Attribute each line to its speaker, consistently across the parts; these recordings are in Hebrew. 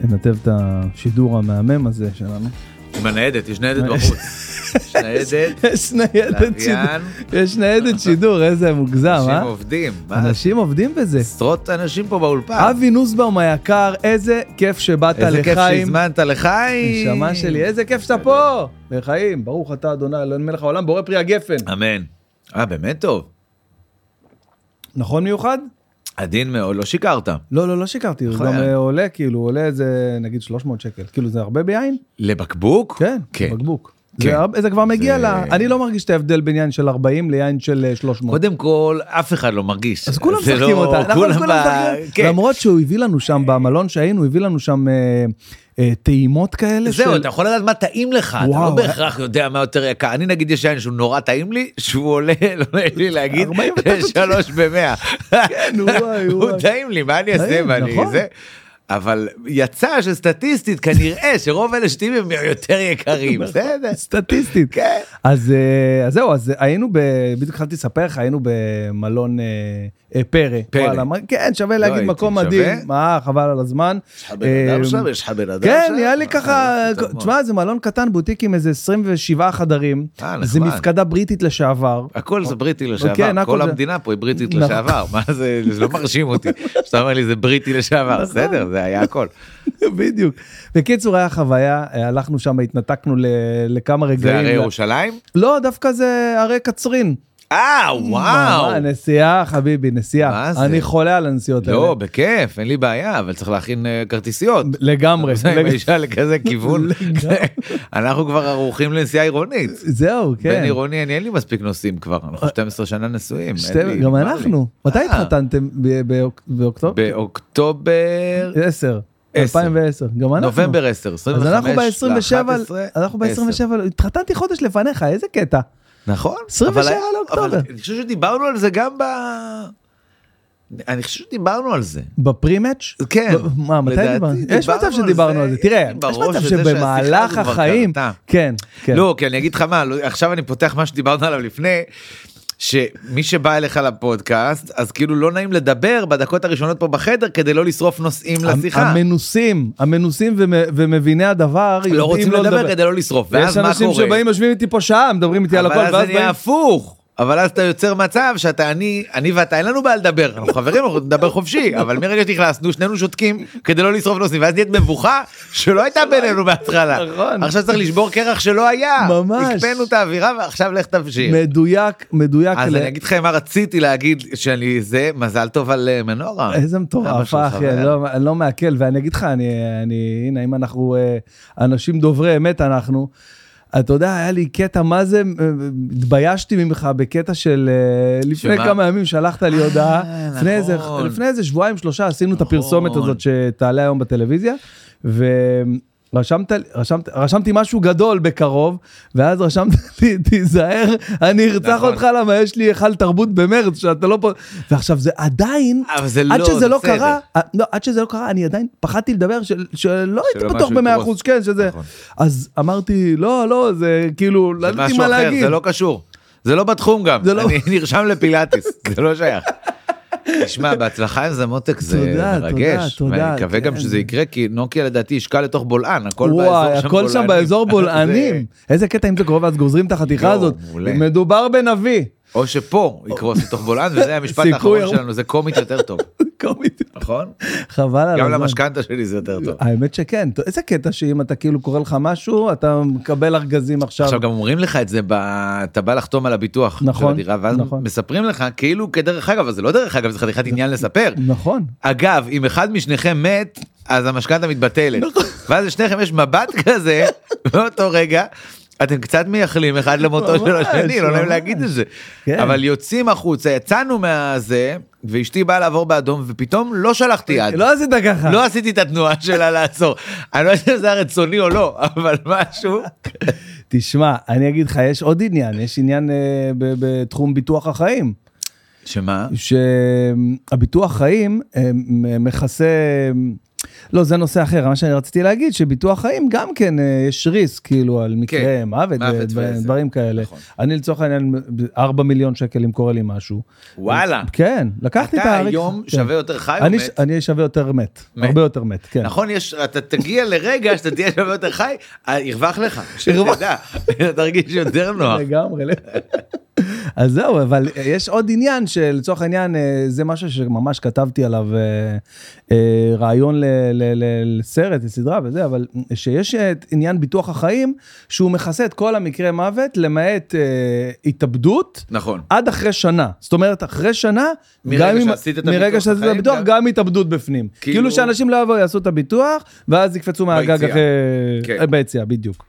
Speaker 1: ננתב את השידור המהמם הזה שלנו.
Speaker 2: עם הניידת, יש ניידת בחוץ. יש ניידת,
Speaker 1: יש ניידת שידור,
Speaker 2: לוויין,
Speaker 1: יש ניידת שידור, איזה מוגזם,
Speaker 2: אנשים
Speaker 1: אה?
Speaker 2: עובדים, מה,
Speaker 1: אנשים עובדים בזה.
Speaker 2: עשרות אנשים פה באולפן.
Speaker 1: אבי נוסבאום היקר, איזה כיף שבאת
Speaker 2: איזה כיף
Speaker 1: לחיים.
Speaker 2: שהזמנת לחיים.
Speaker 1: נשמה שלי, איזה כיף שאתה פה. לחיים, ברוך אתה אדוני אלוהים מלך העולם, בורא פרי הגפן.
Speaker 2: אמן. אה, באמת טוב.
Speaker 1: נכון מיוחד?
Speaker 2: עדין מאוד, לא שיקרת.
Speaker 1: לא, לא, לא שיקרתי, הוא
Speaker 2: נכון.
Speaker 1: גם אה, עולה, כאילו, עולה איזה, נגיד 300 שקל. כאילו, זה הרבה ביין?
Speaker 2: לבקבוק?
Speaker 1: כן,
Speaker 2: כן.
Speaker 1: בקבוק.
Speaker 2: כן.
Speaker 1: זה הרבה- זה כבר מגיע ל... אני לא מרגיש את ההבדל בין יין של 40 ליין של אה, 300.
Speaker 2: קודם כל, אף אחד לא מרגיש.
Speaker 1: אז כולם
Speaker 2: זה
Speaker 1: משחקים
Speaker 2: לא-
Speaker 1: אותה, אנחנו כולם
Speaker 2: ב-
Speaker 1: משחקים.
Speaker 2: כן.
Speaker 1: למרות שהוא הביא לנו שם, במלון שהיינו, הביא לנו שם אה, אה, טעימות כאלה של...
Speaker 2: זהו, אתה יכול לדעת מה טעים לך, אתה
Speaker 1: וואו,
Speaker 2: לא בהכרח יודע מה יותר יקר. אני נגיד יש יין שהוא נורא טעים לי, שהוא עולה, לא נעים לי להגיד,
Speaker 1: 49.
Speaker 2: שלוש במאה.
Speaker 1: כן, וואי,
Speaker 2: הוא
Speaker 1: וואי.
Speaker 2: טעים לי, מה אני אעשה,
Speaker 1: טעים,
Speaker 2: מה אני
Speaker 1: נכון.
Speaker 2: זה. אבל יצא שסטטיסטית כנראה שרוב אלה שתיים הם יותר יקרים,
Speaker 1: נכון.
Speaker 2: בסדר?
Speaker 1: סטטיסטית.
Speaker 2: כן.
Speaker 1: אז אה, אז זהו, אז היינו, ב... בדיוק התחלתי לספר לך, היינו במלון אה, אה, פרא.
Speaker 2: פרא.
Speaker 1: וואלה, מה- כן, שווה
Speaker 2: לא
Speaker 1: להגיד
Speaker 2: הייתי,
Speaker 1: מקום
Speaker 2: שווה?
Speaker 1: מדהים. מה, חבל על הזמן.
Speaker 2: יש לך בן אדם
Speaker 1: אה,
Speaker 2: שם, יש לך בן אדם
Speaker 1: כן,
Speaker 2: שם?
Speaker 1: נראה לי
Speaker 2: אה,
Speaker 1: ככה,
Speaker 2: טוב מאוד.
Speaker 1: תשמע, זה מלון קטן, בוטיק עם איזה 27 חדרים.
Speaker 2: אה,
Speaker 1: זה
Speaker 2: נחמד.
Speaker 1: מפקדה בריטית לשעבר.
Speaker 2: הכל זה בריטי
Speaker 1: כן,
Speaker 2: לשעבר,
Speaker 1: הכל
Speaker 2: כל
Speaker 1: זה-
Speaker 2: המדינה פה היא בריטית
Speaker 1: נכון.
Speaker 2: לשעבר, מה זה, זה לא מרשים אותי, כשאתה אומר לי זה בריטי לשעבר,
Speaker 1: נכון.
Speaker 2: בסדר, זה היה הכל.
Speaker 1: בדיוק. בקיצור, היה חוויה, אה, הלכנו שם, התנתקנו ל- לכמה רגעים.
Speaker 2: זה הרי
Speaker 1: ל-
Speaker 2: ירושלים?
Speaker 1: לא, דווקא זה הרי קצרין.
Speaker 2: אה, וואו.
Speaker 1: מה, נסיעה, חביבי, נסיעה.
Speaker 2: מה זה?
Speaker 1: אני חולה על הנסיעות האלה.
Speaker 2: לא, בכיף, אין לי בעיה, אבל צריך להכין אה, כרטיסיות.
Speaker 1: לגמרי.
Speaker 2: זה עם
Speaker 1: לג-
Speaker 2: האישה לכזה כיוון,
Speaker 1: לגמרי.
Speaker 2: אנחנו כבר ערוכים לנסיעה עירונית.
Speaker 1: זהו,
Speaker 2: בין
Speaker 1: כן. אה,
Speaker 2: עירוני, אני אין לי מספיק נושאים כבר, אנחנו 12 שנה נשואים.
Speaker 1: שתי-
Speaker 2: אין לי,
Speaker 1: גם
Speaker 2: נגמר לי.
Speaker 1: אנחנו. מתי
Speaker 2: אה,
Speaker 1: התחתנתם? ב- באוק- באוקטובר?
Speaker 2: באוקטובר,
Speaker 1: 10.
Speaker 2: עשר.
Speaker 1: 2010. גם אנחנו.
Speaker 2: נובמבר 10, 25
Speaker 1: אז אנחנו ב-27,
Speaker 2: ל-11,
Speaker 1: אנחנו ב-27, התחתנתי חודש לפניך, איזה קטע.
Speaker 2: נכון.
Speaker 1: 27
Speaker 2: אבל היה-
Speaker 1: לאוקטובר.
Speaker 2: אבל אני חושב שדיברנו על זה גם ב... אני חושב שדיברנו על זה.
Speaker 1: בפרימץ'?
Speaker 2: כן.
Speaker 1: לא, מה, מתי
Speaker 2: לדעתי
Speaker 1: דיברנו? יש
Speaker 2: דיברנו
Speaker 1: מצב
Speaker 2: על
Speaker 1: שדיברנו
Speaker 2: זה,
Speaker 1: על זה, תראה,
Speaker 2: הייתי
Speaker 1: יש
Speaker 2: בראש
Speaker 1: מצב
Speaker 2: של זה שהשיחה
Speaker 1: שבמהלך
Speaker 2: הזו כבר
Speaker 1: החיים,
Speaker 2: קרתה.
Speaker 1: כן, כן.
Speaker 2: לא, כי אני אגיד לך מה, לא- עכשיו אני פותח מה שדיברנו עליו לפני. שמי שבא אליך לפודקאסט אז כאילו לא נעים לדבר בדקות הראשונות פה בחדר כדי לא לשרוף נושאים
Speaker 1: המ-
Speaker 2: לשיחה.
Speaker 1: המנוסים, המנוסים ומ- ומביני הדבר יודעים
Speaker 2: לא רוצים לדבר כדי לא לשרוף. ואז
Speaker 1: ויש
Speaker 2: מה קורה?
Speaker 1: אנשים שבאים יושבים איתי פה שעה, מדברים איתי על הכל,
Speaker 2: אבל אז
Speaker 1: ואז
Speaker 2: זה נהיה
Speaker 1: באים...
Speaker 2: הפוך. אבל אז אתה יוצר מצב שאתה אני אני ואתה אין לנו בעיה לדבר אנחנו חברים אנחנו נדבר חופשי אבל מרגע שנכנסנו שנינו שותקים כדי לא לשרוף נושאים ואז נהיית מבוכה שלא הייתה בינינו בהתחלה
Speaker 1: נכון.
Speaker 2: עכשיו צריך לשבור קרח שלא היה
Speaker 1: ממש.
Speaker 2: הקפאנו את האווירה ועכשיו לך תמשיך.
Speaker 1: מדויק, מדויק.
Speaker 2: אז
Speaker 1: ל-
Speaker 2: אני אגיד לכם מה רציתי להגיד שאני זה מזל טוב על אה, מנורה.
Speaker 1: איזה
Speaker 2: אבא
Speaker 1: מטורף,
Speaker 2: של
Speaker 1: אחי,
Speaker 2: חבר.
Speaker 1: אני לא- אני לא מעכל, ואני אגיד לך, אני, אני, הנה, אם אנחנו אה, אנשים דוברי אמת, אנחנו, אתה יודע, היה לי קטע, מה זה, אה, התביישתי ממך בקטע של אה, לפני
Speaker 2: שמה? אה,
Speaker 1: כמה ימים שלחת לי הודעה, לפני איזה-
Speaker 2: נכון.
Speaker 1: לפני איזה שבועיים, שלושה, עשינו את
Speaker 2: נכון.
Speaker 1: הפרסומת הזאת שתעלה היום בטלוויזיה, ו... רשמת, רשמת, רשמתי משהו גדול בקרוב, ואז רשמת לי, תיזהר, אני ארצח
Speaker 2: נכון.
Speaker 1: אותך למה יש לי היכל תרבות במרץ, שאתה לא פה, ועכשיו זה עדיין,
Speaker 2: אבל זה
Speaker 1: עד
Speaker 2: לא,
Speaker 1: שזה
Speaker 2: זה
Speaker 1: לא
Speaker 2: בסדר.
Speaker 1: קרה, אה, לא, עד שזה לא קרה, אני עדיין פחדתי לדבר של- שלא
Speaker 2: שלא
Speaker 1: הייתי בטוח
Speaker 2: משהו
Speaker 1: במאה
Speaker 2: יקרוס.
Speaker 1: אחוז, כן, שזה...
Speaker 2: נכון.
Speaker 1: אז אמרתי, לא, לא, זה כאילו, לא
Speaker 2: זה
Speaker 1: ידעתי
Speaker 2: משהו
Speaker 1: מה
Speaker 2: אחר
Speaker 1: להגיד.
Speaker 2: זה לא קשור זה לא בתחום גם
Speaker 1: זה לא-
Speaker 2: אני נרשם לפילאטיס זה לא שייך. תשמע בהצלחה עם זה מותק זה
Speaker 1: תודה,
Speaker 2: מרגש
Speaker 1: תודה, תודה,
Speaker 2: ואני מקווה גם
Speaker 1: כן.
Speaker 2: שזה יקרה כי נוקיה לדעתי ישקע לתוך בולען הכל
Speaker 1: וואי,
Speaker 2: באזור שם
Speaker 1: הכל שם
Speaker 2: בולענים.
Speaker 1: באזור
Speaker 2: זה-
Speaker 1: בולענים. איזה קטע אם זה קורה ואז גוזרים את החתיכה
Speaker 2: יואו,
Speaker 1: הזאת.
Speaker 2: מעולה.
Speaker 1: מדובר בנביא.
Speaker 2: או שפה יקרוס לתוך בולען וזה המשפט
Speaker 1: סיכוי
Speaker 2: האחרון
Speaker 1: הרבה.
Speaker 2: שלנו זה קומית יותר טוב
Speaker 1: קומית.
Speaker 2: נכון
Speaker 1: חבל על
Speaker 2: גם
Speaker 1: הזמן.
Speaker 2: למשכנתה שלי זה יותר טוב.
Speaker 1: האמת שכן, ת- איזה קטע שאם אתה כאילו קורא לך משהו, אתה מקבל ארגזים עכשיו.
Speaker 2: עכשיו גם אומרים לך את זה, ב... אתה בא לחתום על הביטוח
Speaker 1: נכון,
Speaker 2: של הדירה, ואז
Speaker 1: נכון. מספרים
Speaker 2: מספרים לך כאילו כדרך אגב, אבל זה לא דרך אגב, זה חתיכת עניין לספר.
Speaker 1: נכון.
Speaker 2: אגב, אם אחד משניכם מת, אז המשכנתה מתבטלת.
Speaker 1: נכון.
Speaker 2: ואז לשניכם יש מבט כזה, באותו רגע, אתם קצת מייחלים אחד למותו של
Speaker 1: ממש,
Speaker 2: השני, לא נעים
Speaker 1: ממש.
Speaker 2: להגיד את זה.
Speaker 1: כן.
Speaker 2: אבל יוצאים החוצה, יצאנו מהזה, ואשתי באה לעבור באדום, ופתאום לא שלחתי יד.
Speaker 1: לא עשית ככה.
Speaker 2: לא עשיתי את התנועה שלה לעצור. אני לא יודע אם זה היה רצוני או לא, אבל משהו.
Speaker 1: תשמע, אני אגיד לך, יש עוד עניין, יש עניין אה, ב- בתחום ביטוח החיים.
Speaker 2: שמה?
Speaker 1: שהביטוח חיים אה, מ- מכסה לא, זה נושא אחר. מה שאני רציתי להגיד, שביטוח חיים גם כן אה, יש ריסק, כאילו, על מקרה
Speaker 2: כן,
Speaker 1: מוות,
Speaker 2: מוות
Speaker 1: ו-
Speaker 2: וזה.
Speaker 1: דברים כאלה.
Speaker 2: נכון.
Speaker 1: אני לצורך העניין, 4 מיליון שקל אם קורה לי משהו.
Speaker 2: וואלה.
Speaker 1: כן, לקחתי את
Speaker 2: אתה
Speaker 1: האריק.
Speaker 2: היום שווה יותר חי או
Speaker 1: אני,
Speaker 2: מת?
Speaker 1: אני שווה יותר מת,
Speaker 2: מת.
Speaker 1: הרבה יותר מת, כן.
Speaker 2: נכון יש אתה תגיע לרגע שאתה תהיה שווה יותר חי אה, ירווח לך שתדע, תרגיש יותר נוח
Speaker 1: לגמרי. אז זהו, אבל יש עוד עניין שלצורך העניין, אה, זה משהו שממש כתבתי עליו אה, אה, רעיון ל- ל- ל- לסרט, לסדרה וזה, אבל שיש את עניין ביטוח החיים, שהוא מכסה את כל המקרה מוות, למעט אה, התאבדות.
Speaker 2: נכון
Speaker 1: עד אחרי שנה, זאת אומרת אחרי שנה,
Speaker 2: מרגע
Speaker 1: גם אם-
Speaker 2: שעשית את
Speaker 1: מרגע
Speaker 2: הביטוח
Speaker 1: שעשית את
Speaker 2: בחיים,
Speaker 1: הביטוח,
Speaker 2: גם-
Speaker 1: גם התאבדות בפנים.
Speaker 2: כאילו-
Speaker 1: כאילו שאנשים לא יבואו יעשו את הביטוח, ואז יקפצו מהגג
Speaker 2: ביציאה.
Speaker 1: אחרי...
Speaker 2: כן.
Speaker 1: אה, ביציאה, בדיוק.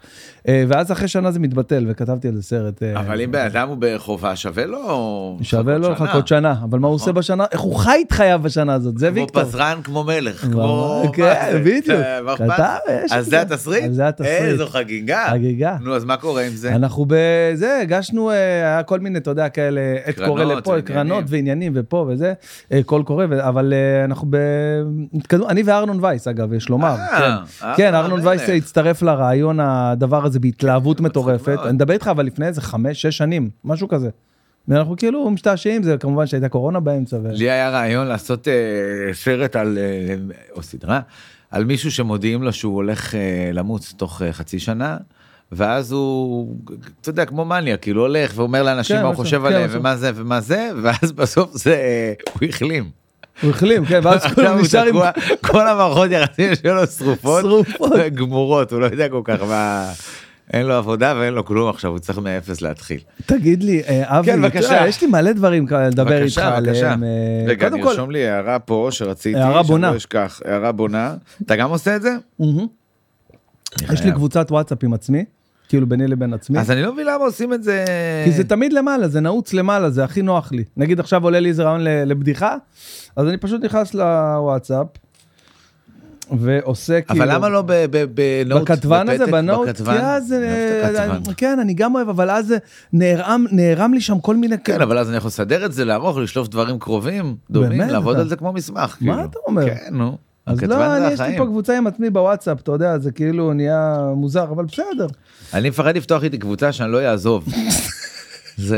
Speaker 1: אה, ואז אחרי שנה זה מתבטל, וכתבתי על זה סרט. אה,
Speaker 2: אבל אם בן אדם הוא בחובה שווה לו
Speaker 1: שווה לו
Speaker 2: שנה. נכון.
Speaker 1: לחכות שנה, אבל מה הוא עושה בשנה, איך הוא חי את חייו בשנה הזאת, זה
Speaker 2: כמו
Speaker 1: ויקטור.
Speaker 2: פזרן כמו מלך
Speaker 1: ממש,
Speaker 2: כמו
Speaker 1: כן,
Speaker 2: מה זה?
Speaker 1: בדיוק.
Speaker 2: אה, מה אכפת?
Speaker 1: כתב, יש
Speaker 2: אז
Speaker 1: את
Speaker 2: זה
Speaker 1: זה.
Speaker 2: התסריט אה,
Speaker 1: אז זה התסריט.
Speaker 2: איזו חגיגה
Speaker 1: חגיגה.
Speaker 2: נו אז מה קורה עם זה
Speaker 1: אנחנו בזה, הגשנו, אה, היה כל מיני, אתה יודע, כאלה, עת
Speaker 2: קרנות
Speaker 1: קורא לפה,
Speaker 2: ועניינים.
Speaker 1: קרנות ועניינים ופה וזה, אה, קול קורא, ו- אבל אה, אנחנו ב... התקדמו- אני וארנון וייס, אגב, יש לומר.
Speaker 2: אה,
Speaker 1: כן.
Speaker 2: אה,
Speaker 1: כן, ארנון
Speaker 2: המלך.
Speaker 1: וייס הצטרף לרעיון הדבר הזה בהתלהבות מטורפת.
Speaker 2: מאוד.
Speaker 1: אני מדבר איתך, אבל לפני איזה חמש, שש שנים, משהו כזה. ואנחנו כאילו משתעשעים, זה כמובן שהייתה קורונה באמצע. ו-
Speaker 2: לי היה רעיון לעשות אה, סרט על, אה, או סדרה, על מישהו שמודיעים לו שהוא הולך אה, למוץ תוך אה, חצי שנה. ואז הוא, אתה יודע, כמו מניה, כאילו הולך ואומר לאנשים
Speaker 1: כן,
Speaker 2: מה הוא
Speaker 1: משהו,
Speaker 2: חושב
Speaker 1: כן,
Speaker 2: עליהם
Speaker 1: משהו.
Speaker 2: ומה זה ומה זה, ואז בסוף זה, אה, הוא החלים.
Speaker 1: הוא החלים, כן, ואז
Speaker 2: עכשיו
Speaker 1: כולם
Speaker 2: הוא
Speaker 1: נשאר עם
Speaker 2: תקוע, כל המערכות יחסים שלו שרופות,
Speaker 1: שרופות.
Speaker 2: גמורות, הוא לא יודע כל כך מה, אין לו עבודה ואין לו כלום עכשיו, הוא צריך מאפס להתחיל.
Speaker 1: תגיד לי, אה, אבי,
Speaker 2: כן, בבקשה.
Speaker 1: תראה, יש לי מלא דברים כאלה לדבר איתך
Speaker 2: בבקשה, בבקשה.
Speaker 1: עליהם. אה,
Speaker 2: רגע,
Speaker 1: קודם כל-
Speaker 2: נרשום לי הערה פה שרציתי,
Speaker 1: הערה
Speaker 2: שאני
Speaker 1: בונה.
Speaker 2: לא אשכח, הערה בונה. אתה גם עושה את זה?
Speaker 1: מהמם. יש לי
Speaker 2: חייב.
Speaker 1: קבוצת וואטסאפ עם עצמי, כאילו ביני לבין עצמי.
Speaker 2: אז אני לא מבין למה עושים את זה.
Speaker 1: כי זה תמיד למעלה, זה נעוץ למעלה, זה הכי נוח לי. נגיד עכשיו עולה לי איזה רעיון ל- לבדיחה, אז אני פשוט נכנס לוואטסאפ, ועושה כאילו...
Speaker 2: אבל למה לא ב- ב- בנוט?
Speaker 1: בכתבן הזה,
Speaker 2: בפתק,
Speaker 1: בנוט, כי
Speaker 2: בכתבן?
Speaker 1: אז,
Speaker 2: אני אוהב את
Speaker 1: אה,
Speaker 2: הכתבן.
Speaker 1: כן, אני גם אוהב, אבל אז נערם, נערם לי שם כל מיני,
Speaker 2: כן, אבל אז אני יכול לסדר את זה, לערוך, לשלוף דברים קרובים, דומים,
Speaker 1: באמת,
Speaker 2: לעבוד
Speaker 1: אתה-
Speaker 2: על זה כמו מסמך.
Speaker 1: מה
Speaker 2: כאילו.
Speaker 1: אתה אומר?
Speaker 2: כן, נו.
Speaker 1: אז
Speaker 2: הכתבן
Speaker 1: לא,
Speaker 2: זה
Speaker 1: אני יש לי
Speaker 2: החיים.
Speaker 1: פה קבוצה עם עצמי בוואטסאפ, אתה יודע, זה כאילו נהיה מוזר, אבל בסדר.
Speaker 2: אני מפחד לפתוח איתי קבוצה שאני לא אעזוב. זה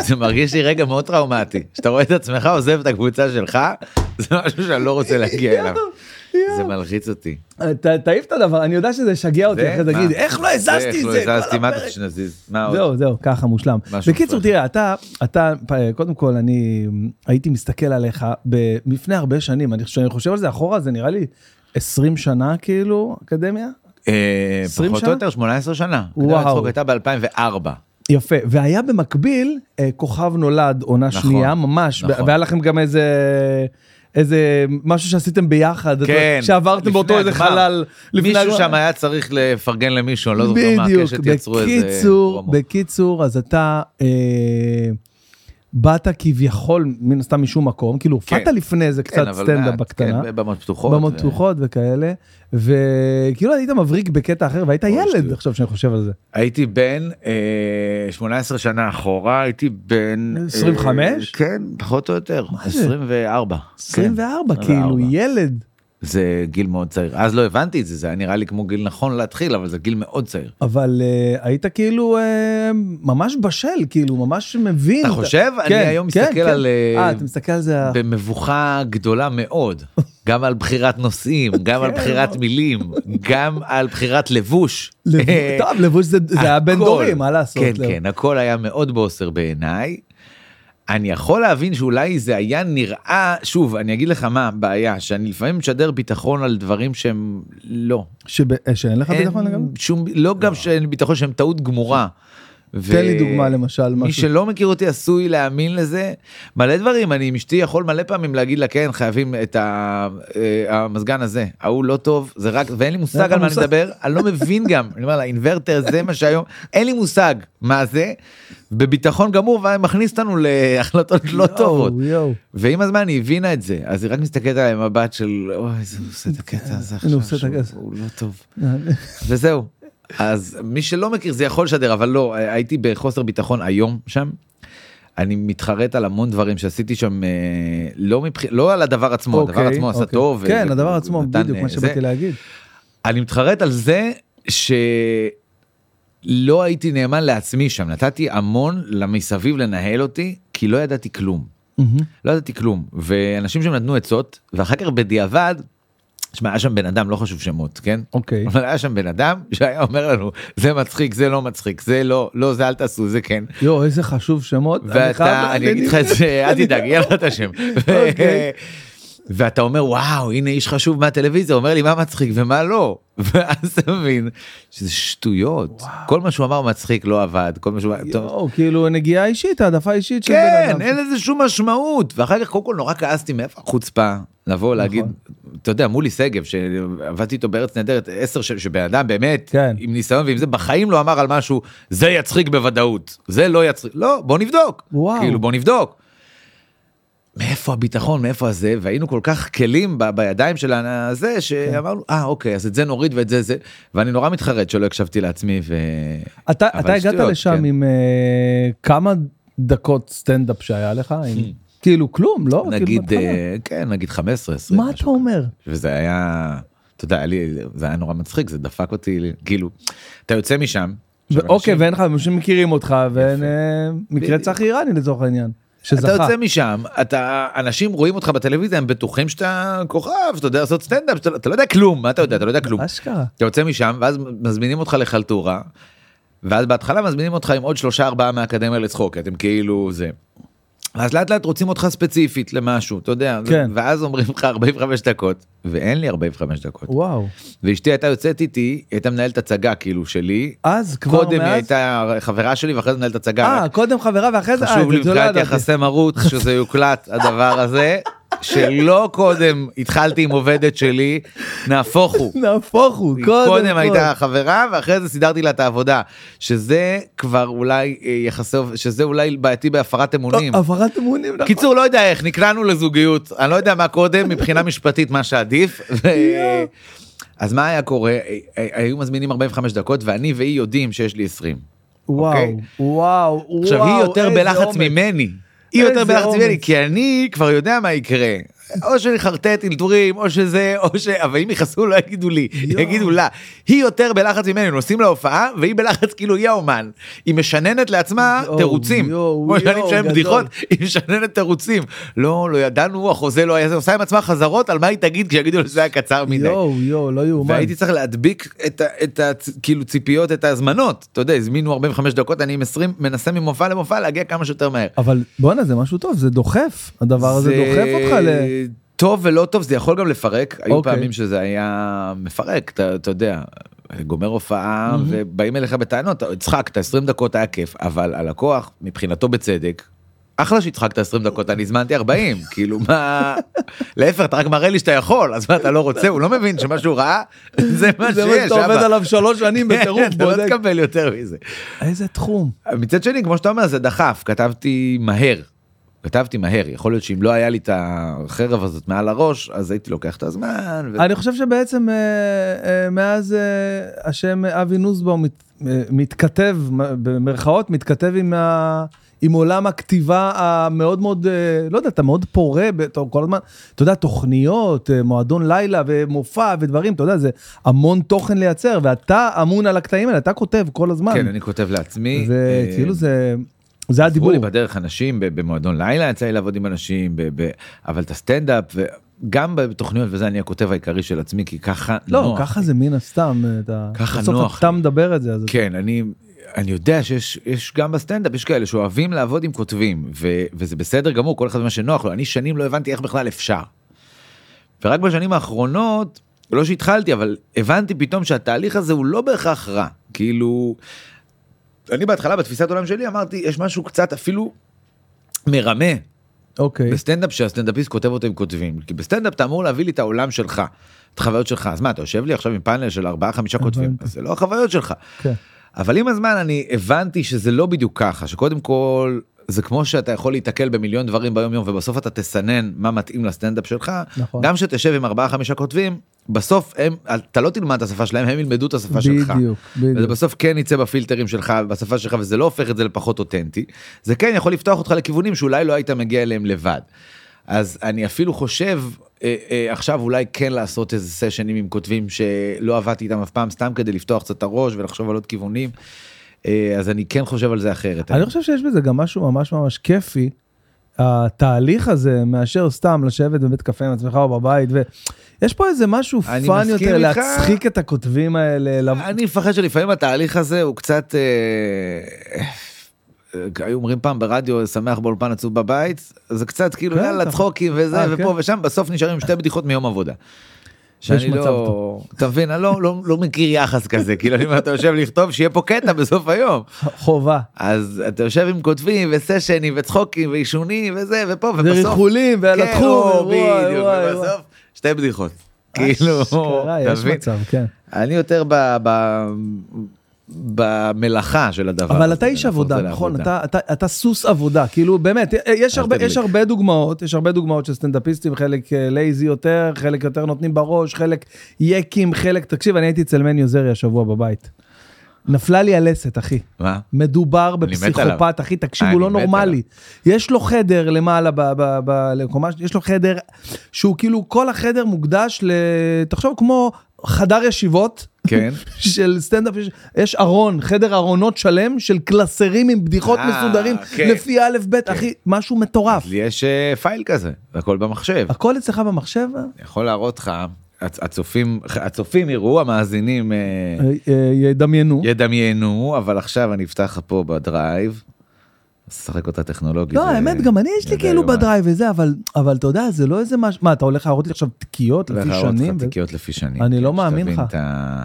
Speaker 2: זה מרגיש לי רגע מאוד טראומטי. כשאתה רואה את עצמך עוזב את הקבוצה שלך, זה משהו שאני לא רוצה להגיע אליו. זה מלחיץ אותי.
Speaker 1: ת- תעיף את הדבר, אני יודע שזה ישגע אותי,
Speaker 2: זה-
Speaker 1: אחרי זה
Speaker 2: מה?
Speaker 1: תגיד, איך לא הזזתי את זה?
Speaker 2: איך לא הזזתי?
Speaker 1: כל
Speaker 2: מה אתה
Speaker 1: הפרק?"
Speaker 2: רוצה שנזיז? מה עוד?
Speaker 1: זהו, זהו, ככה מושלם.
Speaker 2: משהו
Speaker 1: בקיצור,
Speaker 2: מופרך.
Speaker 1: תראה, אתה, אתה, פ- קודם כל, אני הייתי מסתכל עליך ב- לפני הרבה שנים, אני חושב- אני חושב על זה אחורה, זה נראה לי 20 שנה כאילו, אקדמיה.
Speaker 2: אה,
Speaker 1: 20
Speaker 2: פחות או
Speaker 1: שנה?
Speaker 2: יותר 18 שנה.
Speaker 1: וואו.
Speaker 2: וואו. הצחוק הייתה ב-2004.
Speaker 1: יפה, והיה במקביל אה, כוכב נולד עונה
Speaker 2: נכון,
Speaker 1: שנייה, ממש,
Speaker 2: נכון.
Speaker 1: ו- והיה לכם גם איזה... איזה משהו שעשיתם ביחד, אתה
Speaker 2: כן.
Speaker 1: יודע, שעברתם באותו
Speaker 2: לפני
Speaker 1: איזה
Speaker 2: הגמר.
Speaker 1: חלל. לפני
Speaker 2: מישהו
Speaker 1: הגמר.
Speaker 2: שם היה צריך לפרגן למישהו, אני לא זוכר מה
Speaker 1: בדיוק,
Speaker 2: הקשת יצרו איזה
Speaker 1: בקיצור,
Speaker 2: פרומו.
Speaker 1: בקיצור, אז אתה אה, באת כביכול, מן הסתם משום מקום, כאילו הופעת
Speaker 2: כן.
Speaker 1: לפני זה קצת
Speaker 2: כן, אבל
Speaker 1: סטנדאפ
Speaker 2: מעט,
Speaker 1: בקטנה,
Speaker 2: כן, במות פתוחות.
Speaker 1: במות
Speaker 2: ו-
Speaker 1: פתוחות וכאלה, וכאילו היית מבריק בקטע אחר והיית
Speaker 2: אוי,
Speaker 1: ילד
Speaker 2: שטויות.
Speaker 1: עכשיו שאני חושב
Speaker 2: כן,
Speaker 1: על זה.
Speaker 2: הייתי בן אה, 18 שנה אחורה, הייתי בן... אה,
Speaker 1: 25?
Speaker 2: כן, פחות או יותר.
Speaker 1: זה?
Speaker 2: 24. כן.
Speaker 1: 24, כאילו ילד,
Speaker 2: זה גיל מאוד צעיר. אז לא הבנתי את זה, זה היה נראה לי כמו גיל נכון להתחיל, אבל זה גיל מאוד צעיר.
Speaker 1: אבל אה, היית כאילו אה, ממש בשל, כאילו ממש מבין.
Speaker 2: אתה חושב? אני
Speaker 1: כן,
Speaker 2: היום
Speaker 1: כן,
Speaker 2: מסתכל
Speaker 1: כן.
Speaker 2: על, אה,
Speaker 1: אה, אתה מסתכל על זה...
Speaker 2: במבוכה גדולה מאוד, גם על בחירת נושאים, גם
Speaker 1: כן,
Speaker 2: על בחירת מילים, גם על בחירת לבוש.
Speaker 1: לבוש- טוב, לבוש זה זה היה בין
Speaker 2: הכל.
Speaker 1: דורים, מה לעשות?
Speaker 2: כן,
Speaker 1: לא.
Speaker 2: כן, הכל היה מאוד בוסר בעיניי. אני יכול להבין שאולי זה היה נראה, שוב, אני אגיד לך מה הבעיה, שאני לפעמים משדר ביטחון על דברים שהם לא.
Speaker 1: שב- אה, שאין לך
Speaker 2: אה, אין
Speaker 1: ביטחון לגמרי?
Speaker 2: שום, לא גם שאין לי ביטחון שהם טעות גמורה. ו-
Speaker 1: תן לי דוגמה למשל,
Speaker 2: מי
Speaker 1: משהו.
Speaker 2: שלא מכיר אותי עשוי להאמין לזה. מלא דברים, אני עם אשתי יכול מלא פעמים להגיד לה כן חייבים את ה- אה, המזגן הזה, ההוא לא טוב, זה רק, ואין לי
Speaker 1: אין
Speaker 2: מושג
Speaker 1: לך
Speaker 2: על מה אני
Speaker 1: מושג.
Speaker 2: מדבר, אני לא מבין גם, אני אומר לה אינוורטר זה מה שהיום, אין לי מושג מה זה, בביטחון גמור ומכניס אותנו להחלטות לא טובות.
Speaker 1: יואו, יואו.
Speaker 2: ועם הזמן היא הבינה את זה, אז היא רק מסתכלת עליי עם מבט של אוי זה הוא עושה את הקטע הזה
Speaker 1: הנה, הוא עושה
Speaker 2: עכשיו,
Speaker 1: את הקטע."
Speaker 2: שהוא- הוא לא טוב. וזהו. אז מי שלא מכיר זה יכול לשדר, אבל לא, הייתי בחוסר ביטחון היום שם. אני מתחרט על המון דברים שעשיתי שם, אה, לא, מבח... לא על הדבר עצמו, הדבר
Speaker 1: אוקיי,
Speaker 2: עצמו עשה
Speaker 1: אוקיי.
Speaker 2: טוב.
Speaker 1: כן,
Speaker 2: ו-
Speaker 1: הדבר עצמו,
Speaker 2: נתן,
Speaker 1: בדיוק
Speaker 2: אה,
Speaker 1: מה
Speaker 2: זה.
Speaker 1: שבאתי להגיד.
Speaker 2: אני מתחרט על זה שלא הייתי נאמן לעצמי שם, נתתי המון למסביב לנהל אותי, כי לא ידעתי כלום.
Speaker 1: מהמם.
Speaker 2: לא ידעתי כלום, ואנשים שם נתנו עצות, ואחר כך בדיעבד, שמע, היה שם בן אדם, לא חשוב שמות, כן?
Speaker 1: אוקיי.
Speaker 2: אבל היה שם בן אדם שהיה אומר לנו, זה מצחיק, זה לא מצחיק, זה לא, לא, זה אל תעשו, זה כן.
Speaker 1: יואו, איזה חשוב שמות. אני חייב
Speaker 2: ואתה,
Speaker 1: להגיד.
Speaker 2: אני אגיד לך את זה, אל תדאג, יהיה לך את השם. ו-
Speaker 1: אוקיי.
Speaker 2: ואתה אומר, וואו, הנה איש חשוב מהטלוויזיה, אומר לי מה מצחיק ומה לא. ואז אתה מבין שזה שטויות. כל מה שהוא אמר מצחיק לא עבד, כל מה שהוא... טוב,
Speaker 1: יואו, כאילו נגיעה אישית, העדפה אישית של בן
Speaker 2: כן,
Speaker 1: אדם.
Speaker 2: אין לזה שום משמעות. ואחר כך קודם כל נורא כעסתי מאיפה החוצפה
Speaker 1: נכון.
Speaker 2: לבוא להגיד, אתה יודע, מולי שגב, שעבדתי איתו בארץ נהדרת, עשר ש- שבן אדם באמת,
Speaker 1: כן.
Speaker 2: עם ניסיון ועם זה, בחיים לא אמר על משהו, זה יצחיק בוודאות, זה לא יצחיק, לא, בוא נבדוק.
Speaker 1: וואו.
Speaker 2: כאילו, בוא נבדוק. מאיפה הביטחון, מאיפה הזה, והיינו כל כך כלים ב- בידיים של
Speaker 1: כן.
Speaker 2: הזה, שאמרנו, אה, אוקיי, אז את זה נוריד ואת זה זה, ואני נורא מתחרט שלא הקשבתי לעצמי, ו...
Speaker 1: אתה
Speaker 2: אבל
Speaker 1: אתה הגעת
Speaker 2: שטויות,
Speaker 1: לשם
Speaker 2: כן.
Speaker 1: עם אה, כמה דקות סטנדאפ שהיה לך? עם- כאילו כלום, לא? כאילו,
Speaker 2: נגיד,
Speaker 1: בהתחלה.
Speaker 2: אה, כן, נגיד 15, 20.
Speaker 1: מה אתה
Speaker 2: משהו
Speaker 1: אומר?
Speaker 2: וזה היה, אתה יודע, היה לי, זה היה נורא מצחיק, זה דפק אותי, כאילו, אתה יוצא משם. עכשיו,
Speaker 1: אוקיי,
Speaker 2: אנשים-
Speaker 1: ואין לך, אנשים מכירים אותך, ואין אה, מקרה
Speaker 2: בדיוק.
Speaker 1: צחי איראני לצורך העניין, שזכה.
Speaker 2: אתה יוצא משם, אתה, אנשים רואים אותך בטלוויזיה, הם בטוחים שאתה כוכב, שאתה יודע לעשות סטנדאפ, שאתה- אתה לא יודע כלום, מה אתה יודע, אתה לא יודע כלום.
Speaker 1: אשכרה.
Speaker 2: אתה יוצא משם, ואז מזמינים אותך לחלטורה, ואז בהתחלה מזמינים אותך עם עוד שלושה ארבעה מהאקדמיה לצחוק, כי אתם כאילו זה. ואז לאט לאט רוצים אותך ספציפית למשהו, אתה יודע,
Speaker 1: כן.
Speaker 2: ואז אומרים לך 45 דקות, ואין לי 45 דקות.
Speaker 1: וואו.
Speaker 2: ואשתי הייתה יוצאת איתי, היא הייתה מנהלת הצגה כאילו שלי.
Speaker 1: אז כבר
Speaker 2: קודם היא
Speaker 1: מאז?
Speaker 2: הייתה חברה שלי ואחרי זה מנהלת הצגה.
Speaker 1: אה, קודם חברה ואחרי זה, אה,
Speaker 2: חשוב לי
Speaker 1: זה לא
Speaker 2: מבחינת
Speaker 1: ידעתי.
Speaker 2: יחסי מרות שזה יוקלט הדבר הזה, שלא קודם התחלתי עם עובדת שלי, נהפוך הוא.
Speaker 1: נהפוך הוא,
Speaker 2: היא
Speaker 1: קודם
Speaker 2: קודם
Speaker 1: כל.
Speaker 2: הייתה חברה ואחרי זה סידרתי לה את העבודה שזה כבר אולי אה, יחסי שזה אולי בעייתי בהפרת אמונים.
Speaker 1: לא, הפרת אמונים. נכון.
Speaker 2: קיצור לא יודע איך נקלענו לזוגיות אני לא יודע מה קודם מבחינה משפטית מה שעדיף. ו-
Speaker 1: יואו.
Speaker 2: אז מה היה קורה היו מזמינים 45 דקות ואני והיא יודעים שיש לי 20.
Speaker 1: וואו,
Speaker 2: אוקיי.
Speaker 1: וואו, וואו.
Speaker 2: עכשיו היא יותר
Speaker 1: איזה
Speaker 2: בלחץ
Speaker 1: עומק.
Speaker 2: ממני. היא יותר
Speaker 1: איזה
Speaker 2: בלחץ
Speaker 1: אומץ.
Speaker 2: ממני כי אני כבר יודע מה יקרה. או שנחרטט אלתורים או שזה או ש... אבל אם יכעסו לא יגידו לי
Speaker 1: יואו.
Speaker 2: יגידו לה. היא יותר בלחץ ממני נוסעים להופעה והיא בלחץ כאילו היא האומן. היא משננת לעצמה
Speaker 1: יואו,
Speaker 2: תירוצים.
Speaker 1: יואו,
Speaker 2: כמו שאני
Speaker 1: יואו,
Speaker 2: משנן
Speaker 1: גדול.
Speaker 2: בדיחות היא משננת תירוצים. לא לא ידענו החוזה לא היה זה עושה עם עצמה חזרות על מה היא תגיד כשיגידו שזה היה קצר מדי.
Speaker 1: יואו, יואו, לא יאומן.
Speaker 2: והייתי צריך להדביק את ה... את ה... כאילו ציפיות את ההזמנות אתה יודע הזמינו 45 דקות אני עם 20 מנסה ממופע למופע להגיע כמה שיותר מהר.
Speaker 1: אבל בואנה, זה משהו טוב, זה דוחף. הדבר הזה דוחף אותך ל...
Speaker 2: טוב ולא טוב זה יכול גם לפרק היו
Speaker 1: אוקיי.
Speaker 2: פעמים שזה היה מפרק אתה, אתה יודע גומר הופעה
Speaker 1: מהמם.
Speaker 2: ובאים אליך בטענות הצחקת 20 דקות היה כיף אבל הלקוח מבחינתו בצדק. אחלה שהצחקת 20 דקות אני הזמנתי 40 כאילו מה להפך אתה רק מראה לי שאתה יכול אז מה אתה לא רוצה הוא לא מבין שמה שהוא ראה זה מה
Speaker 1: זה מה
Speaker 2: אה, שיש.
Speaker 1: שאתה עובד
Speaker 2: אבא.
Speaker 1: עליו שלוש שנים בטירוף,
Speaker 2: אתה לא
Speaker 1: בודק.
Speaker 2: תקבל יותר מזה.
Speaker 1: איזה תחום.
Speaker 2: מצד שני כמו שאתה אומר זה דחף כתבתי מהר. כתבתי מהר יכול להיות שאם לא היה לי את החרב הזאת מעל הראש אז הייתי לוקח את הזמן. ו-
Speaker 1: אני חושב שבעצם אה, אה, מאז אה, השם אבי נוסבאום מת- אה, מתכתב, מ- במרכאות, מתכתב עם ה... עם עולם הכתיבה המאוד מאוד, אה, לא יודע, אתה מאוד פורה, ב- אתה כל הזמן, אתה יודע, תוכניות, אה, מועדון לילה ומופע ודברים, אתה יודע, זה המון תוכן לייצר, ואתה אמון על הקטעים האלה, אתה כותב כל הזמן.
Speaker 2: כן אני כותב לעצמי.
Speaker 1: זה
Speaker 2: אה,
Speaker 1: כאילו זה, זה
Speaker 2: עזרו
Speaker 1: הדיבור.
Speaker 2: לי בדרך אנשים ב- במועדון לילה יצא לי לעבוד עם אנשים ב- ב- אבל את הסטנדאפ וגם בתוכניות וזה אני הכותב העיקרי של עצמי כי ככה
Speaker 1: לא,
Speaker 2: נוח.
Speaker 1: ככה זה מן הסתם, אה, אתה-
Speaker 2: ככה
Speaker 1: בסוף
Speaker 2: נוח
Speaker 1: אתה מדבר את זה, אז
Speaker 2: כן אני אני יודע שיש יש גם בסטנדאפ יש כאלה שאוהבים לעבוד עם כותבים ו, וזה בסדר גמור כל אחד מה שנוח לו אני שנים לא הבנתי איך בכלל אפשר. ורק בשנים האחרונות לא שהתחלתי אבל הבנתי פתאום שהתהליך הזה הוא לא בהכרח רע כאילו. אני בהתחלה בתפיסת עולם שלי אמרתי יש משהו קצת אפילו מרמה
Speaker 1: אוקיי.
Speaker 2: בסטנדאפ שהסטנדאפיסט כותב אותו עם כותבים כי בסטנדאפ אתה אמור להביא לי את העולם שלך את החוויות שלך אז מה אתה יושב לי עכשיו עם פאנל של ארבעה חמישה כותבים
Speaker 1: הבנתי.
Speaker 2: אז זה לא החוויות שלך.
Speaker 1: כן.
Speaker 2: אבל עם הזמן אני הבנתי שזה לא בדיוק ככה שקודם כל זה כמו שאתה יכול להיתקל במיליון דברים ביום יום ובסוף אתה תסנן מה מתאים לסטנדאפ שלך
Speaker 1: נכון.
Speaker 2: גם שתשב עם ארבעה חמישה כותבים בסוף הם, אתה לא תלמד את השפה שלהם, הם ילמדו את השפה שלך.
Speaker 1: בדיוק,
Speaker 2: וזה
Speaker 1: בדיוק.
Speaker 2: בסוף כן יצא בפילטרים שלך ובשפה שלך וזה לא הופך את זה לפחות אותנטי זה כן יכול לפתוח אותך לכיוונים שאולי לא היית מגיע אליהם לבד. אז אני אפילו חושב אה, אה, עכשיו אולי כן לעשות איזה סשנים עם כותבים שלא עבדתי איתם אף פעם סתם כדי לפתוח קצת את הראש ולחשוב על עוד כיוונים. אה, אז אני כן חושב על זה אחרת.
Speaker 1: אני לא חושב שיש בזה גם משהו ממש ממש כיפי. התהליך הזה מאשר סתם לשבת בבית קפה עם עצמך או בבית ויש פה איזה משהו
Speaker 2: אני
Speaker 1: פאן
Speaker 2: מסכים
Speaker 1: יותר
Speaker 2: איתך.
Speaker 1: להצחיק את הכותבים האלה. לב-
Speaker 2: אני מפחד שלפעמים התהליך הזה הוא קצת אה, אה, היו אומרים פעם ברדיו שמח באולפן עצוב בבית זה קצת כאילו
Speaker 1: כן,
Speaker 2: יאללה
Speaker 1: אתה-
Speaker 2: צחוקים וזה
Speaker 1: אה,
Speaker 2: ופה
Speaker 1: כן.
Speaker 2: ושם בסוף נשארים עם שתי בדיחות מיום עבודה. שאני
Speaker 1: מצב
Speaker 2: לא, אתה מבין, אני לא, לא, לא מכיר יחס כזה, כאילו אני אומר, אתה יושב לכתוב שיהיה פה קטע בסוף היום.
Speaker 1: חובה.
Speaker 2: אז אתה יושב עם כותבים וסשנים וצחוקים ועישונים וזה ופה ובסוף,
Speaker 1: וריחולים ועל
Speaker 2: כן,
Speaker 1: התחום.
Speaker 2: או,
Speaker 1: וואי,
Speaker 2: בדיוק,
Speaker 1: וואי, וואי.
Speaker 2: ובסוף שתי בדיחות. כאילו,
Speaker 1: אשכרה,
Speaker 2: אתה
Speaker 1: יש
Speaker 2: מבין?
Speaker 1: מצב, כן.
Speaker 2: אני יותר ב... ב... במלאכה של הדבר.
Speaker 1: אבל
Speaker 2: הזה,
Speaker 1: אתה איש
Speaker 2: להפוך
Speaker 1: עבודה,
Speaker 2: זה
Speaker 1: נכון?
Speaker 2: לעבודה.
Speaker 1: אתה- אתה- אתה סוס עבודה, כאילו באמת, יש הרבה-
Speaker 2: תדליק.
Speaker 1: יש הרבה דוגמאות, יש הרבה דוגמאות של סטנדאפיסטים, חלק אה, לייזי יותר, חלק יותר נותנים בראש, חלק יקים, חלק, תקשיב, אני הייתי אצל מני עוזרי השבוע בבית. נפלה לי הלסת, אחי.
Speaker 2: מה?
Speaker 1: מדובר
Speaker 2: אני מת
Speaker 1: בפסיכופת, אחי, תקשיב,
Speaker 2: אני
Speaker 1: הוא לא
Speaker 2: מת
Speaker 1: נורמלי. יש לו חדר למעלה, ב- ב- ב- לקומה, יש לו חדר שהוא כאילו, כל החדר מוקדש ל... תחשוב, כמו חדר ישיבות.
Speaker 2: כן.
Speaker 1: של סטנדאפ, יש, יש ארון, חדר ארונות שלם של קלסרים עם בדיחות
Speaker 2: אה,
Speaker 1: מסודרים,
Speaker 2: כן.
Speaker 1: לפי א' ב', אחי, משהו מטורף.
Speaker 2: אז לי יש אה, פייל כזה, הכל במחשב.
Speaker 1: הכל אצלך במחשב?
Speaker 2: אני יכול להראות לך, הצ- הצופים, הצופים יראו, המאזינים אה,
Speaker 1: אה, אה, ידמיינו.
Speaker 2: ידמיינו, אבל עכשיו אני אפתח לך פה בדרייב. נשחק אותה טכנולוגית.
Speaker 1: לא,
Speaker 2: זה-
Speaker 1: האמת, גם אני, יש לי
Speaker 2: זה
Speaker 1: כאילו
Speaker 2: יומן.
Speaker 1: בדרייב וזה, אבל, אבל אתה יודע, זה לא איזה משהו, מה, אתה הולך להראות לי עכשיו תיקיות
Speaker 2: הולך
Speaker 1: לפי
Speaker 2: להראות לך
Speaker 1: שנים? ו-
Speaker 2: תיקיות לפי שנים.
Speaker 1: אני
Speaker 2: כן,
Speaker 1: לא מאמין
Speaker 2: שתבין
Speaker 1: לך.
Speaker 2: את ה-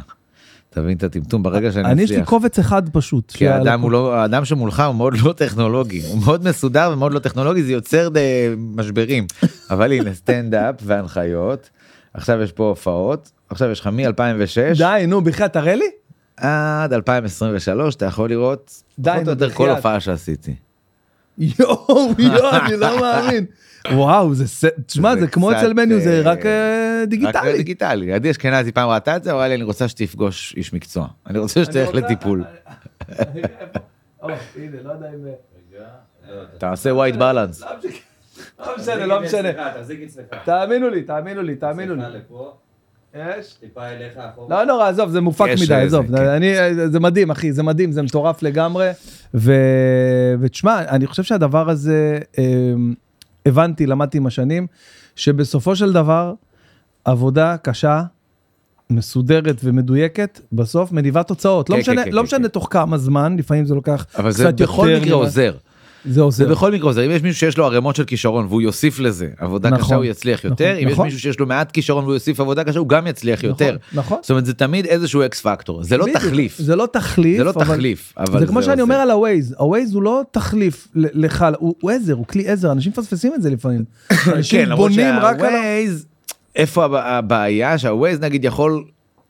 Speaker 2: תבין את הטמטום ברגע שאני
Speaker 1: אני, יש לי
Speaker 2: אצליח.
Speaker 1: קובץ אחד פשוט.
Speaker 2: כי
Speaker 1: של ה-
Speaker 2: האדם הוא לא האדם שמולך הוא מאוד לא טכנולוגי הוא מאוד מסודר ומאוד לא טכנולוגי זה יוצר דה, משברים אבל הנה סטנדאפ והנחיות עכשיו יש פה הופעות עכשיו יש לך מ-2006
Speaker 1: די, נו, בחייאת, תראה לי.
Speaker 2: עד 2023 אתה יכול לראות
Speaker 1: די,
Speaker 2: פחות או
Speaker 1: נו,
Speaker 2: יותר כל
Speaker 1: בחייאת.
Speaker 2: הופעה שעשיתי.
Speaker 1: יואו, יואו, אני לא מאמין. וואו, זה, ס- תשמע,
Speaker 2: זה
Speaker 1: זה כמו
Speaker 2: קצת,
Speaker 1: אצל מניו, זה
Speaker 2: אה,
Speaker 1: רק אה,
Speaker 2: רק
Speaker 1: דיגיטלי.
Speaker 2: דיגיטלי. עדי אשכנזי פעם ראתה את זה אמרה לי אני רוצה שתפגוש איש מקצוע אני רוצה שתלך לטיפול
Speaker 1: אה,
Speaker 2: תעשה white balance.
Speaker 1: אה, לא משנה, לא משנה.
Speaker 3: תחזיק אצלך.
Speaker 1: תאמינו לי, תאמינו לי, תאמינו לי.
Speaker 3: אצלך לפה,
Speaker 1: יש.
Speaker 3: טיפה אליך אחורה.
Speaker 1: לא נורא, עזוב, זה מופק
Speaker 2: יש
Speaker 1: מדי,
Speaker 2: איזה,
Speaker 1: עזוב.
Speaker 2: כן.
Speaker 1: אני, אה, זה מדהים, אחי, זה מדהים, זה מטורף לגמרי. ו... ותשמע, אני חושב שהדבר הזה, אמ, הבנתי, למדתי עם השנים, שבסופו של דבר, עבודה קשה, מסודרת ומדויקת, בסוף מניבה תוצאות. לא
Speaker 2: כן,
Speaker 1: משנה,
Speaker 2: כן,
Speaker 1: לא
Speaker 2: כן,
Speaker 1: משנה
Speaker 2: כן.
Speaker 1: תוך כמה זמן, לפעמים זה לוקח
Speaker 2: אבל זה
Speaker 1: קצת יותר.
Speaker 2: בכל מקרה
Speaker 1: ממה-
Speaker 2: עוזר.
Speaker 1: זה
Speaker 2: זה
Speaker 1: עוזר.
Speaker 2: בכל מקרה עוזר, אם יש מישהו שיש לו ערימות של כישרון והוא יוסיף לזה עבודה
Speaker 1: נכון,
Speaker 2: קשה הוא יצליח
Speaker 1: נכון,
Speaker 2: יותר, אם יש
Speaker 1: נכון.
Speaker 2: מישהו שיש לו מעט כישרון והוא יוסיף עבודה קשה הוא גם יצליח יותר.
Speaker 1: נכון, נכון.
Speaker 2: זאת אומרת זה תמיד איזשהו אקס פקטור, זה לא
Speaker 1: בדיוק.
Speaker 2: תחליף,
Speaker 1: זה לא תחליף.
Speaker 2: זה לא
Speaker 1: אבל-
Speaker 2: תחליף, אבל כן,
Speaker 1: זה כמו שאני
Speaker 2: עוזר.
Speaker 1: אומר על הווייז, הווייז הוא לא תחליף ל- לך, הוא הוא עזר, הוא כלי עזר, אנשים מפספסים את זה לפעמים.
Speaker 2: כן,
Speaker 1: אנשים
Speaker 2: למרות
Speaker 1: בונים רק על... ה-
Speaker 2: שהווייז, איפה הב- הבעיה שהווייז נגיד יכול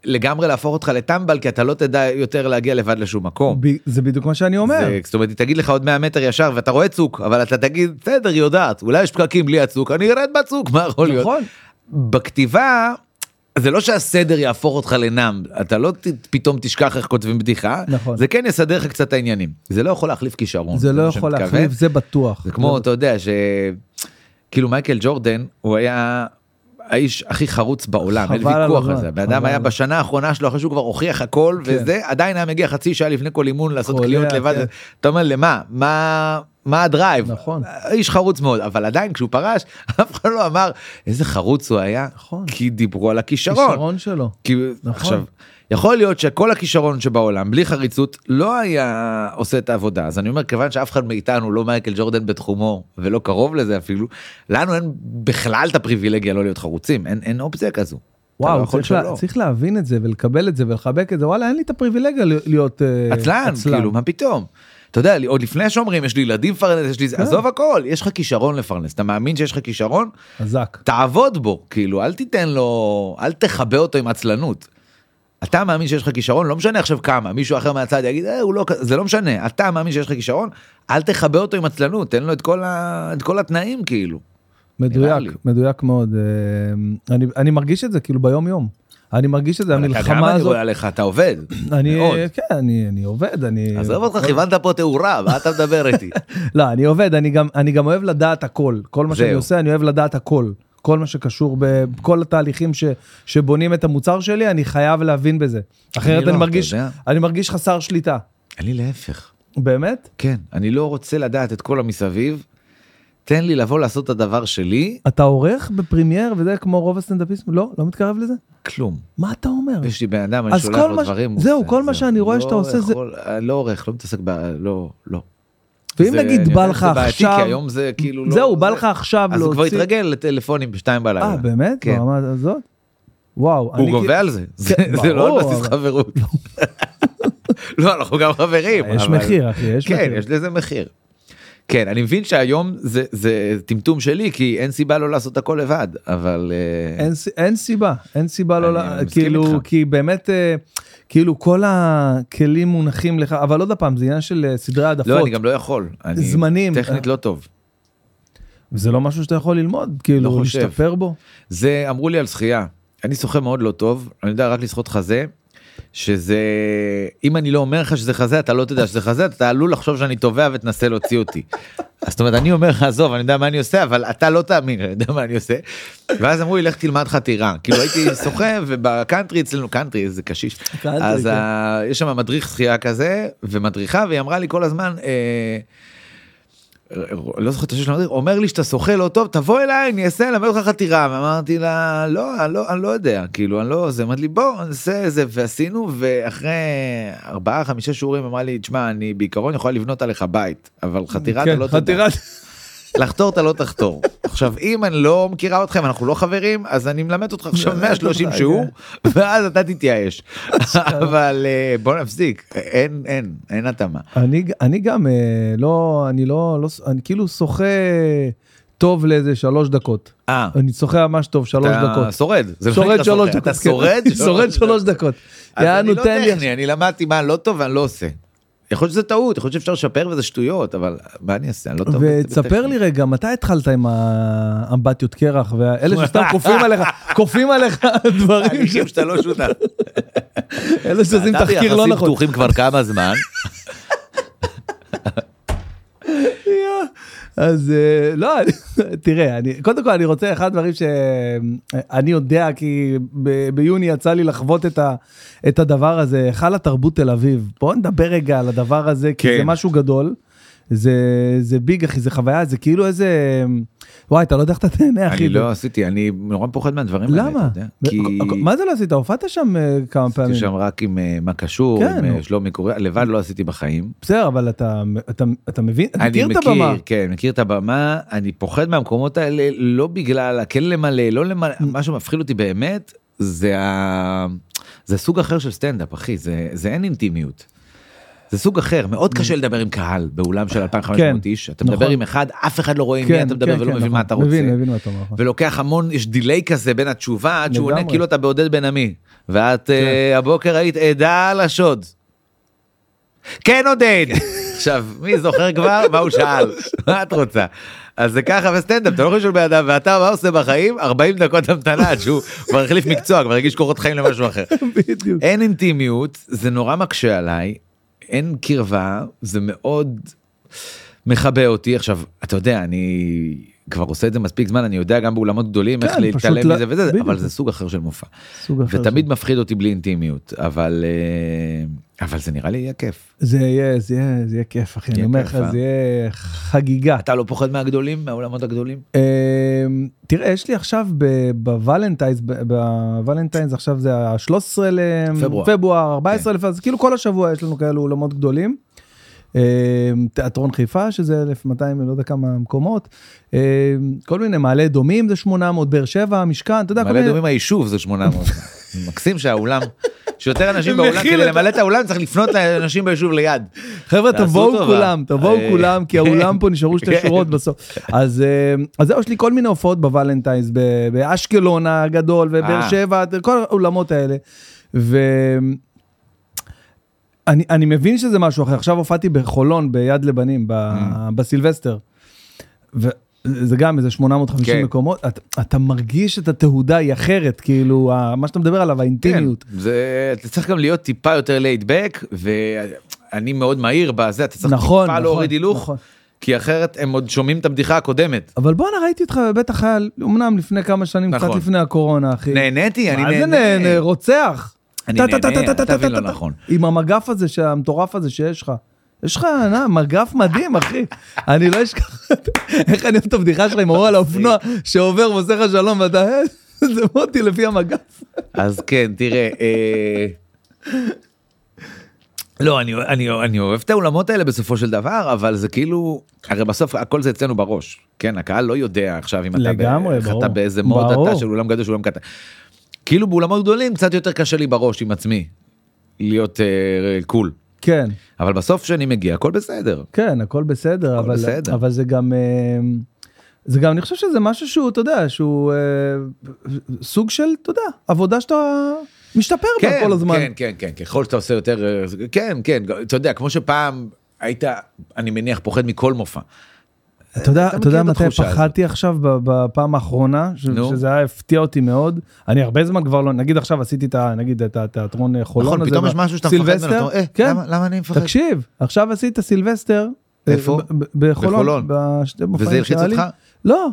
Speaker 2: לגמרי להפוך אותך לטמבל כי אתה לא תדע יותר להגיע לבד לשום מקום.
Speaker 1: ב- זה בדיוק מה שאני אומר.
Speaker 2: זה- זאת אומרת היא תגיד לך עוד 100 מטר ישר ואתה רואה צוק אבל אתה תגיד בסדר היא יודעת אולי יש פקקים בלי הצוק אני ארד בצוק מה יכול להיות.
Speaker 1: נכון,
Speaker 2: בכתיבה זה לא שהסדר יהפוך אותך לנאם אתה לא ת, פתאום תשכח איך כותבים בדיחה
Speaker 1: נכון.
Speaker 2: זה כן יסדר לך קצת העניינים זה לא יכול להחליף כישרון
Speaker 1: זה לא
Speaker 2: מה
Speaker 1: יכול
Speaker 2: שמתכוון.
Speaker 1: להחליף, זה בטוח.
Speaker 2: זה כמו אתה יודע ש... כאילו מייקל ג'ורדן הוא היה האיש הכי חרוץ בעולם אין
Speaker 1: חבל על
Speaker 2: ויכוח על
Speaker 1: הזמן,
Speaker 2: זה הבן
Speaker 1: חבל
Speaker 2: אדם היה
Speaker 1: על-
Speaker 2: בשנה האחרונה שלו אחרי שהוא כבר הוכיח הכל
Speaker 1: כן.
Speaker 2: וזה עדיין היה מגיע חצי שעה לפני כל אימון לעשות
Speaker 1: קולע,
Speaker 2: קליעות לבד
Speaker 1: כן.
Speaker 2: אתה אומר למה מה מה הדרייב
Speaker 1: נכון.
Speaker 2: איש חרוץ מאוד אבל עדיין כשהוא פרש אף אחד לא אמר איזה חרוץ הוא היה
Speaker 1: נכון.
Speaker 2: כי דיברו על הכישרון.
Speaker 1: כישרון שלו.
Speaker 2: כי
Speaker 1: נכון.
Speaker 2: עכשיו יכול להיות שכל הכישרון שבעולם בלי חריצות לא היה עושה את העבודה אז אני אומר כיוון שאף אחד מאיתנו לא מייקל ג'ורדן בתחומו ולא קרוב לזה אפילו לנו אין בכלל את הפריבילגיה לא להיות חרוצים אין אין אופציה כזו. אתה לא
Speaker 1: וואו,
Speaker 2: יכול
Speaker 1: צריך לה-
Speaker 2: שלא.
Speaker 1: צריך להבין את זה ולקבל את זה ולחבק את זה, וואלה, אין לי את הפריבילגיה ל- להיות אה,
Speaker 2: עצלן כאילו מה פתאום. אתה יודע לי עוד לפני שאומרים יש לי ילדים לפרנס יש לי זה
Speaker 1: כן.
Speaker 2: עזוב הכל יש לך כישרון לפרנס אתה מאמין שיש לך כישרון
Speaker 1: חזק.
Speaker 2: תעבוד בו כאילו אל תיתן לו אל תכבה אותו עם עצלנות. אתה מאמין שיש לך כישרון לא משנה עכשיו כמה מישהו אחר מהצד יגיד אה, הוא לא כ-" זה לא משנה אתה מאמין שיש לך כישרון אל תכבה אותו עם עצלנות תן לו את כל, ה... את כל התנאים כאילו. נראה
Speaker 1: מדויק,
Speaker 2: לי.
Speaker 1: מדויק מאוד. אה, אני, אני מרגיש את זה כאילו ביום יום. אני מרגיש את זה,
Speaker 2: אבל אתה יודע
Speaker 1: המלחמה
Speaker 2: מה אני
Speaker 1: הזאת.
Speaker 2: רואה עליך, אתה עובד.
Speaker 1: אני,
Speaker 2: מאוד.
Speaker 1: כן, אני, אני עובד, אני...
Speaker 2: עזוב אותך, כיוונת פה תאורה, מה אתה מדבר איתי?
Speaker 1: לא, אני עובד, אני גם, אני גם אוהב לדעת הכל. כל מה שאני
Speaker 2: זהו.
Speaker 1: עושה, אני אוהב לדעת הכל. כל מה שקשור בכל התהליכים ש, שבונים את המוצר שלי, אני חייב להבין בזה. אחרת אני,
Speaker 2: לא, אתה
Speaker 1: מרגיש,
Speaker 2: יודע.
Speaker 1: אני מרגיש חסר שליטה.
Speaker 2: אני להפך.
Speaker 1: באמת?
Speaker 2: כן, אני לא רוצה לדעת את כל המסביב. תן לי לבוא לעשות את הדבר שלי,
Speaker 1: אתה עורך בפרימייר וזה כמו רוב הסטנדאפיסטים? לא, לא מתקרב לזה?
Speaker 2: כלום.
Speaker 1: מה אתה אומר?
Speaker 2: יש לי בן אדם, אני
Speaker 1: אה. אז
Speaker 2: שולח
Speaker 1: כל
Speaker 2: לו
Speaker 1: מה ש-
Speaker 2: דברים. הוא
Speaker 1: זהו,
Speaker 2: עושה,
Speaker 1: כל מה שאני רואה
Speaker 2: לא
Speaker 1: שאתה עושה זה-
Speaker 2: יכול, אה, לא עורך, לא מתעסק ב... לא, לא.
Speaker 1: ואם
Speaker 2: זה-
Speaker 1: נגיד
Speaker 2: אני
Speaker 1: בא
Speaker 2: יודע
Speaker 1: לך
Speaker 2: שזה בעייתי, כי
Speaker 1: עכשיו-
Speaker 2: היום זה כאילו לא...
Speaker 1: זהו,
Speaker 2: זה-
Speaker 1: בא לך עכשיו
Speaker 2: אז הוא כבר
Speaker 1: להוציא...
Speaker 2: התרגל לטלפונים בשתיים בלילה.
Speaker 1: אה, באמת?
Speaker 2: כן.
Speaker 1: ברמה הזאת? וואו.
Speaker 2: הוא
Speaker 1: אני כאילו-
Speaker 2: גובה על זה, זה זה לא
Speaker 1: ברור,
Speaker 2: על בסיס
Speaker 1: אבל-
Speaker 2: חברות. לא, אנחנו גם חברים.
Speaker 1: כאילו- יש
Speaker 2: אבל-
Speaker 1: מחיר, אחי, יש
Speaker 2: כן,
Speaker 1: מחיר.
Speaker 2: יש לזה מחיר. כן, אני מבין שהיום זה- זה טמטום שלי, כי אין סיבה לא לעשות הכל לבד, אבל... אה,
Speaker 1: אין, סי- אין סיבה, אין סיבה לא,
Speaker 2: אני
Speaker 1: לה-
Speaker 2: מסכים
Speaker 1: כאילו,
Speaker 2: איתך.
Speaker 1: כי באמת, אה, כאילו כל הכלים מונחים לך, אבל עוד פעם, זה עניין של אה, סדרי העדפות.
Speaker 2: לא, אני גם לא יכול. אני
Speaker 1: זמנים. אה,
Speaker 2: טכנית לא טוב.
Speaker 1: זה לא משהו שאתה יכול ללמוד, כאילו,
Speaker 2: לא חושב.
Speaker 1: להשתפר בו.
Speaker 2: זה אמרו לי על שחייה. אני שוחה מאוד לא טוב, אני יודע רק לשחות חזה, שזה... אם אני לא אומר לך שזה חזה, אתה לא תדע שזה חזה, אתה עלול לחשוב שאני טובע ותנסה להוציא אותי. אז זאת אומרת, אני אומר לך, עזוב, אני יודע מה אני עושה, אבל אתה לא תאמין, אני יודע מה אני עושה. ואז אמרו לי, לך תלמד חתירה. כאילו הייתי שוחה, ובקאנטרי אצלנו, קאנטרי זה קשיש.
Speaker 1: קאנטרי,
Speaker 2: אז
Speaker 1: כן.
Speaker 2: ה... יש שם מדריך שחייה כזה, ומדריכה, והיא אמרה לי כל הזמן, אה, לא זוכר את השם של המדריך, אומר לי שאתה שוחה לא טוב, תבוא אליי, אני אעשה, אלמד אותך חתירה. ואמרתי לה, לא, אני לא, אני לא יודע, כאילו, אני לא, זה, אמרתי לי, בוא, נעשה זה, ועשינו, ואחרי ארבעה, חמישה שיעורים, אמרה לי, תשמע, אני בעיקרון יכולה לבנות עליך בית, אבל חתירה אתה
Speaker 1: כן,
Speaker 2: לא
Speaker 1: חתירה-
Speaker 2: תדע. לחתור אתה לא תחתור. עכשיו, אם אני לא מכירה אתכם, אנחנו לא חברים, אז אני מלמד אותך עכשיו
Speaker 1: מלמד
Speaker 2: 130
Speaker 1: אותך,
Speaker 2: שיעור,
Speaker 1: לא.
Speaker 2: ואז אתה תתייאש. אבל אה, בוא נפסיק, אין, אין, אין התאמה.
Speaker 1: אני, אני גם אה, לא, אני לא, לא, ס- אני כאילו שוחה טוב לאיזה שלוש דקות.
Speaker 2: אה,
Speaker 1: אני שוחה ממש טוב שלוש
Speaker 2: אתה
Speaker 1: דקות.
Speaker 2: שורד. זה לא
Speaker 1: שורד
Speaker 2: נקרא
Speaker 1: שלוש
Speaker 2: שוחה,
Speaker 1: דקות.
Speaker 2: אתה
Speaker 1: כן.
Speaker 2: שורד
Speaker 1: שורד שלוש דקות.
Speaker 2: אז אני
Speaker 1: יענו,
Speaker 2: לא
Speaker 1: תן לי-
Speaker 2: טכני, אני למדתי מה לא טוב ואני לא עושה. יכול להיות שזה טעות, יכול להיות שאפשר לשפר וזה שטויות, אבל מה אני אעשה, אני לא טוב.
Speaker 1: ותספר לי רגע, מתי התחלת עם האמבטיות קרח, ואלה שסתם כופים עליך, כופים עליך דברים, ש-
Speaker 2: אנשים שאתה לא שותף.
Speaker 1: אלה שעושים
Speaker 2: אתה
Speaker 1: תחקיר לא
Speaker 2: ביחסים
Speaker 1: נכון.
Speaker 2: פתוחים כבר כמה זמן,
Speaker 1: אז אה, לא, אני- תראה, אני, קודם כל אני רוצה, אחד הדברים שאני יודע, כי ב- ביוני יצא לי לחוות את, ה, את הדבר הזה, היכל התרבות תל אביב. בואו נדבר רגע על הדבר הזה, כי
Speaker 2: כן.
Speaker 1: זה משהו גדול. זה, זה ביג אחי, זה חוויה, זה כאילו איזה... וואי, אתה לא יודע איך אתה תהנה אחי.
Speaker 2: אני לא עשיתי, אני נורא פוחד מהדברים האלה, אתה
Speaker 1: למה?
Speaker 2: יודע.
Speaker 1: ו-
Speaker 2: כי
Speaker 1: מה זה לא עשית? הופעת שם אה, כמה פעמים.
Speaker 2: הייתי שם רק עם אה, מה קשור,
Speaker 1: כן,
Speaker 2: עם אה,
Speaker 1: נו.
Speaker 2: שלומי קוריאה, לבד לא עשיתי בחיים.
Speaker 1: בסדר, אבל אתה, אתה, אתה מבין, אתה
Speaker 2: אני
Speaker 1: מכיר את
Speaker 2: מכיר,
Speaker 1: הבמה.
Speaker 2: כן, מכיר את הבמה, אני פוחד מהמקומות האלה, לא בגלל כן למלא, לא למלא, מה שמפחיד אותי באמת, זה, ה... זה סוג אחר של סטנדאפ, אחי, זה, זה אין אינטימיות. זה סוג אחר, מאוד קשה לדבר עם קהל באולם של 2,500
Speaker 1: כן,
Speaker 2: איש, אתה מדבר
Speaker 1: נכון.
Speaker 2: עם אחד, אף אחד לא רואה עם מי אתה מדבר ולא מבין
Speaker 1: נכון.
Speaker 2: מה אתה רוצה.
Speaker 1: מבין, מבין מה אתה אומר. נכון.
Speaker 2: ולוקח המון, יש דיליי כזה בין התשובה עד שהוא עונה,
Speaker 1: לגמרי. כן.
Speaker 2: כאילו אתה בעודד בן עמי. ואת אה, הבוקר היית עדה על השוד. כן עודד! עכשיו, מי זוכר כבר מה הוא שאל? מה את רוצה? אז זה ככה בסטנדאפ, אתה לא יכול לשאול בן אדם, ואתה מה עושה בחיים? 40 דקות המתנה עד שהוא כבר החליף מקצוע, כבר הגיש קורות חיים למשהו אחר.
Speaker 1: בדיוק.
Speaker 2: אין אינטימיות, זה נורא מקשה עליי, אין קרבה, זה מאוד מכבה אותי. עכשיו, אתה יודע, אני כבר עושה את זה מספיק זמן, אני יודע גם באולמות גדולים
Speaker 1: כן,
Speaker 2: איך
Speaker 1: פשוט
Speaker 2: להתעלם
Speaker 1: לא-
Speaker 2: מזה וזה,
Speaker 1: בדיוק.
Speaker 2: אבל זה סוג אחר של מופע.
Speaker 1: סוג אחר
Speaker 2: ותמיד
Speaker 1: של-
Speaker 2: מפחיד אותי בלי אינטימיות, אבל אה, אבל זה נראה לי יהיה כיף.
Speaker 1: זה יהיה, זה יהיה, זה יהיה כיף, אחי. אני
Speaker 2: יהיה
Speaker 1: אומר
Speaker 2: כיף,
Speaker 1: לך,
Speaker 2: אה?
Speaker 1: זה יהיה חגיגה.
Speaker 2: אתה לא פוחד מהגדולים, מהאולמות הגדולים?
Speaker 1: אמ, תראה, יש לי עכשיו ב- בוולנטיינס, ב- בוולנטיינס עכשיו זה ה-13
Speaker 2: פברואר. כן.
Speaker 1: לפברואר, 14 לפברואר, אז כאילו כל השבוע יש לנו כאלו אולמות גדולים. אמ, תיאטרון חיפה שזה 1200 לא יודע כמה מקומות אמ, כל מיני מעלה אדומים זה 800 באר שבע משכן אתה יודע כל
Speaker 2: מעלה
Speaker 1: מיני
Speaker 2: אדומים היישוב זה 800. מקסים שהאולם, שיותר אנשים
Speaker 1: מכיל
Speaker 2: באולם, כדי
Speaker 1: את-
Speaker 2: למלא את האולם צריך לפנות לאנשים ביישוב ליד.
Speaker 1: חבר'ה
Speaker 2: תעשו
Speaker 1: תבואו
Speaker 2: טובה.
Speaker 1: כולם תבואו
Speaker 2: אה,
Speaker 1: כולם כי
Speaker 2: כן.
Speaker 1: האולם פה נשארו שתי
Speaker 2: כן.
Speaker 1: שורות בסוף אז אה, אז זהו יש לי כל מיני הופעות בוולנטיינס ב- באשקלון הגדול ובאר
Speaker 2: אה.
Speaker 1: שבע כל האולמות האלה. ו... אני, אני מבין
Speaker 2: אה.
Speaker 1: שזה משהו אחר עכשיו הופעתי בחולון ביד לבנים ב, בסילבסטר. ו- זה גם איזה 850
Speaker 2: כן.
Speaker 1: מקומות, אתה, אתה מרגיש את התהודה היא אחרת, כאילו, ה- מה שאתה מדבר עליו, האינטימיות.
Speaker 2: כן, זה, אתה צריך גם להיות טיפה יותר ליידבק, ואני מאוד מהיר בזה, אתה צריך
Speaker 1: נכון,
Speaker 2: טיפה
Speaker 1: נכון,
Speaker 2: להוריד הילוך,
Speaker 1: נכון.
Speaker 2: כי אחרת הם עוד שומעים את הבדיחה הקודמת.
Speaker 1: אבל בואנה, ראיתי אותך בבית החייל, אמנם לפני כמה שנים, קצת
Speaker 2: נכון.
Speaker 1: לפני הקורונה, אחי.
Speaker 2: נהניתי, אני
Speaker 1: מה זה
Speaker 2: נהנה.
Speaker 1: נהנה? רוצח.
Speaker 2: אני
Speaker 1: טה, טה,
Speaker 2: נהנה,
Speaker 1: טה, טה,
Speaker 2: אתה
Speaker 1: טה,
Speaker 2: מבין
Speaker 1: טה,
Speaker 2: לא
Speaker 1: טה, טה.
Speaker 2: נכון.
Speaker 1: עם המגף הזה, שה- המטורף הזה שיש לך. יש לך נע, מגף מדהים, אחי. אני לא אשכח איך אני אוהב את הבדיחה שלך עם ההוא על האופנוע שעובר ועושה לך שלום ואתה, "אה, זה מוטי לפי המגף.
Speaker 2: אז כן, תראה. אה, לא, אני, אני, אני אוהב את האולמות האלה בסופו של דבר, אבל זה כאילו, הרי בסוף הכל זה אצלנו בראש. כן, הקהל לא יודע עכשיו אם אתה,
Speaker 1: לגמרי,
Speaker 2: איך
Speaker 1: ברור.
Speaker 2: אתה באיזה מוד
Speaker 1: ברור.
Speaker 2: אתה של אולם גדול של אולם קטן. כאילו באולמות גדולים קצת יותר קשה לי בראש עם עצמי, להיות אה, קול.
Speaker 1: כן,
Speaker 2: אבל בסוף כשאני מגיע הכל בסדר.
Speaker 1: כן, הכל בסדר,
Speaker 2: הכל
Speaker 1: אבל-
Speaker 2: בסדר.
Speaker 1: אבל זה גם... אה, זה גם, אני חושב שזה משהו שהוא, אתה יודע, שהוא אה, סוג של, אתה יודע, עבודה שאתה משתפר בה כל הזמן.
Speaker 2: כן, כן, כן, ככל שאתה עושה יותר, אה, זה- כן, כן, אתה יודע, כמו שפעם היית, אני מניח, פוחד מכל מופע.
Speaker 1: אתה יודע,
Speaker 2: אתה
Speaker 1: אתה יודע
Speaker 2: מכיר את
Speaker 1: מתי
Speaker 2: התחושה
Speaker 1: פחדתי עכשיו ב- בפעם האחרונה, ש-
Speaker 2: נו.
Speaker 1: שזה היה הפתיע אותי מאוד, אני הרבה זמן כבר לא, נגיד עכשיו עשיתי את ה- נגיד את התיאטרון אה, חולון הזה,
Speaker 2: נכון, פתאום
Speaker 1: ב-
Speaker 2: יש משהו שאתה מפחד ממנו, אתה
Speaker 1: סילבסטר,
Speaker 2: אומר, "אה,
Speaker 1: כן,
Speaker 2: למה- למה אני מפחד?
Speaker 1: תקשיב, עכשיו עשיתי את הסילבסטר, אה,
Speaker 2: איפה?
Speaker 1: ב- ב- בחולון,
Speaker 2: בחולון.
Speaker 1: בשתי מופעים
Speaker 2: וזה הלחיץ
Speaker 1: שהיה לי.
Speaker 2: אותך?
Speaker 1: לא,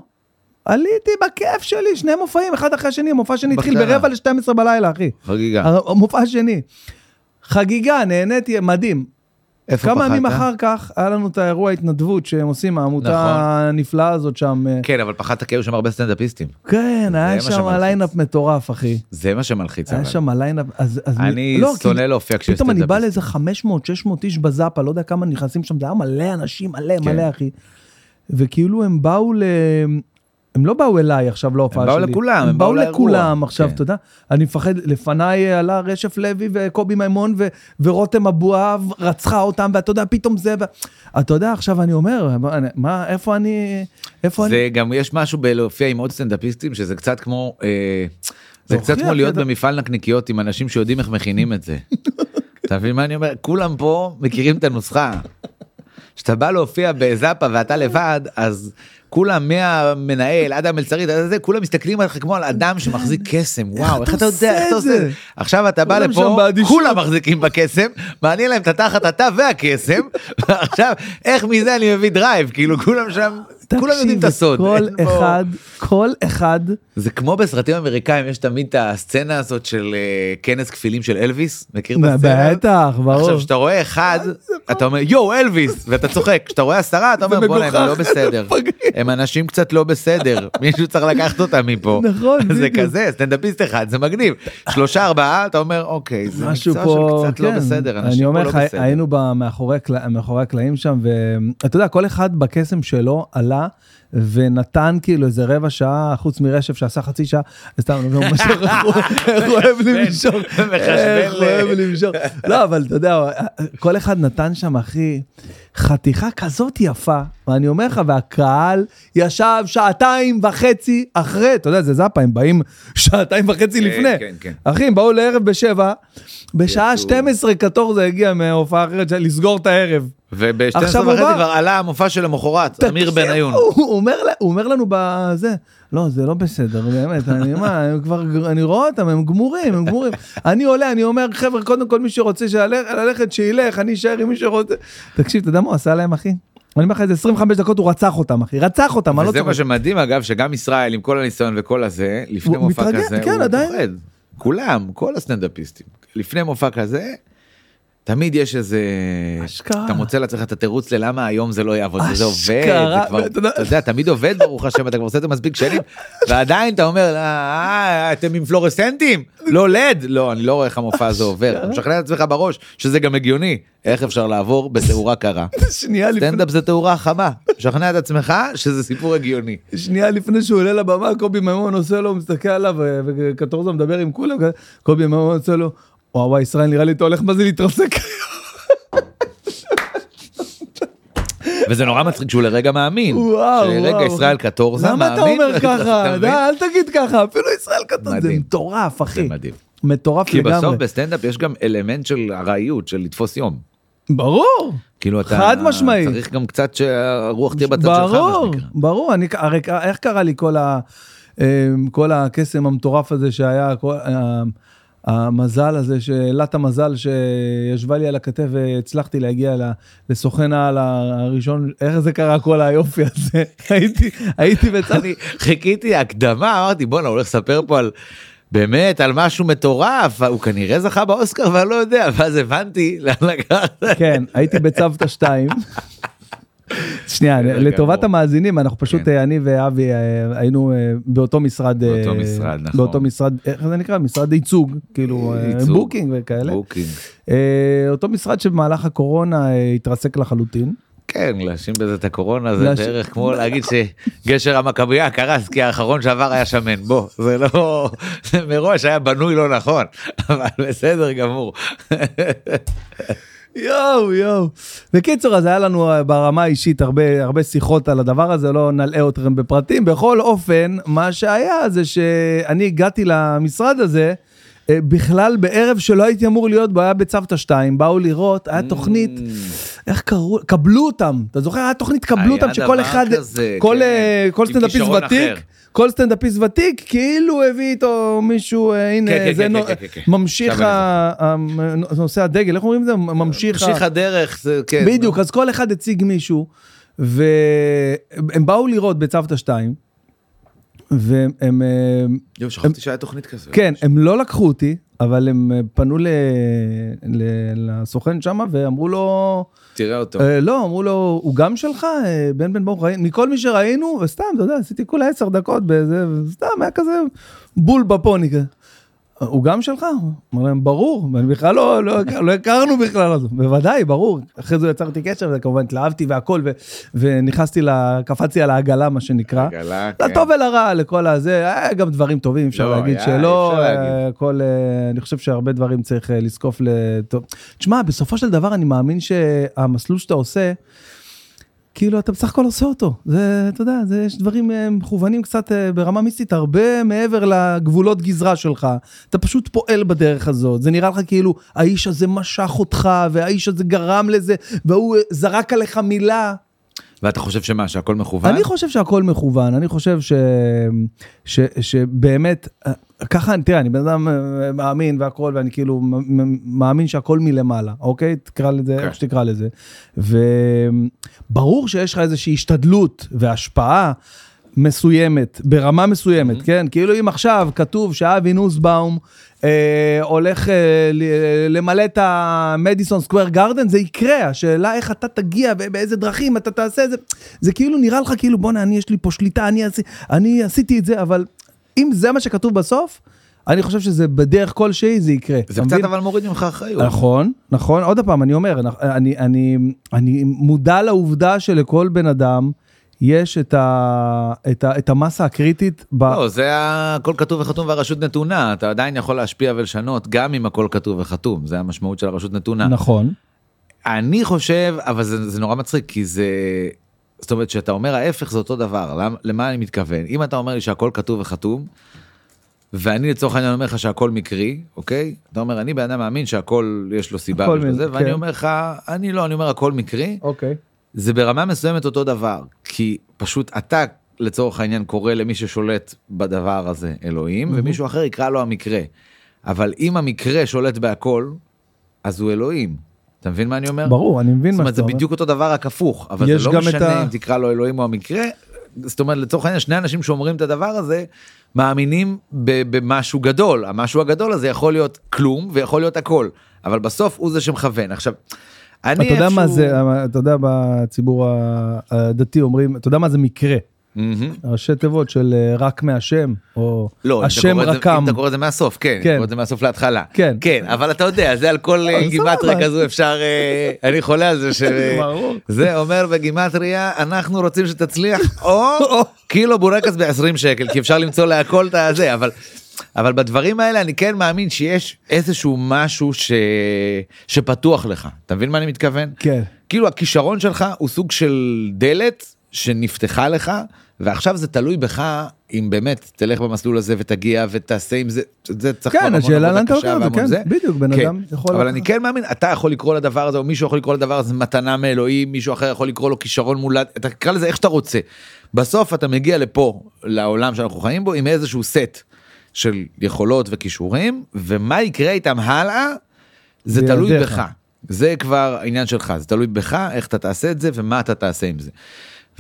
Speaker 1: עליתי בכיף שלי, שני מופעים, אחד אחרי השני, המופע השני התחיל
Speaker 2: בקטנה.
Speaker 1: ברבע ל-12 בלילה, אחי,
Speaker 2: חגיגה.
Speaker 1: המופע השני. חגיגה, נהניתי, מדהים,
Speaker 2: איפה
Speaker 1: כמה ימים
Speaker 2: פחדת?
Speaker 1: אחר כך היה לנו את האירוע ההתנדבות שהם עושים, העמותה
Speaker 2: נכון.
Speaker 1: הנפלאה הזאת שם. אה,
Speaker 2: כן, אבל פחדת כי היו שם הרבה סטנדאפיסטים.
Speaker 1: כן, היה
Speaker 2: מה
Speaker 1: שם
Speaker 2: שמלחיץ.
Speaker 1: ליינאפ מטורף, אחי.
Speaker 2: זה מה שמלחיץ.
Speaker 1: היה
Speaker 2: אבל.
Speaker 1: שם ליינאפ, אז... אז מ-
Speaker 2: אני
Speaker 1: לא,
Speaker 2: שונא
Speaker 1: כי-
Speaker 2: להופיע כשיש
Speaker 1: פתאום אני בא
Speaker 2: סטנדאפיסטים.
Speaker 1: לאיזה 500-600 איש בזאפה, לא יודע כמה נכנסים שם, זה היה מלא אנשים, מלא
Speaker 2: כן.
Speaker 1: מלא, אחי. וכאילו הם באו ל... הם לא באו אליי עכשיו להופעה
Speaker 2: הם
Speaker 1: שלי.
Speaker 2: באו לכולם,
Speaker 1: הם באו
Speaker 2: לאירוע.
Speaker 1: לכולם עכשיו,
Speaker 2: כן.
Speaker 1: אתה יודע? אני מפחד, לפניי אה, עלה רשף לוי וקובי מימון ו- ורותם אבואב רצחה אותם, ואתה יודע, פתאום זה... ו- אתה יודע, עכשיו אני אומר, מה- מה, איפה אני... איפה אני...
Speaker 2: זה גם יש משהו בלהופיע עם עוד סטנדאפיסטים שזה קצת כמו אה, זה
Speaker 1: להוכיח
Speaker 2: קצת כמו להיות
Speaker 1: ידע.
Speaker 2: במפעל נקניקיות עם אנשים שיודעים איך מכינים את זה. אתה מבין מה אני אומר? כולם פה מכירים את הנוסחה. כשאתה בא להופיע בזאפה ואתה לבד אז כולם מהמנהל עד המלצרית עד זה כולם מסתכלים עליך כמו על אדם שמחזיק קסם וואו איך אתה יודע איך אתה עושה את זה עכשיו אתה בא
Speaker 1: כולם שם
Speaker 2: לפה
Speaker 1: באדישות.
Speaker 2: כולם מחזיקים בקסם מעניין להם את התחת אתה והקסם עכשיו איך מזה אני מביא דרייב כאילו כולם שם כולם יודעים את
Speaker 1: תקשיב,
Speaker 2: הסוד.
Speaker 1: כל
Speaker 2: אין פה-
Speaker 1: אחד, כל אחד,
Speaker 2: זה כמו בסרטים אמריקאים יש תמיד את הסצנה הזאת של אה, כנס כפילים של אלוויס מכיר את הסצנה? הזאת?
Speaker 1: בטח, ברור. אה,
Speaker 2: עכשיו כשאתה רואה אחד אתה אומר יואו אלוויס ואתה צוחק כשאתה רואה עשרה אתה
Speaker 1: זה
Speaker 2: אומר בואנה הם
Speaker 1: מגוחך,
Speaker 2: לא בסדר
Speaker 1: מפגרים."
Speaker 2: הם אנשים קצת לא בסדר מישהו צריך לקחת אותם מפה
Speaker 1: נכון,
Speaker 2: זה
Speaker 1: בדיוק.
Speaker 2: כזה סטנדאפיסט אחד זה מגניב שלושה ארבעה אתה אומר אוקיי זה
Speaker 1: משהו
Speaker 2: מקצוע
Speaker 1: פה,
Speaker 2: של קצת לא
Speaker 1: כן,
Speaker 2: בסדר
Speaker 1: אני
Speaker 2: אנשים פה
Speaker 1: אומר
Speaker 2: לא
Speaker 1: לך,
Speaker 2: בסדר.
Speaker 1: היינו ב- מאחורי הקל- מאחורי הקלעים שם, ואתה יודע, כל אחד בקסם שלו עלה ונתן כאילו איזה רבע שעה, חוץ מרשף שעשה חצי שעה, סתם, אני לא ממש איך הוא- איך הוא אוהב למשור,
Speaker 2: מחשבן
Speaker 1: איך הוא
Speaker 2: ל-
Speaker 1: אוהב למשור, לא, אבל אתה יודע, כל אחד נתן שם, אחי, חתיכה כזאת יפה, ואני אומר לך, והקהל ישב שעתיים וחצי אחרי, אתה יודע, זה זאפה, הם באים שעתיים וחצי
Speaker 2: כן,
Speaker 1: לפני.
Speaker 2: כן, כן.
Speaker 1: אחי, הם באו לערב בשבע, בשעה
Speaker 2: יצאו.
Speaker 1: 12 קטורזה הגיע מההופעה אחרת, של לסגור את הערב.
Speaker 2: וב-12
Speaker 1: עכשיו הוא
Speaker 2: וחצי
Speaker 1: בא-
Speaker 2: כבר עלה המופע של למחרת אמיר
Speaker 1: תקשיב,
Speaker 2: בניון.
Speaker 1: הוא- הוא אומר ל- הוא אומר לנו בזה, לא, זה לא בסדר, באמת, אני מה, הם כבר, אני רואה אותם, הם גמורים, הם גמורים. אני עולה, אני אומר, חבר'ה, קודם כל מי שרוצה שהלך- ללכת, שילך, אני אשאר עם מי שרוצה. תקשיב, אתה יודע מה הוא עשה להם, אחי? אני אומר לך, איזה 25 דקות הוא רצח אותם, אחי, רצח אותם, אני לא
Speaker 2: וזה מה
Speaker 1: צוחק.
Speaker 2: שמדהים אגב שגם ישראל עם כל הניסיון וכל הזה לפני
Speaker 1: הוא
Speaker 2: מופע
Speaker 1: מתרגש,
Speaker 2: כזה
Speaker 1: כן,
Speaker 2: הוא
Speaker 1: עדיין.
Speaker 2: פוחד. כולם כל הסטנדאפיסטים לפני מופע כזה. תמיד יש איזה
Speaker 1: אשכרה.
Speaker 2: אתה מוצא לעצמך את התירוץ ללמה היום זה לא יעבוד וזה עובד
Speaker 1: אשכרה,
Speaker 2: זה כבר,
Speaker 1: ואתה יודע-
Speaker 2: אתה יודע תמיד עובד ברוך השם אתה כבר עושה את זה מספיק שנים ועדיין אתה אומר "אה, אתם עם פלורסנטים לא לד לא אני לא רואה איך המופע הזה עובר אתה משכנע את עצמך בראש שזה גם הגיוני איך אפשר לעבור בתאורה קרה
Speaker 1: שנייה לפני
Speaker 2: סטנדאפ זה תאורה חמה שכנע את עצמך שזה סיפור הגיוני.
Speaker 1: שנייה לפני שהוא עולה לבמה, קובי מימון עושה לו, מסתכל עליו, ו- וקטורזה מדבר עם כולם, כזה, קובי מימון עושה לו, וואו וואי, ישראל נראה לי אתה הולך מה זה להתרסק.
Speaker 2: וזה נורא מצחיק שהוא לרגע מאמין.
Speaker 1: וואו, וואו.
Speaker 2: שלרגע ישראל קטורזה מאמין.
Speaker 1: למה אתה אומר
Speaker 2: אתה
Speaker 1: ככה? די,
Speaker 2: מבין?
Speaker 1: אל תגיד ככה, אפילו ישראל קטורזה, זה
Speaker 2: מדהים.
Speaker 1: מטורף, אחי.
Speaker 2: מדהים.
Speaker 1: מטורף
Speaker 2: כי בסוף
Speaker 1: לגמרי.
Speaker 2: בסטנדאפ יש גם אלמנט של ארעיות, של לתפוס יום.
Speaker 1: ברור.
Speaker 2: כאילו אתה
Speaker 1: חד משמעית.
Speaker 2: צריך גם קצת שהרוח תהיה בצד שלך, מה
Speaker 1: ברור,
Speaker 2: שנקרא.
Speaker 1: ברור, אני, הרי איך קרה לי כל, ה, אמ, כל הקסם המטורף הזה שהיה, כל, ה- המזל הזה, שאלת המזל שישבה לי על הכתף והצלחתי להגיע ל- לסוכן העל הראשון, איך זה קרה כל היופי הזה, הייתי, הייתי בצד,
Speaker 2: אני חיכיתי הקדמה, אמרתי בואנה, הוא הולך לספר פה על... באמת על משהו מטורף הוא כנראה זכה באוסקר ואני לא יודע ואז הבנתי לאן לקחת.
Speaker 1: כן, הייתי בצוותא 2. שנייה,
Speaker 2: בסדר
Speaker 1: לטובת
Speaker 2: גמור.
Speaker 1: המאזינים, אנחנו פשוט,
Speaker 2: כן.
Speaker 1: אה, אני ואבי אה, היינו אה, באותו משרד, אה,
Speaker 2: באותו משרד, נכון.
Speaker 1: באותו משרד, אה, איך זה נקרא? משרד ייצוג, כאילו אה,
Speaker 2: ייצוג.
Speaker 1: בוקינג וכאלה.
Speaker 2: בוקינג.
Speaker 1: אה, אותו משרד שבמהלך הקורונה אה, התרסק לחלוטין.
Speaker 2: כן להאשים בזה את הקורונה זה
Speaker 1: להאש-
Speaker 2: בערך כמו להגיד שגשר המכבייה קרס כי האחרון שעבר היה שמן בוא זה לא זה מראש היה בנוי לא נכון אבל בסדר גמור.
Speaker 1: יואו יואו. בקיצור אז היה לנו אה, ברמה האישית הרבה הרבה שיחות על הדבר הזה לא נלאה אתכם בפרטים בכל אופן מה שהיה זה שאני הגעתי למשרד הזה. אה, בכלל בערב שלא הייתי אמור להיות בו היה בצוותא 2 באו לראות היה תוכנית איך קראו קבלו אותם אתה זוכר היה תוכנית קבלו
Speaker 2: Mm. היה
Speaker 1: אותם שכל
Speaker 2: דבר
Speaker 1: אחד
Speaker 2: כזה,
Speaker 1: כל
Speaker 2: כן.
Speaker 1: אה, כל
Speaker 2: עם
Speaker 1: סטנדאפיסט
Speaker 2: כישרון
Speaker 1: ותיק
Speaker 2: אחר.
Speaker 1: כל סטנדאפיסט ותיק כאילו הביא איתו מישהו אה, הנה
Speaker 2: כן, כן,
Speaker 1: זה
Speaker 2: כן,
Speaker 1: נו-
Speaker 2: כן, כן, כן.
Speaker 1: ממשיך
Speaker 2: עכשיו אני
Speaker 1: ה- ה- נושא הדגל איך אומרים את זה ממשיך ה-
Speaker 2: המשיך הדרך זה כן.
Speaker 1: בדיוק, אז כל אחד הציג מישהו, והם באו לראות בצוותא 2, והם, הם, אה,
Speaker 2: יואו, שכחתי שהיה תוכנית כזאת.
Speaker 1: כן, הם לא לקחו אותי, אבל הם אה, פנו ל- ל- לסוכן שמה ואמרו לו,
Speaker 2: תראה אותו.
Speaker 1: אה, לא, אמרו לו, הוא גם שלך, אה, בן בן ברוך, ראי- מכל מי שראינו, וסתם, אתה יודע, עשיתי כולה עשר דקות באיזה, וסתם, היה כזה בול בפוני כזה. הוא גם שלך? אמר להם, ברור, ואני בכלל לא, לא, הכר- לא הכרנו בכלל, אז בוודאי, ברור. אחרי זה יצרתי קשר, וכמובן התלהבתי והכל, ו, ונכנסתי, ל, קפצתי על העגלה, מה שנקרא.
Speaker 2: עגלה, כן.
Speaker 1: לטוב ולרע, לכל הזה, היה גם דברים טובים, אפשר
Speaker 2: לא,
Speaker 1: להגיד
Speaker 2: היה,
Speaker 1: שלא,
Speaker 2: אפשר
Speaker 1: אה,
Speaker 2: להגיד.
Speaker 1: כל, אה, אני חושב שהרבה דברים צריך אה, לזקוף לטוב. תשמע, בסופו של דבר אני מאמין שהמסלול שאתה עושה, כאילו אתה בסך הכל עושה אותו. זה, אתה יודע, זה, יש דברים אה, מכוונים קצת אה, ברמה מיסטית, הרבה מעבר לגבולות גזרה שלך. אתה פשוט פועל בדרך הזאת. זה נראה לך כאילו, האיש הזה משך אותך, והאיש הזה גרם לזה, והוא אה, זרק עליך מילה.
Speaker 2: ואתה חושב שמה, שהכל מכוון?
Speaker 1: אני חושב שהכל מכוון, אני חושב ש... ש... שבאמת, אה, ככה, אני- תראה, אני בן אדם אה, מאמין והכל, ואני כאילו מ- מ- מאמין שהכל מלמעלה, אוקיי? תקרא לזה,
Speaker 2: כן.
Speaker 1: איך שתקרא לזה. וברור שיש לך איזושהי השתדלות והשפעה. מסוימת, ברמה מסוימת, mm-hmm. כן? כאילו אם עכשיו כתוב שאבי נוסבאום אה, הולך אה, ל- למלא את המדיסון סקוואר גרדן, זה יקרה, השאלה איך אתה תגיע ובאיזה דרכים אתה תעשה את זה, זה כאילו נראה לך כאילו בואנה, אני יש לי פה שליטה, אני, עשי, אני עשיתי את זה, אבל אם זה מה שכתוב בסוף, אני חושב שזה בדרך כלשהי זה יקרה.
Speaker 2: זה
Speaker 1: אתה
Speaker 2: קצת
Speaker 1: מבין?
Speaker 2: אבל מוריד ממך אחריות.
Speaker 1: נכון, נכון, עוד פעם, אני אומר, נכ- אני, אני, אני מודע לעובדה שלכל בן אדם יש את, ה, את, ה, את המסה הקריטית. ב...
Speaker 2: לא, זה ה- הכל כתוב וחתום והרשות נתונה, אתה עדיין יכול להשפיע ולשנות גם אם הכל כתוב וחתום, זה המשמעות של הרשות נתונה.
Speaker 1: נכון.
Speaker 2: אני חושב, אבל זה, זה נורא מצחיק, כי זה... זאת אומרת, כשאתה אומר ההפך זה אותו דבר, למ, למה אני מתכוון? אם אתה אומר לי שהכל כתוב וחתום, ואני לצורך העניין אומר לך שהכל מקרי, אוקיי? אתה אומר, אני בן אדם מאמין שהכל יש לו סיבה,
Speaker 1: הכל
Speaker 2: ויש לו
Speaker 1: מ-
Speaker 2: זה, ואני
Speaker 1: כן.
Speaker 2: אומר לך, אני לא, אני אומר הכל מקרי,
Speaker 1: אוקיי.
Speaker 2: זה ברמה מסוימת אותו דבר, כי פשוט אתה לצורך העניין קורא למי ששולט בדבר הזה אלוהים,
Speaker 1: Mhm.
Speaker 2: ומישהו אחר יקרא לו המקרה. אבל אם המקרה שולט בהכל, אז הוא אלוהים. אתה מבין מה אני אומר?
Speaker 1: ברור, אני מבין
Speaker 2: זאת
Speaker 1: מה
Speaker 2: אומרת,
Speaker 1: שאתה
Speaker 2: זה
Speaker 1: אומר.
Speaker 2: בדיוק אותו דבר רק הפוך, אבל
Speaker 1: יש
Speaker 2: זה לא
Speaker 1: גם את ה-
Speaker 2: משנה אם תקרא לו אלוהים או המקרה. זאת אומרת, לצורך העניין, שני אנשים שאומרים את הדבר הזה, מאמינים ב- במשהו גדול. המשהו הגדול הזה יכול להיות כלום ויכול להיות הכל, אבל בסוף הוא זה שמכוון. עכשיו, אני
Speaker 1: אתה
Speaker 2: איפשהו...
Speaker 1: יודע מה זה, אתה יודע בציבור ה- הדתי אומרים, אתה יודע מה זה מקרה,
Speaker 2: מהמם.
Speaker 1: ראשי תיבות של אה, רק מהשם, או
Speaker 2: לא, אם אתה
Speaker 1: השם
Speaker 2: קורא את זה-
Speaker 1: רקם.
Speaker 2: אם אתה קורא את זה מהסוף, כן, אם
Speaker 1: כן.
Speaker 2: אתה קורא את זה מהסוף להתחלה.
Speaker 1: כן.
Speaker 2: כן, אבל אתה יודע, זה על כל אה,
Speaker 1: אבל
Speaker 2: גימטריה
Speaker 1: סבבה.
Speaker 2: כזו אפשר, אה, אני חולה על זה ש...
Speaker 1: ברור.
Speaker 2: זה אומר בגימטריה, אנחנו רוצים שתצליח, או קילו בורקס ב-20 שקל, כי אפשר למצוא להכל את הזה, אבל... אבל בדברים האלה אני כן מאמין שיש איזשהו משהו ש... שפתוח לך, אתה מבין מה אני מתכוון?
Speaker 1: כן.
Speaker 2: כאילו הכישרון שלך הוא סוג של דלת שנפתחה לך ועכשיו זה תלוי בך אם באמת תלך במסלול הזה ותגיע ותעשה עם זה, זה צריך
Speaker 1: כן, השאלה לאן אתה לוקח
Speaker 2: והמון
Speaker 1: אותו, כן,
Speaker 2: זה.
Speaker 1: בדיוק, בן
Speaker 2: כן.
Speaker 1: אדם יכול...
Speaker 2: אבל
Speaker 1: לקחת-
Speaker 2: אני כן מאמין, אתה יכול לקרוא לדבר הזה, או מישהו יכול לקרוא לדבר הזה מתנה מאלוהים, מישהו אחר יכול לקרוא לו כישרון מולד, אתה תקרא לזה איך שאתה רוצה. בסוף אתה מגיע לפה, לעולם שאנחנו חיים בו, עם איזשהו סט של יכולות וכישורים, ומה יקרה איתם הלאה, זה תלוי
Speaker 1: בידיך.
Speaker 2: בך. זה כבר העניין שלך, זה תלוי בך, איך אתה תעשה את זה ומה אתה תעשה עם זה.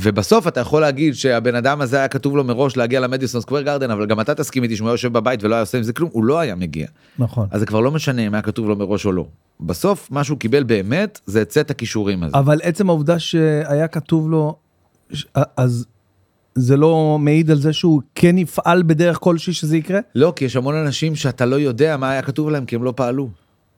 Speaker 2: ובסוף אתה יכול להגיד שהבן אדם הזה היה כתוב לו מראש להגיע למדיסון סקוויר גרדן, אבל גם אתה תסכים איתי שהוא היה יושב בבית ולא היה עושה עם זה כלום, הוא לא היה מגיע.
Speaker 1: נכון.
Speaker 2: אז זה כבר לא משנה אם היה כתוב לו מראש או לא. בסוף מה שהוא קיבל באמת זה את סט הכישורים הזה.
Speaker 1: אבל עצם העובדה שהיה כתוב לו, ש- אז זה לא מעיד על זה שהוא כן יפעל בדרך כלשהי שזה יקרה?
Speaker 2: לא, כי יש המון אנשים שאתה לא יודע מה היה כתוב להם כי הם לא פעלו.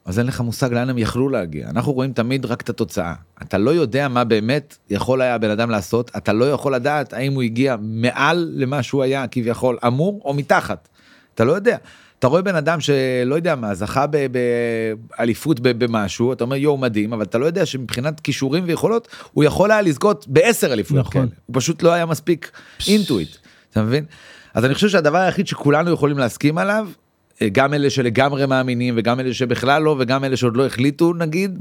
Speaker 2: אז אין לך מושג לאן הם יכלו להגיע. אנחנו רואים תמיד רק את התוצאה. אתה לא יודע מה באמת יכול היה הבן אדם לעשות, אתה לא יכול לדעת האם הוא הגיע מעל למה שהוא היה כביכול אמור או מתחת. אתה לא יודע. אתה רואה בן אדם שלא יודע מה, זכה ב- באליפות ב- במשהו, אתה אומר יואו מדהים, אבל אתה לא יודע שמבחינת כישורים ויכולות, הוא יכול היה לזכות בעשר אליפויות
Speaker 1: נכון.
Speaker 2: כאלה. הוא פשוט לא היה מספיק אינטואיט, אתה מבין? אז אני חושב שהדבר היחיד שכולנו יכולים להסכים עליו, אה, גם אלה שלגמרי מאמינים וגם אלה שבכלל לא וגם אלה שעוד לא החליטו נגיד,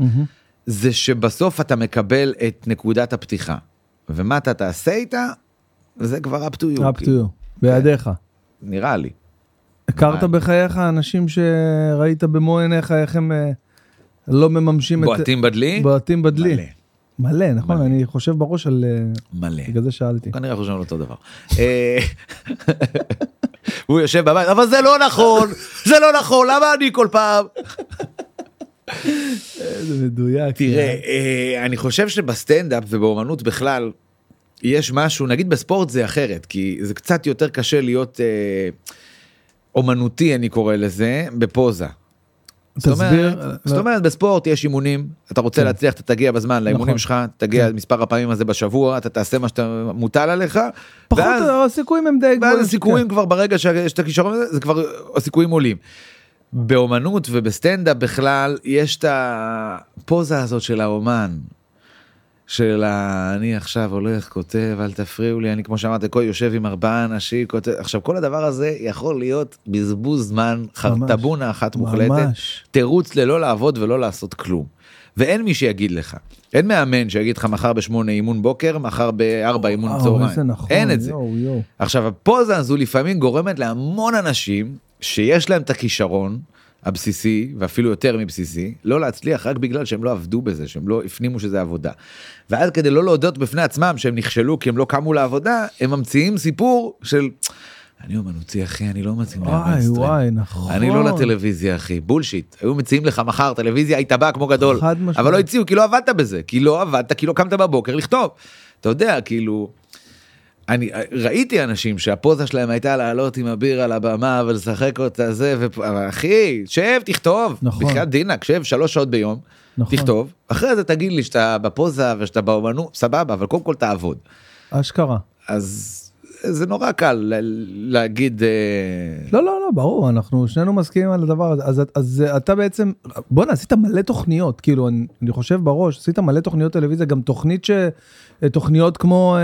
Speaker 2: זה שבסוף אתה מקבל את נקודת הפתיחה. ומה אתה תעשה איתה, זה כבר up to you,
Speaker 1: up to
Speaker 2: כאילו,
Speaker 1: you, בידיך.
Speaker 2: נראה לי.
Speaker 1: הכרת בחייך אנשים שראית במו עיניך איך הם אה, לא מממשים את...
Speaker 2: בועטים בדלי?
Speaker 1: בועטים בדלי.
Speaker 2: מלא,
Speaker 1: מלא, נכון, אני חושב בראש על... אה,
Speaker 2: מלא.
Speaker 1: בגלל זה שאלתי.
Speaker 2: כנראה חושבים על אותו דבר. אה, הוא יושב בבית, אבל זה לא נכון, זה לא נכון, למה אני כל פעם?
Speaker 1: איזה מדויק.
Speaker 2: תראה, אה, אני חושב שבסטנדאפ ובאומנות בכלל, יש משהו, נגיד בספורט זה אחרת, כי זה קצת יותר קשה להיות אה, אומנותי, אני קורא לזה, בפוזה. זאת אומרת-
Speaker 1: תסביר. אה, לא. כן.
Speaker 2: זאת אומרת, בספורט יש אימונים, אתה רוצה להצליח, אתה תגיע בזמן לאימונים
Speaker 1: נכון.
Speaker 2: שלך, תגיע מספר הפעמים הזה בשבוע, אתה תעשה מה שאתה מוטל עליך,
Speaker 1: פחות
Speaker 2: ואז-
Speaker 1: הסיכויים הם די
Speaker 2: ואז
Speaker 1: גבוהים, כן.
Speaker 2: הסיכויים כבר ברגע שיש את הכישרון הזה, זה כבר הסיכויים עולים. באומנות ובסטנדאפ בכלל יש את הפוזה הזאת של האומן. של ה... אני עכשיו הולך, כותב, אל תפריעו לי, אני כמו שאמרת, כל יושב עם ארבעה אנשים, כותב, עכשיו כל הדבר הזה יכול להיות בזבוז זמן, חרטבונה אחת
Speaker 1: כן.
Speaker 2: מוחלטת,
Speaker 1: ממש.
Speaker 2: תירוץ ללא לעבוד ולא לעשות כלום. ואין מי שיגיד לך, אין מאמן שיגיד לך מחר בשמונה אימון בוקר, מחר בארבע אימון
Speaker 1: וואו,
Speaker 2: צהריים,
Speaker 1: איזה נכון,
Speaker 2: אין את זה.
Speaker 1: יואו, יואו.
Speaker 2: עכשיו הפוזה הזו לפעמים גורמת להמון אנשים שיש להם את הכישרון הבסיסי ואפילו יותר מבסיסי לא להצליח רק בגלל שהם לא עבדו בזה שהם לא הפנימו שזה עבודה. ואז כדי לא להודות בפני עצמם שהם נכשלו כי הם לא קמו לעבודה הם ממציאים סיפור של אני אומנותי אחי אני לא מתאים
Speaker 1: וואי
Speaker 2: למיינסטרים.
Speaker 1: וואי נכון.
Speaker 2: אני לא לטלוויזיה אחי בולשיט היו מציעים לך מחר טלוויזיה היית בא כמו גדול
Speaker 1: חד משמעית.
Speaker 2: אבל לא הציעו כי לא עבדת בזה כי לא עבדת כי לא קמת בבוקר לכתוב. אתה יודע כאילו. אני ראיתי אנשים שהפוזה שלהם הייתה לעלות עם הביר על הבמה ולשחק אותה זה ופ- אבל אחי שב תכתוב
Speaker 1: נכון.
Speaker 2: בחייאת דינק שב שלוש שעות ביום
Speaker 1: נכון.
Speaker 2: תכתוב אחרי זה תגיד לי שאתה בפוזה ושאתה באומנות סבבה אבל קודם כל תעבוד
Speaker 1: אשכרה.
Speaker 2: אז זה נורא קל ל- להגיד אה,
Speaker 1: לא, לא, לא, ברור, אנחנו שנינו מסכימים על הדבר הזה. אז, אז אתה בעצם, בואנה, עשית מלא תוכניות, כאילו, אני, אני חושב בראש, עשית מלא תוכניות טלוויזיה, גם תוכנית ש... תוכניות כמו, אה,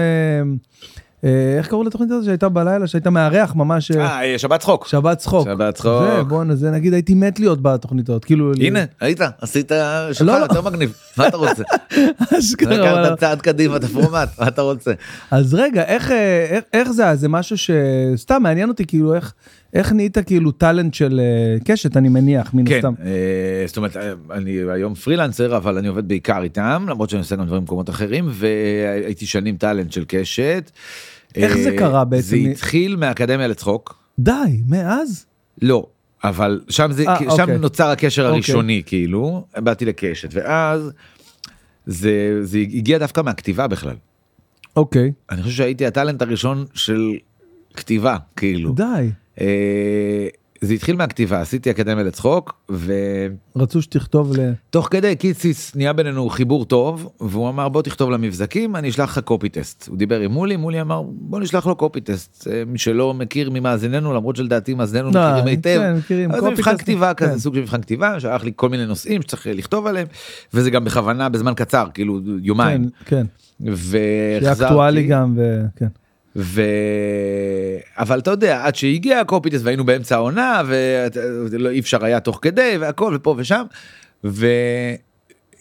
Speaker 1: אה, איך קראו לתוכנית הזאת שהייתה בלילה, שהייתה מארח ממש, אה,
Speaker 2: אה, שבת צחוק.
Speaker 1: שבת צחוק.
Speaker 2: שבת צחוק.
Speaker 1: זה, בואנה, זה נגיד, הייתי מת להיות בתוכנית הזאת, כאילו...
Speaker 2: הנה, היית, עשית
Speaker 1: לא, כן,
Speaker 2: שלך
Speaker 1: לא.
Speaker 2: יותר מגניב, מה אתה רוצה?
Speaker 1: אשכרה, וואלה.
Speaker 2: לקחת צעד קדימה את הפורמט, מה אתה רוצה?
Speaker 1: אז רגע, איך, אה, איך, איך זה, זה משהו שסתם מעניין אותי, כאילו, איך, איך נהיית כאילו טאלנט של אה, קשת, אני מניח, מן
Speaker 2: כן,
Speaker 1: הסתם.
Speaker 2: אה, זאת אומרת, אה, אני היום פרילנסר, אבל אני עובד בעיקר איתם, למרות שאני עושה גם דברים במקומות אחרים, והייתי שנים טאלנט של קשת.
Speaker 1: איך זה
Speaker 2: אה,
Speaker 1: קרה בעצם?
Speaker 2: זה התחיל מהאקדמיה לצחוק,
Speaker 1: די, מאז?
Speaker 2: לא, אבל שם זה,
Speaker 1: אה,
Speaker 2: שם
Speaker 1: אוקיי.
Speaker 2: נוצר הקשר
Speaker 1: אוקיי.
Speaker 2: הראשוני, כאילו, באתי לקשת, ואז זה זה הגיע דווקא מהכתיבה בכלל.
Speaker 1: אוקיי.
Speaker 2: אני חושב שהייתי הטאלנט הראשון של כתיבה, כאילו.
Speaker 1: די.
Speaker 2: אה, זה התחיל מהכתיבה, עשיתי אקדמיה לצחוק, ותוך
Speaker 1: רצו שתכתוב ל...
Speaker 2: כדי קיציס נהיה בינינו חיבור טוב, והוא אמר בוא תכתוב למבזקים, אני אשלח לך קופי טסט. הוא דיבר עם מולי, מולי אמר בוא נשלח לו קופי טסט. אה, מי שלא מכיר ממאזיננו, למרות שלדעתי מאזיננו
Speaker 1: לא,
Speaker 2: מכירים היטב.
Speaker 1: כן, מכירים.
Speaker 2: אבל זה
Speaker 1: copy
Speaker 2: מבחן
Speaker 1: paste.
Speaker 2: כתיבה
Speaker 1: כן.
Speaker 2: כזה, סוג של מבחן כתיבה, שלח לי כל מיני נושאים שצריך אה, לכתוב עליהם, וזה גם בכוונה בזמן קצר, כאילו יומיים.
Speaker 1: כן, כן. שיהיה
Speaker 2: והחזרתי. אה,
Speaker 1: אקטואלי גם, כן. וכן.
Speaker 2: ו... אבל אתה יודע עד שהגיע הקופיטס והיינו באמצע העונה ואי אפשר היה תוך כדי והכל ופה ושם.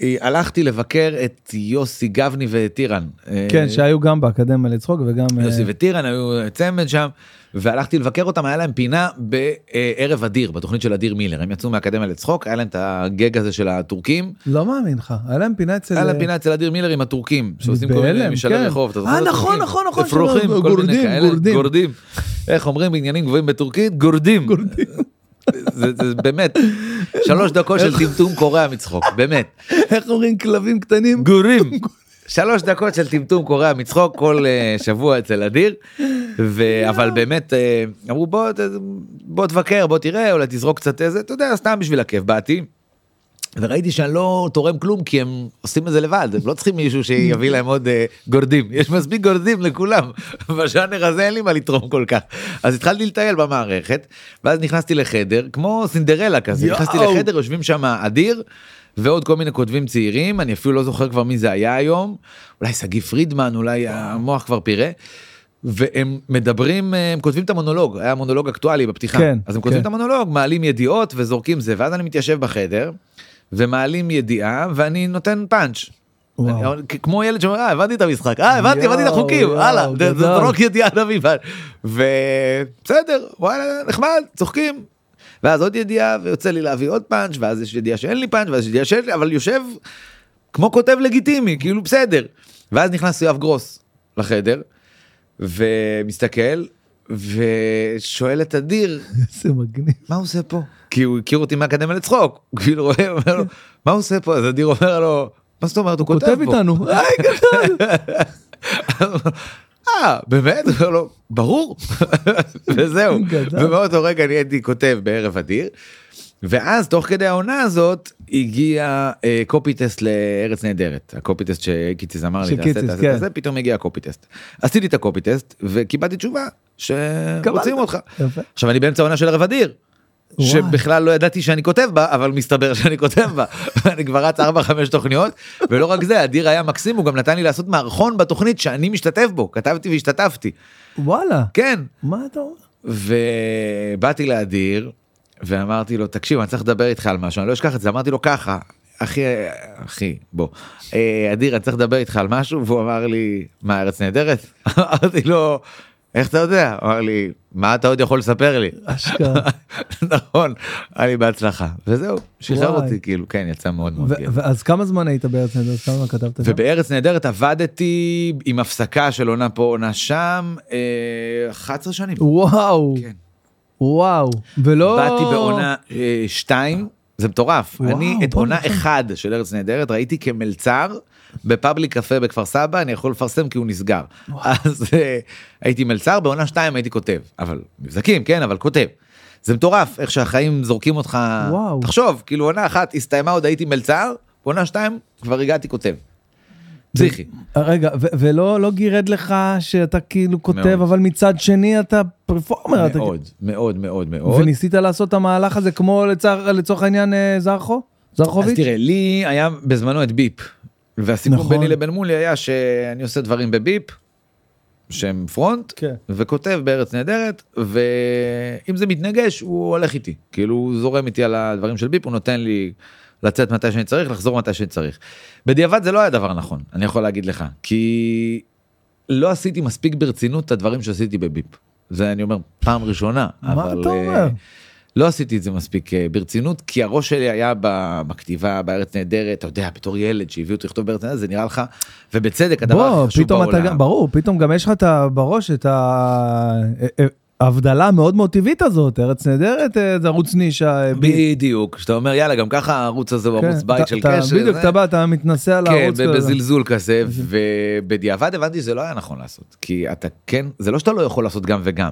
Speaker 2: והלכתי לבקר את יוסי גבני וטירן. אה,
Speaker 1: כן, שהיו גם באקדמיה לצחוק וגם... אה,
Speaker 2: יוסי וטירן היו צמד שם והלכתי לבקר אותם היה להם פינה בערב אדיר בתוכנית של אדיר מילר הם יצאו מהאקדמיה לצחוק היה להם את הגג הזה של הטורקים.
Speaker 1: לא מאמין לך, היה להם פינה אצל... אה,
Speaker 2: היה להם פינה אצל אדיר מילר עם הטורקים שעושים כל מיני
Speaker 1: בהלם,
Speaker 2: משאלי
Speaker 1: כן.
Speaker 2: רחוב. אתה זוכר
Speaker 1: אה,
Speaker 2: את
Speaker 1: נכון,
Speaker 2: הטורקים?
Speaker 1: נכון, נכון.
Speaker 2: אפרוחים,
Speaker 1: שלא-
Speaker 2: כל מיני
Speaker 1: גורדים,
Speaker 2: כאלה,
Speaker 1: גורדים.
Speaker 2: גורדים. איך אומרים בעניינים גבוהים בטורקית? גורדים. זה זה באמת, שלוש דקות של טמטום קורע מצחוק, באמת.
Speaker 1: איך אומרים כלבים קטנים?
Speaker 2: גורים. שלוש דקות של טמטום קורע מצחוק כל אה, שבוע אצל אדיר. ו- אבל באמת אה, אמרו בוא ת- בוא תבקר בוא תראה אולי תזרוק קצת איזה אתה יודע סתם בשביל הכיף באתי. וראיתי שאני לא תורם כלום כי הם עושים את זה לבד הם לא צריכים מישהו שיביא להם עוד אה, גורדים יש מספיק גורדים לכולם בז'אנר הזה אין לי מה לתרום כל כך אז התחלתי לטייל במערכת ואז נכנסתי לחדר כמו סינדרלה כזה
Speaker 1: יואו.
Speaker 2: נכנסתי לחדר יושבים שם אדיר ועוד כל מיני כותבים צעירים אני אפילו לא זוכר כבר מי זה היה היום אולי שגיא פרידמן אולי המוח כבר פירה. והם מדברים אה, הם כותבים את המונולוג היה מונולוג אקטואלי בפתיחה
Speaker 1: כן,
Speaker 2: אז הם כותבים
Speaker 1: כן.
Speaker 2: את המונולוג מעלים ידיעות וזורקים זה ואז אני מתיישב בחדר ומעלים ידיעה ואני נותן פאנץ'.
Speaker 1: וואו.
Speaker 2: אני- כ- כמו ילד שאומר אה הבנתי את המשחק אה הבנתי הבנתי את
Speaker 1: יואו,
Speaker 2: החוקים
Speaker 1: יואו,
Speaker 2: הלאה זה- זה
Speaker 1: גדול.
Speaker 2: זרוק ידיעה נביא ובסדר וואלה נחמד צוחקים. ואז עוד ידיעה ויוצא לי להביא עוד פאנץ' ואז יש ידיעה שאין לי פאנץ' ואז יש ידיעה שיש לי אבל יושב כמו כותב לגיטימי כאילו בסדר. ואז נכנס יואב גרוס לחדר ומסתכל ושואל את אדיר
Speaker 1: איזה מגניב.
Speaker 2: מה הוא עושה פה? כי הוא הכיר אותי מהאקדמיה לצחוק. הוא כאילו רואה, אומר לו, מה הוא עושה פה? אז אדיר אומר לו, מה זאת אומרת? הוא כותב
Speaker 1: כותב
Speaker 2: פה.
Speaker 1: איתנו. היי,
Speaker 2: אה, באמת? הוא אומר לו, ברור. וזהו.
Speaker 1: גדל.
Speaker 2: ומאותו רגע אני הייתי כותב בערב אדיר. ואז תוך כדי העונה הזאת הגיע אה, קופי טסט לארץ נהדרת הקופי טסט שקיציס אמר לי תעשה
Speaker 1: שקיציס,
Speaker 2: תעשה
Speaker 1: כן.
Speaker 2: תעשה פתאום הגיע הקופי טסט עשיתי את הקופי טסט וקיבלתי תשובה שרוצים אותך
Speaker 1: יפה.
Speaker 2: עכשיו אני באמצע העונה של ערב אדיר.
Speaker 1: וואי.
Speaker 2: שבכלל לא ידעתי שאני כותב בה אבל מסתבר שאני כותב בה אני כבר רץ 4-5 תוכניות ולא רק זה אדיר היה מקסים הוא גם נתן לי לעשות מערכון בתוכנית שאני משתתף בו כתבתי והשתתפתי
Speaker 1: וואלה.
Speaker 2: כן
Speaker 1: מה אתה אומר?
Speaker 2: ובאתי לאדיר ואמרתי לו תקשיב אני צריך לדבר איתך על משהו אני לא אשכח את זה אמרתי לו ככה אחי אחי בוא אה, אדיר אני צריך לדבר איתך על משהו והוא אמר לי מה ארץ נהדרת אמרתי לו איך אתה יודע הוא אמר לי מה אתה עוד יכול לספר לי
Speaker 1: אשכרה.
Speaker 2: נכון היה לי בהצלחה וזהו שחרר
Speaker 1: וואי.
Speaker 2: אותי כאילו כן יצא מאוד מאוד גאה.
Speaker 1: ו- ואז כמה זמן היית בארץ נהדרת? כמה זמן כתבת שם?
Speaker 2: ובארץ נהדרת עבדתי עם הפסקה של עונה פה עונה שם אה, 11 שנים.
Speaker 1: וואו.
Speaker 2: כן.
Speaker 1: וואו. ולא...
Speaker 2: באתי בעונה 2 זה מטורף
Speaker 1: וואו,
Speaker 2: אני את
Speaker 1: בוא
Speaker 2: עונה
Speaker 1: נראה.
Speaker 2: 1 של ארץ נהדרת ראיתי כמלצר בפאבליק קפה בכפר סבא אני יכול לפרסם כי הוא נסגר אז אה, הייתי מלצר בעונה 2 הייתי כותב אבל מבזקים כן אבל כותב. זה מטורף איך שהחיים זורקים אותך
Speaker 1: וואו.
Speaker 2: תחשוב כאילו עונה אחת הסתיימה עוד הייתי מלצר בעונה 2 כבר הגעתי כותב. פסיכי.
Speaker 1: רגע, ו- ולא לא גירד לך שאתה כאילו כותב,
Speaker 2: מאוד.
Speaker 1: אבל מצד שני אתה פרפורמר. אה, אתה-
Speaker 2: מאוד מאוד מאוד מאוד.
Speaker 1: וניסית לעשות את המהלך הזה כמו לצר- לצורך העניין אה, זרחו?
Speaker 2: אז
Speaker 1: זרחוביץ'?
Speaker 2: תראה, לי היה בזמנו את ביפ. והסיכום
Speaker 1: נכון.
Speaker 2: ביני לבין מולי היה שאני עושה דברים בביפ, שהם פרונט,
Speaker 1: כן.
Speaker 2: וכותב בארץ נהדרת, ואם זה מתנגש הוא הולך איתי. כאילו הוא זורם איתי על הדברים של ביפ, הוא נותן לי לצאת מתי שאני צריך, לחזור מתי שאני צריך. בדיעבד זה לא היה דבר נכון, אני יכול להגיד לך, כי לא עשיתי מספיק ברצינות את הדברים שעשיתי בביפ. זה אני אומר פעם ראשונה,
Speaker 1: מה
Speaker 2: אבל...
Speaker 1: אתה
Speaker 2: אה,
Speaker 1: אומר?
Speaker 2: לא עשיתי את זה מספיק אה, ברצינות, כי הראש שלי היה ב- בכתיבה בארץ נהדרת, אתה יודע, בתור ילד שהביאו אותי לכתוב בארץ נהדרת, זה נראה לך, ובצדק, הדבר
Speaker 1: בוא,
Speaker 2: הכי חשוב
Speaker 1: פתאום אתה
Speaker 2: בעולם.
Speaker 1: גם, ברור, פתאום גם יש לך את ה- בראש את ה- אה, אה, ההבדלה המאוד מאוד טבעית הזאת, ארץ נהדרת, אה, זה ערוץ נישה. אה, ב-
Speaker 2: בדיוק, שאתה אומר, יאללה, גם ככה הערוץ הזה הוא
Speaker 1: כן,
Speaker 2: ערוץ
Speaker 1: אתה-
Speaker 2: בית של
Speaker 1: אתה-
Speaker 2: קשר.
Speaker 1: בדיוק,
Speaker 2: זה-
Speaker 1: אתה בא, אתה מתנשא על
Speaker 2: כן,
Speaker 1: הערוץ.
Speaker 2: ב-
Speaker 1: כל הזמן.
Speaker 2: בזלזול כזה, ובדיעבד הבנתי שזה לא היה נכון לעשות, כי אתה כן, זה לא שאתה לא יכול לעשות גם וגם,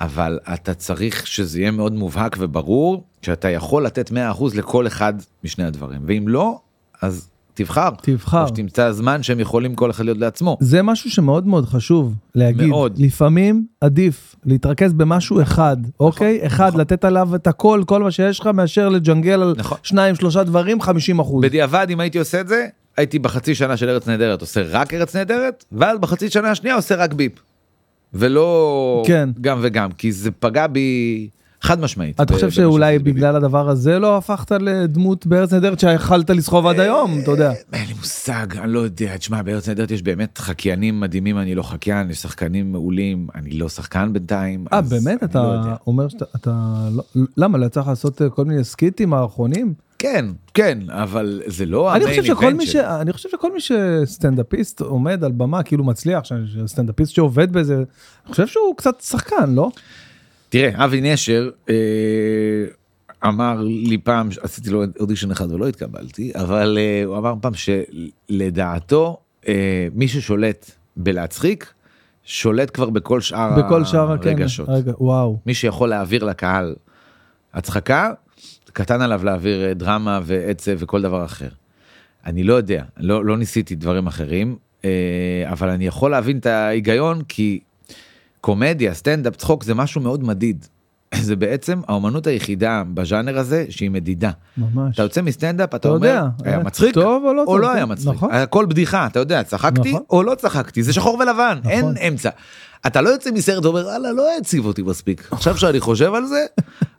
Speaker 2: אבל אתה צריך שזה יהיה מאוד מובהק וברור, שאתה יכול לתת 100% לכל אחד משני הדברים, ואם לא, אז תבחר.
Speaker 1: תבחר.
Speaker 2: או שתמצא זמן שהם יכולים כל אחד להיות לעצמו.
Speaker 1: זה משהו שמאוד מאוד חשוב להגיד.
Speaker 2: מאוד. נכון.
Speaker 1: לפעמים עדיף להתרכז במשהו אחד, אוקיי? אחד, לתת עליו את הכל, כל מה שיש לך, מאשר לג'נגל על
Speaker 2: נכון.
Speaker 1: שניים, שלושה דברים, 50 אחוז.
Speaker 2: בדיעבד אם הייתי עושה את זה, הייתי בחצי שנה של ארץ נהדרת עושה רק ארץ נהדרת, ואז בחצי שנה השנייה עושה רק ביפ. ולא
Speaker 1: כן.
Speaker 2: גם וגם, כי זה פגע בי חד משמעית.
Speaker 1: אתה
Speaker 2: ב-
Speaker 1: חושב
Speaker 2: במה שעשיתי
Speaker 1: שאולי
Speaker 2: בביבי.
Speaker 1: בגלל הדבר הזה לא הפכת לדמות בארץ נהדרת שיכלת לסחוב עד היום, אתה יודע. אה,
Speaker 2: אין לי מושג, אני לא יודע. תשמע, בארץ נהדרת יש באמת חקיינים מדהימים, אני לא חקיין, יש שחקנים מעולים, אני לא שחקן בינתיים.
Speaker 1: אה,
Speaker 2: אז
Speaker 1: באמת?
Speaker 2: אני לא
Speaker 1: אתה
Speaker 2: יודע.
Speaker 1: אומר שאתה... אתה לא- למה? לא יצא לך לעשות אה, כל מיני סקיטים האחרונים?
Speaker 2: כן, כן, אבל זה לא
Speaker 1: אני
Speaker 2: המיין
Speaker 1: חושב שכל
Speaker 2: איבנט
Speaker 1: מי ש...
Speaker 2: שלי.
Speaker 1: אני חושב שכל מי שסטנדאפיסט עומד על במה כאילו מצליח, ש- שסטנדאפיסט שעובד בזה, אני חושב שהוא קצת שחקן, לא?
Speaker 2: תראה, אבי נשר אה, אמר לי פעם, עשיתי לו אודישן אחד ולא התקבלתי, אבל אה, הוא אמר פעם שלדעתו, אה, מי ששולט בלהצחיק, שולט כבר בכל שאר
Speaker 1: בכל שאר כן, הקרן.
Speaker 2: הרגשות.
Speaker 1: רגע, וואו.
Speaker 2: מי שיכול להעביר לקהל הצחקה, קטן עליו להעביר אה, דרמה ועצב וכל דבר אחר. אני לא יודע, לא, לא ניסיתי דברים אחרים, אה, אבל אני יכול להבין את ההיגיון, כי קומדיה, סטנדאפ, צחוק זה משהו מאוד מדיד. זה בעצם האומנות היחידה בז'אנר הזה שהיא מדידה.
Speaker 1: ממש.
Speaker 2: אתה יוצא מסטנדאפ, אתה
Speaker 1: אתה
Speaker 2: אומר,
Speaker 1: יודע,
Speaker 2: היה
Speaker 1: אה,
Speaker 2: מצחיק,
Speaker 1: טוב או לא
Speaker 2: או
Speaker 1: טוב,
Speaker 2: לא
Speaker 1: כן,
Speaker 2: היה מצחיק,
Speaker 1: נכון.
Speaker 2: הכל בדיחה, אתה יודע, צחקתי
Speaker 1: נכון.
Speaker 2: או לא צחקתי, זה שחור ולבן, אין
Speaker 1: נכון.
Speaker 2: אמצע. אתה לא יוצא מסרט ואומר, וואלה, לא העציב אותי מספיק. עכשיו שאני חושב על זה,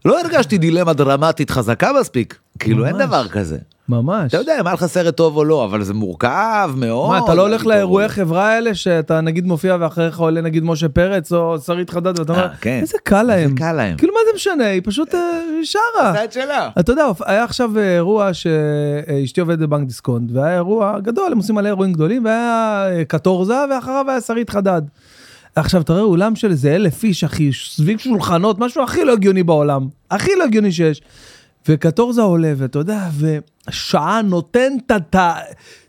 Speaker 2: לא הרגשתי דילמה דרמטית חזקה מספיק, כאילו אין
Speaker 1: ממש.
Speaker 2: דבר כזה.
Speaker 1: ממש.
Speaker 2: אתה יודע אם היה לך סרט טוב או לא, אבל זה מורכב מאוד.
Speaker 1: מה, אתה לא הולך
Speaker 2: פתאום.
Speaker 1: לאירועי חברה האלה שאתה נגיד מופיע ואחריך עולה נגיד משה פרץ או שרית חדד ואתה אומר,
Speaker 2: אה, כן.
Speaker 1: איזה קל להם.
Speaker 2: קל להם.
Speaker 1: כאילו מה זה משנה, היא פשוט אה, היא שרה.
Speaker 2: עשה את שלה.
Speaker 1: אתה יודע, היה עכשיו אה, אירוע שאשתי עובדת בבנק דיסקונט, והיה אירוע גדול, הם עושים מלא אירועים גדולים, והיה אה, קטורזה, ואחריו היה שרית חדד. עכשיו, אתה רואה אולם של איזה אלף איש, אחי, סביב שולחנות, משהו הכי לא הגיוני בעולם, הכי לא הגיוני שיש. וקטורזה עולה, ואתה יודע, ושעה נותן את- את ה-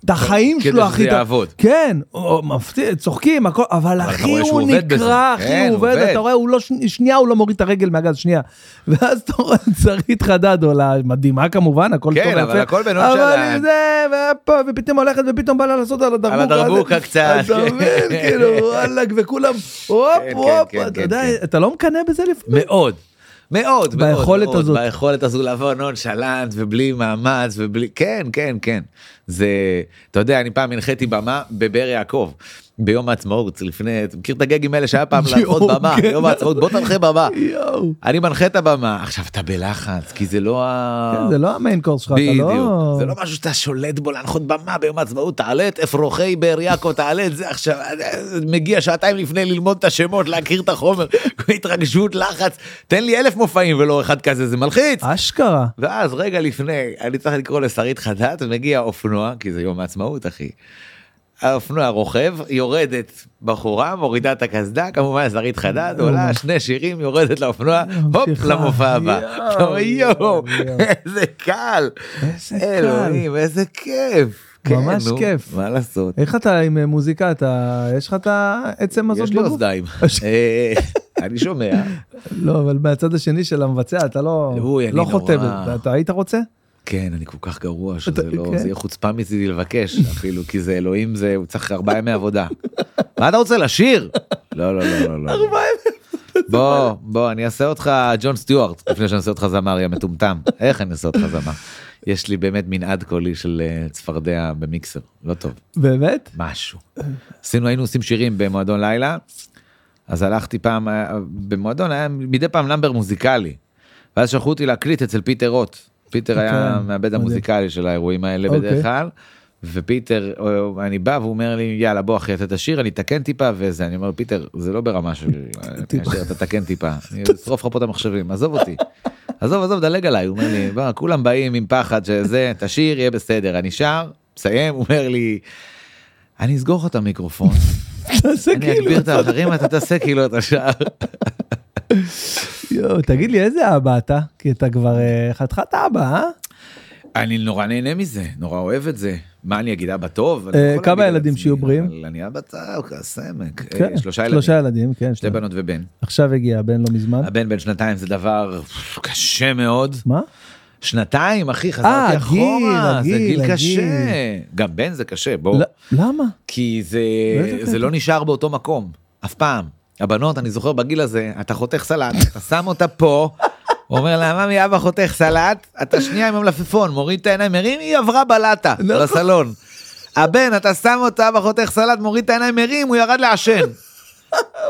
Speaker 1: את החיים
Speaker 2: כדי
Speaker 1: שלו,
Speaker 2: שזה
Speaker 1: אחי. את ה-
Speaker 2: יעבוד.
Speaker 1: כן, או- מפתיע, צוחקים, הכל, אבל
Speaker 2: אתה
Speaker 1: אחי,
Speaker 2: רואה שהוא
Speaker 1: הוא
Speaker 2: עובד בזה.
Speaker 1: נקרע, אחי,
Speaker 2: כן,
Speaker 1: הוא
Speaker 2: הוא
Speaker 1: עובד,
Speaker 2: עובד.
Speaker 1: אתה רואה, הוא לא, ש- שנייה הוא לא מוריד את הרגל מהגז, שנייה. ואז אתה רואה את שרית חדד עולה, מדהימה אה, כמובן, הכל
Speaker 2: כן,
Speaker 1: טוב
Speaker 2: אבל
Speaker 1: ויפה.
Speaker 2: הכל בנון
Speaker 1: אבל
Speaker 2: שלהם.
Speaker 1: היא זה, ופה, ופתאום הולכת, ופתאום בא לה לעשות על הדרבוקה. הזה.
Speaker 2: הדרבוקה קצת.
Speaker 1: אתה מבין, כאילו, וואלכ, וכולם, הופ,
Speaker 2: כן,
Speaker 1: הופ,
Speaker 2: כן,
Speaker 1: אתה
Speaker 2: כן,
Speaker 1: יודע,
Speaker 2: כן.
Speaker 1: אתה לא מקנא בזה לפעמים.
Speaker 2: מאוד. מאוד, מאוד,
Speaker 1: ביכולת
Speaker 2: מאוד,
Speaker 1: הזאת.
Speaker 2: ביכולת הזו לבוא נונשלנט ובלי מאמץ ובלי, כן, כן, כן. זה, אתה יודע, אני פעם הנחיתי במה בבאר יעקב, ביום העצמאות, לפני, אתה מכיר את הגגים האלה שהיה פעם
Speaker 1: יואו,
Speaker 2: לעשות במה,
Speaker 1: כן.
Speaker 2: יום העצמאות, בוא תנחה במה.
Speaker 1: יואו.
Speaker 2: אני מנחה את הבמה, עכשיו אתה בלחץ, כי זה לא ה...
Speaker 1: כן, זה לא המיין קורס שלך, אתה
Speaker 2: בדיוק,
Speaker 1: לא...
Speaker 2: זה לא משהו שאתה שולט בו להנחות במה ביום העצמאות, תעלה את אפרוחי באר יעקב, תעלה את זה עכשיו, מגיע שעתיים לפני ללמוד את השמות, להכיר את החומר, התרגשות, לחץ, תן לי אלף מופעים ולא אחד כזה, זה מלחיץ.
Speaker 1: אשכרה.
Speaker 2: ואז רגע לפני, אני צריך לקרוא לשרית חדד, מגיע אופנוע, כי זה יום העצמאות אחי. האופנוע רוכב, יורדת בחורה, מורידה את הקסדה, כמובן שרית חדד, עולה שני שירים, יורדת לאופנוע, הופ,
Speaker 1: ממשיכה.
Speaker 2: למופע הבא.
Speaker 1: יואו,
Speaker 2: אתה אומר, יואו,
Speaker 1: יואו, יואו."
Speaker 2: איזה קל.
Speaker 1: איזה קל.
Speaker 2: אלוהים, איזה כיף. כן,
Speaker 1: ממש
Speaker 2: נו,
Speaker 1: כיף.
Speaker 2: מה לעשות?
Speaker 1: איך אתה עם אה, מוזיקה, אתה, יש לך את העצם הזאת
Speaker 2: יש לי
Speaker 1: בגוף?
Speaker 2: אוזניים. אה, אני שומע.
Speaker 1: לא, אבל מהצד השני של המבצע, אתה לא,
Speaker 2: אוי, אני
Speaker 1: לא
Speaker 2: נורא.
Speaker 1: חוטא, בזה. אתה היית רוצה?
Speaker 2: כן, אני כל כך גרוע שזה
Speaker 1: אתה-
Speaker 2: לא,
Speaker 1: כן.
Speaker 2: זה יהיה חוצפה מצידי לבקש אפילו, כי זה אלוהים, זה, הוא צריך ארבעה ימי עבודה. מה אתה רוצה, לשיר? לא, לא, לא, לא, לא. בוא, בוא, אני אעשה אותך ג'ון סטיוארט, לפני שאני אעשה אותך זמר, יא מטומטם. איך אני אעשה אותך זמר? יש לי באמת מנעד קולי של אה, צפרדע במיקסר, לא טוב.
Speaker 1: באמת?
Speaker 2: משהו. עשינו, היינו עושים שירים במועדון לילה, אז הלכתי פעם, אה, במועדון היה מדי פעם נאמבר מוזיקלי, ואז שלחו אותי להקליט אצל פיטר רוט. פיטר היה
Speaker 1: כן,
Speaker 2: המעבד
Speaker 1: מדהים.
Speaker 2: המוזיקלי של האירועים האלה
Speaker 1: אוקיי.
Speaker 2: בדרך כלל, ופיטר, אה, אני בא והוא אומר לי, יאללה בוא אחי אתה תשיר, אני אתקן טיפה וזה, אני אומר, פיטר, זה לא ברמה שלי, אני אשאיר, אתה תקן טיפה, אני אשרוף לך פה את המחשבים, עזוב אותי. עזוב, עזוב, דלג עליי, הוא אומר לי, "בוא, כולם באים עם פחד שזה, תשיר, יהיה בסדר, אני שר, מסיים, הוא אומר לי, אני אסגור לך את המיקרופון,
Speaker 1: תעשה
Speaker 2: אני
Speaker 1: כאילו.
Speaker 2: אגביר את האחרים, אתה תעשה כאילו אתה שר.
Speaker 1: יואו, תגיד לי, איזה אבא אתה? כי אתה כבר אה, חתיכת אבא, אה?
Speaker 2: אני נורא נהנה מזה, נורא אוהב את זה. מה אני אגיד, אבא טוב? אני
Speaker 1: אה,
Speaker 2: יכול
Speaker 1: כמה
Speaker 2: להגיד על
Speaker 1: ילדים
Speaker 2: עצמי,
Speaker 1: שיהיו בריאים?
Speaker 2: אבל אני אבא טוב, הסמק.
Speaker 1: כן,
Speaker 2: אה, שלושה
Speaker 1: שלושה
Speaker 2: ילדים,
Speaker 1: ילדים, כן.
Speaker 2: שתי בנות ובן.
Speaker 1: עכשיו הגיע הבן לא מזמן.
Speaker 2: הבן בן שנתיים זה דבר קשה מאוד.
Speaker 1: מה?
Speaker 2: שנתיים, אחי,
Speaker 1: אה,
Speaker 2: חזרתי
Speaker 1: הגיל,
Speaker 2: אחורה, זה
Speaker 1: הגיל,
Speaker 2: גיל
Speaker 1: הגיל. לא,
Speaker 2: קשה. גם בן זה קשה, בואו.
Speaker 1: ל- למה?
Speaker 2: כי זה,
Speaker 1: לא ידעתי.
Speaker 2: זה לא נשאר באותו מקום, אף פעם. הבנות, אני זוכר בגיל הזה, אתה חותך סלט, אתה שם אותה פה, אומר לה, ממי אבא חותך סלט, אתה שנייה עם המלפפון, מוריד את העיניים, מרים, היא עברה בלטה,
Speaker 1: נכון.
Speaker 2: לסלון. הבן, אתה שם אותה, אבא חותך סלט, מוריד את העיניים, מרים, הוא ירד לעשן.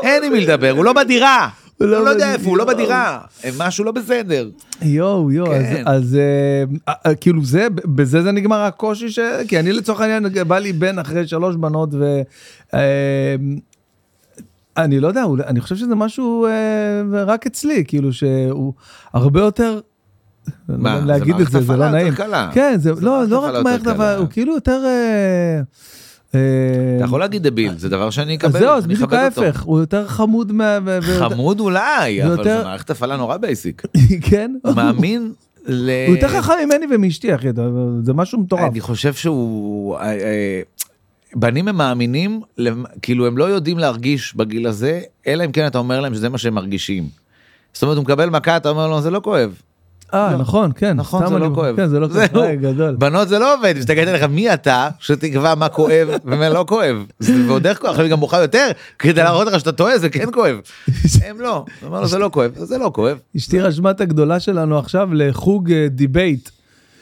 Speaker 2: אין עם מי לדבר, הוא לא בדירה. הוא לא יודע איפה, הוא לא בדירה. משהו לא בסדר.
Speaker 1: יואו יואו אז-
Speaker 2: כן.
Speaker 1: אז אה, אה, אה, כאילו זה בזה זה נגמר הקושי ש... כי אני לצורך העניין בא לי בן אחרי שלוש בנות ו... אה, אני לא יודע אולי- אני חושב שזה משהו אה, רק אצלי כאילו שהוא הרבה יותר.
Speaker 2: מה, זה
Speaker 1: להגיד את
Speaker 2: מערכת
Speaker 1: זה זה
Speaker 2: הפעלה
Speaker 1: לא
Speaker 2: יותר
Speaker 1: נעים.
Speaker 2: קלה.
Speaker 1: כן זה
Speaker 2: זה
Speaker 1: לא
Speaker 2: מערכת
Speaker 1: לא
Speaker 2: הפעלה
Speaker 1: רק
Speaker 2: יותר
Speaker 1: מערכת
Speaker 2: קלה.
Speaker 1: אבל הוא כאילו יותר. אה, אה,
Speaker 2: אתה יכול להגיד דביל, זה דבר שאני
Speaker 1: אז
Speaker 2: אקבל,
Speaker 1: זהו אז
Speaker 2: אני
Speaker 1: בדיוק
Speaker 2: אכבד אותו.
Speaker 1: ההפך הוא יותר חמוד מה... ו- ו-
Speaker 2: חמוד אולי, אבל
Speaker 1: ויותר-
Speaker 2: זה מערכת הפעלה נורא בייסיק.
Speaker 1: כן.
Speaker 2: מאמין ל...
Speaker 1: הוא יותר חכם ממני ומאשתי אחי אתה- זה משהו מטורף.
Speaker 2: אני חושב שהוא... אה, אה, בנים הם מאמינים, למ- כאילו הם לא יודעים להרגיש בגיל הזה, אלא אם כן אתה אומר להם שזה מה שהם מרגישים. זאת אומרת, הוא מקבל מכה, אתה אומר לו, זה לא כואב.
Speaker 1: אה, נכון, כן.
Speaker 2: נכון,
Speaker 1: סתם
Speaker 2: זה לא
Speaker 1: אני-
Speaker 2: כואב.
Speaker 1: כן, זה לא כואב.
Speaker 2: זהו.
Speaker 1: אה, גדול.
Speaker 2: בנות זה לא עובד, מסתכלת עליך, מי אתה שתקבע מה כואב ומה לא כואב? זה- ועוד איך כואב, עכשיו היא גם מוכה יותר, כדי להראות לך שאתה טועה, זה כן כואב. הם לא, הוא אומר לו, זה לא כואב, זה לא כואב.
Speaker 1: אשתי רשמה את הגדולה שלנו עכשיו לחוג אה, דיבייט.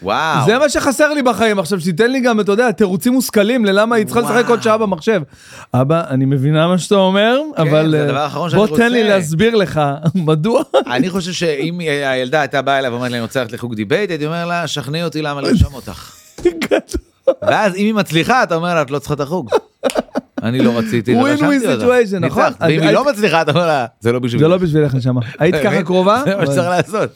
Speaker 2: וואו.
Speaker 1: זה מה שחסר לי בחיים עכשיו, שתיתן לי גם, אתה יודע, תירוצים מושכלים ללמה היא צריכה לשחק
Speaker 2: וואו. כן,
Speaker 1: עוד שעה במחשב. אבא, אני מבינה מה שאתה אומר, אבל
Speaker 2: זה
Speaker 1: אה,
Speaker 2: הדבר האחרון שאני
Speaker 1: בוא תן לי
Speaker 2: רוצה.
Speaker 1: להסביר לך מדוע.
Speaker 2: אני חושב שאם הילדה הייתה באה אליי ואומרת לי, אני רוצה ללכת לחוג דיבייט, הייתי אומר לה, שכנעי אותי למה לרשום אותך. ואז אם היא מצליחה, אתה אומר לה, את לא צריכה את החוג. אני לא רציתי, לא
Speaker 1: Win-win
Speaker 2: רשמתי אותך.
Speaker 1: situation, נכון?
Speaker 2: ניצחת.
Speaker 1: אז
Speaker 2: ואם היא
Speaker 1: היית-
Speaker 2: לא מצליחה, אתה אומר לה, זה לא בשבילי. אה,
Speaker 1: זה לא בשבילך נשמה. היית ככה קרובה?
Speaker 2: זה מה שצריך
Speaker 1: אבל-
Speaker 2: לעשות.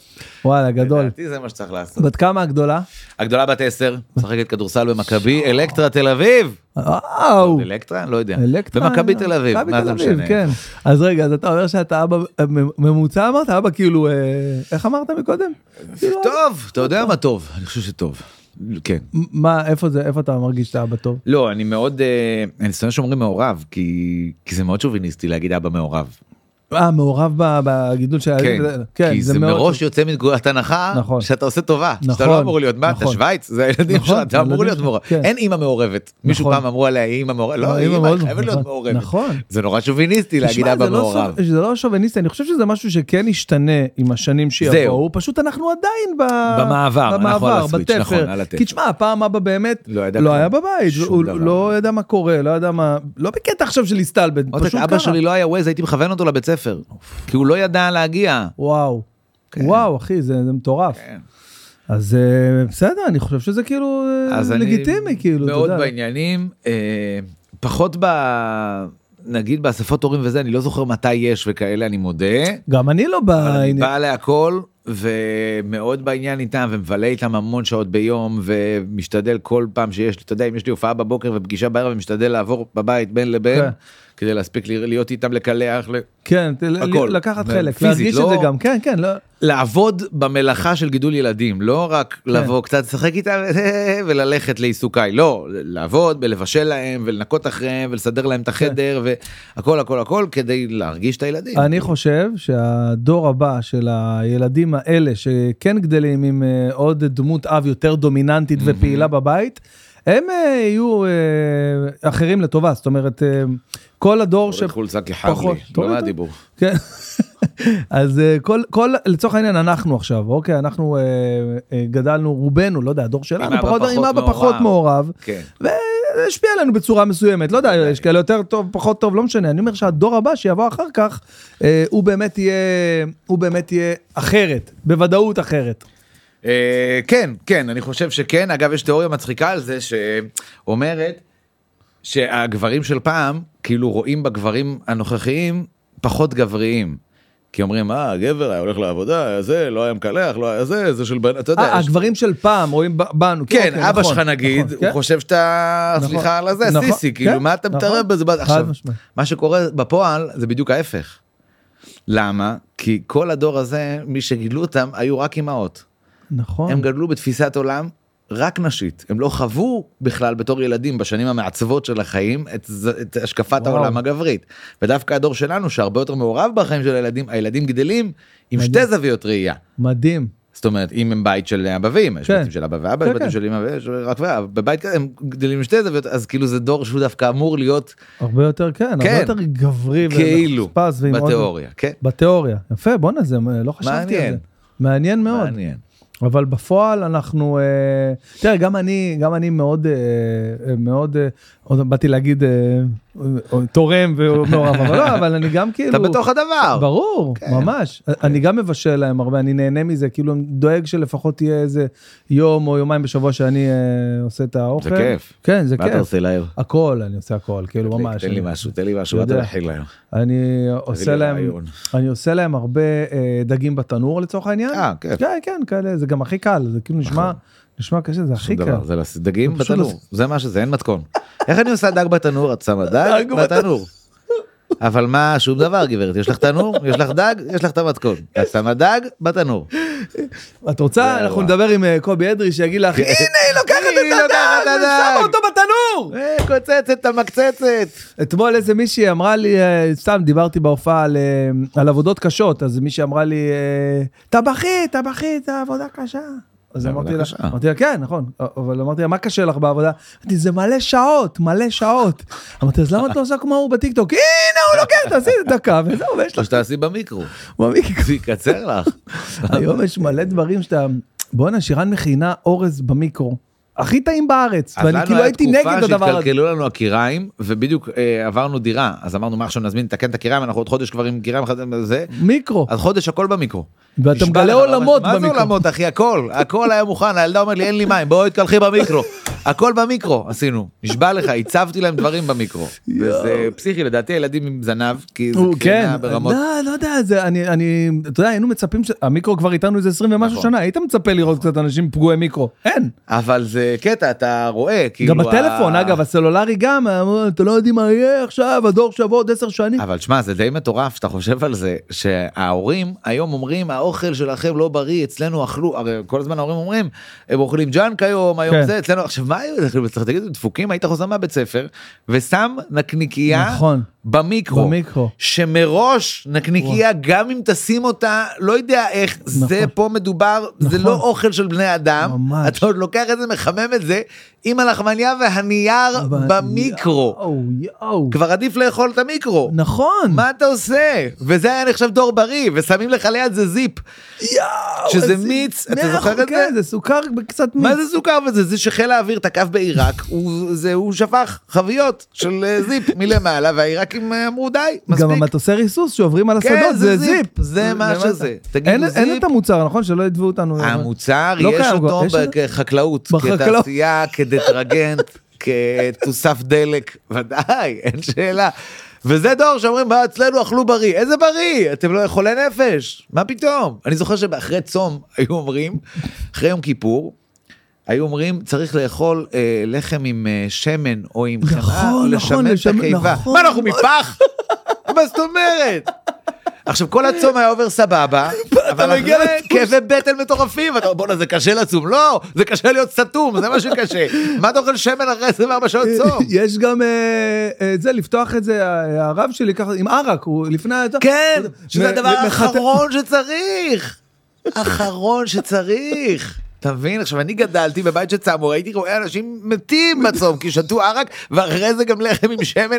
Speaker 1: וואלה, גדול.
Speaker 2: לדעתי זה מה שצריך לעשות.
Speaker 1: בת כמה הגדולה?
Speaker 2: הגדולה בת 10, משחקת כדורסל במכבי, אלקטרה תל אביב.
Speaker 1: וואו.
Speaker 2: אלקטרה? לא יודע.
Speaker 1: אלקטרה? אה,
Speaker 2: במכבי תל אביב,
Speaker 1: מכבי
Speaker 2: מה זה
Speaker 1: תל אביב,
Speaker 2: משנה.
Speaker 1: כן. אז רגע, אז אתה אומר שאתה אבא אה, מ- ממוצע אמרת? אבא כאילו, אה, איך אמרת מקודם? כאילו,
Speaker 2: טוב, אתה יודע מה טוב, אני חושב שטוב. כן.
Speaker 1: מ- מה, איפה זה, איפה אתה מרגיש שאתה אבא טוב?
Speaker 2: לא, אני מאוד, אה, אני שונא שאומרים מעורב, כי כי זה מאוד שוביניסטי להגיד אבא מעורב.
Speaker 1: אה, מעורב ב- בגידול של
Speaker 2: כן,
Speaker 1: הילדים?
Speaker 2: כי זה
Speaker 1: מאוד-
Speaker 2: מראש יוצא מנקודת הנחה
Speaker 1: נכון.
Speaker 2: שאתה עושה טובה, שאתה
Speaker 1: נכון,
Speaker 2: לא אמור להיות, מה, אתה
Speaker 1: נכון.
Speaker 2: שווייץ, זה הילדים
Speaker 1: נכון,
Speaker 2: שלך, אתה אמור
Speaker 1: הילדים
Speaker 2: להיות
Speaker 1: שלך,
Speaker 2: מעורב.
Speaker 1: כן.
Speaker 2: אין אימא מעורבת, מישהו
Speaker 1: נכון.
Speaker 2: פעם אמרו עליה, היא אימא מעורבת, לא,
Speaker 1: אה,
Speaker 2: היא
Speaker 1: אימא
Speaker 2: אימא
Speaker 1: מאוד
Speaker 2: חייבת להיות
Speaker 1: מעורבת.
Speaker 2: מעורבת.
Speaker 1: נכון.
Speaker 2: זה נורא שוביניסטי להגיד
Speaker 1: תשמע,
Speaker 2: אבא
Speaker 1: זה לא
Speaker 2: מעורב.
Speaker 1: סוב- זה לא שוביניסטי, אני חושב שזה משהו שכן ישתנה עם השנים שיבואו,
Speaker 2: זהו.
Speaker 1: פשוט אנחנו עדיין ב...
Speaker 2: במעבר, אנחנו על
Speaker 1: במעבר,
Speaker 2: הסוויץ', נכון,
Speaker 1: בתפר.
Speaker 2: על התפר.
Speaker 1: כי תשמע, הפעם אבא באמת
Speaker 2: לא ידע
Speaker 1: לא
Speaker 2: כלום.
Speaker 1: היה בבית,
Speaker 2: שום
Speaker 1: הוא
Speaker 2: דבר.
Speaker 1: לא ידע מה קורה, לא ידע מה... לא בקטע עכשיו של הסתלבט,
Speaker 2: עוד
Speaker 1: פשוט
Speaker 2: פעם, אבא
Speaker 1: ככה.
Speaker 2: שלי לא היה ווייז, הייתי מכוון אותו לבית ספר, כי הוא לא ידע להגיע.
Speaker 1: וואו. וואו, אחי, זה זה מטורף.
Speaker 2: כן.
Speaker 1: אז אה, בסדר, אני חושב שזה כאילו אה,
Speaker 2: אז אני
Speaker 1: לגיטימי, כאילו, אתה
Speaker 2: מאוד
Speaker 1: יודע.
Speaker 2: בעניינים, אה, פחות ב... נגיד באספות הורים וזה, אני לא זוכר מתי יש וכאלה, אני מודה.
Speaker 1: גם אני לא
Speaker 2: אבל אני
Speaker 1: בעניין.
Speaker 2: בא להכל ומאוד בעניין איתם ומבלה איתם המון שעות ביום ומשתדל כל פעם שיש לי, אתה יודע, אם יש לי הופעה בבוקר ופגישה בערב ומשתדל לעבור בבית בין לבין
Speaker 1: כן.
Speaker 2: כדי להספיק ל- להיות איתם לקלח, ל-
Speaker 1: כן, ת- ל-
Speaker 2: הכל.
Speaker 1: לקחת
Speaker 2: זה
Speaker 1: חלק,
Speaker 2: פיזית,
Speaker 1: להרגיש את
Speaker 2: לא-
Speaker 1: זה גם, כן, כן, לא.
Speaker 2: לעבוד במלאכה של גידול ילדים, לא רק
Speaker 1: כן.
Speaker 2: לבוא קצת לשחק איתם וללכת לעיסוקיי, לא, לעבוד ולבשל להם ולנקות אחריהם ולסדר
Speaker 1: כן.
Speaker 2: להם את החדר והכל הכל הכל כדי להרגיש את הילדים.
Speaker 1: אני חושב שהדור הבא של הילדים האלה שכן גדלים עם אה, עוד דמות אב יותר דומיננטית ופעילה בבית, הם אה, יהיו אה, אחרים לטובה, זאת אומרת, אה, כל הדור ש...
Speaker 2: תוריד חולצה כי חם לי,
Speaker 1: פחות.
Speaker 2: לא
Speaker 1: תוריד, תוריד.
Speaker 2: מה הדיבור.
Speaker 1: כן. אז אה, כל, כל, לצורך העניין אנחנו עכשיו, אוקיי, אנחנו אה, אה, גדלנו, רובנו, לא יודע, הדור
Speaker 2: עם
Speaker 1: שלנו,
Speaker 2: אבא
Speaker 1: פחות, עם
Speaker 2: פחות
Speaker 1: אבא פחות
Speaker 2: מעורב.
Speaker 1: מעורב,
Speaker 2: כן.
Speaker 1: וזה השפיע עלינו בצורה מסוימת, לא
Speaker 2: אוקיי.
Speaker 1: יודע, יש כאלה יותר טוב, פחות טוב, לא משנה, אני אומר שהדור הבא שיבוא אחר כך, אה, הוא באמת יהיה, הוא באמת יהיה אחרת, בוודאות אחרת.
Speaker 2: אה, כן, כן, אני חושב שכן. אגב, יש תיאוריה מצחיקה על זה שאומרת שהגברים של פעם, כאילו רואים בגברים הנוכחיים פחות גבריים. כי אומרים, אה, הגבר היה הולך לעבודה, היה זה, לא היה מקלח, לא היה זה, זה של בן, אתה יודע.
Speaker 1: אה,
Speaker 2: יש-
Speaker 1: הגברים של פעם רואים ב- בנו,
Speaker 2: כן,
Speaker 1: אוקיי,
Speaker 2: אבא
Speaker 1: נכון,
Speaker 2: שלך נגיד,
Speaker 1: נכון,
Speaker 2: הוא
Speaker 1: כן.
Speaker 2: חושב שאתה,
Speaker 1: נכון.
Speaker 2: סליחה על הזה,
Speaker 1: נכון,
Speaker 2: סיסי, כאילו,
Speaker 1: כן,
Speaker 2: מה אתה
Speaker 1: נכון.
Speaker 2: מתערב בזה?
Speaker 1: חד
Speaker 2: עכשיו,
Speaker 1: משמעית.
Speaker 2: מה שקורה בפועל זה בדיוק ההפך. למה? כי כל הדור הזה, מי שגידלו אותם, היו רק אימהות.
Speaker 1: נכון.
Speaker 2: הם גדלו בתפיסת עולם רק נשית הם לא חוו בכלל בתור ילדים בשנים המעצבות של החיים את, ז- את השקפת
Speaker 1: וואו.
Speaker 2: וואו. העולם הגברית ודווקא הדור שלנו שהרבה יותר מעורב בחיים של הילדים הילדים גדלים עם
Speaker 1: מדהים.
Speaker 2: שתי זוויות ראייה.
Speaker 1: מדהים.
Speaker 2: זאת אומרת אם הם בית של אבא ואמא, יש
Speaker 1: כן.
Speaker 2: בתים של אבא ואבא,
Speaker 1: כן,
Speaker 2: יש בתים
Speaker 1: כן.
Speaker 2: של אמא ויש רק ואבא, בבית כזה הם גדלים עם שתי זוויות אז כאילו זה דור שהוא דווקא אמור להיות
Speaker 1: הרבה יותר, כן, הרבה
Speaker 2: כן.
Speaker 1: יותר גברי
Speaker 2: כאילו
Speaker 1: ומחוספס ועם עוד-
Speaker 2: בתיאוריה, כן?
Speaker 1: בתיאוריה. יפה, בואנה, זה, לא חשבתי על
Speaker 2: מעניין.
Speaker 1: זה. מעניין מאוד.
Speaker 2: מעניין.
Speaker 1: אבל בפועל אנחנו, אה, תראה, גם אני, גם אני מאוד, אה, אה, מאוד, אה, עוד באתי להגיד, אה, תורם ומעורב, אבל לא, אבל אני גם כאילו...
Speaker 2: אתה בתוך כן. הדבר.
Speaker 1: ברור, ממש. אני גם מבשל להם הרבה, אני נהנה מזה, כאילו אני דואג שלפחות תהיה איזה יום או יומיים בשבוע שאני אה, עושה את האוכל.
Speaker 2: זה כיף.
Speaker 1: כן, זה
Speaker 2: מה אתה
Speaker 1: כיף.
Speaker 2: עושה להם?
Speaker 1: הכל, אני עושה הכל, כאילו ממש.
Speaker 2: תן לי
Speaker 1: אני-
Speaker 2: משהו, תן לי משהו,
Speaker 1: יודע.
Speaker 2: אתה מכין להם.
Speaker 1: אני עושה
Speaker 2: לי
Speaker 1: להם,
Speaker 2: רעיון.
Speaker 1: אני עושה להם הרבה אה, דגים בתנור לצורך העניין.
Speaker 2: אה, כיף. נכון.
Speaker 1: כן, כן, כאלה, זה גם הכי קל, זה כאילו נשמע, נשמע קשה, זה הכי
Speaker 2: שום
Speaker 1: קל.
Speaker 2: דבר, זה לס- דגים
Speaker 1: זה פשוט
Speaker 2: בתנור, זה מה שזה, אין מתכון. איך אני עושה דג בתנור? את שמה דג
Speaker 1: דג
Speaker 2: בתנור. אבל מה, שום דבר גברת, יש לך תנור, יש לך דג, יש לך את המתכון. את שמה דג בתנור.
Speaker 1: את רוצה,
Speaker 2: זה
Speaker 1: אנחנו
Speaker 2: אירוע.
Speaker 1: נדבר עם אה, קובי אדרי שיגיד לך, הנה היא לוקחת
Speaker 2: היא
Speaker 1: את
Speaker 2: לוקחת את
Speaker 1: הדג,
Speaker 2: הדג."
Speaker 1: ושמה אותו בתנור.
Speaker 2: אה, קוצצת את המקצצת.
Speaker 1: אתמול איזה מישהי אמרה לי, אה, סתם דיברתי בהופעה על, אה, על עבודות קשות, אז מישהי אמרה לי, אה, טבחית, טבחית, זה עבודה קשה. אז
Speaker 2: זה
Speaker 1: אמרתי
Speaker 2: עבודה
Speaker 1: לה,
Speaker 2: קשה.
Speaker 1: אמרתי לה, כן, נכון, אבל אמרתי לה, מה קשה לך בעבודה? אמרתי, זה מלא שעות, מלא שעות. אמרתי, אז למה את לא עושה כמו ההוא בטיקטוק? הנה, הוא לוקח, תעשי דקה, וזהו, ויש
Speaker 2: או
Speaker 1: לך,
Speaker 2: שתעשי במיקרו,
Speaker 1: במיקרו.
Speaker 2: זה יקצר לך.
Speaker 1: היום יש מלא דברים שאתה... בואנה, שירן מכינה אורז במיקרו. הכי טעים בארץ,
Speaker 2: אז
Speaker 1: ואני
Speaker 2: לנו
Speaker 1: כאילו
Speaker 2: היה
Speaker 1: הייתי
Speaker 2: תקופה
Speaker 1: נגד הדבר הזה.
Speaker 2: שהתקלקלו לנו הקיריים ובדיוק אה, עברנו דירה אז אמרנו מה עכשיו נזמין לתקן את הקיריים אנחנו עוד חודש כבר עם קיריים אחד זה
Speaker 1: מיקרו,
Speaker 2: אז חודש הכל במיקרו.
Speaker 1: ואתה
Speaker 2: נשבע
Speaker 1: מגלה
Speaker 2: לך,
Speaker 1: עולמות
Speaker 2: מה זה
Speaker 1: במיקרו.
Speaker 2: עולמות אחי הכל הכל היה מוכן הילדה אומרת לי אין לי מים בואי תקלחי במיקרו הכל במיקרו עשינו נשבע לך הצבתי להם דברים במיקרו. זה פסיכי לדעתי ילדים עם זנב כי זה
Speaker 1: הוא כן,
Speaker 2: קרינה ברמות.
Speaker 1: לא, לא יודע, זה, אני, אני, אתה יודע, היינו מצפים, ש- המיקרו כבר איתנו איזה 20 ומשהו
Speaker 2: נכון.
Speaker 1: שנה, היית מצפה לראות קצת אנשים פגועי מיקרו, אין.
Speaker 2: אבל זה קטע אתה רואה כאילו
Speaker 1: גם בטלפון,
Speaker 2: ה-
Speaker 1: אגב, הסלולרי גם, אמרו, אתה לא יודעים מה יהיה עכשיו, הדור שבוע עוד 10 שנים.
Speaker 2: אבל שמע זה די מטורף שאתה חושב על זה שההורים היום אומרים האוכל שלכם לא בריא אצלנו אכלו הרי כל הזמן ההורים אומרים הם אוכלים ג'אנק היום היום
Speaker 1: כן.
Speaker 2: זה אצלנו עכשיו מה היו אוכלים? צריך תגידו דפוקים היית חוזר מהבית ספר ושם נקניקייה
Speaker 1: נכון,
Speaker 2: במיקרו.
Speaker 1: במיקרו.
Speaker 2: שמראש נקניקייה גם אם תשים אותה לא יודע איך זה
Speaker 1: נכון.
Speaker 2: פה מדובר זה
Speaker 1: נכון.
Speaker 2: לא אוכל של בני אדם
Speaker 1: ממש.
Speaker 2: אתה עוד לוקח את זה מחמם את זה עם הלחמניה והנייר במיקרו
Speaker 1: יואו, יואו.
Speaker 2: כבר עדיף לאכול את המיקרו
Speaker 1: נכון.
Speaker 2: מה אתה עושה? וזה היה נחשב דור בריא, ושמים לך ליד זה זיפ.
Speaker 1: יואו,
Speaker 2: שזה
Speaker 1: איזה-
Speaker 2: מיץ, אתה
Speaker 1: מאה
Speaker 2: זוכר
Speaker 1: אחוז,
Speaker 2: את זה?
Speaker 1: כן, זה סוכר קצת מיץ.
Speaker 2: מה זה סוכר וזה? זה שחיל האוויר תקף בעיראק, הוא- זה- הוא שפך חביות של אה, זיפ מלמעלה, והעיראקים אה, אמרו די,
Speaker 1: גם
Speaker 2: מספיק.
Speaker 1: המטוסי ריסוס שעוברים על
Speaker 2: כן,
Speaker 1: השדות, זה
Speaker 2: זה זיפ.
Speaker 1: זיפ.
Speaker 2: זה מה
Speaker 1: למטה.
Speaker 2: שזה. תגידו,
Speaker 1: אין- אין
Speaker 2: זיפ.
Speaker 1: את המוצר, נכון? שלא יתבעו אותנו.
Speaker 2: המוצר
Speaker 1: לא
Speaker 2: יש
Speaker 1: קיים כבר,
Speaker 2: אותו
Speaker 1: יש את זה?
Speaker 2: כחקלאות,
Speaker 1: בחקלאות.
Speaker 2: כתעשייה, כדטרגנט, כתוסף דלק, ודאי, אין שאלה. וזה דור שאומרים, מה אצלנו אכלו בריא, איזה בריא, אתם לא חולי נפש, מה פתאום? אני זוכר שאחרי צום היו אומרים, אחרי יום כיפור, היו אומרים צריך לאכול אה, לחם עם אה, שמן או עם חמאה,
Speaker 1: נכון, נכון,
Speaker 2: לשמן את
Speaker 1: לשמן,
Speaker 2: הקיבה.
Speaker 1: נכון.
Speaker 2: מה אנחנו מפח? מה זאת אומרת? עכשיו כל הצום היה עובר סבבה, אבל
Speaker 1: מגיע
Speaker 2: אחרי כאבי בטן מטורפים, אתה אומר בואנה זה קשה לצום, לא, זה קשה להיות סתום, זה מה שקשה, מה אתה אוכל שמן אחרי 24 שעות צום?
Speaker 1: יש גם אה, אה, את זה, לפתוח את זה, ה- הרב שלי ככה, עם ערק, הוא לפני... ה-
Speaker 2: כן,
Speaker 1: מ-
Speaker 2: שזה הדבר
Speaker 1: מ- מחת-
Speaker 2: האחרון שצריך, אחרון שצריך. אתה מבין? עכשיו אני גדלתי בבית שצמו, הייתי רואה אנשים מתים בצום כי שתו ערק ואחרי זה גם לחם עם שמן.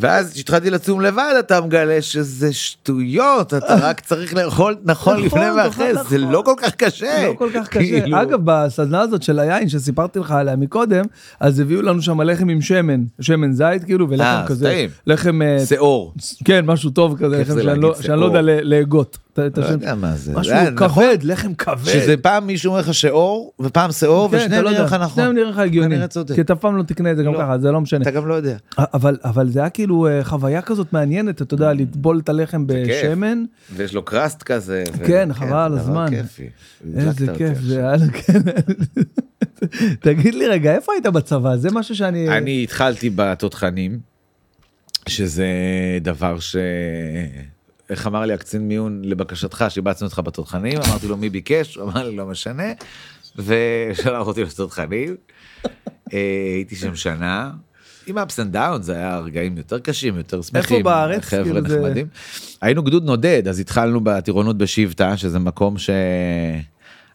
Speaker 2: ואז כשהתחלתי לצום לבד אתה מגלה שזה שטויות, אתה רק צריך לאכול נכון
Speaker 1: נכון,
Speaker 2: לפני ואחרי,
Speaker 1: נכון,
Speaker 2: זה
Speaker 1: נכון.
Speaker 2: לא כל כך קשה.
Speaker 1: לא כל כך קשה.
Speaker 2: כאילו.
Speaker 1: אגב, בסדנה הזאת של היין שסיפרתי לך עליה מקודם, אז הביאו לנו שם לחם עם שמן, שמן זית כאילו, ולחם
Speaker 2: אה,
Speaker 1: כזה.
Speaker 2: טעים.
Speaker 1: לחם... אה,
Speaker 2: שיעור.
Speaker 1: כן, משהו טוב כזה,
Speaker 2: כיף
Speaker 1: לחם
Speaker 2: זה
Speaker 1: שאני לא-
Speaker 2: להגיד
Speaker 1: שאני לא יודע
Speaker 2: שיעור.
Speaker 1: ל- להגות. את- את
Speaker 2: לא
Speaker 1: השם.
Speaker 2: יודע מה זה.
Speaker 1: משהו
Speaker 2: זה היה נכון.
Speaker 1: כבד, לחם כבד.
Speaker 2: שזה פעם מישהו אומר לך שיעור ופעם שיעור
Speaker 1: כן, אתה
Speaker 2: ושניהם
Speaker 1: לא
Speaker 2: נראים לך
Speaker 1: יודע, שניהם
Speaker 2: נכון.
Speaker 1: נראים לך הגיוני,
Speaker 2: כנראה צודק.
Speaker 1: כי אתה אף פעם לא תקנה את זה גם
Speaker 2: לא.
Speaker 1: ככה, זה לא משנה.
Speaker 2: אתה גם לא יודע.
Speaker 1: אבל אבל זה היה כאילו אה, חוויה כזאת מעניינת, אתה יודע, לטבול את הלחם
Speaker 2: Mm. כיף.
Speaker 1: בשמן,
Speaker 2: ויש לו קראסט כזה. ו-
Speaker 1: כן, חבל על
Speaker 2: דבר
Speaker 1: הזמן.
Speaker 2: כיפי.
Speaker 1: איזה
Speaker 2: הדלקת אותי
Speaker 1: כיף
Speaker 2: עכשיו.
Speaker 1: זה היה, לו, כן. תגיד לי רגע, איפה היית בצבא? זה משהו שאני...
Speaker 2: אני התחלתי בתותחנים, שזה דבר ש... איך אמר לי הקצין מיון לבקשתך שיבצנו אותך בתותחנים אמרתי לו מי ביקש הוא אמר לי לא משנה ושלח אותי לתותחנים. אה, הייתי שם שנה עם ups and downs זה היה רגעים יותר קשים יותר שמחים
Speaker 1: בארץ?
Speaker 2: חבר'ה
Speaker 1: כאילו זה-
Speaker 2: נחמדים. היינו גדוד נודד אז התחלנו בטירונות בשבטה שזה מקום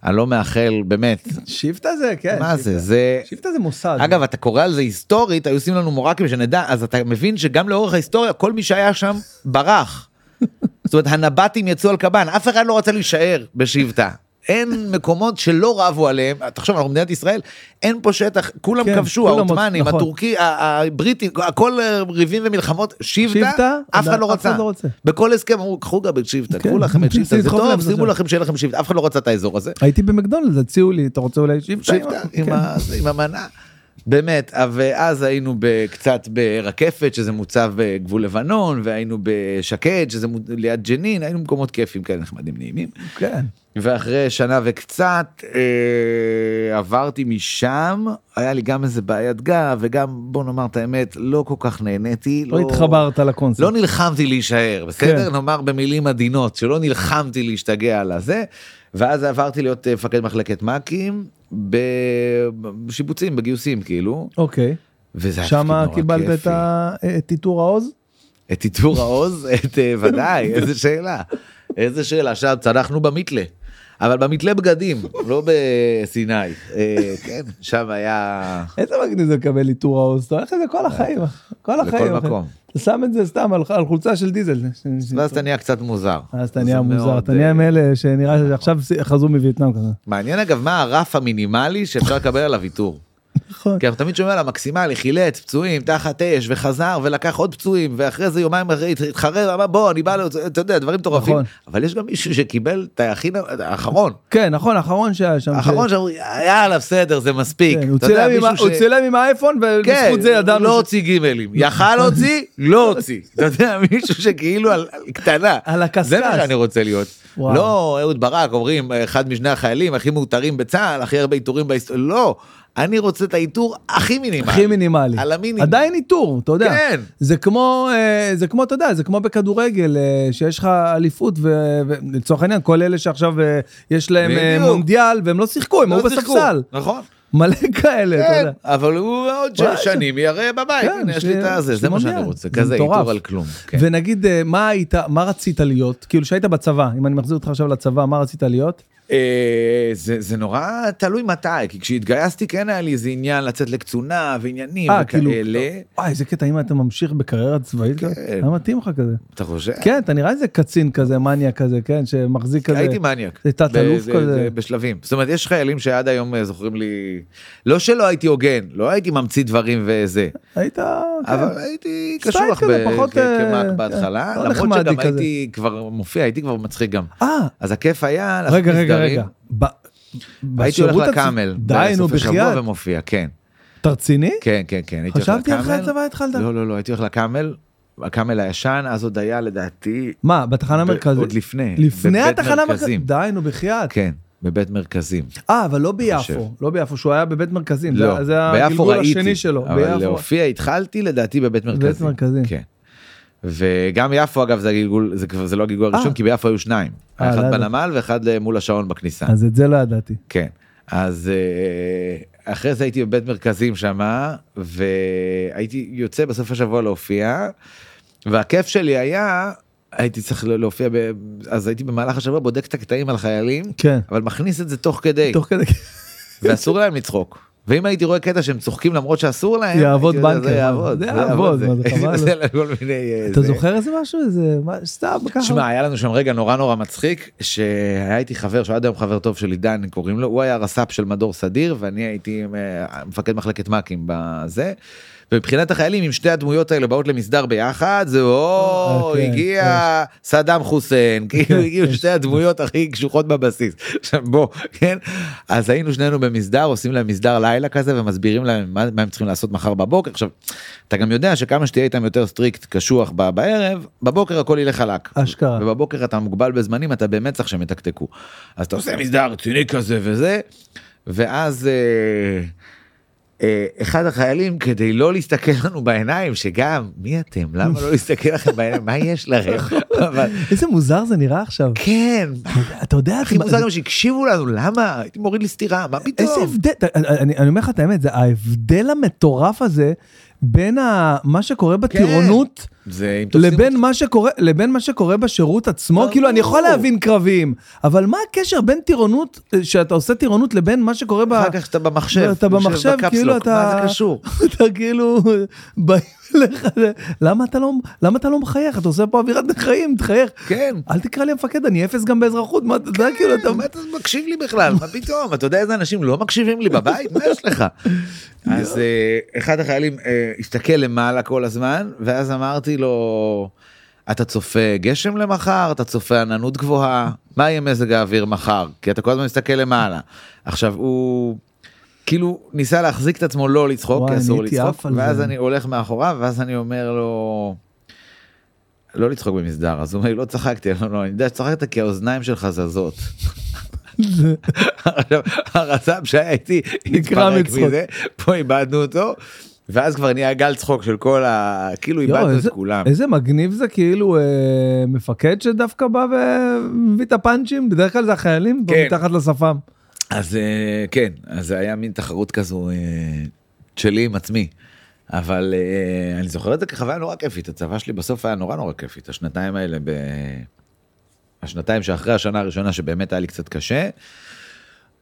Speaker 2: שאני לא מאחל באמת
Speaker 1: שיפטה זה, כן.
Speaker 2: מה זה זה
Speaker 1: שיפטה זה מוסד.
Speaker 2: אגב אתה קורא על זה היסטורית היו עושים לנו מורקים שנדע אז אתה מבין שגם לאורך ההיסטוריה כל מי שהיה שם ברח. זאת אומרת הנבטים יצאו על קב"ן אף אחד לא רצה להישאר בשבטה. אין מקומות שלא רבו עליהם, תחשוב, אנחנו מדינת ישראל, אין פה שטח, כולם
Speaker 1: כן,
Speaker 2: כבשו,
Speaker 1: כולם,
Speaker 2: העות'מאנים,
Speaker 1: נכון.
Speaker 2: הטורקי, ה- הבריטים, הכל אה, ריבים ומלחמות,
Speaker 1: שבטה,
Speaker 2: שבטה, אף אחד לא
Speaker 1: אף אחד
Speaker 2: רצה.
Speaker 1: לא רוצה.
Speaker 2: בכל הסכם אמרו, קחו גם את שבטה,
Speaker 1: כן.
Speaker 2: קחו לכם את שבטה, זה
Speaker 1: תדחוף להם את
Speaker 2: טוב,
Speaker 1: זה.
Speaker 2: שימו לכם שיהיה לכם שבטה, אף אחד לא רצה את האזור הזה.
Speaker 1: הייתי במקדונלדס, הציעו לי, אתה רוצה אולי שבטה?
Speaker 2: שבטה עם
Speaker 1: כן.
Speaker 2: ה- עם המנה. באמת, אה, ואז היינו ב- קצת ברקפת, שזה מוצב בגבול לבנון, והיינו בשקד, שזה מו- ליד ג'נין, היינו במקומות כיפים כאלה נחמדים נעימים.
Speaker 1: כן.
Speaker 2: ואחרי שנה וקצת אה, עברתי משם, היה לי גם איזה בעיית גב, וגם בוא נאמר את האמת, לא כל כך נהניתי.
Speaker 1: לא התחברת לקונספט.
Speaker 2: לא נלחמתי להישאר, בסדר?
Speaker 1: כן.
Speaker 2: נאמר במילים עדינות, שלא נלחמתי להשתגע על הזה. ואז עברתי להיות אה, מפקד מחלקת מ"כים ב- בשיבוצים, בגיוסים כאילו,
Speaker 1: אוקיי.
Speaker 2: וזה היה תפקיד
Speaker 1: שמה
Speaker 2: נורא
Speaker 1: קיבלת את
Speaker 2: כיפי.
Speaker 1: ה- את עיטור העוז?
Speaker 2: את עיטור העוז, את אה, ודאי, איזה שאלה. איזה שאלה, שם צנחנו במתלה. אבל במתלה בגדים, לא בסיני. אה, כן, שם היה...
Speaker 1: איזה מגניב זה לקבל עיטור העוז, אתה הולך לזה כל החיים, אחי. כל
Speaker 2: לכל
Speaker 1: החיים. אחי.
Speaker 2: מקום.
Speaker 1: אתה שם את זה סתם על על חולצה של דיזל.
Speaker 2: ואז אתה נהיה קצת מוזר.
Speaker 1: אז אתה נהיה
Speaker 2: זה
Speaker 1: מוזר,
Speaker 2: מאוד,
Speaker 1: אתה נהיה
Speaker 2: אה,
Speaker 1: מאלה שנראה שעכשיו חזרו מווייטנאם כזה.
Speaker 2: מעניין אגב מה הרף המינימלי שאפשר לקבל עליו עיטור.
Speaker 1: נכון.
Speaker 2: כי אנחנו תמיד שומעים על המקסימלי, חילץ, פצועים, תחת אש, וחזר, ולקח עוד פצועים, ואחרי זה יומיים אחרי הת- התחרר, אמר בוא, אני בא, להוצ- אתה יודע, דברים מטורפים.
Speaker 1: נכון.
Speaker 2: אבל יש גם מישהו שקיבל את הכי, נ- האחרון,
Speaker 1: כן, נכון, האחרון שהיה שם.
Speaker 2: האחרון שאמרו, יאללה, בסדר, זה מספיק.
Speaker 1: כן, הוא
Speaker 2: אתה יודע,
Speaker 1: צילם עם ה-
Speaker 2: מישהו
Speaker 1: הוא
Speaker 2: ש-
Speaker 1: צילם עם האייפון,
Speaker 2: כן,
Speaker 1: ובזכות זה ידענו.
Speaker 2: לא
Speaker 1: ש-
Speaker 2: הוציא גימלים. יכל להוציא, לא הוציא. אתה יודע, מישהו שכאילו על על קטנה.
Speaker 1: על
Speaker 2: זה מה
Speaker 1: הקשקש.
Speaker 2: שאני רוצה להיות.
Speaker 1: וואו.
Speaker 2: לא אהוד ברק, אומרים, אחד משני החיילים הכי מאותרים בצה"ל, הכי הרבה עיטורים בהיסטוריה. לא, אני רוצה את העיטור הכי מינימלי.
Speaker 1: הכי מינימלי.
Speaker 2: על המינימום.
Speaker 1: עדיין איתור, אתה יודע.
Speaker 2: כן.
Speaker 1: זה כמו, אה, זה כמו, אתה יודע, זה כמו בכדורגל, אה, שיש לך אליפות, ו- ולצורך העניין, כל אלה שעכשיו אה, יש להם אה,
Speaker 2: בדיוק.
Speaker 1: מונדיאל, והם לא שיחקו, הם
Speaker 2: לא
Speaker 1: היו
Speaker 2: שיחקו.
Speaker 1: בספסל.
Speaker 2: נכון.
Speaker 1: מלא כאלה, אתה
Speaker 2: כן,
Speaker 1: יודע.
Speaker 2: אבל הוא עוד ש-
Speaker 1: וואי,
Speaker 2: שנים יראה בבית,
Speaker 1: כן,
Speaker 2: הנה, יש
Speaker 1: ש-
Speaker 2: לי את הזה,
Speaker 1: יש
Speaker 2: זה
Speaker 1: לי
Speaker 2: מה שאני
Speaker 1: מונדיאל. זה
Speaker 2: רוצה, כזה
Speaker 1: מטורף.
Speaker 2: עיטור על כלום. כן.
Speaker 1: ונגיד, אה, מה היית, מה רצית להיות? כאילו, כשהיית בצבא, אם אני מחזיר אותך עכשיו לצבא, מה רצית להיות?
Speaker 2: אה, זה, זה נורא תלוי מתי, כי כשהתגייסתי כן היה לי איזה עניין לצאת לקצונה ועניינים
Speaker 1: אה, כאילו,
Speaker 2: וכאלה.
Speaker 1: וואי, איזה קטע, אם אתה ממשיך בקריירה צבאית,
Speaker 2: כן.
Speaker 1: כזה? היה מתאים לך כזה.
Speaker 2: אתה חושב?
Speaker 1: כן, אתה נראה איזה קצין כזה, מניאק כזה, כן, שמחזיק כזה.
Speaker 2: הייתי מניאק.
Speaker 1: זה תת-אלוף
Speaker 2: ב- זה-
Speaker 1: כזה.
Speaker 2: זה בשלבים. זאת אומרת, יש חיילים שעד היום אה, זוכרים לי... לא שלא הייתי הוגן, לא הייתי ממציא דברים וזה,
Speaker 1: היית... כן.
Speaker 2: אבל הייתי
Speaker 1: סטייל
Speaker 2: קשוח
Speaker 1: כזה,
Speaker 2: ב-
Speaker 1: פחות,
Speaker 2: כ- כמ"ק
Speaker 1: אה,
Speaker 2: בהתחלה,
Speaker 1: כן, לא
Speaker 2: למרות
Speaker 1: נחמדי
Speaker 2: שגם
Speaker 1: כזה.
Speaker 2: הייתי כבר מופיע, הייתי כבר מצחיק גם.
Speaker 1: אה,
Speaker 2: אז הכיף היה לעשות
Speaker 1: רגע, רגע,
Speaker 2: מסדרים.
Speaker 1: רגע. ב-
Speaker 2: הייתי הולך
Speaker 1: בשירות הצ-
Speaker 2: לקאמל,
Speaker 1: די, נו,
Speaker 2: בסוף השבוע
Speaker 1: בחייאת.
Speaker 2: ומופיע, כן.
Speaker 1: אתה רציני?
Speaker 2: כן, כן, כן. הייתי הולך
Speaker 1: חשבתי אחרי
Speaker 2: לקאמל.
Speaker 1: הצבא התחלת.
Speaker 2: לא, לא, לא, הייתי הולך לקאמל, הקאמל הישן, אז עוד היה לדעתי...
Speaker 1: מה, בתחנה
Speaker 2: ב-
Speaker 1: המרכזית?
Speaker 2: עוד לפני.
Speaker 1: לפני
Speaker 2: בבית
Speaker 1: התחנה
Speaker 2: מרכזים.
Speaker 1: המרכזית? די, נו, בחייאת.
Speaker 2: כן, בבית מרכזים.
Speaker 1: אה, אבל לא ביפו,
Speaker 2: חושב.
Speaker 1: לא ביפו, שהוא היה בבית מרכזים.
Speaker 2: לא,
Speaker 1: זה- זה
Speaker 2: ביפו
Speaker 1: הגלגול
Speaker 2: ראיתי.
Speaker 1: השני שלו.
Speaker 2: אבל לא
Speaker 1: ביפו.
Speaker 2: להופיע התחלתי לדעתי בבית מרכזים.
Speaker 1: מרכזים.
Speaker 2: כן. וגם יפו אגב זה הגלגול, זה כבר- זה לא הגלגול
Speaker 1: אה.
Speaker 2: הראשון, כי ביפו היו שניים.
Speaker 1: אה, לא
Speaker 2: אחד
Speaker 1: ידעתי.
Speaker 2: בנמל ואחד אה, מול השעון בכניסה.
Speaker 1: אז את זה לא ידעתי.
Speaker 2: כן. אז אה, אחרי זה הייתי בבית מרכזים שמה, והייתי יוצא בסוף השבוע להופיע, והכיף שלי היה, הייתי צריך לה- להופיע, ב... אז הייתי במהלך השבוע בודק את הקטעים על חיילים,
Speaker 1: כן.
Speaker 2: אבל מכניס את זה תוך כדי,
Speaker 1: תוך כדי...
Speaker 2: ואסור להם לצחוק. ואם הייתי רואה קטע שהם צוחקים למרות שאסור להם,
Speaker 1: יעבוד
Speaker 2: הייתי יודע,
Speaker 1: בנקר,
Speaker 2: זה
Speaker 1: מה?
Speaker 2: יעבוד,
Speaker 1: זה יעבוד, מה, זה חבל.
Speaker 2: זה כל מיני... אה,
Speaker 1: אתה
Speaker 2: זה.
Speaker 1: זוכר איזה משהו? איזה... מה- סתם, ככה.
Speaker 2: שמע, היה לנו שם רגע נורא נורא מצחיק, שהיה איתי חבר, שהוא עד היום חבר טוב שלי, דן קוראים לו, הוא היה רס"פ של מדור סדיר, ואני הייתי אה, מפקד מחלקת מ"כים בזה. ומבחינת החיילים, אם שתי הדמויות האלה באות למסדר ביחד, זה או,
Speaker 1: אוקיי,
Speaker 2: הגיע סדאם חוסיין, כאילו
Speaker 1: כן,
Speaker 2: הגיעו
Speaker 1: יש.
Speaker 2: שתי הדמויות הכי קשוחות בבסיס. עכשיו בוא, כן? אז היינו שנינו במסדר, עושים להם מסדר לילה כזה, ומסבירים להם מה מה הם צריכים לעשות מחר בבוקר. עכשיו, אתה גם יודע שכמה שתהיה איתם יותר סטריקט, קשוח ב- בערב, בבוקר הכל ילך חלק.
Speaker 1: אשכרה.
Speaker 2: ובבוקר אתה מוגבל בזמנים, אתה באמת צריך שהם יתקתקו. אז אתה עושה מסדר רציני כזה וזה, ואז אה, אה, אחד החיילים, כדי לא להסתכל לנו בעיניים, שגם, מי אתם? למה לא להסתכל לכם בעיניים? מה יש לכם? אבל,
Speaker 1: איזה מוזר זה נראה עכשיו.
Speaker 2: כן,
Speaker 1: אתה יודע,
Speaker 2: הכי
Speaker 1: זה-
Speaker 2: מוזר גם שהקשיבו לנו, למה? הייתי מוריד לי סטירה, מה פתאום?
Speaker 1: איזה הבדל, ת- אני, אני אומר לך את האמת, זה ההבדל המטורף הזה בין ה- מה שקורה בטירונות
Speaker 2: זה אם כן. תופסים
Speaker 1: לבין מה שקורה לבין מה שקורה בשירות עצמו. כאילו, אני יכול
Speaker 2: ברור.
Speaker 1: להבין קרביים, אבל מה הקשר בין טירונות, אה, שאתה עושה טירונות, לבין מה שקורה ב...
Speaker 2: אחר כך שאתה במחשב,
Speaker 1: אתה
Speaker 2: יושב
Speaker 1: במחשב,
Speaker 2: בקפסלוק,
Speaker 1: כאילו אתה...
Speaker 2: מה זה קשור?
Speaker 1: אתה כאילו... באים אליך, זה, למה אתה לא- למה אתה לא מחייך? אתה עושה פה אווירת חיים, תחייך.
Speaker 2: כן.
Speaker 1: אל תקרא לי המפקד, אני אפס גם באזרחות, מה אתה אתה יודע, כאילו, אתה...
Speaker 2: מה אתה מקשיב לי בכלל? מה פתאום? אתה יודע איזה אנשים לא מקשיבים לי בבית? מה יש לך? אז אה, אחד החיילים אה, הסתכל למעלה כל הזמן, ואז אמרתי לו, אתה צופה גשם למחר? אתה צופה עננות גבוהה? מה יהיה מזג האוויר מחר? כי אתה כל הזמן מסתכל למעלה. עכשיו, הוא... כאילו ניסה להחזיק את עצמו לא לצחוק, כי
Speaker 1: וואי,
Speaker 2: אסור
Speaker 1: אני הייתי
Speaker 2: לצחוק,
Speaker 1: עף על
Speaker 2: ואז
Speaker 1: זה.
Speaker 2: אני הולך מאחוריו, ואז אני אומר לו, לא לצחוק במסדר, אז הוא אומר לי, לא צחקתי, אני אומר לו, אני יודע שצחקת כי האוזניים שלך זזות. עכשיו, הרצ"ב שהיה איתי
Speaker 1: נקרע
Speaker 2: התפרק
Speaker 1: מצחוק.
Speaker 2: מזה, פה איבדנו אותו, ואז כבר נהיה גל צחוק של כל ה... כאילו
Speaker 1: יואו,
Speaker 2: איבדנו את
Speaker 1: לא, איזה-
Speaker 2: כולם.
Speaker 1: איזה מגניב זה כאילו אה, מפקד שדווקא בא ומביא את הפאנצ'ים, בדרך כלל זה החיילים, פה
Speaker 2: כן.
Speaker 1: מתחת לשפם.
Speaker 2: אז אה, כן, אז זה היה מין תחרות כזו אה, שלי עם עצמי. אבל אה, אני זוכר את זה כחוויה נורא כיפית, הצבא שלי בסוף היה נורא נורא כיפית, השנתיים האלה, ב... השנתיים שאחרי השנה הראשונה שבאמת היה לי קצת קשה,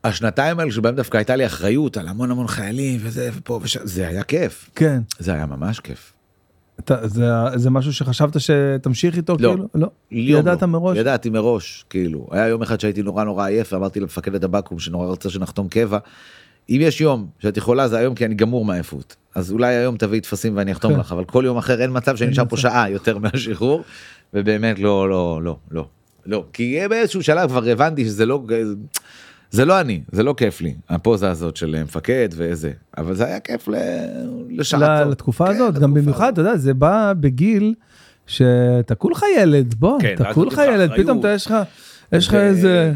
Speaker 2: השנתיים האלה שבהם דווקא הייתה לי אחריות על המון המון חיילים וזה ופה ושם, זה היה כיף,
Speaker 1: כן.
Speaker 2: זה היה ממש כיף.
Speaker 1: אתה- זה- זה משהו שחשבת שתמשיך איתו
Speaker 2: לא.
Speaker 1: כאילו? לא.
Speaker 2: יום
Speaker 1: ידעת
Speaker 2: לא.
Speaker 1: מראש?
Speaker 2: ידעתי מראש, כאילו. היה יום אחד שהייתי נורא נורא עייף, ואמרתי למפקדת הבקו"ם שנורא רצה שנחתום קבע, אם יש יום שאת יכולה זה היום כי אני גמור מעייפות. אז אולי היום תביאי טפסים ואני אחתום
Speaker 1: כן.
Speaker 2: לך, אבל כל יום אחר אין מצב שאני נשאר פה שעה יותר מהשחרור, ובאמת לא, לא, לא, לא, לא. כי באיזשהו שלב כבר הבנתי שזה לא, זה לא אני, זה לא כיף לי, הפוזה הזאת של מפקד וזה, אבל זה היה כיף ל- לשעתו.
Speaker 1: ל- לתקופה
Speaker 2: כן,
Speaker 1: הזאת, גם
Speaker 2: לתקופה
Speaker 1: במיוחד,
Speaker 2: הזאת.
Speaker 1: אתה יודע, זה בא בגיל שאתה כולך ילד, בוא,
Speaker 2: כן,
Speaker 1: אתה
Speaker 2: ואז
Speaker 1: כולך
Speaker 2: נותנים לך
Speaker 1: ילד, פתאום
Speaker 2: אחריות.
Speaker 1: אתה יש לך, יש לך
Speaker 2: ו-
Speaker 1: איזה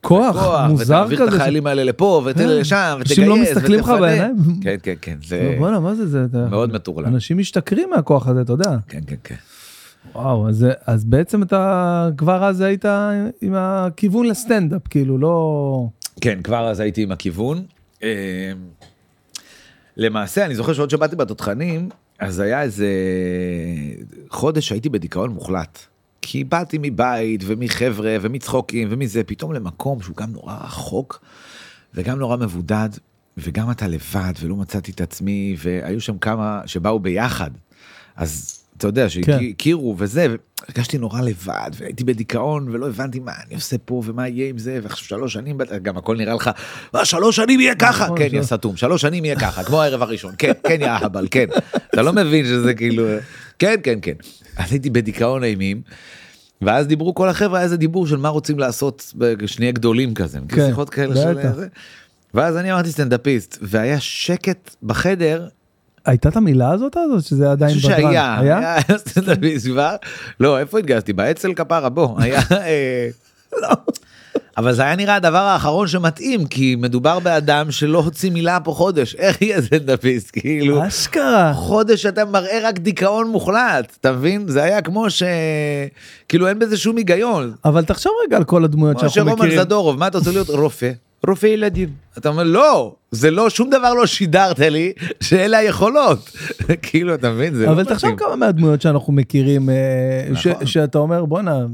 Speaker 1: כוח
Speaker 2: כוח,
Speaker 1: מוזר
Speaker 2: ותעביר את
Speaker 1: כזה. ש-
Speaker 2: החיילים האלה לפה ותן
Speaker 1: כן.
Speaker 2: לשם ותגייס.
Speaker 1: אנשים לא מסתכלים לך
Speaker 2: ותפנה.
Speaker 1: בעיניים.
Speaker 2: כן כן כן זה
Speaker 1: לא, בואנה, מה זה, זה, אתה-
Speaker 2: מאוד מטורלל.
Speaker 1: אנשים משתכרים מהכוח הזה, אתה יודע.
Speaker 2: כן כן כן.
Speaker 1: וואו, אז, אז בעצם אתה כבר אז היית עם הכיוון לסטנדאפ, כאילו, לא...
Speaker 2: כן כבר אז הייתי עם הכיוון. אה, למעשה אני זוכר שעוד שבאתי בתותחנים אז היה איזה חודש שהייתי בדיכאון מוחלט. כי באתי מבית ומחבר'ה ומצחוקים ומזה פתאום למקום שהוא גם נורא רחוק וגם נורא מבודד וגם אתה לבד ולא מצאתי את עצמי והיו שם כמה שבאו ביחד. אז אתה יודע שהכירו וזה הרגשתי נורא לבד והייתי בדיכאון ולא הבנתי מה אני עושה פה ומה יהיה עם זה ועכשיו שלוש שנים בת- גם הכל נראה לך "אה, שלוש שנים יהיה ככה
Speaker 1: נכון,
Speaker 2: כן יא
Speaker 1: שלוש-
Speaker 2: סתום שלוש שנים יהיה ככה כמו הערב הראשון כן כן יא אהבל כן אתה לא מבין שזה כאילו כן כן כן אז הייתי בדיכאון אימים. ואז דיברו כל החברה איזה דיבור של מה רוצים לעשות כשנהיה גדולים כזה
Speaker 1: כן,
Speaker 2: כן, שיחות כאלה של
Speaker 1: בטח.
Speaker 2: זה. ואז אני אמרתי סטנדאפיסט והיה שקט בחדר
Speaker 1: הייתה את המילה הזאת, או שזה עדיין
Speaker 2: אני חושב
Speaker 1: בדרן?
Speaker 2: שהיה, היה סטנדאפיסט כבר, לא איפה התגייסתי? באצ"ל כפרה בוא, היה, אה, אבל זה היה נראה הדבר האחרון שמתאים כי מדובר באדם שלא הוציא מילה פה חודש, איך יהיה סטנדאפיסט כאילו,
Speaker 1: אשכרה.
Speaker 2: חודש אתה מראה רק דיכאון מוחלט, אתה מבין? זה היה כמו ש... כאילו אין בזה שום היגיון,
Speaker 1: אבל תחשוב רגע על כל הדמויות
Speaker 2: כמו
Speaker 1: שאנחנו
Speaker 2: שרומן
Speaker 1: מכירים.
Speaker 2: זדורוב, מה אתה רוצה להיות? רופא. רופא ילדים. אתה אומר, לא, זה לא, שום דבר לא שידרת לי שאלה היכולות. כאילו, אתה מבין? זה לא
Speaker 1: אבל תחשוב
Speaker 2: מתאים.
Speaker 1: כמה מהדמויות שאנחנו מכירים, אה, ש-
Speaker 2: נכון.
Speaker 1: שאתה אומר, בואנה,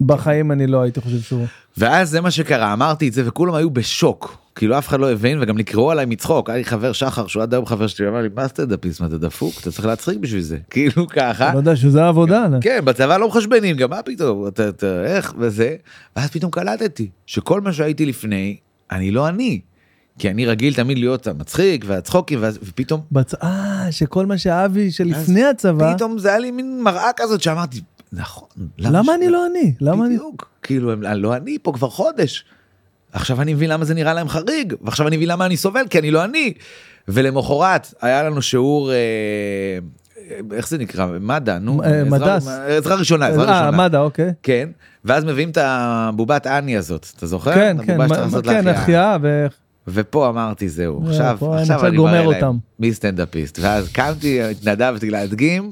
Speaker 1: בחיים אני לא הייתי חושב שהוא...
Speaker 2: ואז זה מה שקרה, אמרתי את זה וכולם היו בשוק. כאילו אף אחד לא הבין וגם נקראו עליי מצחוק, היה לי חבר שחר שהוא עד היום חבר שלי, אמר לי מה סטנדאפיסט, מה אתה דפוק? אתה צריך להצחיק בשביל זה, כאילו ככה.
Speaker 1: אתה לא יודע שזה עבודה. לא?
Speaker 2: כן, בצבא לא מחשבנים, גם מה פתאום, אתה, אתה, איך וזה, ואז פתאום קלטתי שכל מה שהייתי לפני, אני לא אני. כי אני רגיל תמיד להיות המצחיק והצחוקי, ואז- ופתאום,
Speaker 1: בצ... אה, שכל מה שאבי שלפני הצבא,
Speaker 2: פתאום זה היה לי מין מראה כזאת שאמרתי, נכון,
Speaker 1: למה
Speaker 2: ש-
Speaker 1: אני לא אני? למה אני...
Speaker 2: בדיוק, כאילו, הם, לא אני פה כבר חודש. עכשיו אני מבין למה זה נראה להם חריג, ועכשיו אני מבין למה אני סובל, כי אני לא אני. ולמחרת היה לנו שיעור, אה, איך זה נקרא, מד"א, נו,
Speaker 1: אה,
Speaker 2: עזרה-
Speaker 1: מדס.
Speaker 2: עזרה ראשונה, עזרה
Speaker 1: אה,
Speaker 2: ראשונה.
Speaker 1: מד"א, אוקיי.
Speaker 2: כן, ואז מביאים את הבובת אני הזאת, אתה זוכר?
Speaker 1: כן,
Speaker 2: את
Speaker 1: כן,
Speaker 2: הבובה
Speaker 1: מה-
Speaker 2: שצריך לא, לעשות
Speaker 1: כן,
Speaker 2: להחייאה.
Speaker 1: החייאה ו...
Speaker 2: ופה אמרתי זהו,
Speaker 1: זהו,
Speaker 2: עכשיו,
Speaker 1: פה אני
Speaker 2: עכשיו
Speaker 1: עכשיו
Speaker 2: אני
Speaker 1: גומר
Speaker 2: מראה להם
Speaker 1: אותם.
Speaker 2: מי סטנדאפיסט. ואז קמתי, התנדבתי להדגים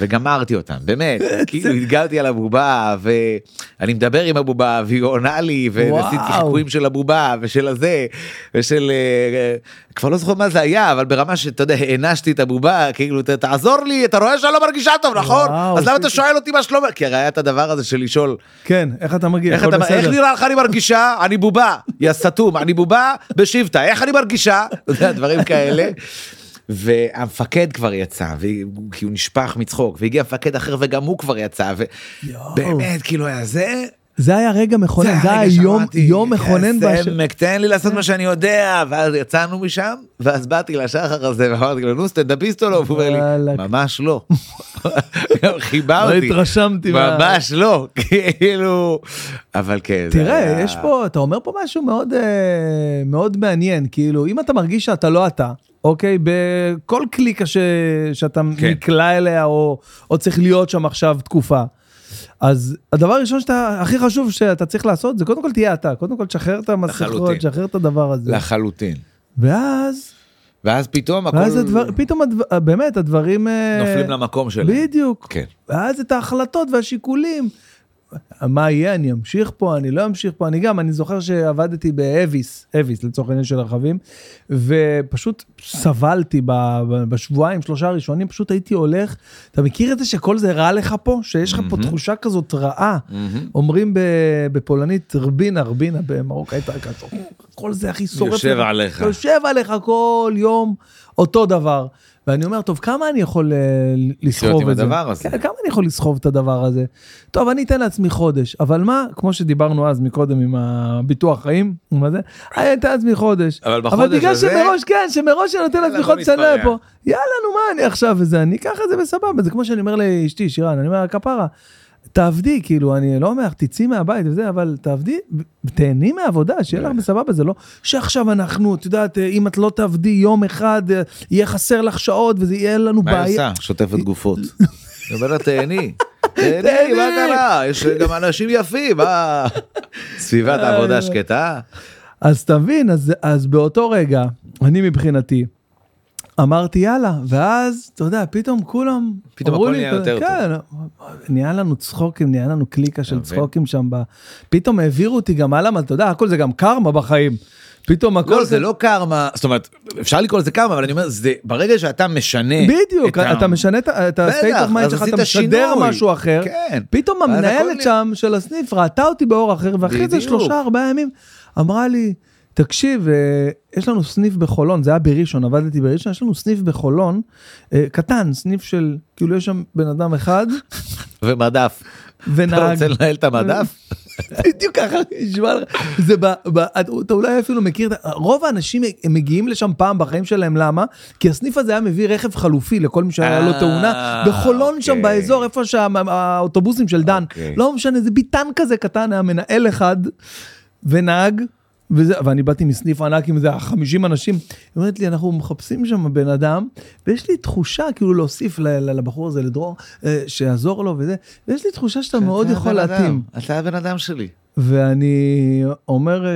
Speaker 2: וגמרתי אותם, באמת, כאילו הדגמתי על הבובה ואני מדבר עם הבובה והיא עונה לי ועשיתי
Speaker 1: וואו.
Speaker 2: חיקויים של הבובה ושל הזה ושל אה, אה, כבר לא זוכר מה זה היה אבל ברמה שאתה יודע הענשתי את הבובה כאילו "ת- תעזור לי אתה רואה שאני לא מרגישה טוב נכון
Speaker 1: וואו,
Speaker 2: אז למה אתה
Speaker 1: עשיתי-
Speaker 2: שואל אותי מה שלומך כי הרי היה את הדבר הזה של לשאול
Speaker 1: כן, איך אתה מגיע?
Speaker 2: איך,
Speaker 1: הכל
Speaker 2: אתה, איך לא-
Speaker 1: בסדר?
Speaker 2: נראה לך אני מרגישה? אני בובה, יא סתום, אני בובה בשבטה, איך אני מרגישה? אתה יודע, דברים כאלה. והמפקד כבר יצא, והוא- כי הוא נשפך מצחוק, והגיע מפקד אחר וגם הוא כבר יצא,
Speaker 1: יואו.
Speaker 2: ובאמת, כאילו היה זה,
Speaker 1: זה היה רגע מכונן, זה
Speaker 2: הרגע
Speaker 1: היה יום-
Speaker 2: שאמרתי,
Speaker 1: יום מכונן. אה.
Speaker 2: "יא
Speaker 1: באשר-
Speaker 2: סמק, תן לי לעשות מה שאני יודע, ואז יצאנו משם, ואז באתי לשחר הזה ואמרתי לו, נו, סטנדאפיסט או לא? והוא אומר לי,
Speaker 1: וואלכ.
Speaker 2: ממש לא. גם
Speaker 1: לא
Speaker 2: חיברתי.
Speaker 1: התרשמתי. מה-
Speaker 2: ממש לא, כאילו, אבל כן. זה
Speaker 1: תראה,
Speaker 2: היה-
Speaker 1: יש פה, אתה אומר פה משהו מאוד, אה, מאוד מעניין, כאילו, אם אתה מרגיש שאתה לא אתה, אוקיי, בכל קליקה ש, שאתה
Speaker 2: כן.
Speaker 1: כן. נקלע אליה, או, או צריך להיות שם עכשיו תקופה, אז הדבר הראשון שאתה, הכי חשוב שאתה צריך לעשות, זה קודם כל תהיה אתה, קודם כל תשחרר את
Speaker 2: לחלוטין.
Speaker 1: המסכות, תשחרר את הדבר הזה.
Speaker 2: לחלוטין.
Speaker 1: ואז,
Speaker 2: ואז פתאום הכל
Speaker 1: ואז הדבר, פתאום, הדבר, באמת, הדברים... אה,
Speaker 2: נופלים למקום שלהם.
Speaker 1: בדיוק.
Speaker 2: כן.
Speaker 1: ואז את ההחלטות והשיקולים. מה יהיה, אני אמשיך פה, אני לא אמשיך פה, אני גם, אני זוכר שעבדתי באביס, אביס לצורך העניין של הרכבים, ופשוט סבלתי ב, ב, בשבועיים, שלושה הראשונים, פשוט הייתי הולך, אתה מכיר את זה שכל זה רע לך פה? שיש לך פה תחושה כזאת רעה.
Speaker 2: מהמם.
Speaker 1: אומרים ב- בפולנית רבינה, רבינה במרוקאית, כזאת, כל זה הכי שורף.
Speaker 2: יושב
Speaker 1: לך. לא,
Speaker 2: עליך.
Speaker 1: יושב עליך כל יום אותו דבר. ואני אומר, טוב, כמה אני יכול אה,
Speaker 2: לחיות עם
Speaker 1: לסחוב את זה?
Speaker 2: הדבר הזה.
Speaker 1: כן, כמה אני יכול לסחוב את הדבר הזה? טוב, אני אתן לעצמי חודש, אבל מה, כמו שדיברנו אז מקודם עם הביטוח חיים, עם הזה, אני אתן לעצמי חודש.
Speaker 2: אבל
Speaker 1: אבל
Speaker 2: בחודש
Speaker 1: בגלל
Speaker 2: הזה-
Speaker 1: שמראש, כן, שמראש אני נותן לעצמי
Speaker 2: בוא
Speaker 1: חודש, אני לא אהיה
Speaker 2: נתפרע.
Speaker 1: פה. יאללה, נו, מה אני עכשיו וזה, אני אקח את זה בסבבה, זה כמו שאני אומר לאשתי, שירן, אני אומר לה, כפרה, תעבדי, כאילו, אני לא אומר, תצאי מהבית וזה, אבל תעבדי, ו- תהני מהעבודה, שיהיה
Speaker 2: אה.
Speaker 1: לך בסבבה, זה לא שעכשיו אנחנו, את יודעת, אה, אם את לא תעבדי יום אחד, אה, יהיה חסר לך שעות וזה יהיה לנו
Speaker 2: מה היא
Speaker 1: בעיה.
Speaker 2: עושה? שוטפת גופות. היא אומרת, תהני. תהני,
Speaker 1: תהני.
Speaker 2: מה קרה? יש גם אנשים יפים, מה? סביבת
Speaker 1: איי,
Speaker 2: עבודה
Speaker 1: וואי.
Speaker 2: שקטה.
Speaker 1: אז תבין, אז, אז באותו רגע, אני מבחינתי, אמרתי יאללה, ואז, אתה יודע, פתאום כולם,
Speaker 2: פתאום
Speaker 1: אמרו
Speaker 2: הכל
Speaker 1: לי,
Speaker 2: נהיה
Speaker 1: אתה-
Speaker 2: יותר
Speaker 1: כן, נהיה לנו צחוקים, נהיה לנו קליקה של
Speaker 2: מבין.
Speaker 1: צחוקים שם, ב... פתאום העבירו אותי גם הלאה, אבל אתה יודע, הכל זה גם קרמה בחיים. פתאום הכל
Speaker 2: לא, זה לא קרמה, זאת אומרת, אפשר לקרוא לזה קרמה, אבל אני אומר, זה ברגע שאתה משנה...
Speaker 1: בדיוק,
Speaker 2: את ה-
Speaker 1: אתה משנה את ה- את
Speaker 2: בטח,
Speaker 1: ה-state of mind
Speaker 2: אז
Speaker 1: שלך,
Speaker 2: עשית
Speaker 1: אתה משדר
Speaker 2: שינוי.
Speaker 1: משהו אחר,
Speaker 2: כן.
Speaker 1: פתאום
Speaker 2: ואז הכל
Speaker 1: המנהלת
Speaker 2: נהיה-
Speaker 1: שם של הסניף ראתה אותי באור אחר, ואחרי זה
Speaker 2: בדיוק.
Speaker 1: שלושה ארבעה ימים אמרה לי, תקשיב, אה, יש לנו סניף בחולון, זה היה בראשון, עבדתי בראשון, יש לנו סניף בחולון, אה, קטן, סניף של, כאילו יש שם בן אדם אחד,
Speaker 2: ומדף. אתה
Speaker 1: ונהג.
Speaker 2: רוצה לנהל את המדף?
Speaker 1: בדיוק ככה נשמע לך. זה ב... ב אתה, אתה אולי אפילו מכיר, את ה- רוב האנשים הם מגיעים לשם פעם בחיים שלהם, למה? כי הסניף הזה היה מביא רכב חלופי לכל מי שהיה לו
Speaker 2: אה,
Speaker 1: תאונה, בחולון שם
Speaker 2: אוקיי.
Speaker 1: באזור, איפה שהאוטובוסים של דן.
Speaker 2: אוקיי.
Speaker 1: לא משנה, זה ביטן כזה קטן, היה מנהל אחד ונהג. וזה, ואני באתי מסניף ענק עם איזה 50 אנשים, היא אומרת לי, אנחנו מחפשים שם בן אדם, ויש לי תשה כאילו להוסיף ל- ל- לבחור הזה, לדרור, אה, שיעזור לו וזה, ויש לי תחושה שאתה מאוד
Speaker 2: אתה
Speaker 1: יכול
Speaker 2: הבן אדם,
Speaker 1: להתאים.
Speaker 2: אתה הבן אדם שלי.
Speaker 1: ואני אומר, אה,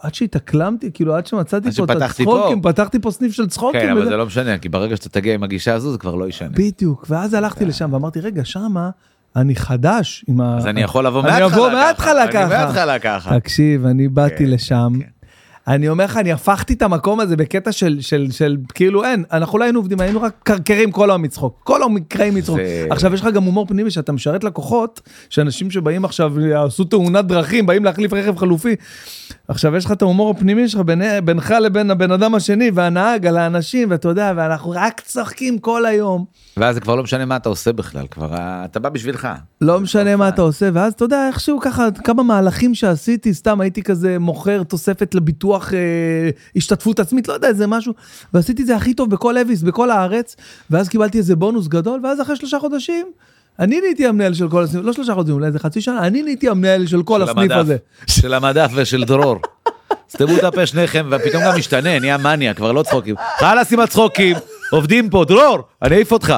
Speaker 1: עד שהתאקלמתי, כאילו עד שמצאתי
Speaker 2: עד
Speaker 1: פה את
Speaker 2: שפתחתי
Speaker 1: הצחוקים,
Speaker 2: פה.
Speaker 1: פתחתי פה סניף של צחוקים.
Speaker 2: כן, אבל
Speaker 1: וזה-
Speaker 2: זה לא משנה, כי ברגע שאתה תגיע עם הגישה הזו, זה כבר לא ישנה.
Speaker 1: בדיוק, ואז הלכתי לשם ואמרתי, רגע, שמה אני חדש עם ה...
Speaker 2: כן. אז אני יכול לבוא
Speaker 1: אני
Speaker 2: מההתחלה
Speaker 1: אבוא
Speaker 2: ככה,
Speaker 1: מההתחלה
Speaker 2: אני
Speaker 1: ככה. אוקיי.
Speaker 2: מההתחלה ככה.
Speaker 1: תקשיב, אני באתי
Speaker 2: כן,
Speaker 1: לשם. אני אומר לך, אני הפכתי את המקום הזה בקטע של, של, של, כאילו אין, אנחנו לא היינו עובדים, היינו רק קרקרים כל היום מצחוק, כל היום מקראים מצחוק.
Speaker 2: זה-
Speaker 1: עכשיו, יש לך גם הומור פנימי שאתה משרת לקוחות, שאנשים שבאים עכשיו, עשו תאונת דרכים, באים להחליף רכב חלופי. עכשיו, יש לך את ההומור הפנימי שלך בין, בינך לבין הבן אדם השני, והנהג על האנשים, ואתה יודע, ואנחנו רק צוחקים כל היום.
Speaker 2: ואז זה כבר לא משנה מה אתה עושה בכלל, כבר ה- אתה בא בשבילך.
Speaker 1: לא משנה מה אתה עושה, ואז אתה יודע, איכשהו ככה, כמה מהלכים שעשיתי, סתם הייתי כזה מוכר תוספת לביטוח אה, השתתפות עצמית, לא יודע, איזה משהו, ועשיתי את זה הכי טוב בכל אביס, בכל הארץ, ואז קיבלתי איזה בונוס גדול, ואז אחרי שלושה חודשים, אני נהייתי המנהל של כל הסניף, לא שלושה חודשים, אולי איזה חצי שנה, אני נהייתי המנהל של כל
Speaker 2: של
Speaker 1: הסניף
Speaker 2: המדף,
Speaker 1: הזה.
Speaker 2: של המדף ושל דרור. סתמו את הפה שניכם, ופתאום גם משתנה, נהיה מניה, כבר לא צחוקים. חלאס עם הצחוקים, עובדים פה, דרור, אני אעיף אותך.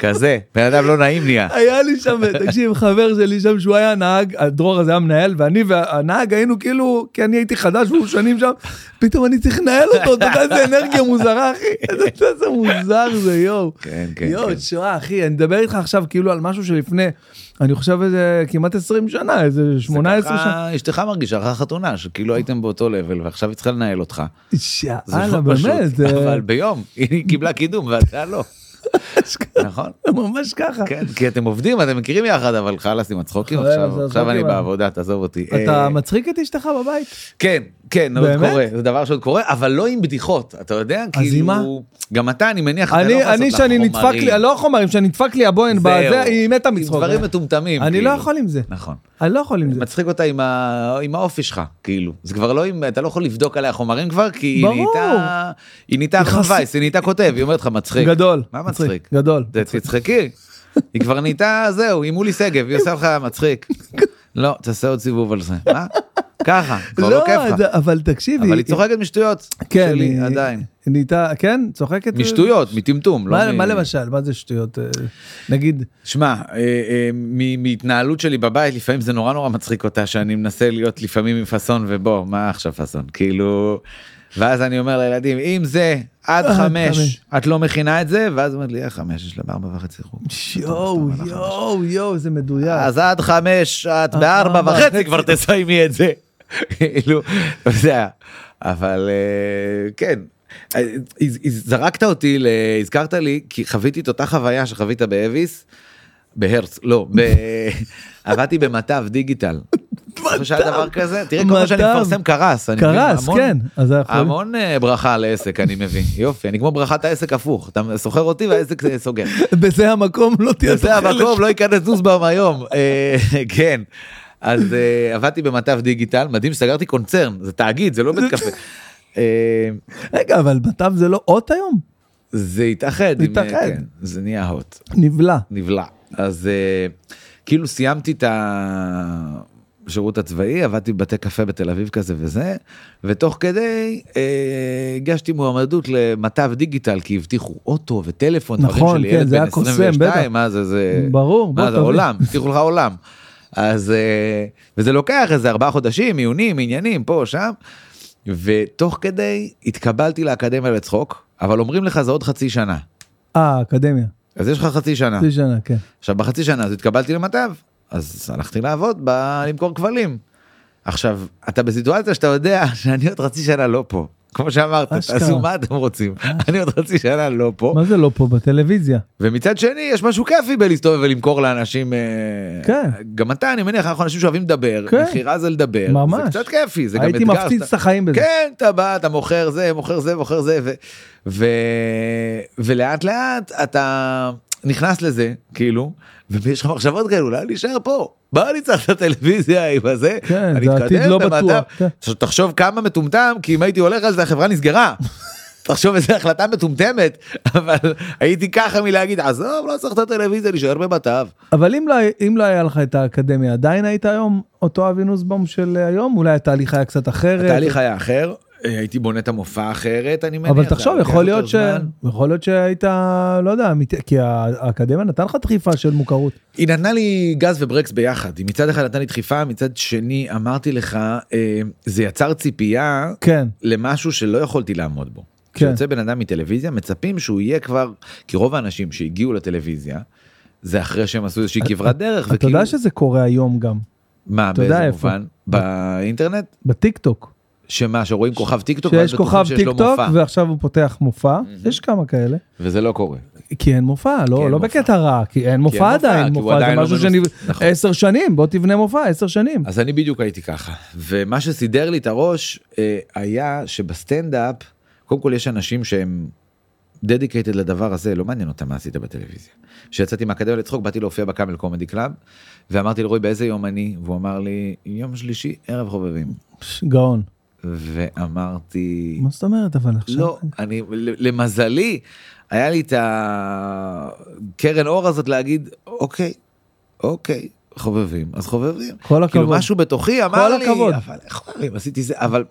Speaker 2: כזה, בן אדם לא נעים נהיה.
Speaker 1: היה לי שם, תקשיב, חבר שלי שם שהוא היה נהג, דרור הזה היה מנהל, ואני והנהג היינו כאילו, כי אני הייתי חדש והוא שנים שם, פתאום אני צריך לנהל אותו, אתה יודע איזה אנרגיה מוזרה, אחי, איזה- איזה מוזר זה, יואו.
Speaker 2: כן, כן,
Speaker 1: יואו,
Speaker 2: כן.
Speaker 1: תשמע, אחי, אני מדבר איתך עכשיו כאילו על משהו שלפני, אני חושב איזה כמעט 20 שנה, איזה 18
Speaker 2: ככה
Speaker 1: שנה.
Speaker 2: אשתך מרגישה אחרי חתונה, שכאילו הייתם באותו לבל ועכשיו היא צריכה לנהל אותך. זה
Speaker 1: יאללה,
Speaker 2: לא פשוט,
Speaker 1: באמת, זה
Speaker 2: אבל ביום היא קיבלה קידום ואתה לא. נכון?
Speaker 1: ממש ככה.
Speaker 2: כן, כי אתם עובדים, אתם מכירים יחד, אבל חלאס עם הצחוקים
Speaker 1: חלאס עם
Speaker 2: עכשיו,
Speaker 1: הצחוקים,
Speaker 2: עכשיו אני
Speaker 1: אבל-
Speaker 2: בעבודה, תעזוב אותי.
Speaker 1: אתה
Speaker 2: אה,
Speaker 1: מצחיק את אשתך בבית?
Speaker 2: כן, כן, עוד
Speaker 1: באמת?
Speaker 2: קורה, זה דבר שעוד קורה, אבל לא עם בדיחות, אתה יודע,
Speaker 1: אז עם מה?
Speaker 2: כאילו, גם אתה, אני מניח, אתה לא
Speaker 1: אני,
Speaker 2: יכול
Speaker 1: אני
Speaker 2: לעשות
Speaker 1: שאני
Speaker 2: לך
Speaker 1: נדפק
Speaker 2: חומרים.
Speaker 1: לי, לא החומרים, שנדפק לי הבוהן בזה,
Speaker 2: זהו.
Speaker 1: היא מתה
Speaker 2: עם
Speaker 1: מצחוק.
Speaker 2: דברים מטומטמים,
Speaker 1: אני לא
Speaker 2: כאילו.
Speaker 1: יכול עם זה.
Speaker 2: נכון.
Speaker 1: אני לא יכול עם זה.
Speaker 2: מצחיק אותה עם, ה... עם האופי שלך, כאילו. זה כבר לא עם, אתה לא יכול לבדוק עליה חומרים כבר, כי היא
Speaker 1: ברור.
Speaker 2: נהייתה, היא נהייתה
Speaker 1: היא
Speaker 2: אחרון
Speaker 1: חס-
Speaker 2: וייס, היא נהייתה כותב, היא אומרת לך מצחיק.
Speaker 1: גדול.
Speaker 2: מה מצחיק?
Speaker 1: גדול.
Speaker 2: זה תצחקי. היא כבר נהייתה, זהו, היא מולי שגב, היא עושה לך מצחיק. לא, תעשה עוד סיבוב על זה. מה? ככה, כבר לא כיף לך.
Speaker 1: זה- אבל תקשיב,
Speaker 2: אבל היא צוחקת משטויות.
Speaker 1: כן,
Speaker 2: שלי,
Speaker 1: היא-
Speaker 2: עדיין.
Speaker 1: היא נהייתה, כן, צוחקת.
Speaker 2: משטויות, מטמטום. לא
Speaker 1: מה
Speaker 2: מ-
Speaker 1: מה למשל, מה זה שטויות? אה, נגיד,
Speaker 2: שמע, אה, אה, מ- מהתנהלות שלי בבית, לפעמים זה נורא נורא מצחיק אותה שאני מנסה להיות לפעמים עם פאסון ובוא, מה עכשיו פאסון? כאילו... ואז אני אומר לילדים, אם זה עד
Speaker 1: עד
Speaker 2: חמש,
Speaker 1: חמש. את
Speaker 2: את לא מכינה את זה? ואז אומרת לי, אה, חמש, יש לה בארבע וחצי חוג.
Speaker 1: יואו, יואו, יואו, זה מדויק.
Speaker 2: אה, אז עד חמש, את
Speaker 1: עד
Speaker 2: בארבע
Speaker 1: ארבע
Speaker 2: וחצי
Speaker 1: וחצי.
Speaker 2: כבר תסיימי את זה. כאילו, זה היה. אבל אה, כן. אה, הז- הז- זרקת אותי, ל- הזכרת לי, כי חוויתי את אותה חוויה שחווית באביס, בהרץ, לא, ב... עבדתי במטב דיגיטל. איפה שהיה דבר כזה? תראה, כל מה שאני
Speaker 1: מטב.
Speaker 2: מפרסם קרס. אני מבין,
Speaker 1: קרס,
Speaker 2: המון-
Speaker 1: כן. אז אנחנו-
Speaker 2: המון אה, ברכה לעסק, אני מבין. יופי, אני כמו ברכת העסק הפוך. אתה סוחר אותי והעסק אה, סוגר.
Speaker 1: בזה המקום לא תהיה
Speaker 2: זה
Speaker 1: תוחלת.
Speaker 2: המקום, לא ייכנס זוז בם היום. אה, כן. אז אה, עבדתי במטב דיגיטל, מדהים שסגרתי קונצרן, זה תאגיד, זה לא בית קפה. אה,
Speaker 1: רגע, אבל מטב זה לא אות היום?
Speaker 2: זה התאחד. עם, אה,
Speaker 1: התאחד.
Speaker 2: כן, זה נהיה הוט.
Speaker 1: נבלע.
Speaker 2: נבלע. אז אה, כאילו סיימתי את השירות הצבאי, עבדתי בבתי קפה בתל אביב כזה וזה, ותוך כדי אה, הגשתי מועמדות למטב דיגיטל, כי הבטיחו אוטו וטלפון, דברים
Speaker 1: נכון,
Speaker 2: שלי,
Speaker 1: כן,
Speaker 2: ילד
Speaker 1: זה
Speaker 2: בן
Speaker 1: היה קוסם,
Speaker 2: 22,
Speaker 1: בטח.
Speaker 2: מה זה, זה...
Speaker 1: ברור, בוא
Speaker 2: מה זה,
Speaker 1: תביא.
Speaker 2: עולם, אה, הבטיחו לך עולם. אז, אה, וזה לוקח איזה ארבעה חודשים, עיונים, עניינים, פה, שם. ותוך כדי התקבלתי לאקדמיה לצחוק, אבל אומרים לך זה עוד חצי שנה.
Speaker 1: אה, אקדמיה.
Speaker 2: אז יש לך חצי שנה.
Speaker 1: חצי שנה, כן.
Speaker 2: עכשיו בחצי שנה הזו התקבלתי למטב אז הלכתי לעבוד ב... למכור כבלים. עכשיו אתה בסיטואציה שאתה יודע שאני עוד חצי שנה לא פה כמו שאמרת
Speaker 1: אשכרה.
Speaker 2: תעשו מה אתם רוצים אני עוד חצי שנה לא פה
Speaker 1: מה זה לא פה? בטלוויזיה.
Speaker 2: ומצד שני יש משהו כיפי בלהסתובב ולמכור לאנשים אה,
Speaker 1: כן.
Speaker 2: גם אתה אני מניח אנחנו אנשים שאוהבים לדבר
Speaker 1: כן.
Speaker 2: מכירה זה לדבר
Speaker 1: ממש.
Speaker 2: זה קצת כיפי זה גם
Speaker 1: הייתי
Speaker 2: אתגר
Speaker 1: מפציץ
Speaker 2: שאתה-
Speaker 1: את החיים בזה.
Speaker 2: כן, אתה בא, אתה מוכר זה, מוכר זה, מוכר זה, ו... ו... ולאט לאט אתה נכנס לזה, כאילו, ויש לך מחשבות כאלה, אולי להישאר פה. מה אני צריך את הטלוויזיה עם הזה?
Speaker 1: כן,
Speaker 2: אני
Speaker 1: זה
Speaker 2: אתקדם
Speaker 1: עתיד לא
Speaker 2: במדע."
Speaker 1: בטוח, כן.
Speaker 2: עכשיו, תחשוב כמה מטומטם, כי אם הייתי הולך על זה, החברה נסגרה. תחשוב איזה החלטה מטומטמת, אבל הייתי ככה מלהגיד, עזוב, לא צריך את הטלוויזיה, להישאר במצב.
Speaker 1: אבל אם לא, אם לא היה לך את האקדמיה, עדיין היית היום אותו אבי נוסבאום של היום? אולי התהליך היה קצת אחרת?
Speaker 2: התהליך היה אחר, אה, הייתי בונה את המופע אחרת, אני מניח.
Speaker 1: אבל
Speaker 2: זה
Speaker 1: תחשוב,
Speaker 2: היה לוקח
Speaker 1: יכול להיות,
Speaker 2: יותר
Speaker 1: ש...
Speaker 2: זמן.
Speaker 1: יכול להיות שהיית, לא יודע, מת... כי האקדמיה נתן לך דחיפה של מוכרות.
Speaker 2: היא נתנה לי גז וברקס ביחד היא מצד אחד נתנה לי דחיפה מצד שני אמרתי לך אה, זה יצר ציפייה
Speaker 1: כן,
Speaker 2: למשהו שלא יכולתי לעמוד בו.
Speaker 1: כן.
Speaker 2: כשיוצא בן אדם מטלוויזיה מצפים שהוא יהיה כבר כי רוב האנשים שהגיעו לטלוויזיה זה אחרי שהם עשו איזושהי כברת דרך
Speaker 1: אה, אתה יודע שזה קורה היום גם,
Speaker 2: מה
Speaker 1: אתה יודע
Speaker 2: באיזה
Speaker 1: איפה.
Speaker 2: מובן באינטרנט
Speaker 1: בטיק טוק.
Speaker 2: שמה שרואים כוכב טיק טוק
Speaker 1: שיש כוכב טיק טוק ועכשיו הוא פותח מופע, יש כמה כאלה.
Speaker 2: וזה לא קורה
Speaker 1: כי אין מופע,
Speaker 2: כי אין
Speaker 1: לא, לא
Speaker 2: מופע.
Speaker 1: בקטע רע, כי אין
Speaker 2: כי אין
Speaker 1: מופע עדיין,
Speaker 2: כי הוא
Speaker 1: מופע זה
Speaker 2: עדיין לא
Speaker 1: משהו
Speaker 2: מנוס-
Speaker 1: שאני...
Speaker 2: נכון.
Speaker 1: עשר שנים, בוא תבנה מופע, עשר שנים.
Speaker 2: אז אני בדיוק הייתי ככה ומה שסידר לי את הראש אה, היה שבסטנדאפ קודם כל יש אנשים שהם דדיקייטד לדבר הזה לא מעניין אותם מה עשית בטלוויזיה. כשיצאתי מהאקדמיה לצחוק באתי להופיע בקאמל קומדי קלאב ואמרתי לרועי באיזה יום אני והוא אמר לי יום שלישי ערב חובבים
Speaker 1: פש, גאון.
Speaker 2: ואמרתי
Speaker 1: מה זאת אומרת אבל עכשיו?
Speaker 2: לא אני למזלי היה לי את הקרן אור הזאת להגיד אוקיי אוקיי חובבים, אז חובבים.
Speaker 1: כל הכבוד.
Speaker 2: כאילו משהו בתוכי אמר
Speaker 1: כל
Speaker 2: לי,
Speaker 1: הכבוד.
Speaker 2: אבל איך אומרים, עשיתי זה, אבל,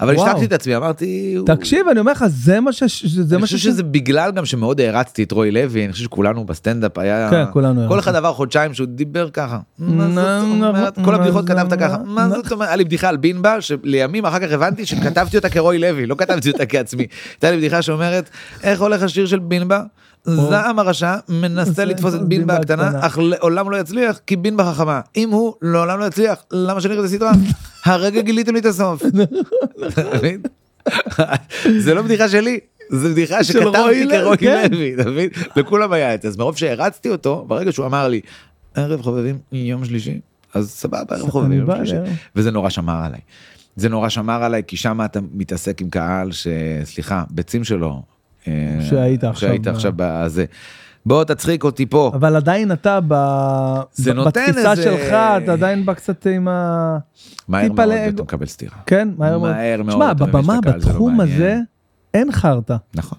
Speaker 2: אבל
Speaker 1: וואו.
Speaker 2: השתקתי את עצמי, אמרתי, הוא-
Speaker 1: תקשיב, אני אומר לך, זה מה ש... זה
Speaker 2: אני
Speaker 1: מה
Speaker 2: חושב
Speaker 1: ש...
Speaker 2: שזה בגלל גם שמאוד הערצתי את רוי לוי, אני חושב שכולנו בסטנדאפ היה...
Speaker 1: כן, כולנו
Speaker 2: כל
Speaker 1: הערצנו.
Speaker 2: אחד עבר חודשיים שהוא דיבר ככה. מה
Speaker 1: נה,
Speaker 2: זאת
Speaker 1: נה,
Speaker 2: אומרת?
Speaker 1: נה,
Speaker 2: כל הבדיחות
Speaker 1: נה,
Speaker 2: כתבת
Speaker 1: נה,
Speaker 2: ככה. מה
Speaker 1: נה.
Speaker 2: זאת אומרת? היה לי בדיחה על בינבה, שלימים אחר כך הבנתי שכתבתי אותה כרוי לוי, לא כתבתי אותה כעצמי. הייתה לי בדיחה שאומרת, איך הולך השיר של בינבה? זעם הרשע מנסה
Speaker 1: מנסה
Speaker 2: לתפוס את בינבה הקטנה, אך לעולם לא יצליח, כי בינבה חכמה. אם הוא לעולם לא יצליח, למה שנראה את הסדרה? הרגע גיליתם לי את הסוף. אתה מבין? זה לא בדיחה שלי. זו בדיחה
Speaker 1: של רוי
Speaker 2: שכתבתי
Speaker 1: לוי,
Speaker 2: כרוי
Speaker 1: כן.
Speaker 2: לוי, אתה מבין? לכולם היה את זה. אז מרוב שהרצתי אותו, ברגע שהוא אמר לי, ערב חובבים, יום שלישי, אז סבבה, ערב חובבים, יום
Speaker 1: בא אה.
Speaker 2: שלישי.
Speaker 1: לערב.
Speaker 2: וזה נורא שמר עליי. זה נורא שמר עליי, כי שם אתה מתעסק עם קהל ש... סליחה, ביצים שלו. אה,
Speaker 1: שהיית עכשיו
Speaker 2: שהיית
Speaker 1: ב-
Speaker 2: עכשיו בזה. בוא תצחיק אותי פה.
Speaker 1: אבל עדיין אתה ב...
Speaker 2: זה
Speaker 1: ב-
Speaker 2: נותן
Speaker 1: בתפיסה
Speaker 2: איזה-
Speaker 1: שלך, אתה עדיין בא קצת עם ה...
Speaker 2: מהר
Speaker 1: טיפה
Speaker 2: מאוד
Speaker 1: לאגו.
Speaker 2: אתה מקבל סטירה.
Speaker 1: כן, מהר מאוד.
Speaker 2: מהר מאוד.
Speaker 1: שמע,
Speaker 2: אתה מבין
Speaker 1: בבמה,
Speaker 2: שאתה קהל, זה לא
Speaker 1: בתחום
Speaker 2: מעניין.
Speaker 1: הזה, אין חרטא.
Speaker 2: נכון.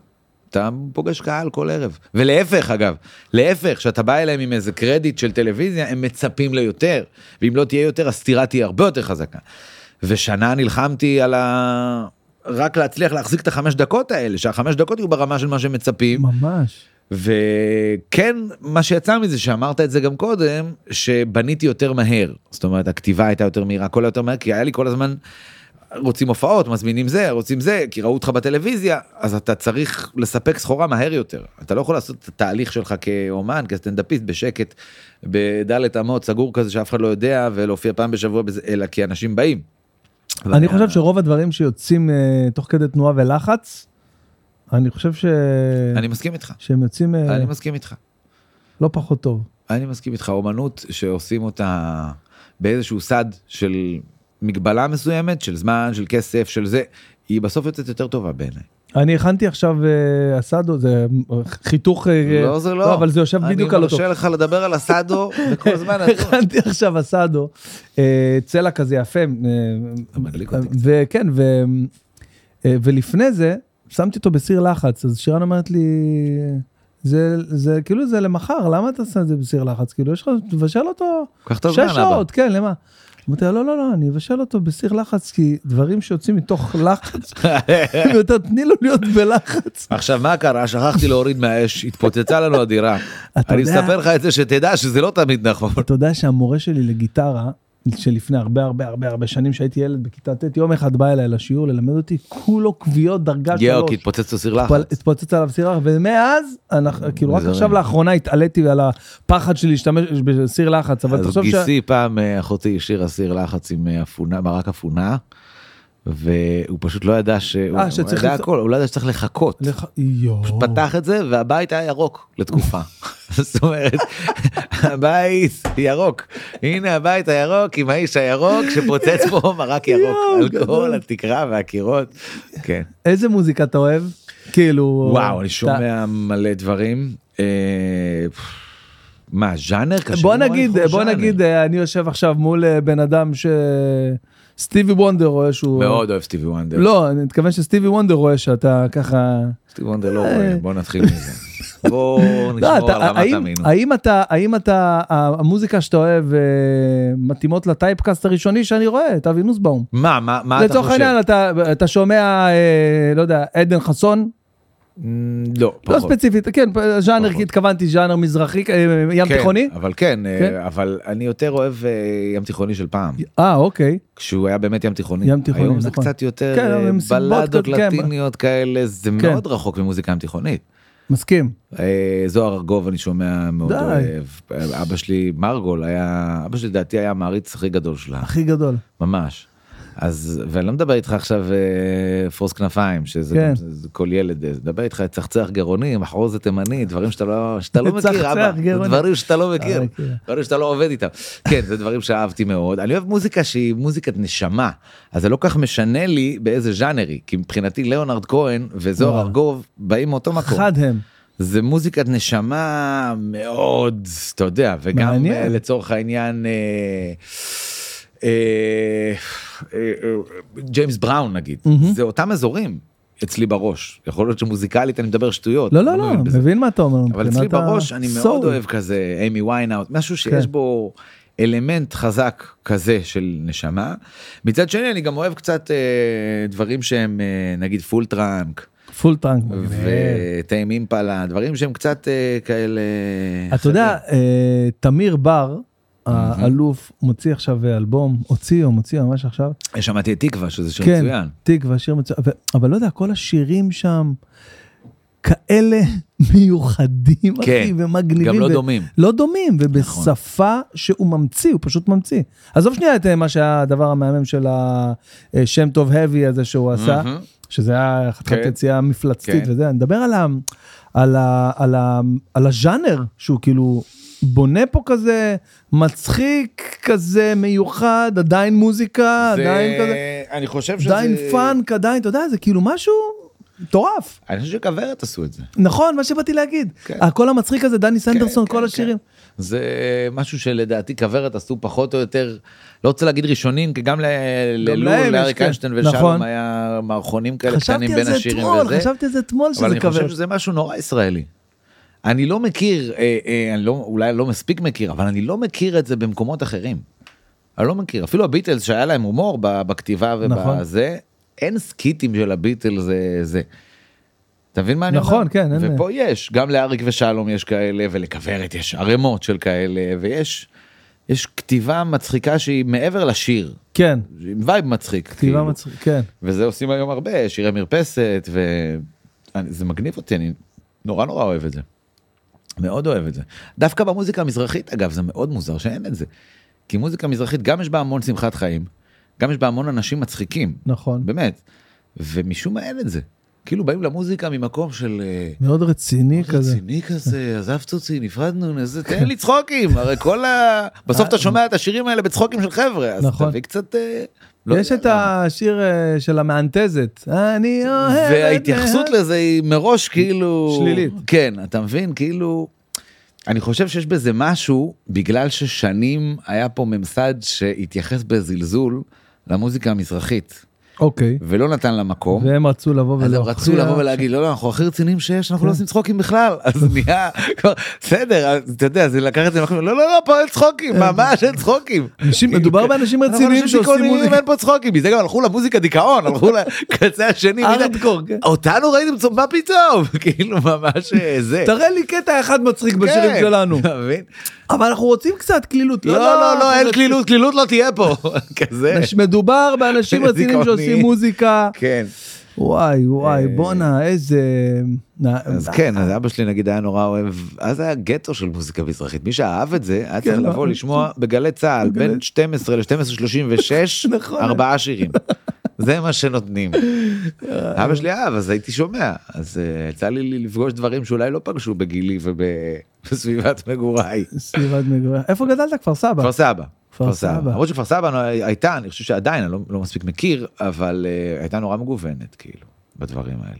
Speaker 2: אתה פוגש קהל כל ערב. ולהפך אגב, להפך, כשאתה בא אליהם עם איזה קרדיט של טלוויזיה, הם מצפים ליותר. ואם לא תהיה יותר, הסתירה תהיה הרבה יותר חזקה. ושנה נלחמתי על ה... רק להצליח להחזיק את החמש דקות האלה, שהחמש דקות יהיו ברמה של מה שהם מצפים.
Speaker 1: ממש.
Speaker 2: וכן, מה שיצא מזה, שאמרת את זה גם קודם, שבניתי יותר מהר. זאת אומרת, הכתיבה הייתה יותר מהירה, הכל היה יותר מהר, כי היה לי כל הזמן, רוצים הופעות, מזמינים זה, רוצים זה, כי ראו אותך בטלוויזיה, אז אתה צריך לספק סחורה מהר יותר. אתה לא יכול לעשות את התהליך שלך כאומן, כסטנדאפיסט, בשקט, בדלת אמות, סגור כזה שאף אחד לא יודע, ולהופיע פעם בשבוע, בזה, אלא כי אנשים באים.
Speaker 1: אני חושב שרוב הדברים שיוצאים אה, תוך כדי תנועה ולחץ, אני חושב ש...
Speaker 2: אני מסכים איתך,
Speaker 1: שהם יוצאים אה,
Speaker 2: אני מסכים איתך.
Speaker 1: לא פחות טוב.
Speaker 2: אני מסכים איתך, אומנות שעושים אותה באיזשהו סד של מגבלה מסוימת, של זמן, של כסף, של זה, היא בסוף יוצאת יותר טובה בעיניי.
Speaker 1: אני הכנתי עכשיו אה, אסדו, זה אה, חיתוך... אה,
Speaker 2: לא, זה לא.
Speaker 1: אבל זה יושב בדיוק על
Speaker 2: אני
Speaker 1: אותו.
Speaker 2: מרשה לך לדבר על הסאדו וכל הזמן. אתה-
Speaker 1: הכנתי עכשיו אסדו, אה, צלע כזה יפה. אה,
Speaker 2: מדליק אותי.
Speaker 1: וכן, ו- אה, ולפני זה, שמתי אותו בסיר לחץ, אז שירן אומרת לי, זה, זה כאילו זה למחר, למה אתה שם את זה בסיר לחץ? כאילו, יש לך, תבשל אותו
Speaker 2: קח את הזמן,
Speaker 1: שש
Speaker 2: אבא.
Speaker 1: שעות, כן, למה? אמרתי לה, לא, לא, לא, אני אבשל אותו בסיר לחץ, כי דברים שיוצאים מתוך לחץ,
Speaker 2: אה.
Speaker 1: ואתה תני לו להיות בלחץ.
Speaker 2: עכשיו מה קרה? שכחתי להוריד מהאש, התפוצצה לנו הדירה.
Speaker 1: אתה
Speaker 2: אני
Speaker 1: יודע-
Speaker 2: מספר לך את זה שתדע שזה לא תמיד נכון.
Speaker 1: אתה יודע שהמורה שלי לגיטרה, שלפני הרבה הרבה הרבה הרבה שנים שהייתי ילד בכיתה ט', יום אחד בא אליי לשיעור ללמד אותי, כולו כוויות דרגה
Speaker 2: יואו, כי
Speaker 1: שלוש.
Speaker 2: התפוצץ לו סיר לחץ.
Speaker 1: התפל- התפוצץ עליו סירח, ומאז, אנחנו- כאילו רק
Speaker 2: מזרים.
Speaker 1: עכשיו לאחרונה התעליתי על הפחד שלי להשתמש בסיר לחץ, אבל
Speaker 2: אז
Speaker 1: תחשוב ש...
Speaker 2: גיסי פעם אה, אחותי השאירה סיר לחץ עם אה, אפונה, מרק אפונה, והוא פשוט לא ידע שהוא
Speaker 1: אה,
Speaker 2: הוא
Speaker 1: שצריך
Speaker 2: ידע
Speaker 1: לצ-
Speaker 2: הכל, הוא לא ידע שצריך לחכות.
Speaker 1: לך- יואו.
Speaker 2: פשוט פתח את זה והבית היה ירוק לתקופה. זאת אומרת, הבית ירוק. הנה הבית הירוק עם האיש הירוק שפוצץ פה מרק ירוק.
Speaker 1: יואו,
Speaker 2: על כל
Speaker 1: גדול.
Speaker 2: התקרה והקירות. כן.
Speaker 1: איזה מוזיקה אתה אוהב? כאילו...
Speaker 2: וואו, אני
Speaker 1: אתה-
Speaker 2: שומע מלא דברים. אה, מה, ז'אנר קשה?
Speaker 1: בוא
Speaker 2: לי נורא
Speaker 1: נגיד,
Speaker 2: לבחור
Speaker 1: בוא
Speaker 2: ז'אנר.
Speaker 1: נגיד, אה, אני יושב עכשיו מול אה, בן אדם ש... סטיבי וונדר רואה שהוא...
Speaker 2: מאוד אוהב סטיבי וונדר.
Speaker 1: לא, אני מתכוון שסטיבי וונדר רואה שאתה ככה...
Speaker 2: סטיב וונדר לא רואה, בוא נתחיל מזה. בוא
Speaker 1: לא,
Speaker 2: נשמור
Speaker 1: אתה-
Speaker 2: על רמת
Speaker 1: האם-
Speaker 2: אמינות.
Speaker 1: האם אתה, האם אתה, המוזיקה שאתה אוהב אה, מתאימות לטייפקאסט הראשוני שאני רואה, את אבי נוסבאום.
Speaker 2: מה, מה, מה אתה
Speaker 1: לצורך
Speaker 2: חושב?
Speaker 1: העניין אתה, אתה שומע, אה, לא יודע, עדן חסון,
Speaker 2: Mm, לא,
Speaker 1: לא
Speaker 2: פחות.
Speaker 1: ספציפית, כן, פ- ז'אנר,
Speaker 2: פחות.
Speaker 1: כי התכוונתי ז'אנר מזרחי, אה, ים
Speaker 2: כן,
Speaker 1: תיכוני.
Speaker 2: אבל כן, אה,
Speaker 1: כן.
Speaker 2: אבל אני יותר אוהב אה, ים תיכוני של פעם,
Speaker 1: אה, אוקיי.
Speaker 2: כשהוא היה באמת ים תיכוני.
Speaker 1: ים תיכוני,
Speaker 2: היום זה
Speaker 1: נכון.
Speaker 2: קצת יותר
Speaker 1: כן,
Speaker 2: אה,
Speaker 1: אבל עם סיבות
Speaker 2: בלדות
Speaker 1: כזה, כן.
Speaker 2: לטיניות כאלה, זה
Speaker 1: כן.
Speaker 2: מאוד רחוק ממוזיקה ים תיכונית.
Speaker 1: מסכים.
Speaker 2: אה, זוהר ארגוב אני שומע מאוד
Speaker 1: די.
Speaker 2: אוהב, אה, אבא שלי מרגול היה, אבא שלי לדעתי היה המעריץ הכי גדול שלה.
Speaker 1: הכי גדול.
Speaker 2: ממש. אז, ואני לא מדבר איתך עכשיו אה, פרוס כנפיים, שזה
Speaker 1: כן.
Speaker 2: גם, זה, זה כל ילד, אה, מדבר איתך צחצח גרוני, מחרוזת תימני, דברים שאתה לא, שאתה לא מכיר,
Speaker 1: צחצח
Speaker 2: אבא, זה
Speaker 1: גרוני.
Speaker 2: דברים שאתה לא מכיר,
Speaker 1: לא מכיר.
Speaker 2: דברים שאתה לא עובד איתם. כן, זה דברים שאהבתי מאוד. אני אוהב מוזיקה שהיא מוזיקת נשמה, אז זה לא כך משנה לי באיזה ז'אנר היא, כי מבחינתי ליאונרד כהן וזוהר
Speaker 1: וואו.
Speaker 2: ארגוב באים מאותו מקום.
Speaker 1: חד הם.
Speaker 2: זה מוזיקת נשמה מאוד, אתה יודע, וגם
Speaker 1: מעניין.
Speaker 2: אה, לצורך העניין, אה, אה, אה, אה, ג'יימס בראון נגיד,
Speaker 1: מהמם.
Speaker 2: זה אותם אזורים אצלי בראש. יכול להיות שמוזיקלית אני מדבר שטויות.
Speaker 1: לא, לא, לא,
Speaker 2: מבין בזה.
Speaker 1: מבין מה אתה אומר.
Speaker 2: אבל
Speaker 1: מבחינת
Speaker 2: אצלי בראש
Speaker 1: ה-
Speaker 2: אני מאוד
Speaker 1: soul.
Speaker 2: אוהב כזה אימי ויינאוט, משהו שיש
Speaker 1: כן.
Speaker 2: בו אלמנט חזק כזה של נשמה. מצד שני אני גם אוהב קצת אה, דברים שהם אה, נגיד פול טראנק
Speaker 1: פול טראנק.
Speaker 2: וטעים אימפלה דברים שהם קצת אה, כאלה.
Speaker 1: אתה יודע, אה, תמיר בר, האלוף, מוציא עכשיו אלבום, הוציא או מוציא ממש עכשיו.
Speaker 2: אה, שמעתי את תקווה שזה שיר
Speaker 1: כן,
Speaker 2: מצוין.
Speaker 1: תקווה, שיר מצוין. אבל- אבל לא יודע, כל השירים שם כאלה מיוחדים, אחי,
Speaker 2: כן,
Speaker 1: ומגניבים.
Speaker 2: גם לא
Speaker 1: ו-
Speaker 2: דומים. נכון.
Speaker 1: לא דומים, ובשפה שהוא ממציא, הוא פשוט ממציא. עזוב שנייה את אה, מה שהיה הדבר המהמם של השם טוב heavy הזה שהוא עשה,
Speaker 2: מהמם.
Speaker 1: שזה היה חתיכת
Speaker 2: כן.
Speaker 1: יציאה מפלצתית
Speaker 2: כן.
Speaker 1: וזה, אני מדבר על ה- על ה- על ה- על הז'אנר שהוא כאילו... בונה פה כזה מצחיק כזה מיוחד עדיין מוזיקה
Speaker 2: זה-
Speaker 1: עדיין אה, כזה
Speaker 2: אני חושב שזה...
Speaker 1: עדיין פאנק, עדיין, אתה יודע, זה כאילו משהו מטורף.
Speaker 2: אני חושב שכוורת עשו את זה.
Speaker 1: נכון, מה שבאתי להגיד.
Speaker 2: כן.
Speaker 1: הקול המצחיק הזה, דני סנדרסון,
Speaker 2: כן,
Speaker 1: כל
Speaker 2: כן,
Speaker 1: השירים.
Speaker 2: כן. זה משהו שלדעתי כוורת עשו פחות או יותר, לא רוצה להגיד ראשונים, כי גם ל- ללול,
Speaker 1: להם יש,
Speaker 2: לאריק
Speaker 1: כן.
Speaker 2: איינשטיין
Speaker 1: נכון.
Speaker 2: ושלום היה מערכונים כאלה קטנים
Speaker 1: חשבתי על
Speaker 2: בין
Speaker 1: זה
Speaker 2: השירים
Speaker 1: אתמול,
Speaker 2: וזה,
Speaker 1: חשבתי על זה אתמול שזה
Speaker 2: אבל אני
Speaker 1: כוורת.
Speaker 2: חושב שזה משהו נורא ישראלי. אני לא מכיר, אה, אה, אני לא, אולי לא מספיק מכיר, אבל אני לא מכיר את זה במקומות אחרים. אני לא מכיר, אפילו הביטלס שהיה להם הומור ב- בכתיבה
Speaker 1: נכון.
Speaker 2: ובזה, אין סקיטים של הביטלס זה זה. אתה מבין מה אני אומר?
Speaker 1: נכון, כן, אין-
Speaker 2: ופה יש, גם לאריק ושלום יש כאלה, ולכוורת יש ערימות של כאלה, ויש יש כתיבה מצחיקה שהיא מעבר לשיר,
Speaker 1: כן,
Speaker 2: עם וייב מצחיק.
Speaker 1: כתיבה
Speaker 2: כאילו.
Speaker 1: מצחיק, כן.
Speaker 2: וזה עושים היום הרבה, שירי מרפסת, וזה מגניב אותי, אני נורא נורא אוהב את זה. מאוד אוהב את זה. דווקא במוזיקה המזרחית, אגב, זה מאוד מוזר שאין את זה. כי מוזיקה מזרחית, גם יש בה המון שמחת חיים, גם יש בה המון אנשים מצחיקים,
Speaker 1: נכון.
Speaker 2: באמת. ומשום מה אין את זה. כאילו באים למוזיקה ממקום של... אה,
Speaker 1: מאוד רציני כזה. כן.
Speaker 2: רציני כזה, עזבת אותי, נפרדנו, איזה- תן לי צחוקים, הרי כל ה... בסוף אתה שומע את השירים האלה בצחוקים של חבר'ה, אז
Speaker 1: אה, נכון.
Speaker 2: תביא קצת... אה, לא
Speaker 1: יש
Speaker 2: יודע
Speaker 1: את השיר אה, של המאנטזת, אני אוהב...
Speaker 2: וההתייחסות לזה היא מראש כאילו...
Speaker 1: שלילית.
Speaker 2: כן, אתה מבין? כאילו... אני חושב שיש בזה משהו, בגלל ששנים היה פה ממסד שהתייחס בזלזול למוזיקה המזרחית,
Speaker 1: אוקיי,
Speaker 2: ולא נתן לה מקום.
Speaker 1: והם רצו לבוא
Speaker 2: אז
Speaker 1: ולהוכיח.
Speaker 2: הם רצו לבוא ולהגיד לא לא אנחנו הכי רציניים שיש
Speaker 1: כן.
Speaker 2: אנחנו לא עושים צחוקים בכלל אז נהיה כבר, בסדר אז אתה יודע זה לקח את זה למקום, לא לא לא פה אין צחוקים ממש אין צחוקים.
Speaker 1: אה, אנשים- מדובר באנשים
Speaker 2: כן. אנחנו
Speaker 1: רציניים
Speaker 2: אנשים
Speaker 1: שעושים
Speaker 2: דיכאוניים,
Speaker 1: מוזיקה.
Speaker 2: אין פה צחוקים מזה גם הלכו למוזיקה דיכאון הלכו לקצה השני. מי יודע-
Speaker 1: ארדקור, כן.
Speaker 2: אותנו ראיתם צום- מה פתאום כאילו ממש אה, זה.
Speaker 1: תראה לי קטע אחד מצחיק
Speaker 2: כן,
Speaker 1: בשירים שלנו.
Speaker 2: אתה מבין?
Speaker 1: אבל אנחנו רוצים קצת קלילות.
Speaker 2: לא לא לא
Speaker 1: אנחנו
Speaker 2: אין
Speaker 1: רוצים-
Speaker 2: קלילות קלילות לא תהיה פה כזה.
Speaker 1: אנש- מדובר באנשים רציניים שעושים
Speaker 2: דיכאוני.
Speaker 1: מוזיקה.
Speaker 2: כן.
Speaker 1: וואי וואי בואנה איזה...
Speaker 2: אה, אז כן, אז אבא שלי נגיד היה נורא אוהב, אז היה גטו של מוזיקה מזרחית, מי שאהב את זה היה צריך
Speaker 1: לא.
Speaker 2: לבוא לשמוע בגלי צה"ל בין 12 ל-12:36,
Speaker 1: נכון.
Speaker 2: ארבעה שירים. זה מה שנותנים.
Speaker 1: אה.
Speaker 2: אבא שלי אהב, אז הייתי שומע, אז אה, יצא לי לפגוש דברים שאולי לא פגשו בגילי ובסביבת מגוריי.
Speaker 1: סביבת מגורי. איפה גדלת? כפר סבא.
Speaker 2: כפר סבא.
Speaker 1: כפר סבא.
Speaker 2: למרות שכפר סבא הייתה, אני חושב שעדיין, אני לא- לא מספיק מכיר, אבל אה, הייתה נורא מגוונת, כאילו, בדברים האלה.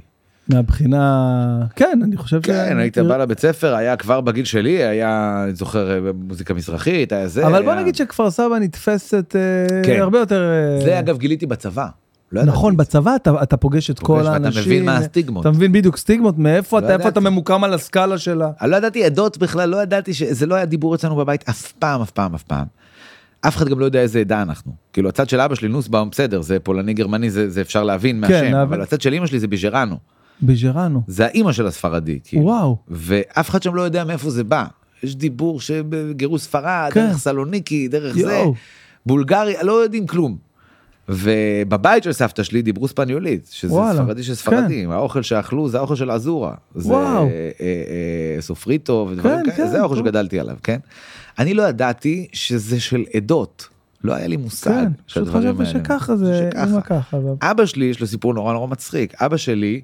Speaker 1: מהבחינה... כן, אני חושב ש...
Speaker 2: כן, היית בא לבית ספר, היה כבר בגיל שלי, היה, אני זוכר, אה, מוזיקה מזרחית, היה זה.
Speaker 1: אבל
Speaker 2: היה-
Speaker 1: בוא נגיד שכפר סבא נתפסת אה,
Speaker 2: כן.
Speaker 1: הרבה יותר... אה,
Speaker 2: זה אגב גיליתי בצבא. לא ידעתי.
Speaker 1: נכון, בצבא אתה, אתה פוגש את כל
Speaker 2: ואתה
Speaker 1: האנשים.
Speaker 2: מבין מה הסטיגמות.
Speaker 1: אתה מבין בדיוק סטיגמות, מאיפה
Speaker 2: לא
Speaker 1: אתה, איפה
Speaker 2: ידעתי.
Speaker 1: אתה ממוקם על הסקאלה שלה.
Speaker 2: אני לא ידעתי עדות בכלל, לא ידעתי שזה לא היה דיבור אצלנו בבית אף פעם, אף פעם, אף פעם. אף אחד גם לא יודע איזה עדה אנחנו. כאילו, הצד של אבא שלי, נוסבאום, בסדר, זה פולני גרמני, זה זה אפשר להבין מהשם,
Speaker 1: להבין.
Speaker 2: אבל הצד של אמא שלי זה ביג'רנו.
Speaker 1: בג'רנו.
Speaker 2: זה האימא של הספרדי, כאילו.
Speaker 1: וואו.
Speaker 2: ואף אחד שם לא יודע מאיפה זה בא. יש דיבור שבגירוש ספרד,
Speaker 1: כן.
Speaker 2: דרך סלוניקי, דרך זה,
Speaker 1: יואו.
Speaker 2: בולגריה, לא יודעים כלום. ובבית של סבתא שלי דיברו ספניולית, שזה
Speaker 1: וואלה, כן.
Speaker 2: וואלה, ספרדי של ספרדים, האוכל שאכלו זה האוכל של עזורה, זה
Speaker 1: וואו.
Speaker 2: אה, אה, אה, סופריטו ודברים
Speaker 1: כן,
Speaker 2: כאלה,
Speaker 1: כן,
Speaker 2: זה האוכל
Speaker 1: טוב.
Speaker 2: שגדלתי עליו, כן? אני לא ידעתי שזה של עדות, לא היה לי מושג
Speaker 1: כן,
Speaker 2: של
Speaker 1: פשוט
Speaker 2: הדברים
Speaker 1: חשבתי
Speaker 2: האלה.
Speaker 1: שככה זה,
Speaker 2: שככה.
Speaker 1: אמא ככה. אבל-
Speaker 2: אבא שלי יש לו סיפור נורא נורא מצחיק. אבא שלי,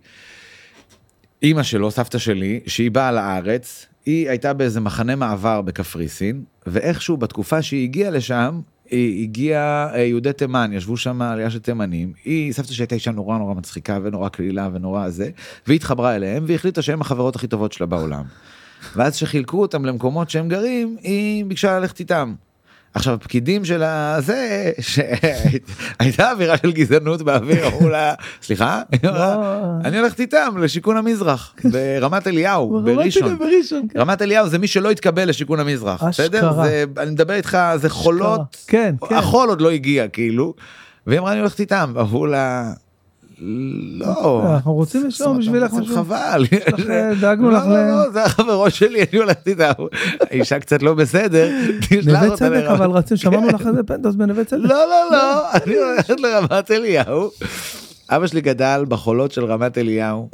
Speaker 2: אימא שלו, סבתא שלי, שהיא באה לארץ, היא הייתה באיזה מחנה מעבר בקפריסין, ואיכשהו בתקופה שהיא הגיעה לשם, היא הגיעה אה, יהודי תימן, ישבו שם עלייה של תימנים, היא, סבתא שלי הייתה אישה נורא נורא מצחיקה ונורא קלילה ונורא זה, והיא התחברה אליהם והחליטה שהן החברות הכי טובות שלה בעולם. ואז כשחילקו אותם למקומות שהם גרים, היא ביקשה ללכת איתם. עכשיו הפקידים של הזה שהייתה אווירה של גזענות באוויר אמרו לה סליחה היא אמרה, אני הולכת איתם לשיכון המזרח
Speaker 1: כן.
Speaker 2: ברמת אליהו בראשון
Speaker 1: בראשון. כן.
Speaker 2: רמת אליהו זה מי שלא התקבל לשיכון המזרח בסדר
Speaker 1: אשכרה.
Speaker 2: זה אני מדבר איתך זה חולות
Speaker 1: כן, כן.
Speaker 2: החול עוד לא הגיע כאילו והיא אמרה אני הולכת איתם אמרו לה לא
Speaker 1: אנחנו רוצים לשלום בשבילך
Speaker 2: זה
Speaker 1: משהו.
Speaker 2: חבל
Speaker 1: לך, אה, דאגנו לך
Speaker 2: לא,
Speaker 1: ל-
Speaker 2: לא, לא, זה החברות שלי אני הולכת איתה האישה קצת לא בסדר תשלח
Speaker 1: נווה
Speaker 2: אותה
Speaker 1: צדק
Speaker 2: לרמת-
Speaker 1: אבל רצינו שמענו לך איזה פנדוס בנווה צדק.
Speaker 2: כן. לא לא לא אני הולכת לרמת אליהו אבא שלי גדל בחולות של רמת אליהו.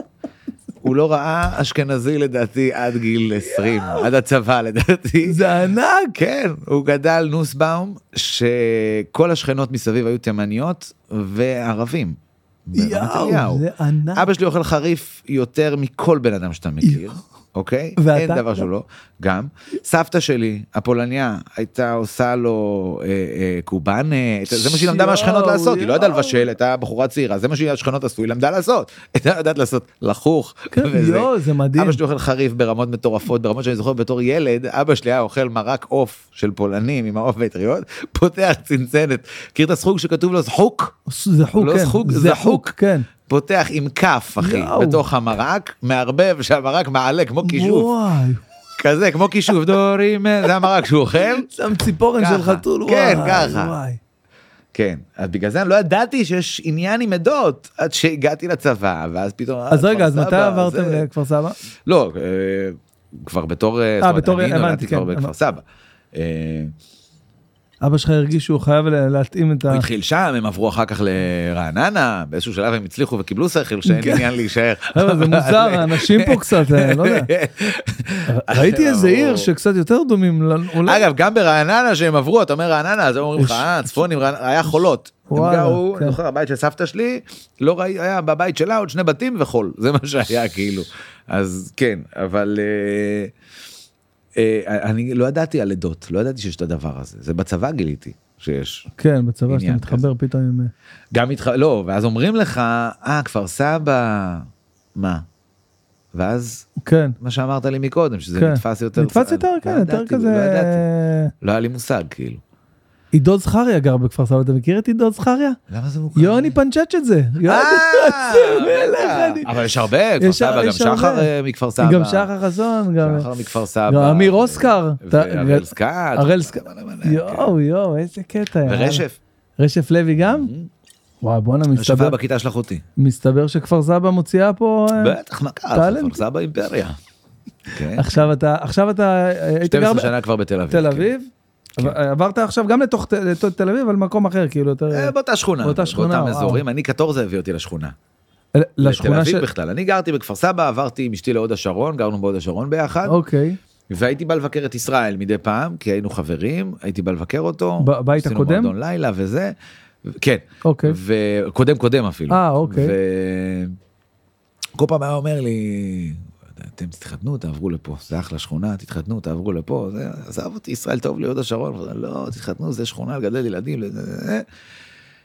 Speaker 2: הוא לא ראה אשכנזי לדעתי עד גיל 20 עד הצבא לדעתי
Speaker 1: זה ענק.
Speaker 2: כן, הוא גדל נוסבאום, שכל השכנות מסביב היו תימניות וערבים. ברמת אליהו.
Speaker 1: יואו, זה ענק.
Speaker 2: אבא שלי אוכל חריף יותר מכל בן אדם שאתה מכיר,
Speaker 1: יואו.
Speaker 2: אוקיי?
Speaker 1: ואתה?
Speaker 2: אין דבר שהוא לא, גם. סבתא שלי, הפולניה, הייתה עושה לו אה, אה, קובאנה, זה מה שהיא למדה
Speaker 1: יואו,
Speaker 2: מהשכנות לעשות, היא לא ידעה
Speaker 1: יואו.
Speaker 2: לבשל, הייתה בחורה צעירה, זה מה שהשכנות עשו, היא למדה לעשות. הייתה יודעת לעשות לחוך.
Speaker 1: כן,
Speaker 2: וזה.
Speaker 1: יואו, זה מדהים.
Speaker 2: אבא שלי אוכל חריף ברמות מטורפות, ברמות שאני זוכר בתור ילד, אבא שלי היה אוכל מרק עוף של פולנים עם העוף והטריות, פותח צנצנת, מכיר את הסחוג שכתוב לו זחוק?
Speaker 1: זה חוק,
Speaker 2: לא
Speaker 1: כן.
Speaker 2: זחוק,
Speaker 1: זה
Speaker 2: זה
Speaker 1: חוק,
Speaker 2: חוק.
Speaker 1: כן.
Speaker 2: פותח עם כף אחי
Speaker 1: יואו.
Speaker 2: בתוך המרק מערבב שהמרק מעלה כמו כישוף
Speaker 1: וואי.
Speaker 2: כזה כמו כישוף דורים אה, זה המרק שהוא אוכל
Speaker 1: שם ציפורן
Speaker 2: ככה.
Speaker 1: של חתול, וואי.
Speaker 2: כן, ככה.
Speaker 1: וואי.
Speaker 2: כן אז בגלל זה אני לא ידעתי שיש עניין עם עדות עד שהגעתי לצבא ואז פתאום אה,
Speaker 1: אז רגע,
Speaker 2: כפר
Speaker 1: אז מתי
Speaker 2: סבא,
Speaker 1: עברתם
Speaker 2: זה-
Speaker 1: לכפר סבא?
Speaker 2: לא אה, כבר בתור אה, זאת אומרת,
Speaker 1: בתור-
Speaker 2: אני
Speaker 1: הבנתי,
Speaker 2: נולדתי כבר
Speaker 1: כן,
Speaker 2: בכפר
Speaker 1: הבנתי.
Speaker 2: סבא. אה,
Speaker 1: אבא שלך הרגיש שהוא חייב לה- להתאים את ה...
Speaker 2: הוא התחיל שם הם עברו אחר כך לרעננה באיזשהו שלב הם הצליחו וקיבלו שכל שאין
Speaker 1: כן.
Speaker 2: עניין להישאר.
Speaker 1: חבר'ה, זה מוזר, האנשים פה קצת, אה, לא יודע. ראיתי איזה עיר
Speaker 2: ברור.
Speaker 1: שקצת יותר דומים לנו, אולי.
Speaker 2: אגב, גם ברעננה שהם עברו, אתה אומר רעננה, אז הם אומרים לך, אה, צפונים, רעננה", היה חולות. הם
Speaker 1: וואלה,
Speaker 2: גרו,
Speaker 1: כן.
Speaker 2: אני זוכר, הבית של סבתא שלי, לא ראי, היה בבית שלה עוד שני בתים וחול, זה מה שהיה כאילו. אז כן, אבל אה, אה, אני לא ידעתי על עדות, לא ידעתי שיש את הדבר הזה, זה בצבא גיליתי שיש.
Speaker 1: כן, בצבא שאתה
Speaker 2: עניין
Speaker 1: מתחבר פתאום עם... אה,
Speaker 2: גם איתך, לא, ואז אומרים לך, אה, כפר סבא, מה? ואז
Speaker 1: כן.
Speaker 2: מה שאמרת לי מקודם, שזה
Speaker 1: כן.
Speaker 2: נתפס יותר...
Speaker 1: נתפס יותר,
Speaker 2: לא
Speaker 1: כן, יותר
Speaker 2: ידעתי, לא
Speaker 1: כזה...
Speaker 2: ידעתי, לא היה לי מושג, כאילו.
Speaker 1: עידו זכריה גר בכפר סבא, אתה מכיר את עידו זכריה?
Speaker 2: למה זה מוכר?
Speaker 1: יוני פנצ'ץ' את זה. יוני,
Speaker 2: אה,
Speaker 1: איזה מלך אני.
Speaker 2: בטח. אבל יש הרבה, כפר
Speaker 1: יש-
Speaker 2: סבא, גם
Speaker 1: יש הרבה.
Speaker 2: שחר אה, מכפר סבא.
Speaker 1: גם שחר חסון, גם...
Speaker 2: שחר מכפר סבא.
Speaker 1: גם אמיר אוסקר. אתה-
Speaker 2: והראל סקאט.
Speaker 1: הראל סקאט.
Speaker 2: מלא מלא,
Speaker 1: יואו, יואו, איזה קטע.
Speaker 2: כן.
Speaker 1: יאללה.
Speaker 2: ורשף.
Speaker 1: רשף לוי גם? Mm-hmm. וואי, בואנה,
Speaker 2: רשף
Speaker 1: מסתבר-
Speaker 2: היה בכיתה של אחותי.
Speaker 1: מסתבר שכפר סבא מוציאה פה... אה,
Speaker 2: בטח, מה קרה?
Speaker 1: טאלנט.
Speaker 2: כפר סבא אימפריה. כן.
Speaker 1: עכשיו אתה, עכשיו אתה אה, היית גר
Speaker 2: 12
Speaker 1: בתל
Speaker 2: שנה כבר בתל אביב. כן.
Speaker 1: אביב, אבל עברת עכשיו גם לתוך ת- לתוך תל אביב, אבל מקום אחר, כאילו, יותר...
Speaker 2: אה, באותה שכונה.
Speaker 1: באותה שכונה,
Speaker 2: באותם
Speaker 1: וואו.
Speaker 2: אזורים. אני קטורזה הביא אותי לשכונה.
Speaker 1: אל- לשכונה
Speaker 2: לתל
Speaker 1: של...
Speaker 2: אביב בכלל. אני גרתי בכפר סבא, עברתי עם אשתי להוד השרון, גרנו בהוד השרון ביחד.
Speaker 1: אוקיי,
Speaker 2: והייתי בא לבקר את ישראל מדי פעם כי היינו חברים הייתי בא לבקר אותו
Speaker 1: ב- בית
Speaker 2: עשינו
Speaker 1: הקודם?
Speaker 2: מועדון לילה וזה ו- כן
Speaker 1: אוקיי.
Speaker 2: וקודם קודם אפילו
Speaker 1: אה, אוקיי.
Speaker 2: ו... כל פעם היה אומר לי אתם תתחתנו תעברו לפה זה אחלה שכונה תתחתנו תעברו לפה זה עזב אותי ישראל טוב לי הוד השרון אבל לא תתחתנו זה שכונה לגדל ילדים. לזה, זה, זה."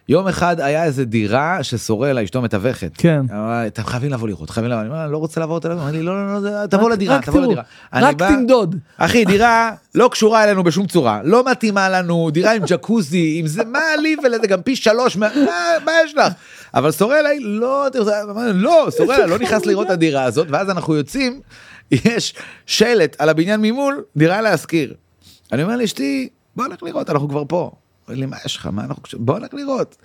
Speaker 2: יום אחד היה איזה דירה שסורלה אשתו מתווכת.
Speaker 1: כן.
Speaker 2: אמרה, אתם חייבים לבוא לראות חייבים לבוא אני אומר "אני לא רוצה לעבור תל אביב. אמר לי לא לא לא זה- תבוא
Speaker 1: רק-
Speaker 2: לדירה
Speaker 1: רק
Speaker 2: תבוא
Speaker 1: תראו,
Speaker 2: לדירה. אני
Speaker 1: רק
Speaker 2: בא-
Speaker 1: תמדוד.
Speaker 2: אחי, דירה לא קשורה אלינו בשום צורה, לא מתאימה לנו, דירה עם ג'קוזי, עם זה, מה לי ולזה, גם פי שלוש, מה, מה- מה יש לך? אבל סורלה היא לא, אתה יודע, אמרנו, לא, סורלה לא נכנס לראות את הדירה הזאת, ואז אנחנו יוצאים, יש שלט על הבניין ממול, דירה להשכיר. אני אומר לאשתי, בוא נלך לראות, אנחנו כבר פה. אומר לי, מה יש לך, מה אנחנו, קשור-?" בוא נלך לראות.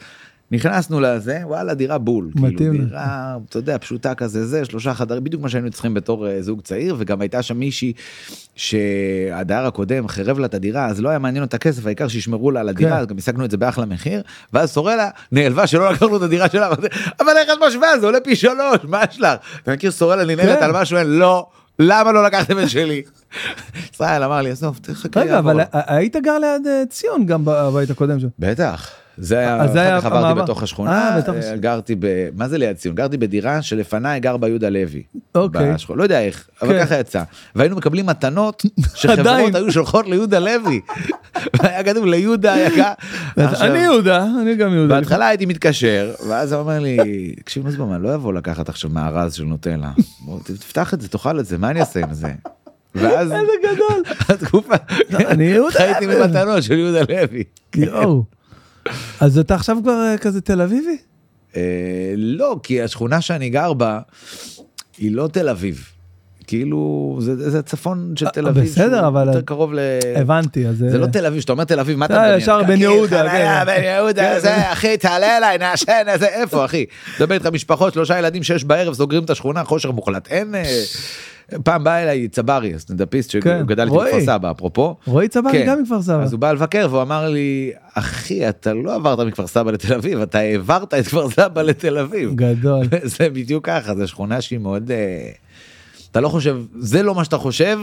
Speaker 2: נכנסנו לזה, וואלה, דירה בול.
Speaker 1: מתאים
Speaker 2: כאילו,
Speaker 1: לך.
Speaker 2: דירה, אתה יודע, פשוטה כזה, זה, שלושה חדרים, בדיוק מה שהיינו צריכים בתור אה, זוג צעיר, וגם הייתה שם מישהי שהדייר הקודם חירב לה את הדירה, אז לא היה מעניין אותה כסף, העיקר שישמרו לה על הדירה,
Speaker 1: כן.
Speaker 2: אז גם השגנו את זה באחלה מחיר, ואז סורלה נעלבה שלא לקחנו את הדירה שלה, אבל אבל איך את משווה, זה עולה פי שלוש, מה יש לך? אתה מכיר סורלה ננעלת
Speaker 1: כן.
Speaker 2: על משהו, אין, לא, למה לא לקחתם את שלי? ישראל אמר לי, עזוב, תחכה,
Speaker 1: רגע,
Speaker 2: יעבור."
Speaker 1: אבל ה- היית גר ליד אה, ציון גם בבית הקודם שלו.
Speaker 2: בטח. זה היה,
Speaker 1: אז זה היה
Speaker 2: אחר כך
Speaker 1: המעבר.
Speaker 2: עברתי בתוך
Speaker 1: אה,
Speaker 2: השכונה,
Speaker 1: בתוך
Speaker 2: אה,
Speaker 1: השכונה.
Speaker 2: גרתי ב... מה זה ליד ציון? גרתי בדירה שלפניי גר בה יהודה לוי.
Speaker 1: אוקיי.
Speaker 2: בשכונה, לא יודע איך, אבל
Speaker 1: כן.
Speaker 2: ככה יצא. והיינו מקבלים מתנות שחברות
Speaker 1: עדיין.
Speaker 2: היו שולחות ליהודה לוי. והיה כתוב ליהודה היקר. עכשיו,
Speaker 1: אני לא יהודה, אני גם יהודה.
Speaker 2: בהתחלה הייתי מתקשר, ואז הוא אומר לי, תקשיב נוסבאום, אני לא אבוא לקחת עכשיו מארז של נוטלה. בוא, תפתח את זה, תאכל את זה, מה אני אעשה עם זה? ואז
Speaker 1: איזה גדול.
Speaker 2: התקופה,
Speaker 1: אני יהודה
Speaker 2: חייתי
Speaker 1: לוי.
Speaker 2: במתנות של יהודה לוי.
Speaker 1: יואו. אז אתה עכשיו כבר אה, כזה תל אביבי?
Speaker 2: אה, לא, כי השכונה שאני גר בה היא לא תל אביב. כאילו זה זה הצפון של
Speaker 1: אה,
Speaker 2: תל אביב,
Speaker 1: בסדר,
Speaker 2: שהוא
Speaker 1: אבל-
Speaker 2: יותר קרוב ל...
Speaker 1: הבנתי, אז...
Speaker 2: זה
Speaker 1: אה,
Speaker 2: לא תל אביב, שאתה אומר תל אביב, מה אתה
Speaker 1: אתה
Speaker 2: מדמיין?
Speaker 1: ישר בן
Speaker 2: כן,
Speaker 1: יהודה,
Speaker 2: חניה,
Speaker 1: כן.
Speaker 2: בן יהודה, זה, אחי, תעלה אליי, נעשן, זה, איפה, אחי? מדבר איתך משפחות, שלושה ילדים, שש בערב, סוגרים את השכונה, חושר מוחלט. אין... אה, פעם בא אליי צברי, הסטנדאפיסט,
Speaker 1: כן,
Speaker 2: שהוא גדל איתי
Speaker 1: רועי.
Speaker 2: בכפר סבא, אפרופו.
Speaker 1: רועי צברי
Speaker 2: כן.
Speaker 1: גם מכפר סבא.
Speaker 2: אז הוא בא לבקר והוא אמר לי, אחי, אתה לא עברת מכפר סבא לתל אביב, אתה העברת את כפר סבא לתל אביב.
Speaker 1: גדול.
Speaker 2: זה בדיוק ככה, זו שכונה שהיא מאוד... אה, אתה לא חושב, זה לא מה שאתה חושב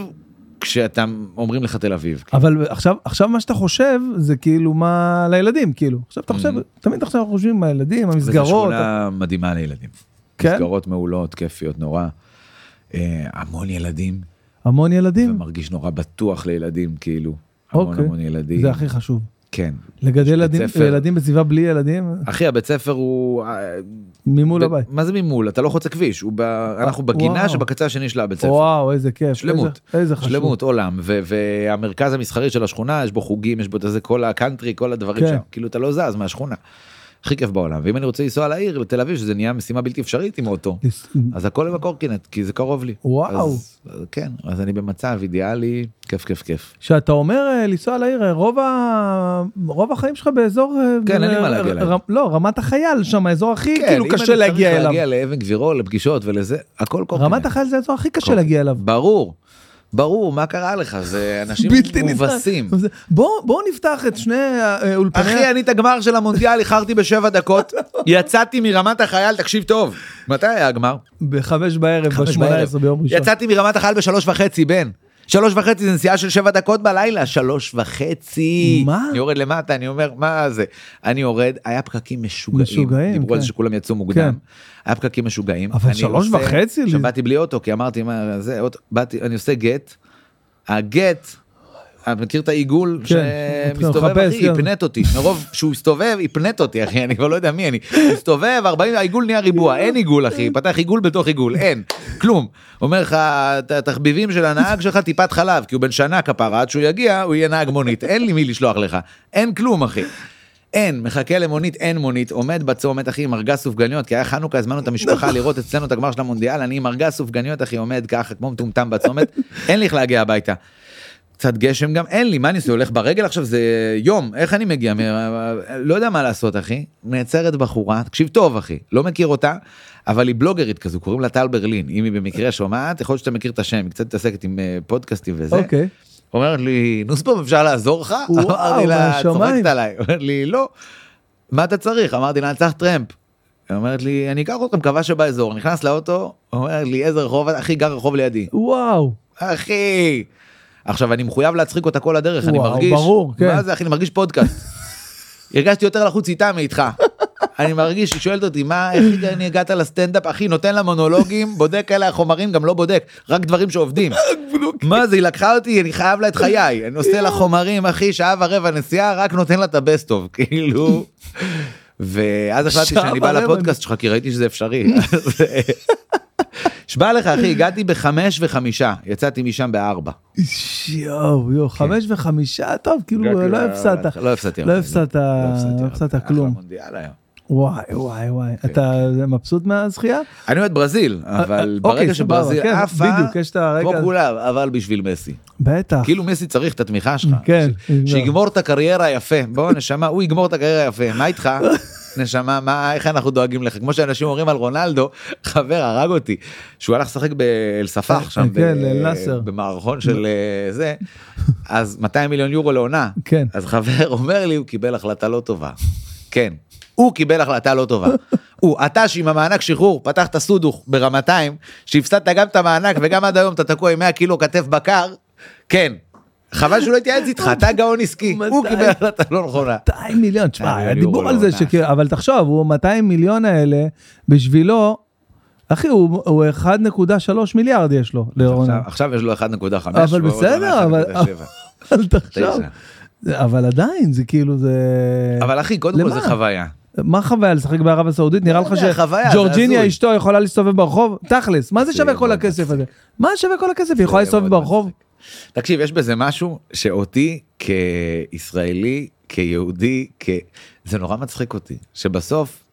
Speaker 2: כשאתה אומרים לך תל אביב.
Speaker 1: אבל עכשיו עכשיו מה שאתה חושב זה כאילו מה לילדים כאילו עכשיו אתה חושב תמיד עכשיו אנחנו חושבים מה הילדים
Speaker 2: וזו
Speaker 1: המסגרות
Speaker 2: Mm-hmm. שכונה מדהימה לילדים.
Speaker 1: כן?
Speaker 2: מסגרות מעולות, כיפיות נורא. אה, המון ילדים,
Speaker 1: המון ילדים
Speaker 2: ומרגיש נורא בטוח לילדים, כאילו. המון
Speaker 1: כן. אוקיי.
Speaker 2: המון ילדים.
Speaker 1: זה הכי חשוב
Speaker 2: כן.
Speaker 1: לגדל ילדים
Speaker 2: ספר.
Speaker 1: ילדים בסביבה בלי ילדים
Speaker 2: אחי, הבית ספר הוא... אה,
Speaker 1: ממול
Speaker 2: ב-
Speaker 1: הבית אה,
Speaker 2: מה זה ממול? אתה לא חוצה כביש. הוא ב- אנחנו בגינה
Speaker 1: וואו.
Speaker 2: שבקצה השני של הבית ספר.
Speaker 1: וואו איזה כיף
Speaker 2: שלמות.
Speaker 1: איזה- איזה חשוב
Speaker 2: שלמות עולם ו- והמרכז המסחרי של השכונה יש בו חוגים יש בו את זה כל הקאנטרי כל הדברים
Speaker 1: כן.
Speaker 2: שם כאילו אתה לא זז מהשכונה. הכי כיף בעולם ואם אני רוצה לנסוע לעיר לתל אביב שזה נהיה משימה בלתי אפשרית עם אוטו
Speaker 1: לס-
Speaker 2: אז הכל עם הקורקינט כי זה קרוב לי.
Speaker 1: וואו.
Speaker 2: אז, אז כן אז אני במצב אידיאלי כיף כיף כיף.
Speaker 1: שאתה אומר אה, לנסוע לעיר אה, רוב ה- רוב החיים שלך באזור אה,
Speaker 2: כן, אין לי מה
Speaker 1: אה,
Speaker 2: להגיע
Speaker 1: ר-
Speaker 2: אליו.
Speaker 1: לא רמת החייל שם האזור הכי
Speaker 2: כן,
Speaker 1: כאילו
Speaker 2: אם אני
Speaker 1: קשה
Speaker 2: צריך
Speaker 1: להגיע
Speaker 2: להגיע אוקיי.
Speaker 1: אליו
Speaker 2: לאבן גבירול לפגישות ולזה הכל קורקינט.
Speaker 1: רמת החייל זה האזור הכי קשה
Speaker 2: קורקינט.
Speaker 1: להגיע אליו.
Speaker 2: ברור. ברור מה קרה לך זה אנשים
Speaker 1: בלתי נסבל.
Speaker 2: מובסים.
Speaker 1: זה- בואו בואו נפתח את שני אה, אולפני...
Speaker 2: אחי, אני את הגמר של המונדיאל איחרתי בשבע דקות, יצאתי מרמת החייל, תקשיב טוב. מתי היה הגמר?
Speaker 1: בחמש בערב,
Speaker 2: חמש
Speaker 1: ב-18
Speaker 2: בערב.
Speaker 1: ביום ראשון.
Speaker 2: יצאתי מרמת החייל בשלוש וחצי, בן. שלוש וחצי זה נסיעה של שבע דקות בלילה, שלוש וחצי.
Speaker 1: מה?
Speaker 2: אני יורד למטה, אני אומר, מה זה? אני יורד, היה פקקים משוגעים.
Speaker 1: משוגעים,
Speaker 2: דיברו על זה
Speaker 1: כן.
Speaker 2: שכולם יצאו מוקדם.
Speaker 1: כן.
Speaker 2: היה פקקים משוגעים.
Speaker 1: אבל
Speaker 2: אני
Speaker 1: שלוש
Speaker 2: עושה-
Speaker 1: וחצי?
Speaker 2: עכשיו באתי בלי אוטו, כי אמרתי, מה זה, אוטו, באתי, אני עושה גט. הגט, אתה אה, מכיר את העיגול
Speaker 1: כן,
Speaker 2: שמסתובב,
Speaker 1: מחפש,
Speaker 2: אחי,
Speaker 1: כן.
Speaker 2: הפנט אותי. מרוב שהוא הסתובב, הפנט אותי, אחי, אני כבר לא יודע מי אני. הסתובב, 40, העיגול נהיה ריבוע, אין עיגול, אחי, פתח עיגול בתוך עיגול, אין, כלום. אומר לך, "ת- התחביבים של הנהג שלך טיפת חלב, כי הוא בן שנה כפרה, עד שהוא יגיע, הוא יהיה נהג מונית, אין לי מי לשלוח לך, אין כלום, אחי. אין, מחכה למונית, אין מונית, עומד בצומת, אחי, עם ארגז סופגניות, כי היה חנוכה, הזמנו את המשפחה לראות אצלנו את הגמר של המונדיאל, אני עם ארגז סופגניות, אחי, עומד ככה, כמו מטומטם בצומת, אין לי איך להגיע הביתה. קצת גשם גם אין לי מה אני עושה הולך ברגל עכשיו זה יום איך אני מגיע מה- לא יודע מה לעשות אחי נעצרת בחורה תקשיב טוב אחי לא מכיר אותה אבל היא בלוגרית כזו קוראים לה טל ברלין אם היא במקרה שומעת יכול להיות שאתה מכיר את השם היא קצת מתעסקת עם אה, פודקאסטים וזה.
Speaker 1: אוקיי.
Speaker 2: אומרת לי נוסבאום אפשר לעזור לך?
Speaker 1: וואו,
Speaker 2: אמרתי לה, "את
Speaker 1: מהשמיים."
Speaker 2: צוחקת עליי. אומרת לי לא. מה אתה צריך? אמרתי לה אני צריך טרמפ. היא אומרת לי אני אקח אותך מקווה שבאזור נכנס לאוטו אומרת לי איזה רחוב אחי גר רחוב לידי.
Speaker 1: וואו.
Speaker 2: אחי. עכשיו אני מחויב להצחיק אותה כל הדרך, אני
Speaker 1: וואו,
Speaker 2: מרגיש,
Speaker 1: ברור, כן.
Speaker 2: מה זה אחי, אני מרגיש פודקאסט. הרגשתי יותר לחוץ איתה מאיתך. אני מרגיש, היא שואלת אותי, מה, איך הגע- אני הגעת לסטנדאפ, אחי, נותן לה מונולוגים, בודק עליה חומרים, גם לא בודק, רק דברים שעובדים. מה זה, היא לקחה אותי, אני חייב לה את חיי, אני עושה לה חומרים, אחי, שעה ורבע נסיעה, רק נותן לה את הבסט אוף, כאילו. ואז החלטתי
Speaker 1: שעה
Speaker 2: שאני בא
Speaker 1: ורבע.
Speaker 2: לפודקאסט שלך, כי ראיתי שזה אפשרי. אז, אה, נשבע לך אחי הגעתי בחמש וחמישה יצאתי משם בארבע.
Speaker 1: יואו,
Speaker 2: כן.
Speaker 1: יואו, חמש וחמישה, טוב, כאילו לא הפסדת.
Speaker 2: לא הפסדתי.
Speaker 1: לא הפסדת, לא
Speaker 2: אחלה
Speaker 1: הפסדת כלום.
Speaker 2: מונדיאל היה.
Speaker 1: וואי, וואי, וואי.
Speaker 2: כן,
Speaker 1: אתה מבסוט מהזכייה?
Speaker 2: אני אוהד ברזיל אבל
Speaker 1: אה, אוקיי,
Speaker 2: ברגע
Speaker 1: סבבה,
Speaker 2: שברזיל
Speaker 1: כן,
Speaker 2: עפה
Speaker 1: בדיוק, יש את הרגע
Speaker 2: כמו
Speaker 1: הזה.
Speaker 2: כולם אבל בשביל מסי
Speaker 1: בטח.
Speaker 2: כאילו מסי צריך את התמיכה שלך
Speaker 1: כן.
Speaker 2: ש- שיגמור את הקריירה יפה בוא נשמה הוא יגמור את הקריירה יפה מה איתך נשמה מה איך אנחנו דואגים לך כמו שאנשים אומרים על רונלדו חבר הרג אותי שהוא הלך לשחק באל ספח שם ב-
Speaker 1: כן, אל נאסר.
Speaker 2: במערכון
Speaker 1: לא.
Speaker 2: של אה, זה אז 200 מיליון יורו לעונה
Speaker 1: כן.
Speaker 2: אז חבר אומר לי הוא קיבל החלטה לא טובה כן. הוא קיבל החלטה לא טובה. הוא, אתה שעם המענק שחרור פתחת סודוך ברמתיים, שהפסדת גם את המענק וגם עד היום אתה תקוע עם 100 קילו כתף בקר, כן. חבל שהוא לא התייעץ איתך, אתה גאון עסקי, הוא
Speaker 1: מתי?
Speaker 2: קיבל החלטה לא נכונה.
Speaker 1: 200 מיליון, תשמע,
Speaker 2: אה,
Speaker 1: היה
Speaker 2: יורו
Speaker 1: דיבור על
Speaker 2: לא
Speaker 1: זה
Speaker 2: נח.
Speaker 1: שכאילו, אבל תחשוב, הוא 200 מיליון האלה, בשבילו, אחי, הוא הוא 1.3 מיליארד יש לו, לרון.
Speaker 2: עכשיו- עכשיו יש לו 1.5.
Speaker 1: אבל
Speaker 2: ועוד
Speaker 1: בסדר, אבל
Speaker 2: 1.7.
Speaker 1: אבל תחשוב,
Speaker 2: תשע.
Speaker 1: אבל עדיין, זה כאילו, זה...
Speaker 2: אבל אחי, קודם כל
Speaker 1: למה?
Speaker 2: זה חוויה.
Speaker 1: מה חוויה לשחק בערב הסעודית? נראה
Speaker 2: לא
Speaker 1: לך
Speaker 2: יודע, חוויה, זה
Speaker 1: שג'ורג'יניה
Speaker 2: הזוי.
Speaker 1: אשתו יכולה להסתובב ברחוב? תכלס, מה זה שווה כל
Speaker 2: מאוד
Speaker 1: הכסף הזה? מה שווה כל הכסף? היא יכולה
Speaker 2: מאוד
Speaker 1: להסתובב
Speaker 2: מצחיק.
Speaker 1: ברחוב?
Speaker 2: תקשיב, יש בזה משהו שאותי כישראלי, כיהודי, כ... זה נורא מצחיק אותי, שבסוף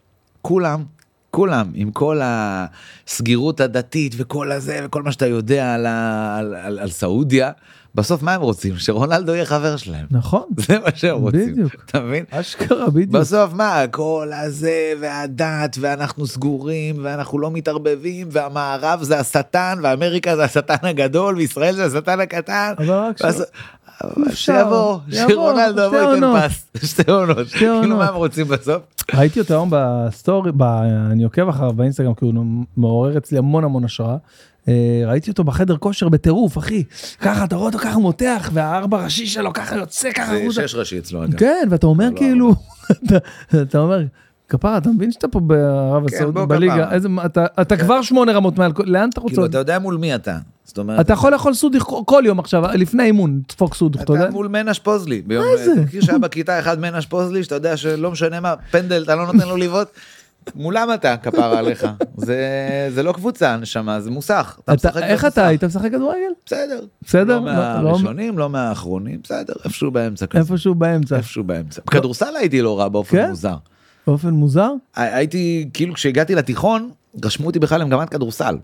Speaker 2: כולם, כולם, עם כל הסגירות הדתית וכל הזה וכל מה שאתה יודע על, ה... על, על, על סעודיה, בסוף מה הם רוצים? שרונלדו יהיה חבר שלהם.
Speaker 1: נכון,
Speaker 2: זה מה שהם רוצים,
Speaker 1: בדיוק.
Speaker 2: אתה מבין?
Speaker 1: אשכרה, בדיוק.
Speaker 2: בסוף מה הכל הזה והדת ואנחנו סגורים ואנחנו לא מתערבבים והמערב זה השטן ואמריקה זה השטן הגדול וישראל זה השטן הקטן.
Speaker 1: אבל רק
Speaker 2: ואז-
Speaker 1: ש-
Speaker 2: אבל
Speaker 1: אפשר.
Speaker 2: שיבוא,
Speaker 1: יבוא,
Speaker 2: שרונלדו
Speaker 1: שתי
Speaker 2: יבוא ייתן
Speaker 1: עונות.
Speaker 2: פס, שתי עונות,
Speaker 1: שתי
Speaker 2: כאילו
Speaker 1: עונות.
Speaker 2: מה הם רוצים בסוף?
Speaker 1: ראיתי אותו היום בסטורי, ב- אני עוקב אחריו באינסטגרם, כי הוא מעורר אצלי המון המון השראה. אה, ראיתי אותו בחדר כושר בטירוף, אחי. ככה, אתה רואה אותו ככה מותח, והארבע ראשי שלו ככה יוצא ככה.
Speaker 2: זה
Speaker 1: החוצה.
Speaker 2: שש ראשי אצלו אגב.
Speaker 1: אה, כן, ואתה אומר
Speaker 2: לא, לא.
Speaker 1: כאילו, אתה- אתה אומר, כפרה, אתה מבין שאתה פה בערב
Speaker 2: כן,
Speaker 1: הסעודית,
Speaker 2: בוא,
Speaker 1: בליגה,
Speaker 2: כפרה. כן.
Speaker 1: איזה- אתה- אתה כבר שמונה רמות מעל, כל- לאן אתה רוצה?
Speaker 2: כאילו
Speaker 1: עוד?
Speaker 2: אתה יודע מול מי אתה, זאת אומרת,
Speaker 1: אתה יכול לאכול סודיך כל יום עכשיו, לפני אימון, תדפוק סודיך, אתה יודע?
Speaker 2: אתה מול מנש פוזלי. ביום-
Speaker 1: מה זה?
Speaker 2: אתה מכיר שהיה בכיתה אחד מנש פוזלי שאתה יודע שלא משנה מה פנדל אתה לא נותן לו לבעוט. מולם אתה כפרה עליך זה זה לא קבוצה נשמה זה מוסך. אתה
Speaker 1: אתה-
Speaker 2: משחק
Speaker 1: איך
Speaker 2: במוסך.
Speaker 1: אתה היית משחק כדורגל?
Speaker 2: בסדר.
Speaker 1: בסדר?
Speaker 2: לא
Speaker 1: לא- לא-
Speaker 2: מהראשונים לא מהאחרונים בסדר איפשהו באמצע. כזה.
Speaker 1: איפשהו באמצע.
Speaker 2: כן. איפשהו באמצע. בכדורסל הייתי לא רע באופן
Speaker 1: כן?
Speaker 2: מוזר.
Speaker 1: באופן מוזר?
Speaker 2: הי- הייתי כאילו כשהגעתי לתיכון רשמו אותי בכלל למגמת כדורסל.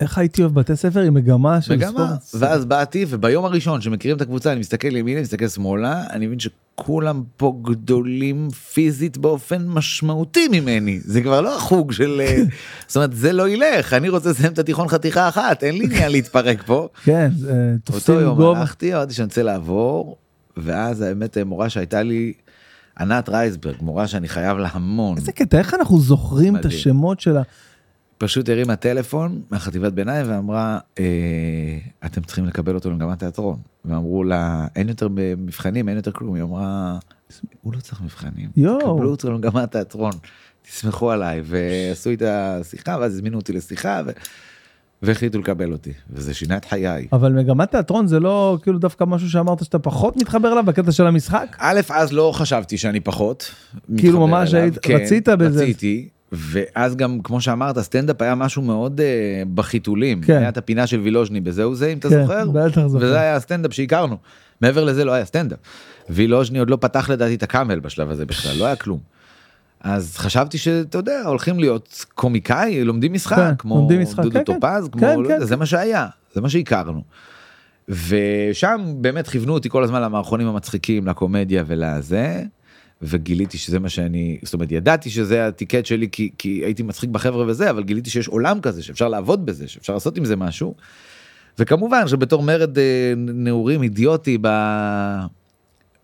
Speaker 1: איך הייתי אוהב בתי ספר עם מגמה של
Speaker 2: וגם
Speaker 1: ספורט?
Speaker 2: ואז באתי וביום הראשון שמכירים את הקבוצה אני מסתכל ימינה מסתכל שמאלה אני מבין שכולם פה גדולים פיזית באופן משמעותי ממני זה כבר לא החוג של אה, זאת אומרת זה לא ילך אני רוצה לסיים את התיכון חתיכה אחת אין לי עניין להתפרק פה.
Speaker 1: כן, זה-
Speaker 2: אותו
Speaker 1: תופסים
Speaker 2: יום
Speaker 1: גובה.
Speaker 2: הלכתי אמרתי שאני רוצה לעבור ואז האמת אה, מורה שהייתה לי ענת רייסברג מורה שאני חייב לה המון
Speaker 1: איזה קטע, איך אנחנו זוכרים את
Speaker 2: מדהים.
Speaker 1: השמות שלה?
Speaker 2: פשוט הרימה טלפון מהחטיבת ביניים ואמרה אה, אתם צריכים לקבל אותו למגמת תיאטרון ואמרו לה אין יותר מבחנים אין יותר כלום היא אמרה הוא לא צריך מבחנים
Speaker 1: יואו.
Speaker 2: קבלו אותו למגמת תיאטרון תסמכו עליי ועשו איתה שיחה ואז הזמינו אותי לשיחה ו... והחליטו לקבל אותי וזה שינה את חיי.
Speaker 1: אבל מגמת תיאטרון זה לא כאילו דווקא משהו שאמרת שאתה פחות מתחבר אליו בקטע של המשחק?
Speaker 2: א', אז לא חשבתי שאני פחות.
Speaker 1: כאילו
Speaker 2: מתחבר
Speaker 1: ממש
Speaker 2: אליו. כן,
Speaker 1: היית- רצית בזה.
Speaker 2: רציתי, ואז גם, כמו שאמרת, סטנדאפ היה משהו מאוד אה, בחיתולים.
Speaker 1: כן.
Speaker 2: כן. היה את הפינה של וילוז'ני בזהו זה, אם אתה
Speaker 1: כן,
Speaker 2: זוכר.
Speaker 1: בטח זוכר.
Speaker 2: וזה היה הסטנדאפ שהכרנו. מעבר לזה לא היה סטנדאפ. וילוז'ני עוד לא פתח לדעתי את הקאמל בשלב הזה בכלל, לא היה כלום. אז חשבתי שאתה יודע הולכים להיות קומיקאי לומדים משחק
Speaker 1: כן,
Speaker 2: כמו
Speaker 1: לומדים משחק,
Speaker 2: דודו
Speaker 1: כן, כן.
Speaker 2: טופז כמו
Speaker 1: כן,
Speaker 2: לא
Speaker 1: כן,
Speaker 2: יודע, זה מה שהיה זה מה שהכרנו. ושם באמת כיוונו אותי כל הזמן למערכונים המצחיקים לקומדיה ולזה וגיליתי שזה מה שאני זאת אומרת ידעתי שזה הטיקט שלי כי, כי הייתי מצחיק בחבר'ה וזה אבל גיליתי שיש עולם כזה שאפשר לעבוד בזה שאפשר לעשות עם זה משהו. וכמובן שבתור מרד אה, נעורים אידיוטי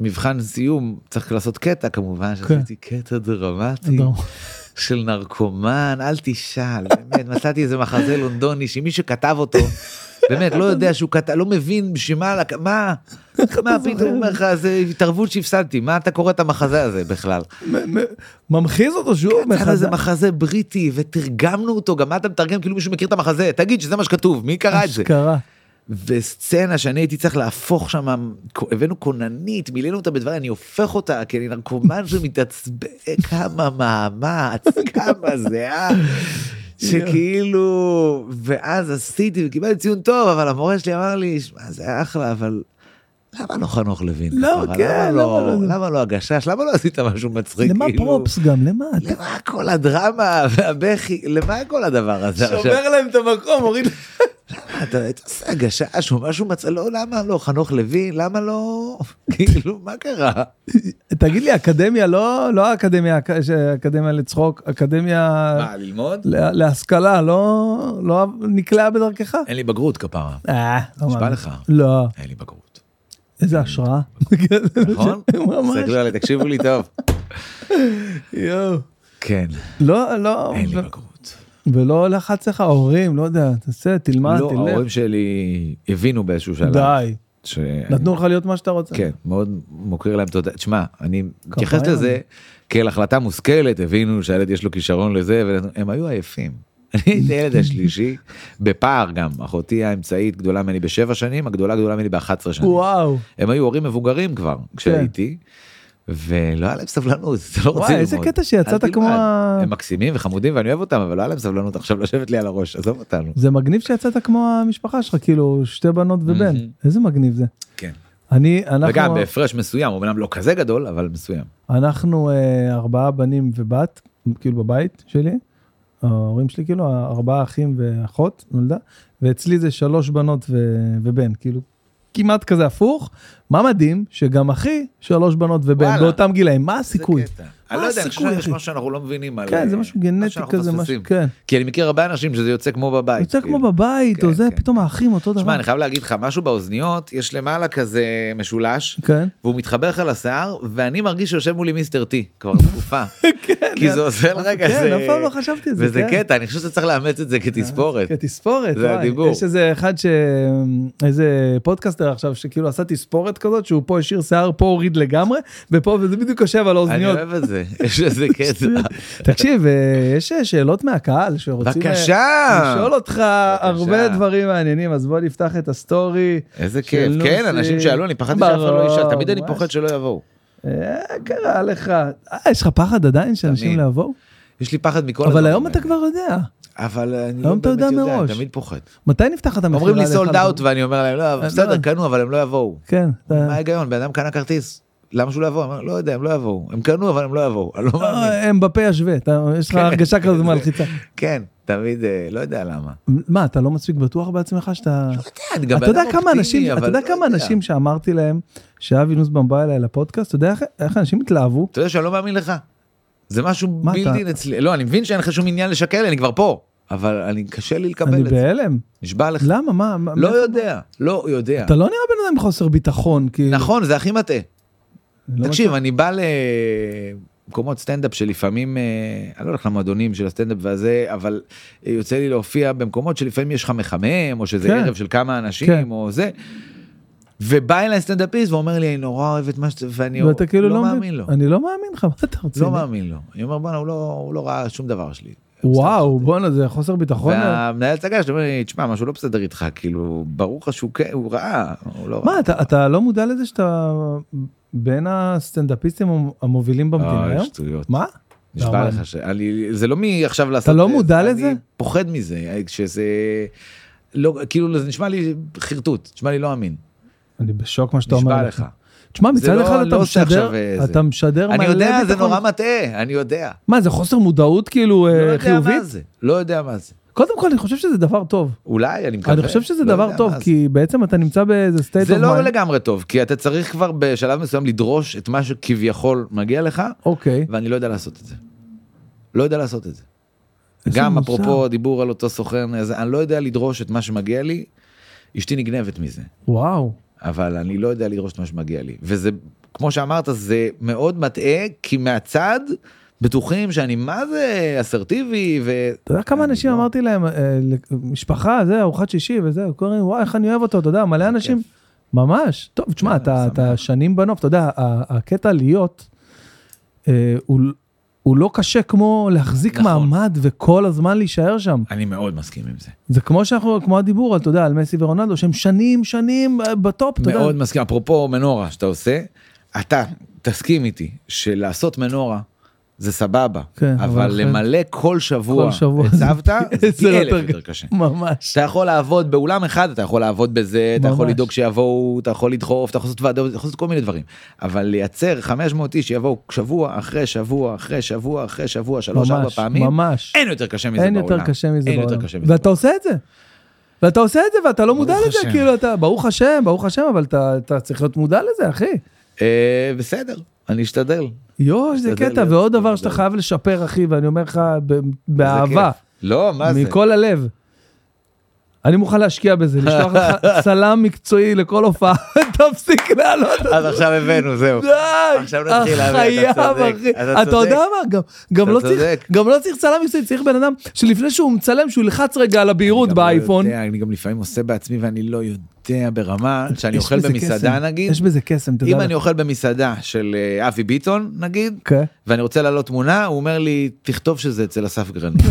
Speaker 2: במבחן סיום צריך לעשות קטע כמובן שעשיתי קטע דרמטי.
Speaker 1: אדום.
Speaker 2: של נרקומן, אל תשאל, באמת, מצאתי איזה מחזה לונדוני שמי שכתב אותו, באמת, לא יודע שהוא כתב, לא מבין בשביל מה, לק- מה, מה פתאום אומר לך, זה התערבות שהפסדתי, מה אתה קורא את המחזה הזה בכלל?
Speaker 1: מ- מ- ממחיז אותו שוב
Speaker 2: צריך
Speaker 1: מחדש.
Speaker 2: איזה מחזה בריטי, ותרגמנו אותו, גם מה אתה מתרגם, כאילו מישהו מכיר את המחזה, תגיד שזה מה שכתוב, מי קרא את זה?
Speaker 1: אשכרה.
Speaker 2: וסצנה שאני הייתי צריך להפוך שם, הבאנו כוננית, מילאנו אותה בדברים, אני הופך אותה, כי אני נרקומן שמתעצבן, כמה מאמץ, כמה זהה, שכאילו, ואז עשיתי וקיבלתי ציון טוב, אבל המורה שלי אמר לי, שמע, זה היה אחלה, אבל למה לא חנוך לוין?
Speaker 1: לא,
Speaker 2: אבל
Speaker 1: כן, למה לא זה?"
Speaker 2: למה לא הגשש? למה לא עשית משהו מצחיק?
Speaker 1: למה
Speaker 2: כאילו?
Speaker 1: פרופס גם? למה?
Speaker 2: למה כל הדרמה והבכי? למה כל הדבר הזה עכשיו?
Speaker 1: להם את המקום, מוריד.
Speaker 2: אתה היית עושה הגשש או משהו מצא, לא, למה לא, חנוך לוין, למה לא, כאילו, מה קרה?
Speaker 1: תגיד לי, אקדמיה לא, לא האקדמיה, הק- האקדמיה לצחוק, אקדמיה
Speaker 2: ללמוד?
Speaker 1: לה- להשכלה, לא, לא נקלעה בדרכך?
Speaker 2: אין לי בגרות כפרה,
Speaker 1: אה, לא
Speaker 2: נשבע
Speaker 1: מאמין.
Speaker 2: לך.
Speaker 1: לא,
Speaker 2: אין לי בגרות.
Speaker 1: איזה השראה.
Speaker 2: נכון?
Speaker 1: ממש.
Speaker 2: תסתכלו עליי, תקשיבו לי טוב.
Speaker 1: יואו.
Speaker 2: כן,
Speaker 1: לא, לא,
Speaker 2: אין לי
Speaker 1: ו-
Speaker 2: בגרות.
Speaker 1: ולא לחץ לך ההורים, לא יודע, תעשה, תלמד,
Speaker 2: לא, ההורים
Speaker 1: תלך.
Speaker 2: שלי הבינו באיזשהו שלב.
Speaker 1: די,
Speaker 2: ש-
Speaker 1: נתנו לך להיות מה שאתה רוצה.
Speaker 2: כן, מאוד מוקיר להם תודה. תשמע, אני מתייחס לזה כאל החלטה מושכלת, הבינו שהילד יש לו כישרון לזה, והם היו עייפים. אני הייתי הילד השלישי, בפער גם, אחותי האמצעית גדולה ממני בשבע שנים, הגדולה גדולה ממני ב-11 שנים.
Speaker 1: וואו, כן.
Speaker 2: הם היו הורים מבוגרים כבר כשהייתי, ולא היה להם סבלנות, זה לא רוצים
Speaker 1: וואי,
Speaker 2: ללמוד.
Speaker 1: איזה קטע שיצאת
Speaker 2: אל תלמד.
Speaker 1: כמו... ה-
Speaker 2: הם מקסימים וחמודים ואני אוהב אותם, אבל לא היה להם סבלנות עכשיו לשבת לי על הראש, עזוב אותנו.
Speaker 1: זה מגניב שיצאת כמו המשפחה שלך, כאילו, שתי בנות ובן.
Speaker 2: מהמם.
Speaker 1: איזה מגניב זה.
Speaker 2: כן.
Speaker 1: אני, אנחנו...
Speaker 2: וגם בהפרש מסוים, אמנם לא כזה גדול, אבל מסוים.
Speaker 1: אנחנו אה, ארבעה בנים ובת, כאילו בבית שלי, ההורים שלי כאילו, ארבעה אחים ואחות נולדה, ואצלי זה שלוש בנות ו... ובן, כאילו כמעט כזה הפוך. מה מדהים שגם אחי שלוש בנות ובן
Speaker 2: וואלה.
Speaker 1: באותם גילאים, מה הסיכוי?
Speaker 2: זה קטע. אני לא יודע, אני חושב
Speaker 1: הסיכוי,
Speaker 2: שיש
Speaker 1: אחי?
Speaker 2: משהו שאנחנו לא מבינים על...
Speaker 1: כן, זה משהו גנטי
Speaker 2: שאנחנו
Speaker 1: כזה, משהו,
Speaker 2: מפספסים.
Speaker 1: כן.
Speaker 2: כי אני מכיר הרבה אנשים שזה יוצא כמו בבית.
Speaker 1: יוצא
Speaker 2: כאילו.
Speaker 1: כמו בבית, נכון.
Speaker 2: כן,
Speaker 1: או זה,
Speaker 2: כן.
Speaker 1: פתאום האחים אותו
Speaker 2: שמע,
Speaker 1: דבר.
Speaker 2: אני חייב להגיד לך, משהו באוזניות, יש למעלה כזה משולש,
Speaker 1: כן.
Speaker 2: והוא מתחבר לך לשיער, ואני מרגיש שיושב מולי מיסטר טי, כבר תקופה. כי זה עוזר רגע,
Speaker 1: כן,
Speaker 2: זה...
Speaker 1: אף פעם לא חשבתי על זה,
Speaker 2: וזה
Speaker 1: כן.
Speaker 2: קטע, אני חושב שצריך לאמץ את זה כתספורת.
Speaker 1: כן, תספורת,
Speaker 2: זה
Speaker 1: וואי.
Speaker 2: הדיבור.
Speaker 1: יש איזה אחד ש... איזה פודקאסטר עכשיו שכאילו עשה תספורת כזאת, שהוא פה השאיר שיער, פה הוריד לגמרי, ופה, וזה בדיוק יושב על
Speaker 2: אני
Speaker 1: האוזניות.
Speaker 2: אוהב את זה, יש איזה קטע.
Speaker 1: תקשיב, אה, יש שאלות מהקהל שרוצים... אה,
Speaker 2: בבקשה!
Speaker 1: לשאול אותך הרבה דברים מעניינים, אז בוא נפתח את הסטורי.
Speaker 2: איזה
Speaker 1: של
Speaker 2: כיף,
Speaker 1: לוסי.
Speaker 2: כן, אנשים שאלו, אני פחדתי שאף אחד לא ישאל,
Speaker 1: ברור,
Speaker 2: תמיד אני
Speaker 1: מה
Speaker 2: פוחד שלא יבואו.
Speaker 1: אה, קרה לך. אה, יש לך פחד עדיין שאנשים
Speaker 2: תמיד.
Speaker 1: יבואו?
Speaker 2: יש לי פחד מכל
Speaker 1: אבל
Speaker 2: הדברים
Speaker 1: היום אתה
Speaker 2: האלה.
Speaker 1: כבר יודע.
Speaker 2: אבל אני לא
Speaker 1: היום אתה
Speaker 2: באמת
Speaker 1: יודע
Speaker 2: יודע,
Speaker 1: מראש.
Speaker 2: אני תמיד פוחד.
Speaker 1: מתי נפתחת המכירה?
Speaker 2: אומרים לי
Speaker 1: להיכל
Speaker 2: סולד
Speaker 1: התרבות?
Speaker 2: אאוט ואני אומר להם, לא, אבל
Speaker 1: אה,
Speaker 2: בסדר,
Speaker 1: לא.
Speaker 2: קנו, אבל הם לא יבואו.
Speaker 1: כן. אתה-
Speaker 2: מה ההיגיון? בן אדם קנה כרטיס, למה שהוא לא יבוא? אני אומר, לא יודע, הם לא יבואו. הם קנו, אבל הם לא יבואו. אני לא מאמין.
Speaker 1: אה, הם בפה ישווה, אתה- יש לך הרגשה כזאת מלחיצה.
Speaker 2: כן, תמיד, אה, לא יודע למה.
Speaker 1: מה, אתה לא מספיק בטוח בעצמך שאתה...
Speaker 2: אני גם
Speaker 1: אתה
Speaker 2: בן
Speaker 1: יודע
Speaker 2: אדם
Speaker 1: כמה
Speaker 2: אופטימי,
Speaker 1: אנשים,
Speaker 2: אבל
Speaker 1: אתה יודע
Speaker 2: לא
Speaker 1: כמה אנשים שאמרתי להם שאבי נוסבאום בא אליי לפודקאסט, אתה יודע איך- איך אנשים התלהבו?
Speaker 2: אתה יודע שאני לא מאמין לך. זה משהו
Speaker 1: מה אתה-
Speaker 2: בלתי אצלי. לא, אני מבין שאין לך שום עניין לשקר לי, אני כבר פה. אבל אני, קשה לי לקבל
Speaker 1: אני
Speaker 2: את זה.
Speaker 1: בהלם.
Speaker 2: נשבע לך.
Speaker 1: למה? מה? מה-
Speaker 2: לא
Speaker 1: מה-
Speaker 2: יודע, לא יודע.
Speaker 1: אתה לא נראה בן אדם עם חוסר ביטחון, כאילו.
Speaker 2: נכון, זה הכי מטעה.
Speaker 1: אני לא
Speaker 2: תקשיב, אני בא למקומות סטנדאפ שלפעמים, אה, אני לא הולך למועדונים של הסטנדאפ והזה, אבל אה, יוצא לי להופיע במקומות שלפעמים יש לך מחמם, או שזה
Speaker 1: כן.
Speaker 2: ערב של כמה
Speaker 1: כן.
Speaker 2: אנשים, או זה. ובא אליי סטנדאפיסט ואומר לי, אני נורא אוהב את מה שאתה, ואני
Speaker 1: מבין. ואתה כאילו
Speaker 2: לא
Speaker 1: לא
Speaker 2: מאמין לו.
Speaker 1: אני לא מאמין לך, מה אתה רוצה?
Speaker 2: לא מאמין לו. אני אומר, בואנה, הוא לא- הוא לא ראה שום דבר שלי.
Speaker 1: וואו, בואנה, זה חוסר ביטחון.
Speaker 2: והמנהל הצגה שלו אומר לי, תשמע, משהו לא בסדר איתך, כאילו, ברור לך שהוא כן, הוא ראה, הוא לא ראה.
Speaker 1: מה, אתה- אתה לא מודע לזה שאתה בין הסטנדאפיסטים המובילים במדינה
Speaker 2: אה,
Speaker 1: לא היום?
Speaker 2: שטויות.
Speaker 1: לא, מה?
Speaker 2: נשבע
Speaker 1: אבל-
Speaker 2: לך שאני זה לא מעכשיו לעשות
Speaker 1: לא
Speaker 2: זה,
Speaker 1: מודע
Speaker 2: אני
Speaker 1: לזה?
Speaker 2: פוחד מזה אה, כשזה לא כאילו זה נשמע לי חרטוט נשמע לי לא אמין
Speaker 1: אני בשוק מה שאתה אומר.
Speaker 2: נשבע לך
Speaker 1: תשמע,
Speaker 2: זה
Speaker 1: מצד
Speaker 2: לא-
Speaker 1: אחד אתה
Speaker 2: לא
Speaker 1: משדר,
Speaker 2: עושה עכשיו, אה, זה.
Speaker 1: אתה משדר
Speaker 2: אני
Speaker 1: מלא
Speaker 2: יודע זה
Speaker 1: ביטחון.
Speaker 2: נורא מטעה אני יודע
Speaker 1: מה, זה חוסר מודעות כאילו
Speaker 2: לא
Speaker 1: אה,
Speaker 2: יודע
Speaker 1: חיובית?
Speaker 2: מה זה לא יודע מה זה
Speaker 1: קודם כל, אני חושב שזה דבר טוב.
Speaker 2: אולי אני מקווה
Speaker 1: אני חושב שזה
Speaker 2: לא
Speaker 1: דבר
Speaker 2: יודע
Speaker 1: טוב,
Speaker 2: מה זה.
Speaker 1: כי בעצם אתה נמצא באיזה state
Speaker 2: זה
Speaker 1: of
Speaker 2: לא
Speaker 1: mind.
Speaker 2: לגמרי טוב כי אתה צריך כבר בשלב מסוים לדרוש את מה שכביכול מגיע לך
Speaker 1: אוקיי.
Speaker 2: ואני לא יודע לעשות את זה. לא יודע לעשות את זה.
Speaker 1: איזה
Speaker 2: גם
Speaker 1: מוזר.
Speaker 2: אפרופו דיבור על אותו סוכן אז אני לא יודע לדרוש את מה שמגיע לי אשתי נגנבת מזה.
Speaker 1: וואו.
Speaker 2: אבל אני לא יודע לדרוש את מה שמגיע לי. וזה, כמו שאמרת, זה מאוד מטעה, כי מהצד בטוחים שאני מה זה אסרטיבי ו...
Speaker 1: אתה יודע כמה
Speaker 2: אני
Speaker 1: אנשים
Speaker 2: לא-
Speaker 1: אמרתי להם, אה, לק- משפחה, זה, ארוחת שישי וזה, קוראים, וואי, איך אני אוהב אותו, אתה יודע, מלא אנשים. ממש. טוב, תשמע,
Speaker 2: כן,
Speaker 1: אתה-
Speaker 2: אני
Speaker 1: אתה
Speaker 2: שמח.
Speaker 1: שנים בנוף, אתה יודע, ה- הקטע להיות, אה, הוא- הוא לא קשה כמו להחזיק
Speaker 2: נכון.
Speaker 1: מעמד וכל הזמן להישאר שם.
Speaker 2: אני מאוד מסכים עם זה.
Speaker 1: זה כמו שאנחנו, כמו הדיבור על, אתה יודע, על מסי ורונלדו, שהם שנים, שנים אה, בטופ, אתה יודע.
Speaker 2: מאוד מסכים. אפרופו מנורה שאתה עושה, אתה תסכים איתי שלעשות מנורה זה סבבה,
Speaker 1: כן, אבל
Speaker 2: אבל
Speaker 1: אחרי-
Speaker 2: למלא כל שבוע
Speaker 1: כל שבוע.
Speaker 2: את סבתא, זה
Speaker 1: זה לא
Speaker 2: פי
Speaker 1: יותר
Speaker 2: אלף יותר
Speaker 1: ק-
Speaker 2: קשה.
Speaker 1: ממש.
Speaker 2: אתה יכול לעבוד באולם אחד אתה יכול לעבוד בזה אתה יכול
Speaker 1: ממש.
Speaker 2: לדאוג שיבואו אתה יכול לדחוף אתה יכול לעשות ועדות אתה יכול לעשות כל מיני דברים אבל לייצר 500 איש שיבואו שבוע אחרי שבוע אחרי שבוע אחרי שבוע שלוש ארבע
Speaker 1: ממש,
Speaker 2: פעמים
Speaker 1: ממש.
Speaker 2: אין יותר קשה מזה
Speaker 1: אין
Speaker 2: בעולם.
Speaker 1: יותר קשה מזה
Speaker 2: אין יותר
Speaker 1: בעולם.
Speaker 2: קשה מזה
Speaker 1: ואתה עושה את זה. ואתה עושה את זה ואתה לא מודע
Speaker 2: ברוך
Speaker 1: לזה,
Speaker 2: השם.
Speaker 1: כאילו אתה, ברוך השם, ברוך השם, אבל אתה- אתה צריך להיות מודע לזה, אחי.
Speaker 2: בעולם. אה, בסדר אני אשתדל.
Speaker 1: יואו, זה
Speaker 2: משתדל
Speaker 1: קטע,
Speaker 2: להיות
Speaker 1: ועוד דבר
Speaker 2: מודע.
Speaker 1: שאתה חייב לשפר, אחי, ואני אומר לך ב-
Speaker 2: זה
Speaker 1: באהבה,
Speaker 2: כיף. לא מה זה.
Speaker 1: מכל הלב. אני מוכן להשקיע בזה, לשלוח לך צלם מקצועי לכל הופעה, תפסיק לעלות.
Speaker 2: אז עכשיו הבאנו זהו.
Speaker 1: די,
Speaker 2: עכשיו נתחיל להבין,
Speaker 1: החייב,
Speaker 2: אתה צודק,
Speaker 1: אחי.
Speaker 2: אתה
Speaker 1: אתה יודע
Speaker 2: צודק.
Speaker 1: מה, גם- גם
Speaker 2: אתה
Speaker 1: לא צריך-
Speaker 2: צודק.
Speaker 1: גם לא צריך צלם מקצועי, צריך בן אדם שלפני שהוא מצלם, שהוא ילחץ רגע על הבהירות
Speaker 2: אני גם לא
Speaker 1: באייפון.
Speaker 2: יודע, אני גם לפעמים עושה בעצמי ואני לא יודע ברמה שאני
Speaker 1: יש
Speaker 2: אוכל
Speaker 1: בזה
Speaker 2: במסעדה
Speaker 1: קסם,
Speaker 2: נגיד.
Speaker 1: יש בזה קסם, אתה יודע.
Speaker 2: אם אני אוכל במסעדה של אה, אבי ביטון נגיד
Speaker 1: אוקיי.
Speaker 2: ואני רוצה להעלות תמונה, הוא אומר לי, תכתוב שזה אצל אסף גרנית.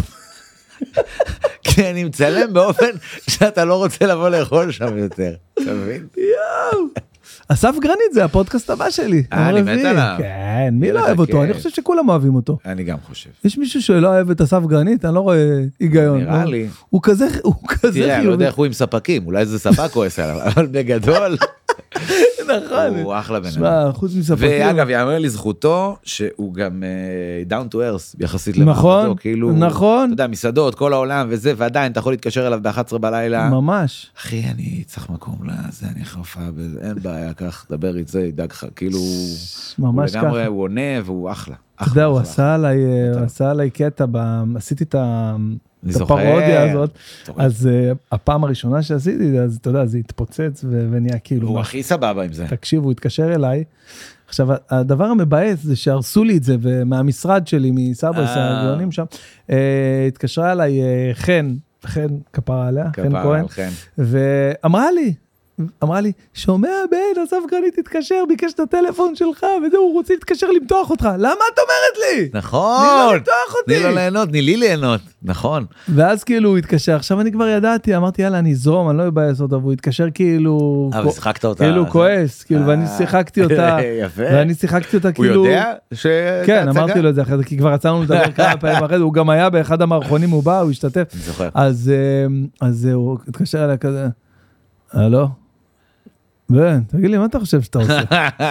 Speaker 2: כי אני מצלם באופן שאתה לא רוצה לבוא לאכול שם יותר. אתה מבין?
Speaker 1: יואו. אסף גרנית זה הפודקאסט הבא שלי.
Speaker 2: אה, אני מת
Speaker 1: הרביעי.
Speaker 2: עליו.
Speaker 1: כן, מי לא
Speaker 2: בטח,
Speaker 1: אוהב
Speaker 2: כן.
Speaker 1: אותו? אני חושב שכולם אוהבים אותו.
Speaker 2: אני גם חושב.
Speaker 1: יש מישהו שלא אוהב את אסף גרנית? אני לא רואה היגיון.
Speaker 2: נראה
Speaker 1: לא?
Speaker 2: לי.
Speaker 1: הוא כזה, הוא כזה
Speaker 2: תראה, אני לא
Speaker 1: חיובי.
Speaker 2: יודע איך הוא עם ספקים, אולי איזה ספק כועס עליו, אבל בגדול,
Speaker 1: נכון.
Speaker 2: הוא אחלה בן אדם.
Speaker 1: שמע, חוץ מספקים.
Speaker 2: ואגב, יאמר לזכותו שהוא גם אה, down to earth יחסית
Speaker 1: נכון,
Speaker 2: למעמדו, כאילו,
Speaker 1: נכון.
Speaker 2: אתה יודע, מסעדות, כל העולם וזה, ועדיין אתה יכול להתקשר אליו ב-11 בלילה.
Speaker 1: ממש.
Speaker 2: אחי, אני צריך מקום לזה, אני איך הופעה בזה, אין בעיה, קח, דבר איתי, ידאג לך, כאילו, הוא
Speaker 1: ממש
Speaker 2: לגמרי,
Speaker 1: ככה.
Speaker 2: הוא עונה והוא אחלה.
Speaker 1: אתה יודע, הוא עשה עליי, אה, הוא עשה עליי קטע, ב- עשיתי את ה-
Speaker 2: אני
Speaker 1: את
Speaker 2: זוכר.
Speaker 1: הפרודיה הזאת,
Speaker 2: זוכר.
Speaker 1: אז אה, הפעם הראשונה שעשיתי, אז אתה יודע, זה התפוצץ ו- ונהיה כאילו,
Speaker 2: הוא
Speaker 1: מה,
Speaker 2: הכי סבבה עם זה.
Speaker 1: תקשיב, הוא התקשר אליי. עכשיו, הדבר המבאס זה שהרסו לי את זה, ומהמשרד שלי, מסברס,
Speaker 2: אה.
Speaker 1: הגאונים שם, אה, התקשרה אליי אה, חן, חן, כפרה עליה, חן
Speaker 2: כפרה
Speaker 1: כהן,
Speaker 2: על חן.
Speaker 1: ואמרה לי, אמרה לי, שומע בן, אסף גרנית התקשר, ביקש את הטלפון שלך, וזהו, הוא רוצה להתקשר למתוח אותך, למה את אומרת לי? תני לו
Speaker 2: נכון,
Speaker 1: למתוח
Speaker 2: תני לו
Speaker 1: אותי.
Speaker 2: ליהנות, תני לי ליהנות, נכון.
Speaker 1: ואז כאילו הוא התקשר, עכשיו אני כבר ידעתי, אמרתי יאללה אני אזרום, אני לא אבאס אותו, והוא התקשר כאילו,
Speaker 2: אה,
Speaker 1: כ-
Speaker 2: ושיחקת אותה.
Speaker 1: כאילו כועס, כאילו, ואני
Speaker 2: אה,
Speaker 1: שיחקתי אותה,
Speaker 2: יפה.
Speaker 1: ואני שיחקתי אותה
Speaker 2: הוא
Speaker 1: כאילו,
Speaker 2: יודע ש...
Speaker 1: כן, אמרתי לו את זה אחרי זה, כי כבר יצאנו לדבר כמה פעמים אחרי זה, הוא גם היה באחד המערכונים, הוא בא, הוא השתתף,
Speaker 2: אני זוכר.
Speaker 1: אז אמ, אז הוא התקשר אליי כזה, הלו? בן, תגיד לי, מה אתה חושב שאתה עושה?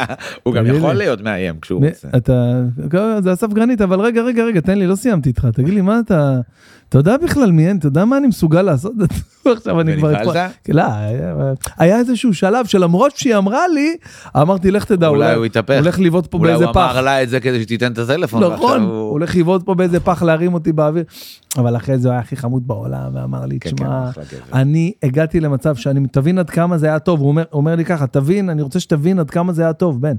Speaker 2: הוא גם
Speaker 1: אה. תגיד
Speaker 2: יכול
Speaker 1: לי.
Speaker 2: להיות מאיים כשהוא
Speaker 1: מי-
Speaker 2: רוצה.
Speaker 1: אתה, אוקיי, זה אסף גרנית, אבל רגע, רגע, רגע, תן לי, לא סיימתי איתך, תגיד לי, מה אתה, אתה יודע בכלל מי אין, אתה יודע מה אני מסוגל לעשות? עכשיו אני כבר...
Speaker 2: ונבהלת?
Speaker 1: התפ- לא, היה- היה איזשהו שלב שלמרות שהיא אמרה לי, אמרתי, לך תדע,
Speaker 2: אולי הוא יתהפך.
Speaker 1: הולך לבעוט פה
Speaker 2: אולי
Speaker 1: באיזה
Speaker 2: הוא
Speaker 1: פח.
Speaker 2: אמר לה את זה כדי שתיתן את הטלפון. ועכשיו
Speaker 1: נכון,
Speaker 2: הוא-
Speaker 1: הוא הולך לבעוט פה באיזה פח להרים אותי באוויר. אבל אחרי זה הוא היה הכי חמוד בעולם, ואמר לי,
Speaker 2: כן, כן,
Speaker 1: תשמע,
Speaker 2: אחלה גבר."
Speaker 1: אני הגעתי למצב שאני, תבין עד כמה זה היה טוב, הוא אומר- הוא אומר לי ככה, תבין, אני רוצה שתבין עד כמה זה היה טוב, בן.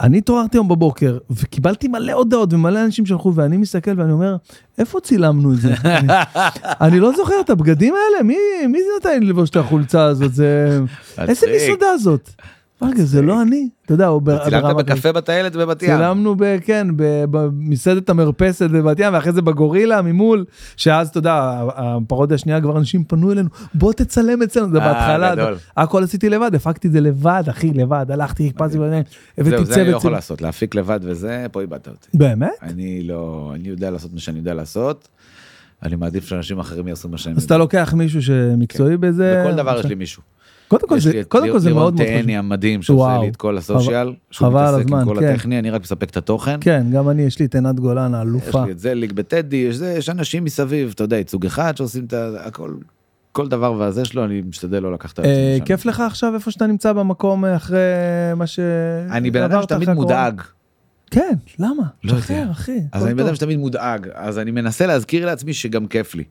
Speaker 1: אני התעוררתי היום בבוקר, וקיבלתי מלא הודעות ומלא אנשים שלחו, ואני מסתכל ואני אומר, איפה צילמנו את זה? אני, אני לא זוכר את הבגדים האלה, מי, מי זה נתן לי ללבוש את החולצה הזאת? זה... איזה
Speaker 2: מצחיק.
Speaker 1: מסעדה זאת? רגע, זה לא אני. אתה יודע, הוא בר-
Speaker 2: צילמת
Speaker 1: ברמת-
Speaker 2: בקפה בטיילת בבת ים.
Speaker 1: צילמנו ב... כן, ב- במסעדת המרפסת בבת ים, ואחרי זה בגורילה ממול, שאז, אתה יודע, הפרודיה השנייה כבר אנשים פנו אלינו, בוא תצלם אצלנו, זה
Speaker 2: אה,
Speaker 1: בהתחלה.
Speaker 2: גדול.
Speaker 1: זה- הכל עשיתי לבד, הפקתי את זה לבד, אחי, לבד, הלכתי, הקפצתי, בעניין, הבאתי
Speaker 2: אוקיי. זהו,
Speaker 1: צוות.
Speaker 2: זה אני לא יכול
Speaker 1: צילום.
Speaker 2: לעשות, להפיק לבד וזה, פה איבדת אותי.
Speaker 1: באמת?
Speaker 2: אני לא, אני יודע לעשות מה שאני יודע לעשות. אני מעדיף שאנשים אחרים יעשו מה שהם
Speaker 1: אז
Speaker 2: יודעים.
Speaker 1: אתה לוקח מישהו שמקצועי בזה?
Speaker 2: כן. בכל דבר
Speaker 1: עכשיו-
Speaker 2: יש לי מישהו.
Speaker 1: קודם כל
Speaker 2: יש
Speaker 1: זה
Speaker 2: לי את
Speaker 1: קודם כל זה
Speaker 2: לירון
Speaker 1: מאוד מאוד חשוב.
Speaker 2: תהני המדהים שעושה
Speaker 1: וואו.
Speaker 2: לי את כל הסושיאל. שהוא
Speaker 1: חבל על
Speaker 2: מתעסק עם
Speaker 1: הזמן,
Speaker 2: כל
Speaker 1: כן.
Speaker 2: הטכני, אני רק מספק את התוכן.
Speaker 1: כן, גם אני, יש לי את עינת גולן
Speaker 2: יש
Speaker 1: האלופה.
Speaker 2: לי את זה, ליג בטדי, יש זה, יש אנשים מסביב, אתה יודע, ייצוג אחד שעושים את ה- הכל, כל דבר והזה שלו, אני משתדל לא לקחת את
Speaker 1: אה,
Speaker 2: העצמי שם.
Speaker 1: כיף לך עכשיו איפה שאתה נמצא במקום אה, אחרי מה ש...
Speaker 2: אני בן אדם
Speaker 1: עברת
Speaker 2: שתמיד
Speaker 1: אחרי הקורונה?
Speaker 2: מודאג,
Speaker 1: כן, למה?
Speaker 2: לא יודע.
Speaker 1: שחרר, אחי.
Speaker 2: אז
Speaker 1: הכל
Speaker 2: אני בן
Speaker 1: טוב.
Speaker 2: אדם שתמיד מודאג, אז אני מנסה להזכיר לעצמי שגם כיף לי.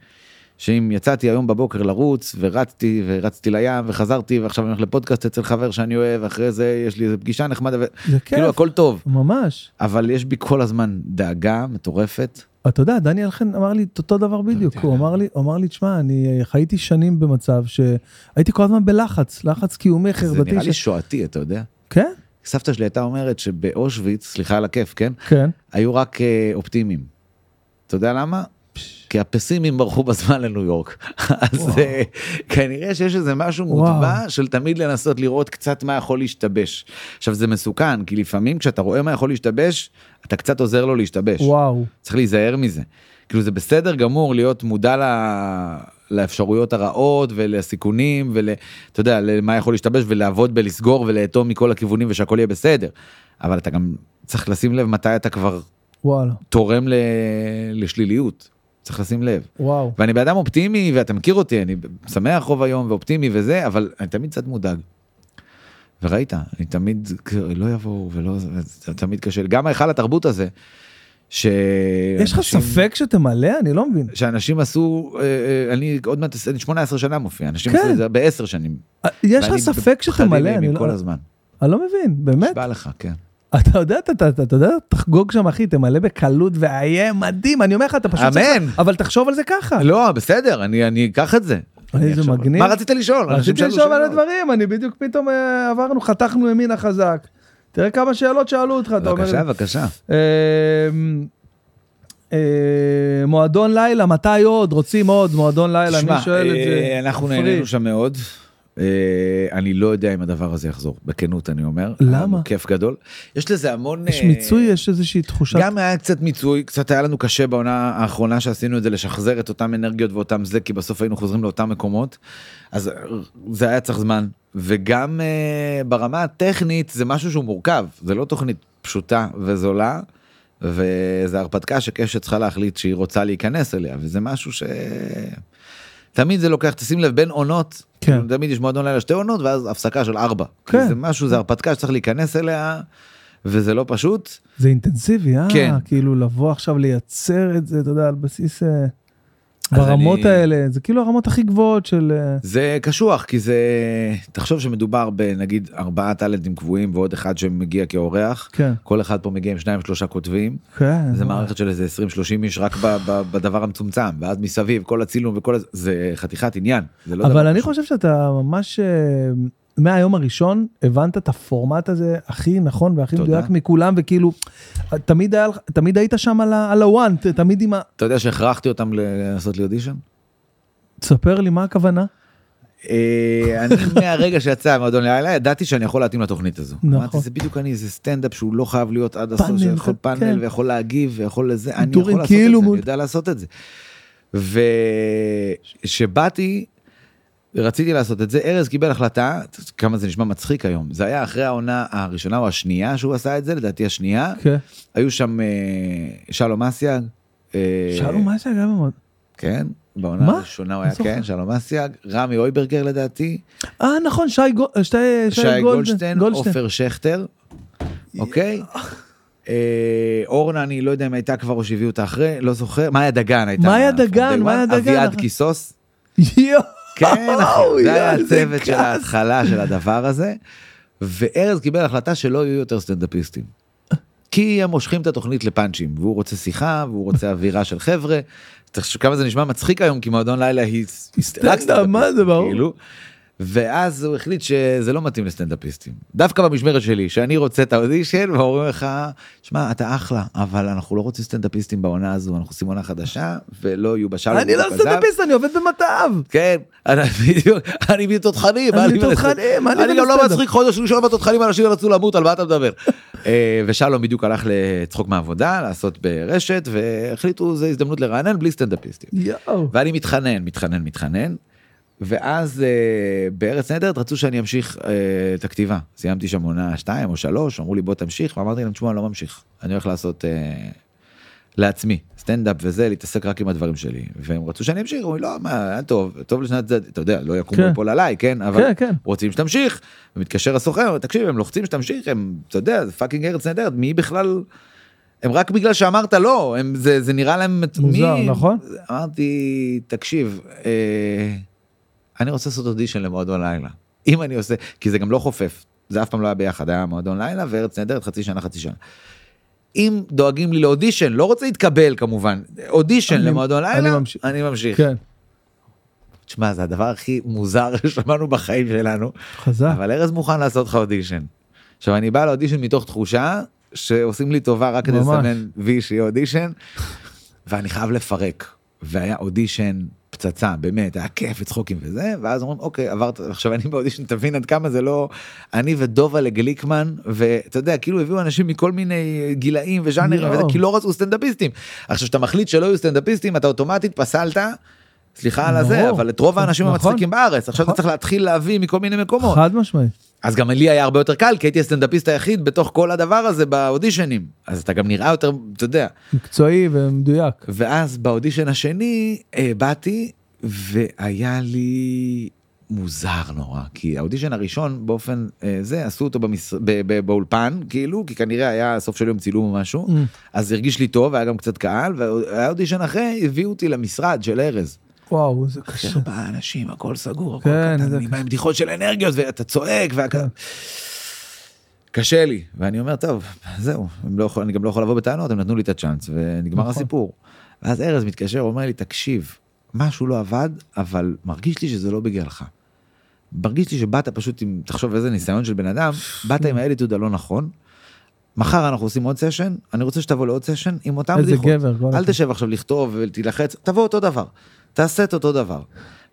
Speaker 2: שאם יצאתי היום בבוקר לרוץ ורצתי ורצתי לים וחזרתי ועכשיו אני הולך לפודקאסט אצל חבר שאני אוהב אחרי זה יש לי איזה פגישה נחמדה
Speaker 1: זה
Speaker 2: וכאילו
Speaker 1: כיף,
Speaker 2: הכל טוב
Speaker 1: ממש.
Speaker 2: אבל יש בי כל הזמן דאגה מטורפת.
Speaker 1: אתה יודע, דניאל חן אמר לי את אותו דבר בדיוק,
Speaker 2: לא יודע.
Speaker 1: הוא אמר לי, הוא אמר לי, תשמע, אני אה, חייתי שנים במצב שהייתי כל הזמן בלחץ, לחץ קיומי
Speaker 2: זה
Speaker 1: חרדתי.
Speaker 2: נראה לי
Speaker 1: ש-
Speaker 2: שואתי אתה יודע.
Speaker 1: כן,
Speaker 2: סבתא שלי הייתה אומרת שבאושוויץ סליחה על הכיף כן
Speaker 1: כן.
Speaker 2: היו רק אה, אופטימיים. אתה יודע למה? כי הפסימים ברחו בזמן לניו יורק. אז אה, כנראה שיש איזה משהו
Speaker 1: וואו.
Speaker 2: מוטבע של תמיד לנסות לראות קצת מה יכול להשתבש. עכשיו זה מסוכן, כי לפעמים כשאתה רואה מה יכול להשתבש, אתה קצת עוזר לו להשתבש.
Speaker 1: וואו.
Speaker 2: צריך להיזהר מזה. כאילו זה בסדר גמור להיות מודע ל... לאפשרויות הרעות ולסיכונים ול... אתה יודע, למה יכול להשתבש ולעבוד בלסגור ולאטום מכל הכיוונים ושהכול יהיה בסדר. אבל אתה גם צריך לשים לב מתי אתה כבר
Speaker 1: וואלה.
Speaker 2: תורם ל... לשליליות. צריך לשים לב.
Speaker 1: וואו.
Speaker 2: ואני בן אדם אופטימי ואתה מכיר אותי, אני שמח רוב היום ואופטימי וזה, אבל אני תמיד קצת מודאג. וראית, אני תמיד, לא יבואו ולא, זה זה תמיד קשה לי. גם היכל התרבות הזה, ש...
Speaker 1: יש לך
Speaker 2: כן, אנשים-
Speaker 1: ספק שתמלא? אני לא מבין.
Speaker 2: שאנשים עשו, אה, אה, אני עוד מעט, אני 18 שנה מופיע, אנשים
Speaker 1: כן.
Speaker 2: עשו את זה בעשר שנים.
Speaker 1: אה, יש לך
Speaker 2: ואני
Speaker 1: ספק
Speaker 2: חדים
Speaker 1: שתמלא?
Speaker 2: מהם
Speaker 1: אני לא-
Speaker 2: כל הזמן.
Speaker 1: אני לא מבין, באמת.
Speaker 2: נשבע לך, כן.
Speaker 1: אתה יודע, אתה- אתה אתה יודע, תחגוג שם, אחי, תמלא בקלות ואיה מדהים, אני אומר לך, אתה פשוט... צריך-
Speaker 2: אמן.
Speaker 1: אבל תחשוב על זה ככה.
Speaker 2: לא, בסדר, אני אני אקח את זה. אני
Speaker 1: איזה
Speaker 2: עכשיו-
Speaker 1: מגניב.
Speaker 2: מה רצית לשאול? אנשים
Speaker 1: רציתי
Speaker 2: שאלו
Speaker 1: לשאול על
Speaker 2: שאלות.
Speaker 1: הדברים, אני בדיוק פתאום אה, עברנו, חתכנו ימינה חזק. תראה כמה שאלות שאלו אותך, אתה אומר...
Speaker 2: בבקשה, בבקשה.
Speaker 1: אה, אה, מועדון לילה, מתי עוד? רוצים עוד מועדון לילה,
Speaker 2: תשמע,
Speaker 1: מי שואל את
Speaker 2: אה,
Speaker 1: זה?
Speaker 2: אנחנו
Speaker 1: פרי.
Speaker 2: נהנינו שם מאוד. אה, אני לא יודע אם הדבר הזה יחזור, בכנות אני אומר.
Speaker 1: למה?
Speaker 2: היה לנו כיף גדול. יש לזה המון...
Speaker 1: יש
Speaker 2: אה,
Speaker 1: מיצוי, יש איזושהי תחושת...
Speaker 2: גם היה קצת מיצוי, קצת היה לנו קשה בעונה האחרונה שעשינו את זה, לשחזר את אותם אנרגיות ואותם זה, כי בסוף היינו חוזרים לאותם מקומות. אז זה היה צריך זמן. וגם אה, ברמה הטכנית זה משהו שהוא מורכב, זה לא תוכנית פשוטה וזולה, וזה הרפתקה שקשת צריכה להחליט שהיא רוצה להיכנס אליה, וזה משהו ש... תמיד זה לוקח, תשים לב, בין עונות,
Speaker 1: כן.
Speaker 2: תמיד יש מועדון לילה שתי עונות ואז הפסקה של ארבע.
Speaker 1: כן.
Speaker 2: כי זה משהו, זה הרפתקה שצריך להיכנס אליה, וזה לא פשוט.
Speaker 1: זה אינטנסיבי, אה?
Speaker 2: כן.
Speaker 1: כאילו לבוא עכשיו לייצר את זה, אתה יודע, על בסיס... אה,
Speaker 2: אז
Speaker 1: ברמות
Speaker 2: אני-
Speaker 1: האלה, זה כאילו הרמות הכי גבוהות של... אה,
Speaker 2: זה קשוח כי זה תחשוב שמדובר בנגיד ארבעה טאלנטים קבועים ועוד אחד שמגיע כאורח
Speaker 1: כן.
Speaker 2: כל אחד פה מגיע עם שניים שלושה כותבים
Speaker 1: כן.
Speaker 2: זה מערכת של איזה 20 30 איש רק ב- ב- בדבר המצומצם ואז מסביב כל הצילום וכל הזה זה חתיכת עניין זה לא
Speaker 1: אבל
Speaker 2: דבר
Speaker 1: אני
Speaker 2: פשוט.
Speaker 1: חושב שאתה ממש אה, מהיום הראשון הבנת את הפורמט הזה הכי נכון והכי
Speaker 2: תודה.
Speaker 1: מדויק מכולם וכאילו תמיד היה לך- תמיד היית שם על ה- על הוואן ת- תמיד עם ה...
Speaker 2: אתה יודע שהכרחתי אותם לעשות לי אודישן.
Speaker 1: תספר לי מה הכוונה.
Speaker 2: אה, אני מהרגע שיצא המועדון לילה ידעתי שאני יכול להתאים לתוכנית הזו.
Speaker 1: נכון.
Speaker 2: אמרתי זה בדיוק אני זה סטנדאפ שהוא לא חייב להיות עד הסוף
Speaker 1: פאנל,
Speaker 2: שיכול
Speaker 1: כן.
Speaker 2: פאנל ויכול להגיב ויכול לזה אני
Speaker 1: טורים
Speaker 2: יכול לעשות את
Speaker 1: כאילו
Speaker 2: זה אני
Speaker 1: מול-
Speaker 2: יודע לעשות את זה. וכשבאתי רציתי לעשות את זה ארז קיבל החלטה כמה זה נשמע מצחיק היום זה היה אחרי העונה הראשונה או השנייה שהוא עשה את זה לדעתי השנייה
Speaker 1: כן.
Speaker 2: היו שם אה, שלום אסיאג. אה,
Speaker 1: שאלו מה זה היה במועד?
Speaker 2: כן בעונה
Speaker 1: מה?
Speaker 2: הראשונה הוא היה
Speaker 1: אני זוכר.
Speaker 2: כן שלום אסיאג רמי אויברגר לדעתי.
Speaker 1: אה נכון שי גו- שי- שי
Speaker 2: שי
Speaker 1: גולדשטיין.
Speaker 2: גולדשטיין,
Speaker 1: גולדשטיין.
Speaker 2: עופר שכטר, אוקיי? אה, אורנה, אני לא יודע אם הייתה כבר או שהביאו אותה אחרי, לא זוכר. מאיה דגן הייתה.
Speaker 1: מאיה
Speaker 2: מה-
Speaker 1: דגן,
Speaker 2: day
Speaker 1: מאיה
Speaker 2: one.
Speaker 1: דגן,
Speaker 2: אביעד
Speaker 1: נכון.
Speaker 2: כיסוס.
Speaker 1: יואו.
Speaker 2: כן, אחי, זה היה
Speaker 1: יואו, זה
Speaker 2: הצוות של
Speaker 1: כעס.
Speaker 2: ההתחלה של הדבר הזה. וארז קיבל החלטה שלא יהיו יותר סטנדאפיסטים. כי הם מושכים את התוכנית לפאנצ'ים, והוא רוצה שיחה, והוא רוצה אווירה של חבר'ה. תחשוב כמה זה נשמע מצחיק היום, כי מועדון לילה היא
Speaker 1: סטנדאפ, מה זה, ברור.
Speaker 2: כאילו. ואז הוא החליט שזה לא מתאים לסטנדאפיסטים. דווקא במשמרת שלי, שאני רוצה את האודישן, ואומרים לך, שמע, אתה אחלה, אבל אנחנו לא רוצים סטנדאפיסטים בעונה הזו, אנחנו עושים עונה חדשה, ולא יהיו בשלום.
Speaker 1: אני לא סטנדאפיסט אני עובד במטב.
Speaker 2: כן, אני בדיוק, אני מתותחנים,
Speaker 1: אני מתותחנים, מה לי
Speaker 2: אני גם לא
Speaker 1: ולסטנדאפ?
Speaker 2: מצחיק חודש ראשון בתותחנים אנשים רצו למות, על מה אתה מדבר? אה, ושלום בדיוק הלך לצחוק מהעבודה, לעשות ברשת, והחליטו זו הזדמנות לרענן בלי סטנדאפיסטים.
Speaker 1: יואו.
Speaker 2: ואני מתחנן, מתחנן, מתחנן, ואז אה, בארץ נהדרת רצו שאני אמשיך אה, את הכתיבה. סיימתי שם עונה 2 או 3, אמרו לי בוא תמשיך, ואמרתי להם, תשמעו, אני לא ממשיך, אני הולך לעשות... אה, לעצמי סטנדאפ וזה להתעסק רק עם הדברים שלי והם רצו שאני אמשיך אומרים לא מה היה טוב טוב לשנת זה אתה יודע לא יקום
Speaker 1: כן.
Speaker 2: ויפול עליי כן אבל
Speaker 1: כן, כן.
Speaker 2: רוצים שתמשיך ומתקשר הסוחר אומר, תקשיב הם לוחצים שתמשיך הם אתה יודע זה פאקינג ארץ נהדרת מי בכלל. הם רק בגלל שאמרת לא הם זה זה נראה להם
Speaker 1: מוזר,
Speaker 2: מי-
Speaker 1: נכון?
Speaker 2: אמרתי תקשיב אה, אני רוצה לעשות אודישן למועדון לילה אם אני עושה כי זה גם לא חופף זה אף פעם לא היה ביחד היה מועדון לילה וארץ נהדרת חצי שנה חצי שנה. אם דואגים לי לאודישן לא רוצה להתקבל כמובן אודישן
Speaker 1: אני-
Speaker 2: למועדון
Speaker 1: אני
Speaker 2: לילה
Speaker 1: ממשיך.
Speaker 2: אני ממשיך.
Speaker 1: כן.
Speaker 2: תשמע זה הדבר הכי מוזר ששמענו בחיים שלנו
Speaker 1: חזק.
Speaker 2: אבל ארז מוכן לעשות לך אודישן. עכשיו אני בא לאודישן מתוך תחושה שעושים לי טובה רק כדי
Speaker 1: ממש.
Speaker 2: לסמן וי שיהיה אודישן. ואני חייב לפרק. והיה אודישן פצצה באמת היה כיף וצחוקים וזה ואז אומרים אוקיי עברת עכשיו אני באודישן תבין עד כמה זה לא אני ודובה לגליקמן ואתה יודע כאילו הביאו אנשים מכל מיני גילאים וז'אנרים
Speaker 1: יואו.
Speaker 2: וזה, כי לא רצו סטנדאפיסטים. עכשיו כשאתה מחליט שלא יהיו סטנדאפיסטים אתה אוטומטית פסלת. סליחה על הזה
Speaker 1: ברור.
Speaker 2: אבל את רוב האנשים
Speaker 1: נכון.
Speaker 2: המצחיקים בארץ עכשיו אתה
Speaker 1: נכון.
Speaker 2: צריך להתחיל להביא מכל מיני מקומות.
Speaker 1: חד משמעית.
Speaker 2: אז גם לי היה הרבה יותר קל כי הייתי הסטנדאפיסט היחיד בתוך כל הדבר הזה באודישנים אז אתה גם נראה יותר אתה יודע
Speaker 1: מקצועי ומדויק.
Speaker 2: ואז באודישן השני אה, באתי והיה לי מוזר נורא כי האודישן הראשון באופן אה, זה עשו אותו במש... ב- ב- באולפן כאילו כי כנראה היה סוף של יום צילום או משהו
Speaker 1: Mm.
Speaker 2: אז הרגיש לי טוב היה גם קצת קהל והיה אודישן אחרי הביאו אותי למשרד של ארז.
Speaker 1: וואו זה
Speaker 2: אחי,
Speaker 1: קשה.
Speaker 2: ארבעה אנשים, הכל סגור, הכל
Speaker 1: כן,
Speaker 2: קטן,
Speaker 1: זה-
Speaker 2: אני בא עם בדיחות של אנרגיות, ואתה צועק, והכל... קשה לי, ואני אומר, טוב, זהו, הם לא יכול, אני גם לא יכול לבוא בטענות, הם נתנו לי את הצ'אנס, ונגמר
Speaker 1: נכון.
Speaker 2: הסיפור. ואז ארז מתקשר, אומר לי, תקשיב, משהו לא עבד, אבל מרגיש לי שזה לא בגללך. מרגיש לי שבאת פשוט עם, תחשוב איזה ניסיון של בן אדם, באת עם האליטוד הלא נכון, מחר אנחנו עושים עוד סשן, אני רוצה שתבוא לעוד סשן עם אותם
Speaker 1: איזה
Speaker 2: בדיחות.
Speaker 1: גבר. כל
Speaker 2: אל
Speaker 1: הכבוד.
Speaker 2: תשב עכשיו לכתוב ותילחץ, תבוא אותו דבר. תעשה את אותו דבר.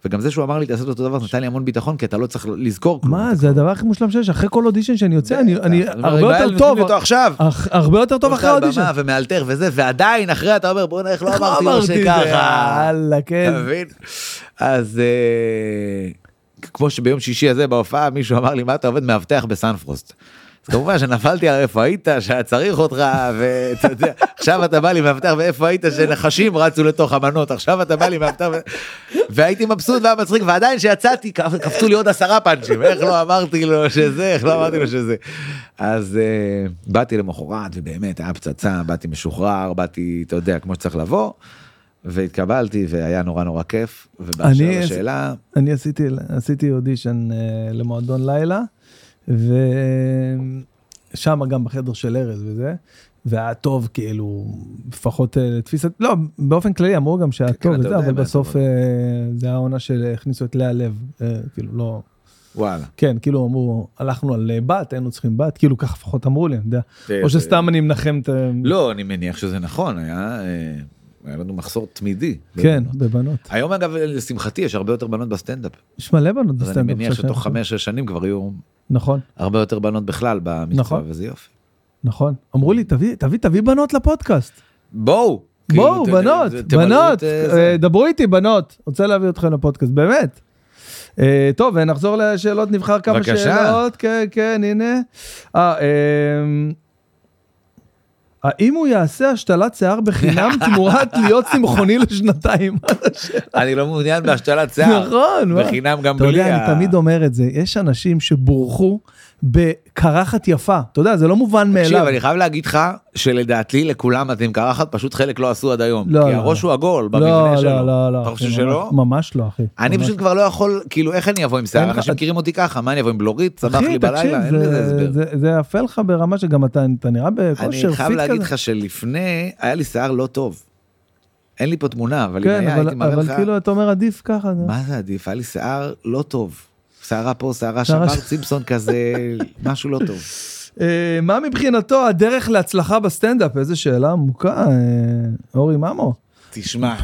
Speaker 2: וגם זה שהוא אמר לי תעשה את אותו דבר זה נתן לי המון ביטחון כי אתה לא צריך לזכור כלום.
Speaker 1: מה זה הדבר הכי מושלם שיש אחרי כל אודישן שאני יוצא אני
Speaker 2: אתה-
Speaker 1: אני
Speaker 2: אתה אומר,
Speaker 1: הרבה
Speaker 2: "יובל,
Speaker 1: יותר
Speaker 2: נותנים
Speaker 1: טוב
Speaker 2: לי אותו עכשיו.
Speaker 1: אך- הרבה יותר טוב אחרי
Speaker 2: על במה
Speaker 1: האודישן.
Speaker 2: ומאלתר וזה ועדיין אחרי אתה אומר בוא'נה איך לא
Speaker 1: לא
Speaker 2: אמרתי לו
Speaker 1: אמרתי את זה,
Speaker 2: שככה.
Speaker 1: יאללה כן.
Speaker 2: אתה מבין? אז אה, כמו שביום שישי הזה בהופעה מישהו אמר לי מה אתה עובד מאבטח בסנפרוסט. אז כמובן שנפלתי על איפה היית שהיה צריך אותך ואתה יודע עכשיו אתה בא לי מאבטח ואיפה היית שנחשים רצו לתוך המנות עכשיו אתה בא לי מאבטח ו... והייתי מבסוט והיה מצחיק ועדיין כשיצאתי קפ- קפצו לי עוד עשרה פאנצ'ים איך לא אמרתי לו שזה איך לא אמרתי לו שזה. אז אה, באתי למחרת ובאמת היה פצצה באתי משוחרר באתי אתה יודע כמו שצריך לבוא. והתקבלתי והיה נורא נורא כיף ובאשר
Speaker 1: אני-
Speaker 2: לשאלה
Speaker 1: אני עשיתי, עשיתי אודישן אה, למועדון לילה, ושם גם בחדר של ארז וזה, והיה טוב כאילו, לפחות אה, לתפיסת, לא, באופן כללי אמרו גם שהיה
Speaker 2: כן,
Speaker 1: טוב
Speaker 2: אתה
Speaker 1: וזה,
Speaker 2: יודע
Speaker 1: אבל
Speaker 2: מה אתה
Speaker 1: בסוף
Speaker 2: אומר.
Speaker 1: אה, זה היה העונה שהכניסו את לאה לב, אה, כאילו לא,
Speaker 2: וואלה.
Speaker 1: כן, כאילו אמרו, הלכנו על אה, בת, היינו צריכים בת, כאילו ככה לפחות אמרו לי, אני יודע,
Speaker 2: זה-
Speaker 1: או
Speaker 2: זה-
Speaker 1: שסתם אני מנחם את... ה-
Speaker 2: אה, לא אני מניח שזה נכון היה אה, היה לנו מחסור תמידי.
Speaker 1: כן,
Speaker 2: בבנות.
Speaker 1: בבנות.
Speaker 2: היום אגב לשמחתי יש הרבה יותר בנות בסטנדאפ.
Speaker 1: יש מלא בנות
Speaker 2: אז אני
Speaker 1: בסטנדאפ. כן.
Speaker 2: מניח
Speaker 1: שעכשיו-
Speaker 2: שתוך חמש שש שנים כבר יהיו
Speaker 1: נכון,
Speaker 2: הרבה יותר בנות בכלל במקצוע
Speaker 1: נכון.
Speaker 2: וזה יופי.
Speaker 1: נכון. אמרו לי, תביא, תביא, תביא בנות לפודקאסט.
Speaker 2: בואו. כאילו,
Speaker 1: בואו
Speaker 2: כן, ת-
Speaker 1: בנות,
Speaker 2: ת- תמלאו
Speaker 1: בנות,
Speaker 2: את, אה, זה.
Speaker 1: אה, דברו איתי בנות, רוצה להביא אתכם לפודקאסט, באמת. אה, טוב, נחזור לשאלות, נבחר כמה
Speaker 2: בבקשה.
Speaker 1: שאלות, כן, כן, הנה. אה, אמ, האם הוא יעשה השתלת שיער בחינם תמורת להיות צמחוני לשנתיים?
Speaker 2: אני לא מעוניין בהשתלת שיער.
Speaker 1: אה. נכון, מה?
Speaker 2: בחינם גם
Speaker 1: אתה
Speaker 2: בלי.
Speaker 1: יודע,
Speaker 2: ה-
Speaker 1: אני תמיד אומר את זה, יש אנשים שבורחו בקרחת יפה, אתה יודע, זה לא מובן
Speaker 2: תקשיב,
Speaker 1: מאליו.
Speaker 2: אני חייב להגיד לך שלדעתי לכולם אתם קרחת, פשוט חלק לא עשו עד היום.
Speaker 1: לא,
Speaker 2: כי
Speaker 1: לא,
Speaker 2: הראש
Speaker 1: לא.
Speaker 2: הוא עגול במבנה
Speaker 1: לא,
Speaker 2: שלו.
Speaker 1: לא, לא, לא.
Speaker 2: אתה
Speaker 1: אחי,
Speaker 2: חושב
Speaker 1: ממש-
Speaker 2: שלא?
Speaker 1: ממש לא, אחי.
Speaker 2: אני
Speaker 1: ממש
Speaker 2: פשוט כבר לא יכול, כאילו, איך אני אבוא עם שיער?
Speaker 1: אין לך-
Speaker 2: אנשים מכירים אותי ככה, מה אני אבוא עם בלורית? צמח לי בלילה, אין לזה
Speaker 1: זה,
Speaker 2: הסבר.
Speaker 1: זה, זה יפה לך ברמה שגם אתה, אתה נראה בכושר
Speaker 2: אני
Speaker 1: פיט כזה.
Speaker 2: חייב להגיד לך שלפני, היה לי שיער לא טוב. אין לי פה תמונה, אבל אם
Speaker 1: כן,
Speaker 2: היה, הייתי
Speaker 1: אבל,
Speaker 2: מראה
Speaker 1: אבל
Speaker 2: לך,
Speaker 1: כאילו אתה אומר עדיף ככה. זה-
Speaker 2: מה זה עדיף? היה לי שיער לא טוב. שערה פה, שערה שם,
Speaker 1: שערה
Speaker 2: מרק
Speaker 1: ש-
Speaker 2: סימפסון כזה, משהו לא טוב.
Speaker 1: אה, מה מבחינתו הדרך להצלחה בסטנדאפ? איזה שאלה עמוקה, אה, אורי ממו.
Speaker 2: תשמע, אה,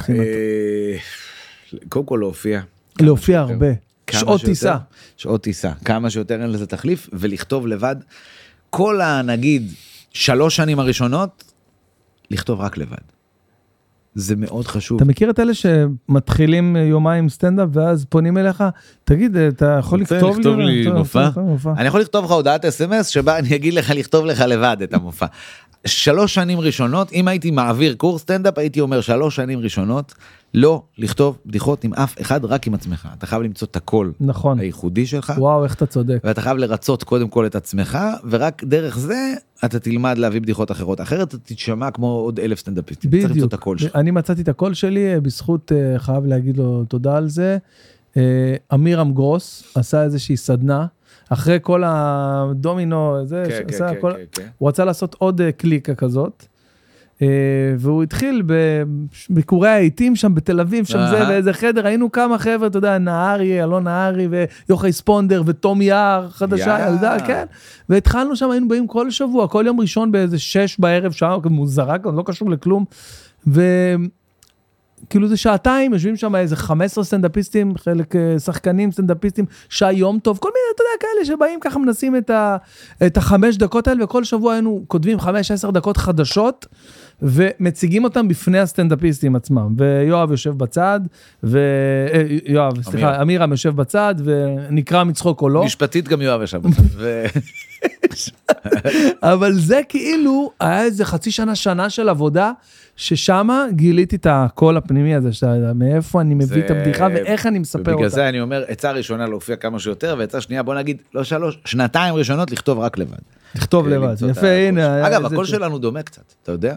Speaker 2: קודם כל להופיע.
Speaker 1: להופיע
Speaker 2: שיותר.
Speaker 1: הרבה.
Speaker 2: כמה
Speaker 1: שעות
Speaker 2: שיותר-
Speaker 1: טיסה.
Speaker 2: שעות טיסה, כמה שיותר אין לזה תחליף, ולכתוב לבד. כל הנגיד שלוש שנים הראשונות, לכתוב רק לבד. זה מאוד חשוב.
Speaker 1: אתה מכיר את אלה שמתחילים יומיים סטנדאפ ואז פונים אליך, תגיד, אתה יכול
Speaker 2: רוצה
Speaker 1: לכתוב לי?
Speaker 2: לכתוב לי
Speaker 1: אתה- אתה-
Speaker 2: מופע?
Speaker 1: אתה- מופע.
Speaker 2: אני יכול לכתוב לך הודעת אס.אם.אס שבה אני אגיד לך לכתוב לך לבד את המופע. שלוש שנים ראשונות, אם הייתי מעביר קורס סטנדאפ, הייתי אומר שלוש שנים ראשונות, לא לכתוב בדיחות עם אף אחד, רק עם עצמך. אתה חייב למצוא את הקול
Speaker 1: נכון.
Speaker 2: הייחודי שלך.
Speaker 1: וואו, איך אתה צודק.
Speaker 2: ואתה חייב לרצות קודם כל את עצמך ורק דרך זה אתה תלמד להביא בדיחות אחרות אחרת אתה תישמע כמו עוד אלף סטנדאפיסטים. צריך למצוא
Speaker 1: בדיוק.
Speaker 2: את הקול שלך.
Speaker 1: אני מצאתי את הקול שלי אה, בזכות, אה, חייב להגיד לו תודה על זה. אה, אמירם גרוס עשה איזושהי סדנה, אחרי כל הדומינו, כן, זה,
Speaker 2: כן,
Speaker 1: שעשה הכל-
Speaker 2: אוקיי.
Speaker 1: הוא רצה לעשות עוד אה, קליקה כזאת. אה, והוא התחיל בביקורי העיתים שם בתל אביב, שם זה
Speaker 2: אהה.
Speaker 1: באיזה חדר, היינו כמה חבר'ה, אתה יודע, נהרי, אלון נהרי ויוחאי ספונדר ותום יער, חדשה,
Speaker 2: יא.
Speaker 1: ילדה, כן. והתחלנו שם, היינו באים כל שבוע, כל יום ראשון באיזה שש בערב, שעה מוזרה, לא קשור לכלום. וכאילו כאילו זה שעתיים, יושבים שם איזה 15 סטנדאפיסטים, חלק אה, שחקנים, סטנדאפיסטים, שי יום טוב, כל מיני, אתה יודע, כאלה שבאים ככה, מנסים את, ה, את החמש דקות האלה, וכל שבוע היינו כותבים חמש, עשר דקות חדשות. ומציגים אותם בפני הסטנדאפיסטים עצמם, ויואב יושב בצד, ו... אה, יואב, סליחה,
Speaker 2: אמירם.
Speaker 1: אמירם יושב בצד, ונקרע מצחוק או לא.
Speaker 2: משפטית גם יואב ישב. ו-
Speaker 1: אבל זה כאילו היה איזה חצי שנה, שנה של עבודה, ששמה גיליתי את הקול הפנימי הזה, שאתה, מאיפה אני מביא
Speaker 2: זה-
Speaker 1: את הבדיחה ואיך אני מספר
Speaker 2: ובגלל
Speaker 1: אותה.
Speaker 2: זה אני אומר עצה ראשונה להופיע כמה שיותר ועצה שנייה בוא נגיד לא שלוש שנתיים ראשונות לכתוב רק לבד.
Speaker 1: תכתוב לבד,
Speaker 2: אה, למצוא את
Speaker 1: יפה,
Speaker 2: הקול
Speaker 1: הנה.
Speaker 2: שלך. אגב
Speaker 1: זה-
Speaker 2: הקול שלנו דומה קצת אתה יודע.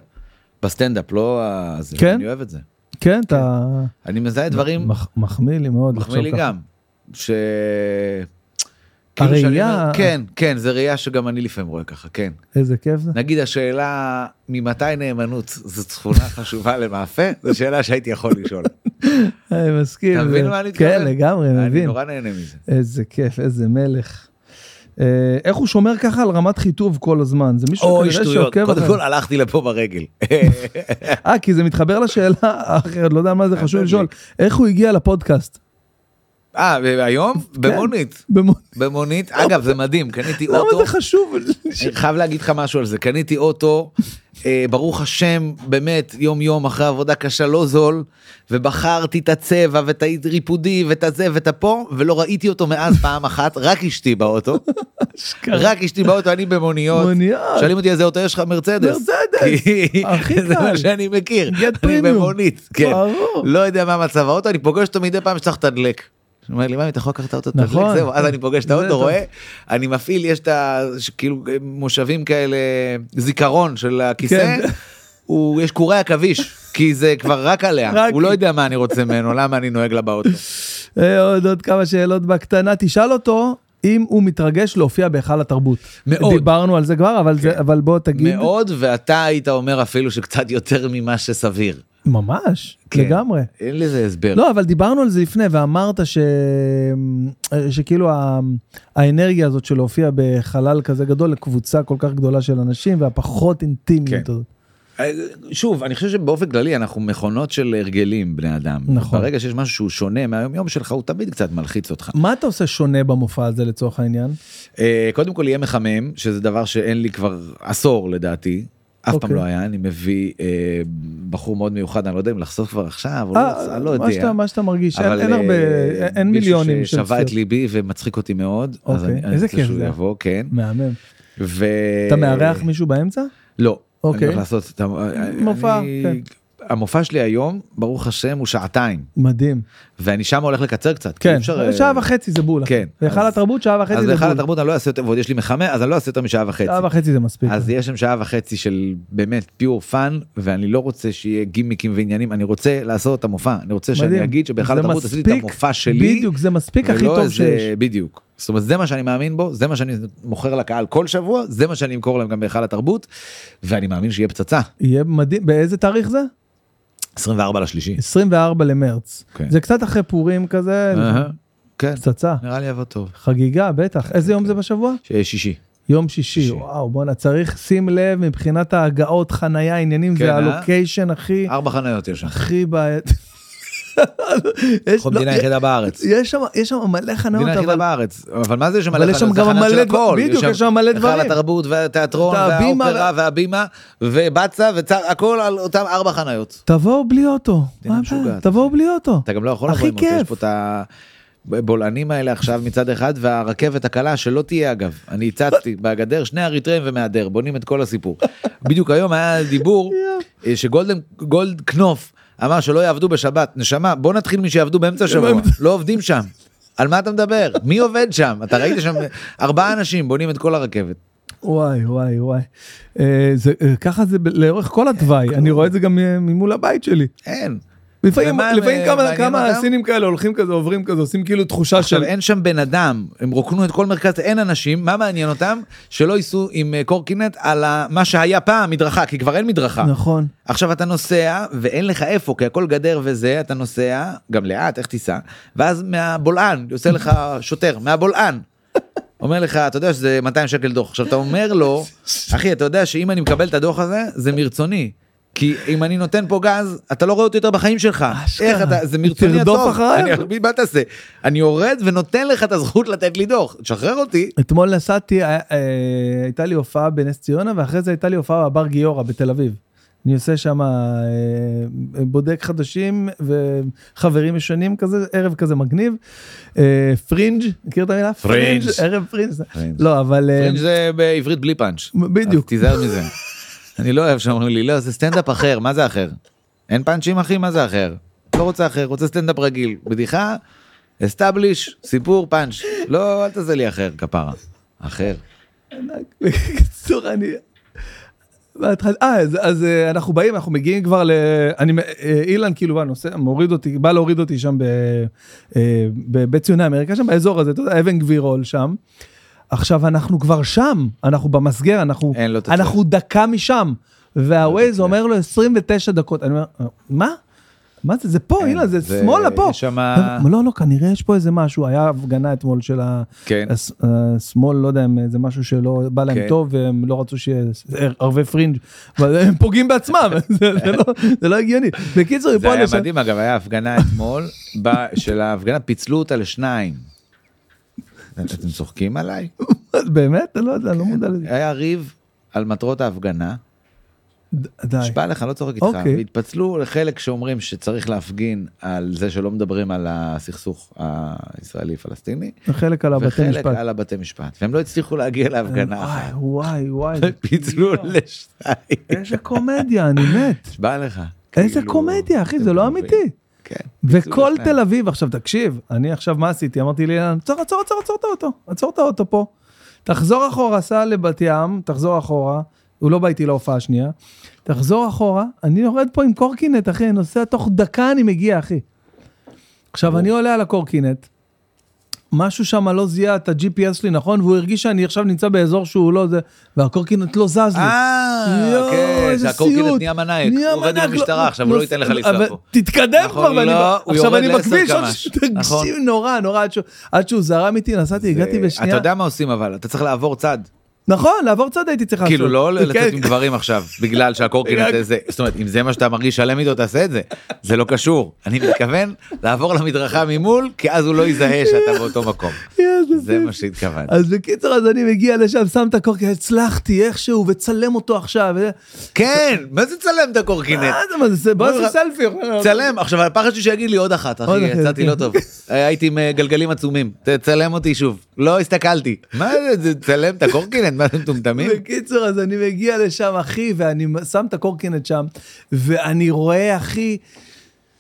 Speaker 2: בסטנדאפ לא ה- זה,
Speaker 1: כן?
Speaker 2: אני אוהב את זה.
Speaker 1: כן, אתה...
Speaker 2: אני מזהה דברים
Speaker 1: מח- מחמיא לי מאוד.
Speaker 2: מחמיא
Speaker 1: לחשוב
Speaker 2: לי
Speaker 1: ככה.
Speaker 2: גם. ש...
Speaker 1: הראייה-
Speaker 2: כאילו שאני אומר, כן, כן, זה ראייה שגם אני לפעמים רואה ככה, כן.
Speaker 1: איזה כיף זה.
Speaker 2: נגיד השאלה, ממתי נאמנות זו תכונה חשובה למאפה? זו שאלה שהייתי יכול לשאול.
Speaker 1: אני אה, מסכים.
Speaker 2: אתה מבין
Speaker 1: זה-
Speaker 2: מה אני מתכוון?
Speaker 1: כן, לגמרי,
Speaker 2: אני
Speaker 1: מבין.
Speaker 2: נורא נהנה מזה.
Speaker 1: איזה כיף, איזה מלך. אה, איך הוא שומר ככה על רמת חיטוב כל הזמן? זה מישהו
Speaker 2: אוי
Speaker 1: כנראה
Speaker 2: שטויות,
Speaker 1: שעוקב
Speaker 2: קודם
Speaker 1: אחרי-
Speaker 2: כל הלכתי לפה ברגל.
Speaker 1: אה, כי זה מתחבר לשאלה האחרת, לא יודע מה זה חשוב לשאול. איך הוא הגיע לפודקאסט?
Speaker 2: אה, והיום? במונית.
Speaker 1: במו-
Speaker 2: במונית. אגב, זה מדהים, קניתי
Speaker 1: כן. למה
Speaker 2: אוטו.
Speaker 1: זה חשוב?
Speaker 2: אני חייב להגיד לך משהו על זה, קניתי אוטו, אה, ברוך השם, באמת, יום יום אחרי עבודה קשה לא זול, ובחרתי את הצבע ואת הריפודי ואת הזה ואת הפה, ולא ראיתי אותו מאז פעם אחת, רק אשתי באוטו, רק אשתי באוטו, אני במוניות.
Speaker 1: מוניות.
Speaker 2: שואלים אותי איזה אוטו יש לך? מרצדס.
Speaker 1: נכון. מרצדס,
Speaker 2: כי
Speaker 1: הכי
Speaker 2: זה
Speaker 1: קל.
Speaker 2: מה שאני מכיר,
Speaker 1: Get
Speaker 2: אני
Speaker 1: premium.
Speaker 2: במונית, כן.
Speaker 1: ברור.
Speaker 2: לא יודע מה מצב האוטו, אני פוגש אותו מדי פעם שצריך לתדלק. הוא אומר לי, מה, אתה יכול לקחת את האוטו, תדלק,
Speaker 1: נכון.
Speaker 2: זהו, אז אני פוגש את
Speaker 1: זה
Speaker 2: האוטו,
Speaker 1: טוב.
Speaker 2: רואה, אני מפעיל, יש את ה... ש- כאילו מושבים כאלה, זיכרון של הכיסא,
Speaker 1: כן.
Speaker 2: הוא, יש קורי עכביש, כי זה כבר רק עליה,
Speaker 1: רק
Speaker 2: הוא לא
Speaker 1: היא.
Speaker 2: יודע מה אני רוצה ממנו, למה אני נוהג לה באוטו.
Speaker 1: אה, עוד עוד כמה שאלות בקטנה, תשאל אותו. אם הוא מתרגש להופיע בהיכל התרבות.
Speaker 2: מאוד. כן.
Speaker 1: דיברנו על זה כבר, אבל, זה, אבל בוא תגיד.
Speaker 2: מאוד, ואתה היית אומר אפילו שקצת יותר ממה שסביר.
Speaker 1: ממש,
Speaker 2: כן.
Speaker 1: לגמרי.
Speaker 2: אין לזה הסבר.
Speaker 1: לא, אבל דיברנו על זה לפני, ואמרת ש... שכאילו ה... האנרגיה הזאת של להופיע בחלל כזה גדול לקבוצה כל כך גדולה של אנשים, והפחות אינטימיות
Speaker 2: כן.
Speaker 1: הזאת.
Speaker 2: שוב, אני חושב שבאופן כללי אנחנו מכונות של הרגלים, בני אדם.
Speaker 1: נכון.
Speaker 2: ברגע שיש משהו שהוא שונה מהיום יום שלך, הוא תמיד קצת מלחיץ אותך.
Speaker 1: מה אתה עושה שונה במופע הזה לצורך העניין?
Speaker 2: אה, קודם כל יהיה מחמם, שזה דבר שאין לי כבר עשור לדעתי. אף פעם
Speaker 1: אוקיי.
Speaker 2: לא היה, אני מביא אה, בחור מאוד מיוחד, אני לא יודע אם לחשוף כבר עכשיו, או לא,
Speaker 1: אה,
Speaker 2: אני לא יודע.
Speaker 1: מה שאתה- מה שאתה מרגיש, אין-
Speaker 2: אבל,
Speaker 1: אין
Speaker 2: אה,
Speaker 1: הרבה, אין- אין מיליונים
Speaker 2: מישהו
Speaker 1: של
Speaker 2: ששבה את
Speaker 1: צפיות.
Speaker 2: ליבי ומצחיק אותי מאוד, אז
Speaker 1: אוקיי,
Speaker 2: אני אני
Speaker 1: איזה
Speaker 2: רוצה
Speaker 1: כיף
Speaker 2: שהוא
Speaker 1: זה.
Speaker 2: יבוא, כן.
Speaker 1: מהמם.
Speaker 2: ו...
Speaker 1: אתה מארח מישהו באמצע?
Speaker 2: לא, אני
Speaker 1: אוקיי.
Speaker 2: הולך לעשות את ה...
Speaker 1: מופע,
Speaker 2: אני-
Speaker 1: כן.
Speaker 2: המופע שלי היום, ברוך השם, הוא שעתיים.
Speaker 1: מדהים.
Speaker 2: ואני שם הולך לקצר קצת. כי
Speaker 1: כן,
Speaker 2: אי אפשר,
Speaker 1: שעה
Speaker 2: אה,
Speaker 1: וחצי זה בול.
Speaker 2: כן,
Speaker 1: בהיכל
Speaker 2: אז-
Speaker 1: התרבות שעה וחצי
Speaker 2: אז
Speaker 1: זה
Speaker 2: בהיכל
Speaker 1: בול.
Speaker 2: התרבות אני לא אעשה יותר, ועוד יש לי מחמם, אז אני לא אעשה יותר משעה וחצי.
Speaker 1: שעה וחצי כן. זה מספיק.
Speaker 2: אז יש שם שעה וחצי של באמת פיור פאן, ואני לא רוצה שיהיה גימיקים ועניינים, אני רוצה לעשות את המופע. אני רוצה שאני
Speaker 1: מדהים.
Speaker 2: אגיד שבהיכל
Speaker 1: זה
Speaker 2: התרבות עשיתי את
Speaker 1: מספיק,
Speaker 2: המופע שלי.
Speaker 1: בדיוק, זה מספיק הכי
Speaker 2: ולא
Speaker 1: טוב
Speaker 2: איזה-
Speaker 1: שיש.
Speaker 2: בדיוק. זאת אומרת, זה מה שאני מאמין בו, זה מה שאני מוכר לקהל כל שבוע, זה מה שאני אמכור להם גם בהיכל התרבות, ואני מאמין שיהיה פצצה.
Speaker 1: יהיה מדהים, באיזה תאריך זה?
Speaker 2: 24 לשלישי.
Speaker 1: 24 למרץ.
Speaker 2: כן.
Speaker 1: זה קצת אחרי פורים כזה,
Speaker 2: אהה, כן,
Speaker 1: פצצה,
Speaker 2: נראה לי יבוא טוב.
Speaker 1: חגיגה, בטח. איזה יום זה בשבוע?
Speaker 2: שיהיה שישי.
Speaker 1: יום שישי,
Speaker 2: שישי.
Speaker 1: וואו, בואנה, צריך שים לב מבחינת ההגעות, חנייה, עניינים,
Speaker 2: כן,
Speaker 1: זה
Speaker 2: אה?
Speaker 1: הלוקיישן הכי,
Speaker 2: ארבע חניות יש שם.
Speaker 1: הכי בעייתי. יש-
Speaker 2: אנחנו
Speaker 1: לא,
Speaker 2: המדינה היחידה בארץ.
Speaker 1: יש שם- יש שם מלא חניות,
Speaker 2: המדינה היחידה
Speaker 1: אבל
Speaker 2: בארץ. אבל מה זה יש שם מלא
Speaker 1: אבל יש שם
Speaker 2: חניות? זה
Speaker 1: גם
Speaker 2: חניות של
Speaker 1: מלא דבר-
Speaker 2: הכל.
Speaker 1: בדיוק, יש שם מלא דברים.
Speaker 2: היכל התרבות והתיאטרון
Speaker 1: והבימה
Speaker 2: והאופרה והבימה ובצה וצר, הכל על אותם ארבע חניות.
Speaker 1: תבואו בלי אוטו.
Speaker 2: מדינה
Speaker 1: מה
Speaker 2: משוגעת.
Speaker 1: הבעיה? תבואו בלי אוטו.
Speaker 2: אתה גם לא יכול
Speaker 1: הכי
Speaker 2: לבוא עם אותו,
Speaker 1: כיף.
Speaker 2: יש פה את הבולענים האלה עכשיו מצד אחד, והרכבת הקלה שלא תהיה אגב. אני הצצתי בגדר, שני אריתראים ומהדר, בונים את כל הסיפור. בדיוק היום היה דיבור אה, שגולדן, גולד קנוף אמר שלא יעבדו בשבת. נשמה, בוא נתחיל משעבדו באמצע השבוע, לא עובדים שם. על מה אתה מדבר? מי עובד שם? אתה ראית שם ארבעה אנשים בונים את כל הרכבת.
Speaker 1: וואי, וואי, וואי. אה, זה- אה, ככה זה ב- לאורך כל התוואי, אני רואה את זה גם אה, ממול הבית שלי.
Speaker 2: אין.
Speaker 1: לפעמים
Speaker 2: ומה,
Speaker 1: לפעמים
Speaker 2: אה,
Speaker 1: כמה-
Speaker 2: מעניין
Speaker 1: כמה
Speaker 2: אותם?
Speaker 1: סינים כאלה הולכים כזה, עוברים כזה, עושים כאילו תחושה של...
Speaker 2: עכשיו אין שם בן אדם, הם רוקנו את כל מרכז, אין אנשים, מה מעניין אותם? שלא ייסעו עם אה, קורקינט על ה- מה שהיה פעם מדרכה, כי כבר אין מדרכה.
Speaker 1: נכון.
Speaker 2: עכשיו אתה נוסע ואין לך איפה, כי הכל גדר וזה, אתה נוסע, גם לאט, איך תיסע, ואז מהבולען, יוצא לך שוטר, מהבולען. אומר לך, אתה יודע שזה 200 שקל דוח. עכשיו אתה אומר לו, אחי, אתה יודע שאם אני מקבל את הדוח הזה, זה מרצוני. כי אם אני נותן פה גז, אתה לא רואה אותי יותר בחיים שלך.
Speaker 1: אשכרה.
Speaker 2: איך אתה, זה מרצוני
Speaker 1: תרדוף
Speaker 2: הטוב.
Speaker 1: אחריי.
Speaker 2: אני- מה תעשה? אני יורד ונותן לך את הזכות לתת לי דוח, תשחרר אותי.
Speaker 1: אתמול נסעתי, אה, אה, הייתה לי הופעה בנס ציונה, ואחרי זה הייתה לי הופעה בבר גיורא בתל אביב. אני עושה שם אה, בודק חדשים וחברים ישנים כזה, ערב כזה מגניב. אה, פרינג', מכיר את המילה?
Speaker 2: פרינג'.
Speaker 1: ערב פרינג'.
Speaker 2: פרינג'.
Speaker 1: לא, אבל... אה,
Speaker 2: פרינג' זה בעברית בלי פאנץ'.
Speaker 1: בדיוק.
Speaker 2: אז תיזהר מזה. אני לא אוהב שאומרים לי, לא, זה סטנדאפ אחר, מה זה אחר? אין פאנצ'ים אחי, מה זה אחר? לא רוצה אחר, רוצה סטנדאפ רגיל. בדיחה, אסטאבליש, סיפור, פאנץ'. לא, אל תעשה לי אחר, כפרה. אחר.
Speaker 1: בקיצור, אני... בהתחלה- אה, אז, אז אה, אנחנו באים, אנחנו מגיעים כבר ל... אני, מ- אה, אילן כאילו בא, נוסע, מוריד אותי, בא להוריד אותי שם ב- אה, בבית ציוני אמריקה, שם באזור הזה, אתה יודע, אבן גבירול שם. עכשיו אנחנו כבר שם, אנחנו במסגר, אנחנו,
Speaker 2: אין, לא תצליח.
Speaker 1: אנחנו דקה משם. והווייז
Speaker 2: לא תצליח.
Speaker 1: אומר לו 29 דקות, אני אומר, מה? מה זה, זה פה,
Speaker 2: אין,
Speaker 1: הנה, זה
Speaker 2: כן, זה-
Speaker 1: שמאלה פה.
Speaker 2: יש שמה-
Speaker 1: אבל- לא, לא, כנראה יש פה איזה משהו, היה הפגנה אתמול של ה-
Speaker 2: כן.
Speaker 1: הס- השמאל, לא יודע, הם- זה משהו שלא בא להם
Speaker 2: כן.
Speaker 1: טוב, והם לא רצו שיהיה ערבי פרינג', אבל הם פוגעים בעצמם, זה- זה לא- זה לא הגיוני. בקיצור,
Speaker 2: זה
Speaker 1: פה
Speaker 2: היה
Speaker 1: לשם-
Speaker 2: מדהים אגב היה הפגנה אתמול ב- של ההפגנה פיצלו אותה לשניים. אתם צוחקים עליי?
Speaker 1: באמת? לא יודע, אני לא מודע לזה.
Speaker 2: היה ריב על מטרות ההפגנה.
Speaker 1: ד- די.
Speaker 2: נשבע לך, לא צוחק איתך.
Speaker 1: אוקיי.
Speaker 2: והתפצלו לחלק שאומרים שצריך להפגין על זה שלא מדברים על הסכסוך הישראלי-פלסטיני,
Speaker 1: חלק על הבתי
Speaker 2: וחלק
Speaker 1: משפט.
Speaker 2: על הבתי משפט. והם לא הצליחו להגיע להפגנה
Speaker 1: וואי,
Speaker 2: אחת.
Speaker 1: וואי, וואי,
Speaker 2: פיצלו לשניים.
Speaker 1: איזה קומדיה, אני מת.
Speaker 2: נשבע לך.
Speaker 1: איזה
Speaker 2: כאילו,
Speaker 1: קומדיה, אחי,
Speaker 2: אתם
Speaker 1: זה לא
Speaker 2: מטורפים.
Speaker 1: אמיתי.
Speaker 2: כן.
Speaker 1: וכל
Speaker 2: שניים.
Speaker 1: תל אביב, עכשיו תקשיב, אני עכשיו מה עשיתי? אמרתי לי, עצור, עצור, עצור, עצור את האוטו, עצור את האוטו פה. תחזור אחורה, סע לבת ים, תחזור אחורה, הוא לא בא איתי להופעה השנייה. תחזור אחורה, אני יורד פה עם קורקינט, אחי, אני נוסע תוך דקה אני מגיע, אחי. עכשיו, אני עולה על הקורקינט, משהו שם לא זיהה את ה-GPS שלי, נכון? והוא הרגיש שאני עכשיו נמצא באזור שהוא לא זה, והקורקינט לא זז לי.
Speaker 2: אה,
Speaker 1: יואו,
Speaker 2: כן,
Speaker 1: איזה
Speaker 2: שהקורקינט
Speaker 1: סיוט.
Speaker 2: נהיה מנאייק.
Speaker 1: נהיה
Speaker 2: הוא עובד
Speaker 1: מנאייק,
Speaker 2: במשטרה,
Speaker 1: לא-
Speaker 2: עכשיו הוא לא
Speaker 1: לא-
Speaker 2: ייתן לך לנסוע
Speaker 1: אבל
Speaker 2: פה.
Speaker 1: תתקדם
Speaker 2: נכון,
Speaker 1: כבר, ואני-
Speaker 2: לא, הוא
Speaker 1: עכשיו
Speaker 2: יורד
Speaker 1: אני
Speaker 2: לעשר
Speaker 1: בכביש,
Speaker 2: קמ"ש. נכון.
Speaker 1: תקשיב נורא, נורא, עד שהוא- עד שהוא זרם איתי, נסעתי, הגעתי
Speaker 2: אה,
Speaker 1: בשנייה.
Speaker 2: אתה יודע מה עושים אבל, אתה צריך לעבור צד.
Speaker 1: נכון, לעבור צד הייתי צריך לעשות.
Speaker 2: כאילו לא לצאת
Speaker 1: כן,
Speaker 2: עם גברים עכשיו בגלל
Speaker 1: רק-
Speaker 2: שהקורקינט זה זאת אומרת אם זה מה שאתה מרגיש שלם איתו תעשה את זה זה לא קשור אני מתכוון לעבור למדרכה ממול כי אז הוא לא יזהה שאתה באותו מקום
Speaker 1: איזה
Speaker 2: זה מה
Speaker 1: סיוט.
Speaker 2: שהתכוונתי.
Speaker 1: כן, אז בקיצור, אז אני מגיע לשם, שם את הקורקינט, הצלחתי איכשהו, וצלם אותו עכשיו. וזה-
Speaker 2: כן מה זה צלם את הקורקינט.
Speaker 1: מה זה, מה זה, בוא
Speaker 2: בוא
Speaker 1: נעשה סלפי.
Speaker 2: צלם עכשיו הפחד שלי שיגיד לי עוד אחת אחי
Speaker 1: עוד אחת,
Speaker 2: יצאתי
Speaker 1: כן.
Speaker 2: לא טוב הייתי עם אה, גלגלים עצומים תצלם אותי שוב לא הסתכלתי מה זה זה צלם את הקורקינט מה אתם מטומטמים.
Speaker 1: בקיצור, אז אני מגיע לשם, אחי, ואני שם את הקורקינט שם, ואני רואה, אחי,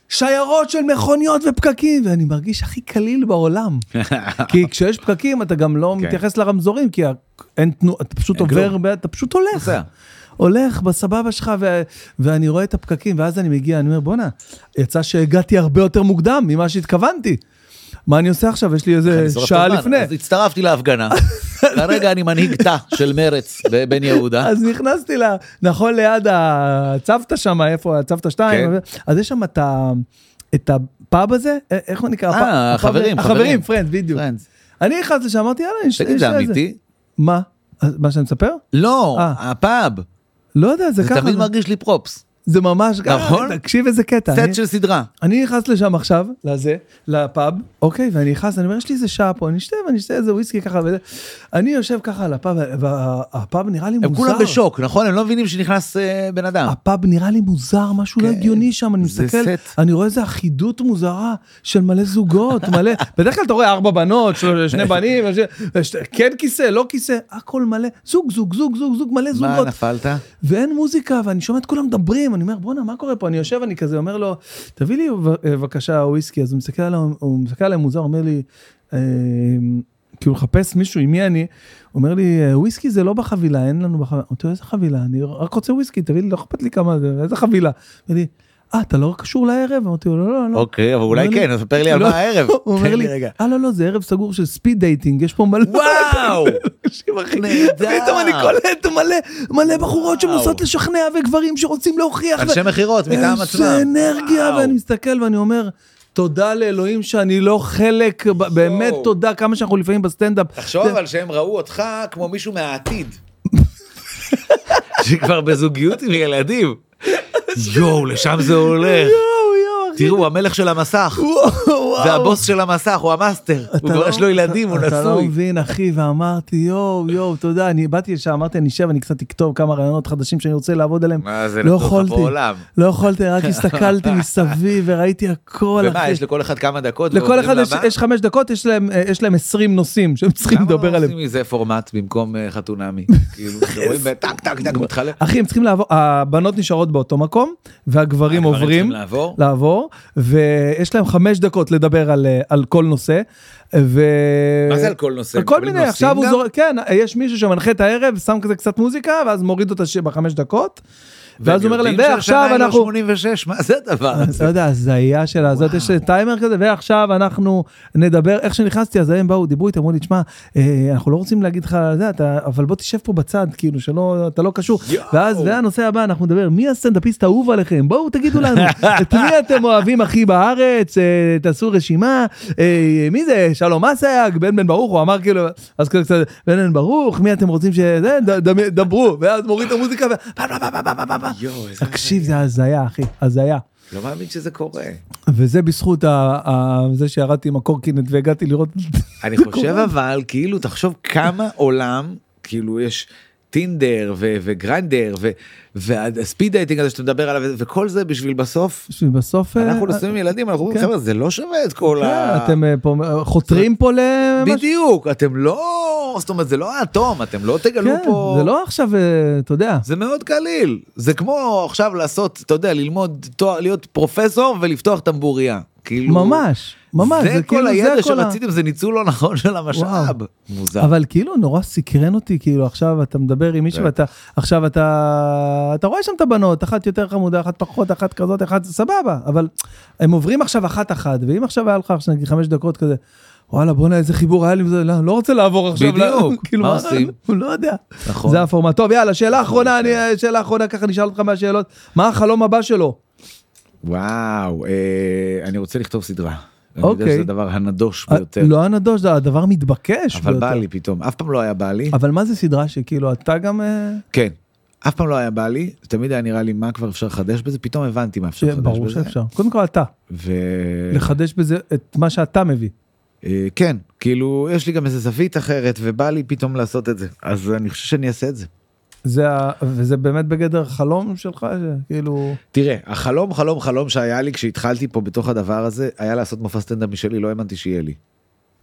Speaker 1: שיירות של מכוניות ופקקים, ואני מרגיש הכי קליל בעולם. כי כשיש פקקים, אתה גם לא
Speaker 2: כן.
Speaker 1: מתייחס לרמזורים, כי ה- אין תנועה, אתה פשוט
Speaker 2: אין כלום.
Speaker 1: עובר, ב- אתה פשוט הולך.
Speaker 2: נוסע.
Speaker 1: הולך בסבבה שלך, ו- ואני רואה את הפקקים, ואז אני מגיע, אני אומר, בואנה, יצא שהגעתי הרבה יותר מוקדם ממה שהתכוונתי. מה אני עושה עכשיו? יש לי איזה
Speaker 2: לשרוף אוקיי, את
Speaker 1: שעה
Speaker 2: הזמן.
Speaker 1: לפני.
Speaker 2: אז הצטרפתי להפגנה. כרגע אני מנהיג תא של מרץ בבן יהודה.
Speaker 1: אז נכנסתי ל... נכון ליד הצוותא שם, איפה הצוותא 2,
Speaker 2: כן.
Speaker 1: אז יש שם את ה... את הפאב הזה, א- איך הוא נקרא?
Speaker 2: אה,
Speaker 1: הפאב- הפאב-
Speaker 2: החברים,
Speaker 1: החברים,
Speaker 2: חברים.
Speaker 1: פרנדס, בדיוק.
Speaker 2: פרנדס.
Speaker 1: אני נכנסתי לשם, אמרתי, יאללה, אני
Speaker 2: תגיד, זה אמיתי?
Speaker 1: מה? אז- מה שאני מספר?
Speaker 2: לא,
Speaker 1: אה.
Speaker 2: הפאב.
Speaker 1: לא יודע, זה
Speaker 2: זה
Speaker 1: ככה.
Speaker 2: תמיד
Speaker 1: זה-
Speaker 2: מרגיש לי פרופס.
Speaker 1: זה ממש...
Speaker 2: נכון?
Speaker 1: אה, תקשיב איזה קטע. אני-
Speaker 2: סט של סדרה.
Speaker 1: אני נכנס לשם עכשיו, לזה, לפאב, אוקיי, ואני נכנס, אני אומר, יש לי איזה שעה פה, אני אשתה ואני אשתה איזה וויסקי ככה וזה. אני יושב ככה על הפאב, והפאב נראה לי מוזר.
Speaker 2: הם כולם בשוק, נכון? הם לא מבינים שנכנס אה, בן אדם.
Speaker 1: הפאב נראה לי מוזר, משהו לא
Speaker 2: כן,
Speaker 1: הגיוני שם, אני
Speaker 2: זה
Speaker 1: מסתכל,
Speaker 2: סט.
Speaker 1: אני רואה איזה אחידות מוזרה של מלא זוגות, מלא, בדרך כלל אתה רואה ארבע בנות, של- שני בנים, וש- ש- כן כיסא, לא כיסא, הכל מלא, זוג, זוג, זוג, זוג, זוג, מלא
Speaker 2: מה,
Speaker 1: זוגות,
Speaker 2: נפלת?
Speaker 1: ואין מוזיקה, ואני שומע את כולם מדברים, אני אומר, בואנה, מה קורה פה? אני יושב, אני כזה אומר לו, תביא לי ב- בבקשה וויסקי, אז הוא מסתכל עליו, הוא מסתכל עליי מוזר, אומר לי, "אה, כאילו לחפש מישהו, עם מי אני? הוא אומר לי, "אה, וויסקי זה לא בחבילה, אין לנו בחבילה. אמרתי לו, איזה חבילה? אני רק רוצה וויסקי, תביא לי, לא אכפת לי כמה זה, איזה חבילה? אמר לי, אה, אתה לא קשור לערב? אמרתי לו, לא, לא, לא.
Speaker 2: אוקיי, אבל אולי
Speaker 1: אומר לי-
Speaker 2: כן, אז ספר לי על
Speaker 1: לא.
Speaker 2: מה הערב.
Speaker 1: הוא אומר
Speaker 2: תן
Speaker 1: לי,
Speaker 2: לי רגע.
Speaker 1: אה, לא, לא, זה ערב סגור של ספיד דייטינג, יש פה מלא...
Speaker 2: וואו!
Speaker 1: תקשיב, אחי,
Speaker 2: נהדר.
Speaker 1: פתאום אני קולט מלא מלא בחורות
Speaker 2: וואו.
Speaker 1: שמנסות לשכנע וגברים שרוצים להוכיח. ו-
Speaker 2: אנשי מכירות מטעם עצמם.
Speaker 1: איזה אנרגיה,
Speaker 2: וואו.
Speaker 1: ואני מסתכל ואני אומר, תודה לאלוהים שאני לא חלק, ב- באמת תודה, כמה שאנחנו לפעמים בסטנדאפ.
Speaker 2: תחשוב
Speaker 1: זה-
Speaker 2: על שהם ראו אותך כמו מישהו מהעתיד. שכבר בזוגיות עם ילדים. יואו, לשם זה הולך.
Speaker 1: יואו, יואו, אחי.
Speaker 2: תראו, המלך של המסך.
Speaker 1: וואו, וואו.
Speaker 2: זה הבוס של המסך, הוא המאסטר.
Speaker 1: אתה
Speaker 2: הוא כבר
Speaker 1: לא-
Speaker 2: יש לו ילדים, הוא
Speaker 1: אתה- אתה לא
Speaker 2: נשוי.
Speaker 1: מבין, אחי, ואמרתי, יואו, יואו, תודה. אני באתי לשם, אמרתי, אני אשב, אני קצת אכתוב כמה רעיונות חדשים שאני רוצה לעבוד עליהם.
Speaker 2: מה זה,
Speaker 1: לא
Speaker 2: לתוך
Speaker 1: יכולתי,
Speaker 2: בעולם.
Speaker 1: לא יכולתי, רק הסתכלתי מסביב וראיתי הכל,
Speaker 2: ומה,
Speaker 1: אחי.
Speaker 2: יש לכל אחד כמה דקות?
Speaker 1: לכל
Speaker 2: ועוברים
Speaker 1: אחד יש-
Speaker 2: לבא?
Speaker 1: יש חמש דקות, יש להם- אה, יש להם 20 נושאים שהם צריכים
Speaker 2: למה
Speaker 1: לדבר
Speaker 2: לא
Speaker 1: עליהם.
Speaker 2: עושים מזה פורמט במקום אה, חתונמי? כאילו, אתם רואים, טק, טק, טק, מתחלף.
Speaker 1: אחי, הם צריכים לעבור, הבנות נשארות באותו מקום, והגברים
Speaker 2: הגברים
Speaker 1: עוברים
Speaker 2: צריכים לעבור?
Speaker 1: לעבור, ויש להם חמש דקות לדבר על, אה, על כל נושא. ו...
Speaker 2: מה זה על כל נושא?
Speaker 1: על כל
Speaker 2: מקבלים
Speaker 1: מיני,
Speaker 2: נושאים
Speaker 1: עכשיו הוא
Speaker 2: גם?
Speaker 1: זורק, כן, יש מישהו שמנחה את הערב, שם כזה קצת מוזיקה, ואז מוריד אותה ש- בחמש דקות, ואז הוא אומר להם,
Speaker 2: והם יודעים שהשנה
Speaker 1: ועכשיו
Speaker 2: היא לא
Speaker 1: אנחנו...
Speaker 2: 86, מה זה הדבר
Speaker 1: אתה
Speaker 2: הזה?
Speaker 1: יודע, הזיה של הזאת, יש טיימר כזה, ועכשיו אנחנו נדבר, איך שנכנסתי, אז הם באו, דיברו איתי, אמרו לי, תשמע, אה, אנחנו לא רוצים להגיד לך, זה, אתה, אבל בוא תשב פה בצד, כאילו, שלא, אתה לא קשור.
Speaker 2: יואו.
Speaker 1: ואז, זה הנושא הבא, אנחנו נדבר, מי הסטנדאפיסט האהוב עליכם? בואו תגידו לנו, את מי אתם אוהבים הכי בארץ, אה, תעשו רשימה, אה, מי זה, שלום אסייג, בן בן ברוך, הוא אמר כאילו, אז כזה קצת, בן בן ברוך, מי אתם רוצים שזה, ד- ד- דברו, ואז מוריד את המוזיקה, ו...
Speaker 2: יואו, איזה...
Speaker 1: תקשיב, זה הזיה, אחי, הזיה.
Speaker 2: לא מאמין שזה קורה.
Speaker 1: וזה בזכות ה- ה- זה שירדתי עם הקורקינט והגעתי לראות
Speaker 2: אני חושב אבל, כאילו, תחשוב כמה עולם, כאילו, יש טינדר ו- וגרנדר ו- והספיד דייטינג הזה שאתה מדבר עליו, וכל זה בשביל בסוף.
Speaker 1: שבסוף אה,
Speaker 2: אנחנו נוסעים עם ילדים, אנחנו אומרים,
Speaker 1: כן.
Speaker 2: חבר'ה, זה לא שווה את כל
Speaker 1: אה,
Speaker 2: ה...
Speaker 1: אתם אה, פה אה, חותרים פה למשהו.
Speaker 2: בדיוק, אתם לא... זאת אומרת, זה לא האטום, אתם לא תגלו
Speaker 1: כן,
Speaker 2: פה...
Speaker 1: זה לא עכשיו אה, אתה יודע
Speaker 2: זה מאוד קליל זה כמו עכשיו לעשות אתה יודע ללמוד תואר להיות פרופסור ולפתוח טמבוריה כאילו
Speaker 1: ממש ממש
Speaker 2: זה, כל
Speaker 1: כאילו-
Speaker 2: הידע
Speaker 1: כל ה-
Speaker 2: שרציתם זה ניצול לא נכון של המשאב
Speaker 1: וואו.
Speaker 2: מוזר
Speaker 1: אבל כאילו נורא סקרן אותי כאילו עכשיו אתה מדבר עם מישהו
Speaker 2: כן.
Speaker 1: ואתה עכשיו אתה אתה רואה שם את הבנות אחת יותר חמודה אחת פחות אחת כזאת אחת סבבה אבל הם עוברים עכשיו אחת אחת ואם עכשיו היה לך עכשיו נגיד חמש דקות כזה. וואלה בואנה איזה חיבור היה לי וזה לא, לא רוצה לעבור עכשיו
Speaker 2: בדיוק,
Speaker 1: כאילו,
Speaker 2: מה עושים?
Speaker 1: הוא לא יודע
Speaker 2: נכון.
Speaker 1: זה הפורמט טוב יאללה שאלה אחרונה אני שאלה אחרונה ככה נשאל אותך מהשאלות מה החלום הבא שלו
Speaker 2: וואו אה, אני רוצה לכתוב סדרה. אני יודע
Speaker 1: אוקיי.
Speaker 2: שזה הדבר הנדוש
Speaker 1: אה,
Speaker 2: ביותר
Speaker 1: לא הנדוש זה הדבר מתבקש
Speaker 2: אבל בא
Speaker 1: ביותר.
Speaker 2: לי פתאום אף פעם לא היה בא לי
Speaker 1: אבל מה זה סדרה שכאילו אתה גם אה,
Speaker 2: כן. אף פעם לא היה בא לי, תמיד היה נראה לי מה כבר אפשר לחדש בזה, פתאום הבנתי מה אפשר לחדש
Speaker 1: כן, ברור
Speaker 2: בזה.
Speaker 1: שאפשר קודם כל אתה.
Speaker 2: ו-
Speaker 1: לחדש בזה את מה שאתה מביא.
Speaker 2: אה, כן, כאילו יש לי גם איזה זווית אחרת ובא לי פתאום לעשות את זה, אז אני חושב שאני אעשה את זה.
Speaker 1: זה ה... וזה באמת בגדר חלום שלך, ש- כאילו...
Speaker 2: תראה, החלום חלום חלום שהיה לי כשהתחלתי פה בתוך הדבר הזה, היה לעשות מופע סטנדאפ משלי, לא האמנתי שיהיה לי.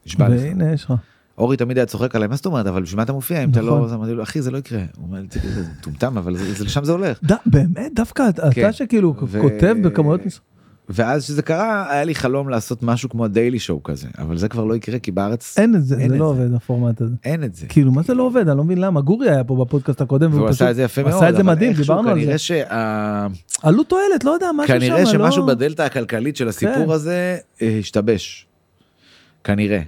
Speaker 2: נשבע לך.
Speaker 1: והנה יש לך.
Speaker 2: אורי תמיד היה צוחק עליי, מה זאת אומרת, אבל בשביל מה אתה מופיע אם אתה
Speaker 1: נכון.
Speaker 2: לא... אז אמרתי לו, אחי, זה לא יקרה. הוא אומר לי, "זה- זה מטומטם, אבל זה- זה- לשם זה הולך.
Speaker 1: ד... באמת, דווקא אתה
Speaker 2: כן.
Speaker 1: אתה שכאילו
Speaker 2: ו-
Speaker 1: כותב בכמויות... מס-
Speaker 2: ואז כשזה קרה, היה לי חלום לעשות משהו כמו הדיילי שואו כזה, אבל זה כבר לא יקרה, כי בארץ
Speaker 1: אין את זה,
Speaker 2: אין
Speaker 1: זה
Speaker 2: את
Speaker 1: לא
Speaker 2: זה.
Speaker 1: עובד הפורמט הזה.
Speaker 2: אין את זה.
Speaker 1: כאילו, מה זה לא עובד? אני לא מבין למה. גורי היה פה בפודקאסט הקודם,
Speaker 2: והוא עשה את זה יפה מאוד.
Speaker 1: עשה את זה
Speaker 2: אבל
Speaker 1: מדהים,
Speaker 2: איכשהו
Speaker 1: דיברנו על זה.
Speaker 2: כנראה שה...
Speaker 1: עלות תועלת, לא יודע, משהו שם,
Speaker 2: כנראה
Speaker 1: לא-
Speaker 2: שמשהו בדלתא הכלכלית של
Speaker 1: כן.
Speaker 2: הסיפור הזה אה, השתבש. כנראה.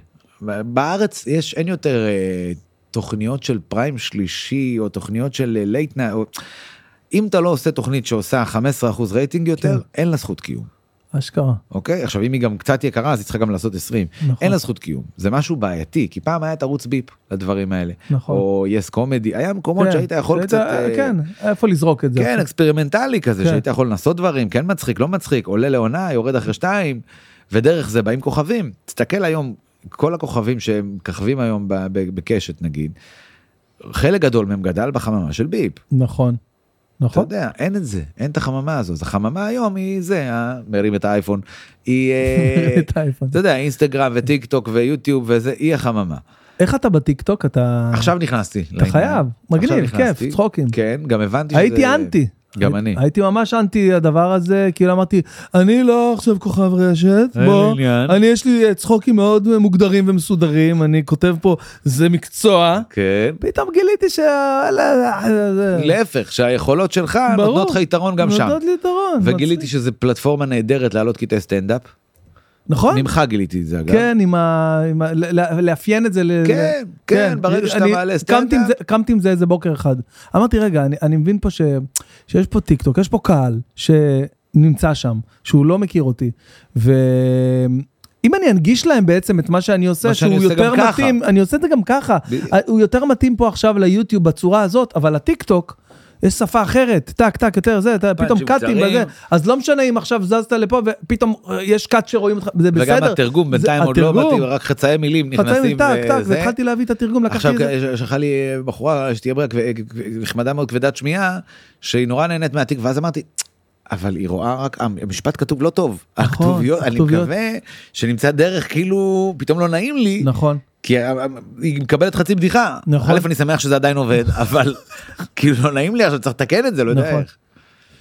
Speaker 2: בארץ יש אין יותר אה, תוכניות של פריים שלישי או תוכניות של אה, לייט נא. אם אתה לא עושה תוכנית שעושה 15% רייטינג יותר
Speaker 1: כן.
Speaker 2: אין לה זכות קיום.
Speaker 1: אשכרה.
Speaker 2: אוקיי עכשיו אם היא גם קצת יקרה אז היא צריכה גם לעשות 20
Speaker 1: נכון.
Speaker 2: אין לה זכות קיום זה משהו בעייתי כי פעם היה את ערוץ ביפ לדברים האלה
Speaker 1: נכון.
Speaker 2: או יס קומדי היה מקומות
Speaker 1: כן,
Speaker 2: שהיית יכול
Speaker 1: שהיית-
Speaker 2: קצת אה,
Speaker 1: כן, איפה לזרוק את זה?
Speaker 2: כן אקספרימנטלי כזה
Speaker 1: כן.
Speaker 2: שהיית יכול לנסות דברים כן מצחיק לא מצחיק עולה לעונה יורד אחרי שתיים ודרך זה באים כוכבים תסתכל היום כל הכוכבים שהם ככבים היום ב- ב- בקשת נגיד. חלק גדול מהם גדל בחממה של ביפ
Speaker 1: נכון.
Speaker 2: אתה
Speaker 1: נכון.
Speaker 2: יודע אין את זה אין את החממה הזו אז החממה היום היא זה אה, מרים את האייפון היא אה,
Speaker 1: את האייפון.
Speaker 2: אתה יודע אינסטגרם וטיק טוק ויוטיוב וזה היא החממה
Speaker 1: איך אתה בטיקטוק? אתה...
Speaker 2: עכשיו נכנסתי
Speaker 1: אה. אתה
Speaker 2: לעניין.
Speaker 1: חייב.
Speaker 2: עכשיו
Speaker 1: מגניב,
Speaker 2: נכנסתי.
Speaker 1: כיף, צחוקים.
Speaker 2: כן גם הבנתי
Speaker 1: הייתי
Speaker 2: שזה-
Speaker 1: אנטי.
Speaker 2: גם
Speaker 1: הייתי-
Speaker 2: אני.
Speaker 1: הייתי ממש אנטי הדבר הזה, כאילו אמרתי, אני לא עכשיו כוכב רשת,
Speaker 2: אין לי
Speaker 1: בוא,
Speaker 2: עניין."
Speaker 1: אני יש לי אה, צחוקים מאוד מוגדרים ומסודרים, אני כותב פה, זה מקצוע.
Speaker 2: כן
Speaker 1: פתאום גיליתי ש... וואלה, זה- זה-
Speaker 2: להפך שהיכולות שלך
Speaker 1: ברור.
Speaker 2: נותנות לך יתרון גם שם
Speaker 1: נותנות לי יתרון.
Speaker 2: וגיליתי
Speaker 1: מצחיק.
Speaker 2: שזה פלטפורמה נהדרת להעלות קטעי סטנדאפ
Speaker 1: נכון?
Speaker 2: ממך גיליתי את זה אגב.
Speaker 1: כן, עם ה... עם ה- ל- ל- לאפיין את זה ל...
Speaker 2: אה? כן,
Speaker 1: ל-
Speaker 2: כן, ברגע
Speaker 1: אני-
Speaker 2: שאתה
Speaker 1: אני
Speaker 2: מעלה
Speaker 1: קמתי עם
Speaker 2: סטנדאפ.
Speaker 1: זה- קמתי עם זה איזה בוקר אחד. אמרתי, רגע, אני- אני מבין פה ש- שיש פה טיקטוק, יש פה קהל שנמצא שם, שהוא לא מכיר אותי, ו... אם אני אנגיש להם בעצם את מה שאני עושה,
Speaker 2: מה שאני
Speaker 1: שהוא
Speaker 2: עושה גם
Speaker 1: יותר
Speaker 2: ככה.
Speaker 1: מתאים, אני עושה את זה גם ככה,
Speaker 2: בדיוק.
Speaker 1: הוא יותר מתאים פה עכשיו ליוטיוב בצורה הזאת, אבל הטיקטוק, יש שפה אחרת, טק, טק, יותר זה, אתה פתאום
Speaker 2: פאנצ'ים
Speaker 1: קאטים
Speaker 2: קצרים.
Speaker 1: וזה, אז לא משנה אם עכשיו זזת לפה ופתאום אה, יש קאט שרואים אותך, זה בסדר.
Speaker 2: וגם התרגום
Speaker 1: זה-
Speaker 2: בינתיים עוד לא
Speaker 1: התרגום,
Speaker 2: באתי רק חצאי מילים
Speaker 1: חצאי
Speaker 2: נכנסים.
Speaker 1: טק, טק,
Speaker 2: וזה.
Speaker 1: והתחלתי להביא את התרגום, לקחתי
Speaker 2: עכשיו
Speaker 1: את זה.
Speaker 2: שלחה לי בחורה שתהיה בריאה כב- כב- נחמדה מאוד כבדת שמיעה שהיא נורא נהנית מהתיק ואז אמרתי. אבל היא רואה רק, המשפט כתוב לא טוב,
Speaker 1: נכון,
Speaker 2: הכתוביות, אני
Speaker 1: הכתוביות.
Speaker 2: מקווה שנמצא דרך כאילו פתאום לא נעים לי,
Speaker 1: נכון,
Speaker 2: כי ה- ה- היא מקבלת חצי בדיחה.
Speaker 1: נכון.
Speaker 2: א', אני שמח שזה עדיין עובד, אבל כאילו לא נעים לי עכשיו, צריך לתקן את זה, לא יודע
Speaker 1: נכון.
Speaker 2: איך.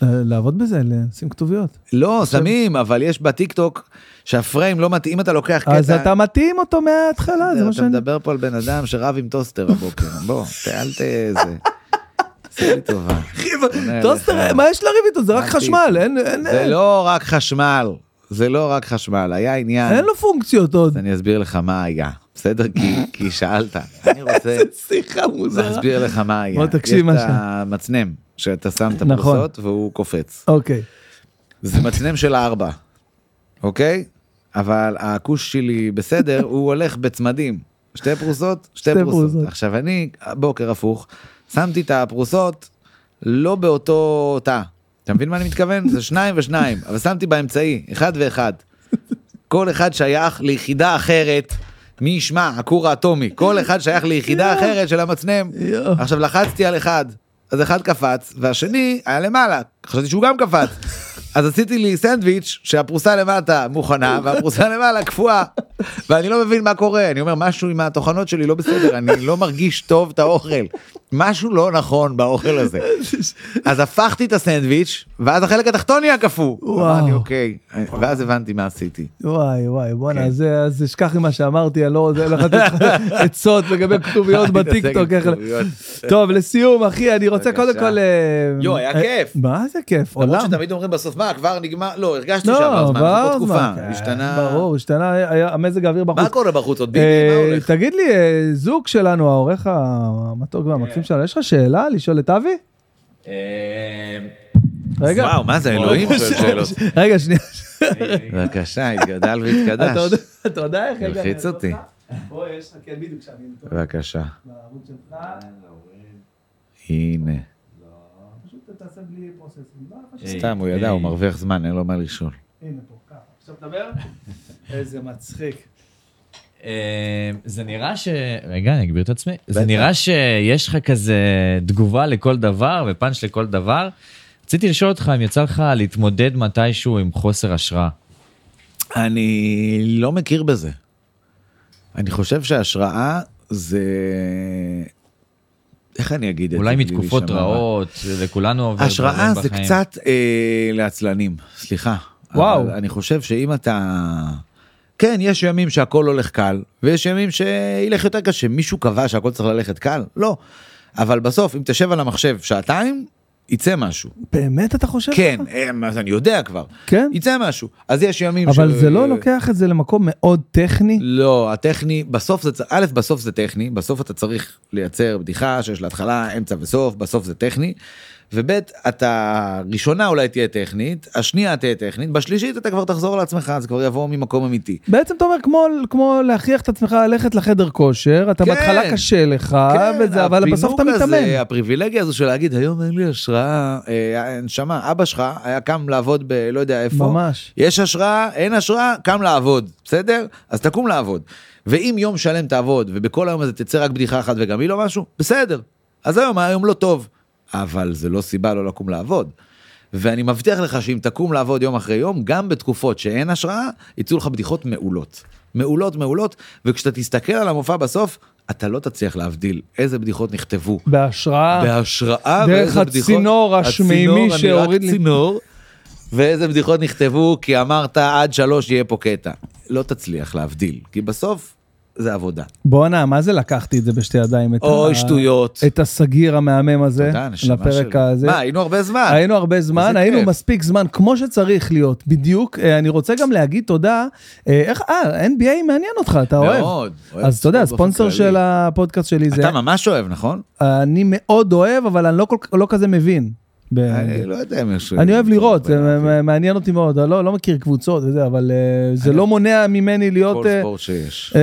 Speaker 1: אה, לעבוד בזה, לשים כתוביות.
Speaker 2: לא, שמים, אבל יש בטיקטוק שהפריים לא מתאים, אם אתה לוקח קטע...
Speaker 1: אז אתה מתאים אותו מההתחלה, זה מה
Speaker 2: אתה
Speaker 1: שאני...
Speaker 2: מדבר פה על בן אדם שרב עם טוסטר בבוקר, בוא, ת- אל ת... זה. עשה לי טובה. עונה
Speaker 1: טוסטר, אה,
Speaker 2: לך.
Speaker 1: לא מה יש לריב איתו? זה רק
Speaker 2: מה
Speaker 1: חשמל, אין- אין-
Speaker 2: זה לא רק חשמל, זה לא רק חשמל, היה עניין.
Speaker 1: אין לו פונקציות עוד.
Speaker 2: אז אני אסביר לך מה היה, בסדר? כי, כי שאלת. אני רוצה
Speaker 1: איזה שיחה מוזרה.
Speaker 2: להסביר לך מה היה.
Speaker 1: בוא, תקשיב מה
Speaker 2: יש את
Speaker 1: שהיה.
Speaker 2: המצנם, שאתה שם את
Speaker 1: נכון.
Speaker 2: הפרוסות והוא קופץ.
Speaker 1: אוקיי.
Speaker 2: זה מצנם של הארבע, אוקיי? אבל הכוש שלי בסדר, הוא הולך בצמדים. שתי פרוסות, שתי
Speaker 1: שתי
Speaker 2: פרוסות.
Speaker 1: פרוסות.
Speaker 2: עכשיו אני, בוקר הפוך, שמתי את הפרוסות לא באותו תא. אתה מבין מה אני מתכוון? זה שניים ושניים, אבל שמתי באמצעי, אחד ואחד. כל אחד שייך ליחידה אחרת, מי ישמע, הכור האטומי, כל אחד שייך ליחידה אחרת של המצנם.
Speaker 1: יואו.
Speaker 2: עכשיו לחצתי על אחד, אז אחד קפץ, והשני היה למעלה, חשבתי שהוא גם קפץ. אז עשיתי לי סנדוויץ' שהפרוסה למטה מוכנה והפרוסה למעלה קפואה ואני לא מבין מה קורה אני אומר משהו עם הטוחנות שלי לא בסדר אני לא מרגיש טוב את האוכל משהו לא נכון באוכל הזה אז הפכתי את הסנדוויץ' ואז החלק התחתון נהיה קפוא
Speaker 1: וואו.
Speaker 2: אמרתי אוקיי ואז הבנתי מה עשיתי
Speaker 1: וואי וואי בואנה
Speaker 2: כן.
Speaker 1: אז זה אז תשכח ממה שאמרתי אני לא רוצה לתת לך עצות לגבי כתוביות
Speaker 2: אני מתעסק
Speaker 1: בטיקטוק.
Speaker 2: עם
Speaker 1: איך-
Speaker 2: כתוביות.
Speaker 1: טוב לסיום אחי אני רוצה
Speaker 2: בבקשה.
Speaker 1: קודם כל. אה,
Speaker 2: יו, היה
Speaker 1: אה,
Speaker 2: כיף.
Speaker 1: מה זה כיף
Speaker 2: למרות
Speaker 1: עולם.
Speaker 2: שתמיד אומרים בסוף מה כבר נגמר לא הרגשתי
Speaker 1: לא,
Speaker 2: שעבר זמן
Speaker 1: עבר
Speaker 2: עבר תקופה
Speaker 1: זמן, כן,
Speaker 2: השתנה
Speaker 1: ברור השתנה היה- המזג האוויר בחוץ.
Speaker 2: מה קורה בחוץ עוד ביבי
Speaker 1: אה,
Speaker 2: מה הולך
Speaker 1: תגיד לי אה, זוג שלנו העורך המתוק והמקסים שלנו יש לך שאלה לשאול את אבי?
Speaker 3: אה,
Speaker 1: רגע.
Speaker 2: וואו מה זה אלוהים שואל שאלות
Speaker 1: רגע שנייה.
Speaker 2: בבקשה, התגדל
Speaker 1: אתה
Speaker 2: והתקדש.
Speaker 1: יודע- אתה יודע איך... רגע,
Speaker 2: מלחיץ
Speaker 1: אני
Speaker 2: אותי.
Speaker 1: אעזור לך? בוא, יש לך, כן, בדיוק שם, אני מתוך
Speaker 2: בבקשה,
Speaker 1: בערוץ שלך.
Speaker 2: הנה.
Speaker 1: פשוט תעשה בלי פרוססים. לא, פשוט-
Speaker 2: אה, סתם, הוא ידע, הוא מרוויח זמן, אין לו מה לשאול.
Speaker 1: הנה פה, ככה. עכשיו תדבר? איזה מצחיק.
Speaker 3: אה, זה נראה ש... רגע, אני אגביר את עצמי. זה נראה שיש לך כזה תגובה לכל דבר ופאנץ' לכל דבר. רציתי לשאול אותך אם יצא לך להתמודד מתישהו עם חוסר השראה.
Speaker 2: אני לא מכיר בזה. אני חושב שהשראה זה... איך אני אגיד את זה?
Speaker 3: אולי
Speaker 2: בלי
Speaker 3: מתקופות
Speaker 2: להישמע רע?
Speaker 3: רעות, לכולנו עובר דברים בחיים.
Speaker 2: השראה זה קצת אה, לעצלנים, סליחה.
Speaker 1: וואו.
Speaker 2: אבל אני חושב שאם אתה... כן, יש ימים שהכל הולך קל, ויש ימים שילך יותר קשה. מישהו קבע שהכל צריך ללכת קל? לא. אבל בסוף, אם תשב על המחשב שעתיים, יצא משהו.
Speaker 1: באמת אתה חושב?
Speaker 2: כן,
Speaker 1: ככה?
Speaker 2: אה, אז אני יודע כבר.
Speaker 1: כן?
Speaker 2: יצא משהו. אז יש ימים
Speaker 1: אבל זה לא לוקח את זה למקום מאוד טכני?
Speaker 2: לא, הטכני, בסוף זה, צ- א', בסוף זה טכני, בסוף אתה צריך לייצר בדיחה שיש לה התחלה, אמצע וסוף, בסוף זה טכני. וב' אתה, הראשונה אולי תהיה טכנית, השנייה תהיה טכנית, בשלישית אתה כבר תחזור לעצמך, זה כבר יבוא ממקום אמיתי.
Speaker 1: בעצם אתה אומר כמו, כמו להכריח את עצמך ללכת לחדר כושר, אתה
Speaker 2: כן.
Speaker 1: בהתחלה קשה לך, וזה, אבל
Speaker 2: הפינוק
Speaker 1: בסוף אתה
Speaker 2: כן, הזה,
Speaker 1: מתאמן.
Speaker 2: הפריבילגיה הזו של להגיד, היום אין לי השראה, אה, נשמה, אבא שלך היה קם לעבוד ב... לא יודע איפה.
Speaker 1: ממש.
Speaker 2: יש השראה, אין השראה, קם לעבוד, בסדר? אז תקום לעבוד. ואם יום שלם תעבוד, ובכל היום הזה תצא רק בדיחה אחת וגם היא לא משהו, בסדר. אז היום היה יום לא טוב, אבל זה לא סיבה לא לקום לעבוד. ואני מבטיח לך שאם תקום לעבוד יום אחרי יום, גם בתקופות שאין השראה, יצאו לך בדיחות מעולות. מעולות, מעולות, וכשאתה תסתכל על המופע בסוף, אתה לא תצליח להבדיל איזה בדיחות נכתבו.
Speaker 1: בהשראה.
Speaker 2: בהשראה
Speaker 1: אה, דרך
Speaker 2: ואיזה בדיחות.
Speaker 1: הצינור השמימי
Speaker 2: הצינור,
Speaker 1: שהוריד
Speaker 2: אני
Speaker 1: לי-
Speaker 2: רק צינור. ואיזה בדיחות נכתבו כי אמרת עד שלוש יהיה פה קטע. לא תצליח להבדיל, כי בסוף זה עבודה.
Speaker 1: בואנה, מה זה לקחתי את זה בשתי ידיים? את
Speaker 2: אוי
Speaker 1: ה-
Speaker 2: שטויות.
Speaker 1: את הסגיר המהמם הזה,
Speaker 2: תודה, נשמה
Speaker 1: לפרק
Speaker 2: שלי.
Speaker 1: הזה.
Speaker 2: מה, היינו הרבה זמן.
Speaker 1: היינו הרבה זמן,
Speaker 2: איזה
Speaker 1: היינו
Speaker 2: כיף.
Speaker 1: מספיק זמן, כמו שצריך להיות, בדיוק. אה, אני רוצה גם להגיד תודה, אה, איך, אה, NBA מעניין אותך, אתה אוהב.
Speaker 2: מאוד. אוהב
Speaker 1: אז אתה יודע,
Speaker 2: ספורט באופן
Speaker 1: הספונסר
Speaker 2: כללי.
Speaker 1: של הפודקאסט שלי זה, אה,
Speaker 2: אתה ממש אוהב, נכון?
Speaker 1: אני מאוד אוהב, אבל אני לא כל כך- לא כזה מבין. ב-
Speaker 2: אני לא יודע אם יש...
Speaker 1: כן. אני אוהב לראות, זה
Speaker 2: אה,
Speaker 1: מ- מעניין אותי מאוד, אני לא לא מכיר קבוצות וזה, אבל אה, זה לא מונע ממני
Speaker 2: כל
Speaker 1: להיות... אה,
Speaker 2: ספורט שיש.
Speaker 1: אה,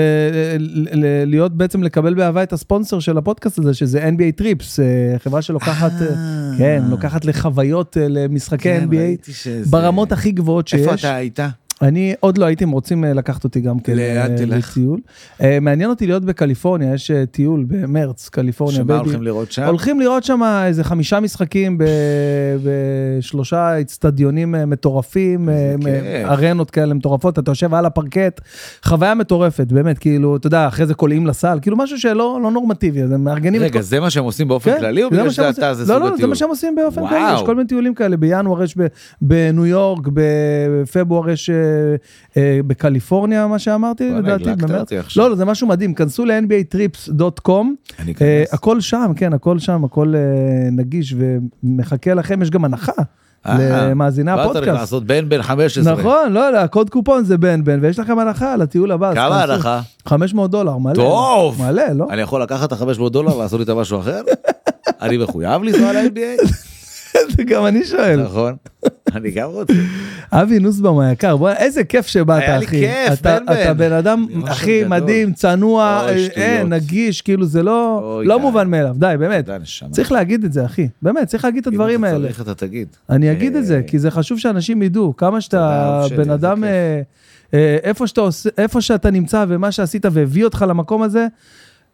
Speaker 1: ל- ל- להיות בעצם לקבל באהבה את הספונסר של הפודקאסט הזה שזה NBA טריפס חברה שלוקחת אה,
Speaker 2: אה.
Speaker 1: כן לוקחת לחוויות אה, למשחקי
Speaker 2: כן,
Speaker 1: NBA
Speaker 2: ראיתי שזה-
Speaker 1: ברמות הכי גבוהות שיש.
Speaker 2: איפה אתה היית?
Speaker 1: אני עוד לא הייתם רוצים אה, לקחת אותי גם כן
Speaker 2: לאן
Speaker 1: אה,
Speaker 2: תלך?
Speaker 1: לטיול. אה, מעניין אותי להיות בקליפורניה, יש אה, טיול במרץ, קליפורניה.
Speaker 2: שמה
Speaker 1: בדי-
Speaker 2: הולכים לראות שם?
Speaker 1: הולכים לראות שם איזה חמישה משחקים ב- בשלושה אצטדיונים אה, מטורפים, אה,
Speaker 2: כיף.
Speaker 1: ארנות כאלה מטורפות, אתה יושב על הפרקט, חוויה מטורפת, באמת, כאילו, אתה יודע, אחרי זה קולעים לסל, כאילו משהו שלא לא נורמטיבי, אז הם מארגנים את כל...
Speaker 2: רגע, זה מה שהם עושים באופן
Speaker 1: כן,
Speaker 2: כללי, או
Speaker 1: זה
Speaker 2: בגלל
Speaker 1: מה שהם
Speaker 2: שאתה
Speaker 1: עושים-
Speaker 2: זה סוג
Speaker 1: לא, לא, זה
Speaker 2: הטיול?
Speaker 1: מה שהם עושים באופן כללי,
Speaker 2: וואו.
Speaker 1: יש כל מיני טיולים כאלה, בינואר יש ב- בניו יורק, בפברואר יש אה, אה, בקליפורניה, מה שאמרתי,
Speaker 2: וואלה,
Speaker 1: לדעתי,
Speaker 2: הדלקת
Speaker 1: במרץ.
Speaker 2: אותי עכשיו.
Speaker 1: לא, לא, זה משהו מדהים, כנסו ל-nbatrips.com,
Speaker 2: אני
Speaker 1: אה,
Speaker 2: אכנס.
Speaker 1: הכל שם, כן, הכל שם, הכל אה, נגיש ומחכה לכם, יש גם הנחה
Speaker 2: אה,
Speaker 1: למאזיני
Speaker 2: מה אתה הולך
Speaker 1: הפודקאסט.
Speaker 2: לעשות בן בן 15?
Speaker 1: נכון, לא יודע, הקוד קופון זה בן בן, ויש לכם הנחה לטיול הבא. אז
Speaker 2: כמה
Speaker 1: כנסו.
Speaker 2: הנחה?
Speaker 1: 500 דולר, מלא.
Speaker 2: טוב.
Speaker 1: מלא, לא?
Speaker 2: אני יכול לקחת את ה-500 דולר לעשות איתה משהו אחר? אני מחויב לנסוע ל-NBA?
Speaker 1: זה גם אני שואל.
Speaker 2: נכון. אני גם רוצה.
Speaker 1: אבי נוסבאום היקר, בוא, איזה כיף שבאת,
Speaker 2: היה לי
Speaker 1: אחי.
Speaker 2: כיף,
Speaker 1: אתה-
Speaker 2: בן בן.
Speaker 1: אתה בן אדם
Speaker 2: ממש
Speaker 1: הכי
Speaker 2: גדול.
Speaker 1: מדהים, צנוע,
Speaker 2: אוי,
Speaker 1: אה,
Speaker 2: שטויות.
Speaker 1: אה, נגיש, כאילו זה לא
Speaker 2: אוי,
Speaker 1: לא
Speaker 2: די.
Speaker 1: מובן מאליו, די, באמת.
Speaker 2: תודה, נשמה.
Speaker 1: צריך להגיד את זה, אחי. באמת, צריך להגיד את הדברים
Speaker 2: אם אתה
Speaker 1: האלה.
Speaker 2: צריך אתה תגיד.
Speaker 1: אני אגיד את זה,
Speaker 2: אה,
Speaker 1: כי זה חשוב שאנשים ידעו כמה
Speaker 2: תודה,
Speaker 1: שאתה
Speaker 2: אהוב שלי,
Speaker 1: בן
Speaker 2: איזה
Speaker 1: אדם,
Speaker 2: כיף.
Speaker 1: אה, אה, איפה שאתה עושה- איפה שאתה נמצא ומה שעשית והביא אותך למקום הזה,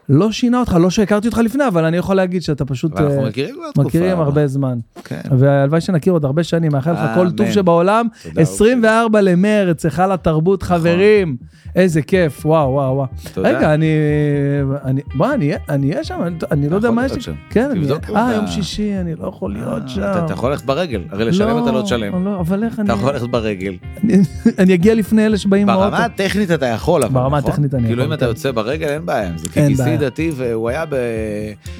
Speaker 1: לא שינה אותך, לא שהכרתי אותך לפני, אבל אני יכול להגיד שאתה פשוט
Speaker 2: אבל אנחנו
Speaker 1: אה,
Speaker 2: מכירים כבר תקופה.
Speaker 1: מכירים הרבה זמן.
Speaker 2: כן.
Speaker 1: והלוואי שנכיר עוד הרבה שנים, מאחל לך כל
Speaker 2: אמן.
Speaker 1: טוב שבעולם.
Speaker 2: תודה, אוקיי. נכון.
Speaker 1: 24 למרץ, היכל התרבות, חברים. איזה כיף, וואו, וואו, וואו.
Speaker 2: תודה.
Speaker 1: רגע, אני... אני- בוא, אני אני אהיה שם, אני- אני לא יודע
Speaker 2: יכול
Speaker 1: מה יש
Speaker 2: להיות
Speaker 1: לי.
Speaker 2: נכון, שם.
Speaker 1: כן, אני...
Speaker 2: תבדוק אם
Speaker 1: אה,
Speaker 2: אתה-
Speaker 1: יום שישי, אני לא יכול להיות שם.
Speaker 2: אתה אתה יכול ללכת ברגל, הרי לשלם אתה לא תשלם.
Speaker 1: לא, אבל איך אני...
Speaker 2: אתה יכול ללכת ברגל.
Speaker 1: אני- אני אגיע לפני אלה שבאים מהאוטו.
Speaker 2: ברמה הטכנית אתה יכול, אבל נכון?
Speaker 1: ברמה הטכנית אני
Speaker 2: כאילו
Speaker 1: יכול,
Speaker 2: אם אתה
Speaker 1: כן.
Speaker 2: יוצא ברגל אין בעיה עם זה. כי
Speaker 1: אין
Speaker 2: גיסי
Speaker 1: בעיה.
Speaker 2: דתי והוא היה ב...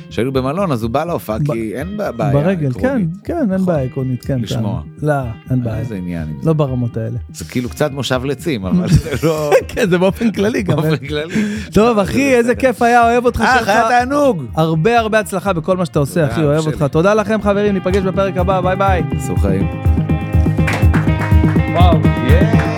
Speaker 2: כשהיינו במלון אז הוא בא להופעה
Speaker 1: ב-
Speaker 2: כי אין בה- בעיה.
Speaker 1: ברגל, כן,
Speaker 2: עקרונית.
Speaker 1: כן, אין
Speaker 2: נכון.
Speaker 1: בעיה עקרונית, כן. כן.
Speaker 2: לשמוע.
Speaker 1: לא, אין בעיה.
Speaker 2: איזה עניין עם זה.
Speaker 1: לא ברמות האלה.
Speaker 2: זה כאילו קצת מושב לצים, אבל זה לא...
Speaker 1: כן, זה באופן כללי גם.
Speaker 2: באופן כללי.
Speaker 1: טוב, אחי, איזה כיף היה, אוהב אותך.
Speaker 2: אה,
Speaker 1: שיהיה לך-
Speaker 2: היה תענוג. אה,
Speaker 1: הרבה הרבה הצלחה בכל מה שאתה עושה,
Speaker 2: תודה,
Speaker 1: אחי, אוהב
Speaker 2: אח
Speaker 1: אותך.
Speaker 2: שלי.
Speaker 1: תודה לכם, חברים, ניפגש בפרק הבא, ביי ביי.
Speaker 2: עשו חיים.
Speaker 1: וואו.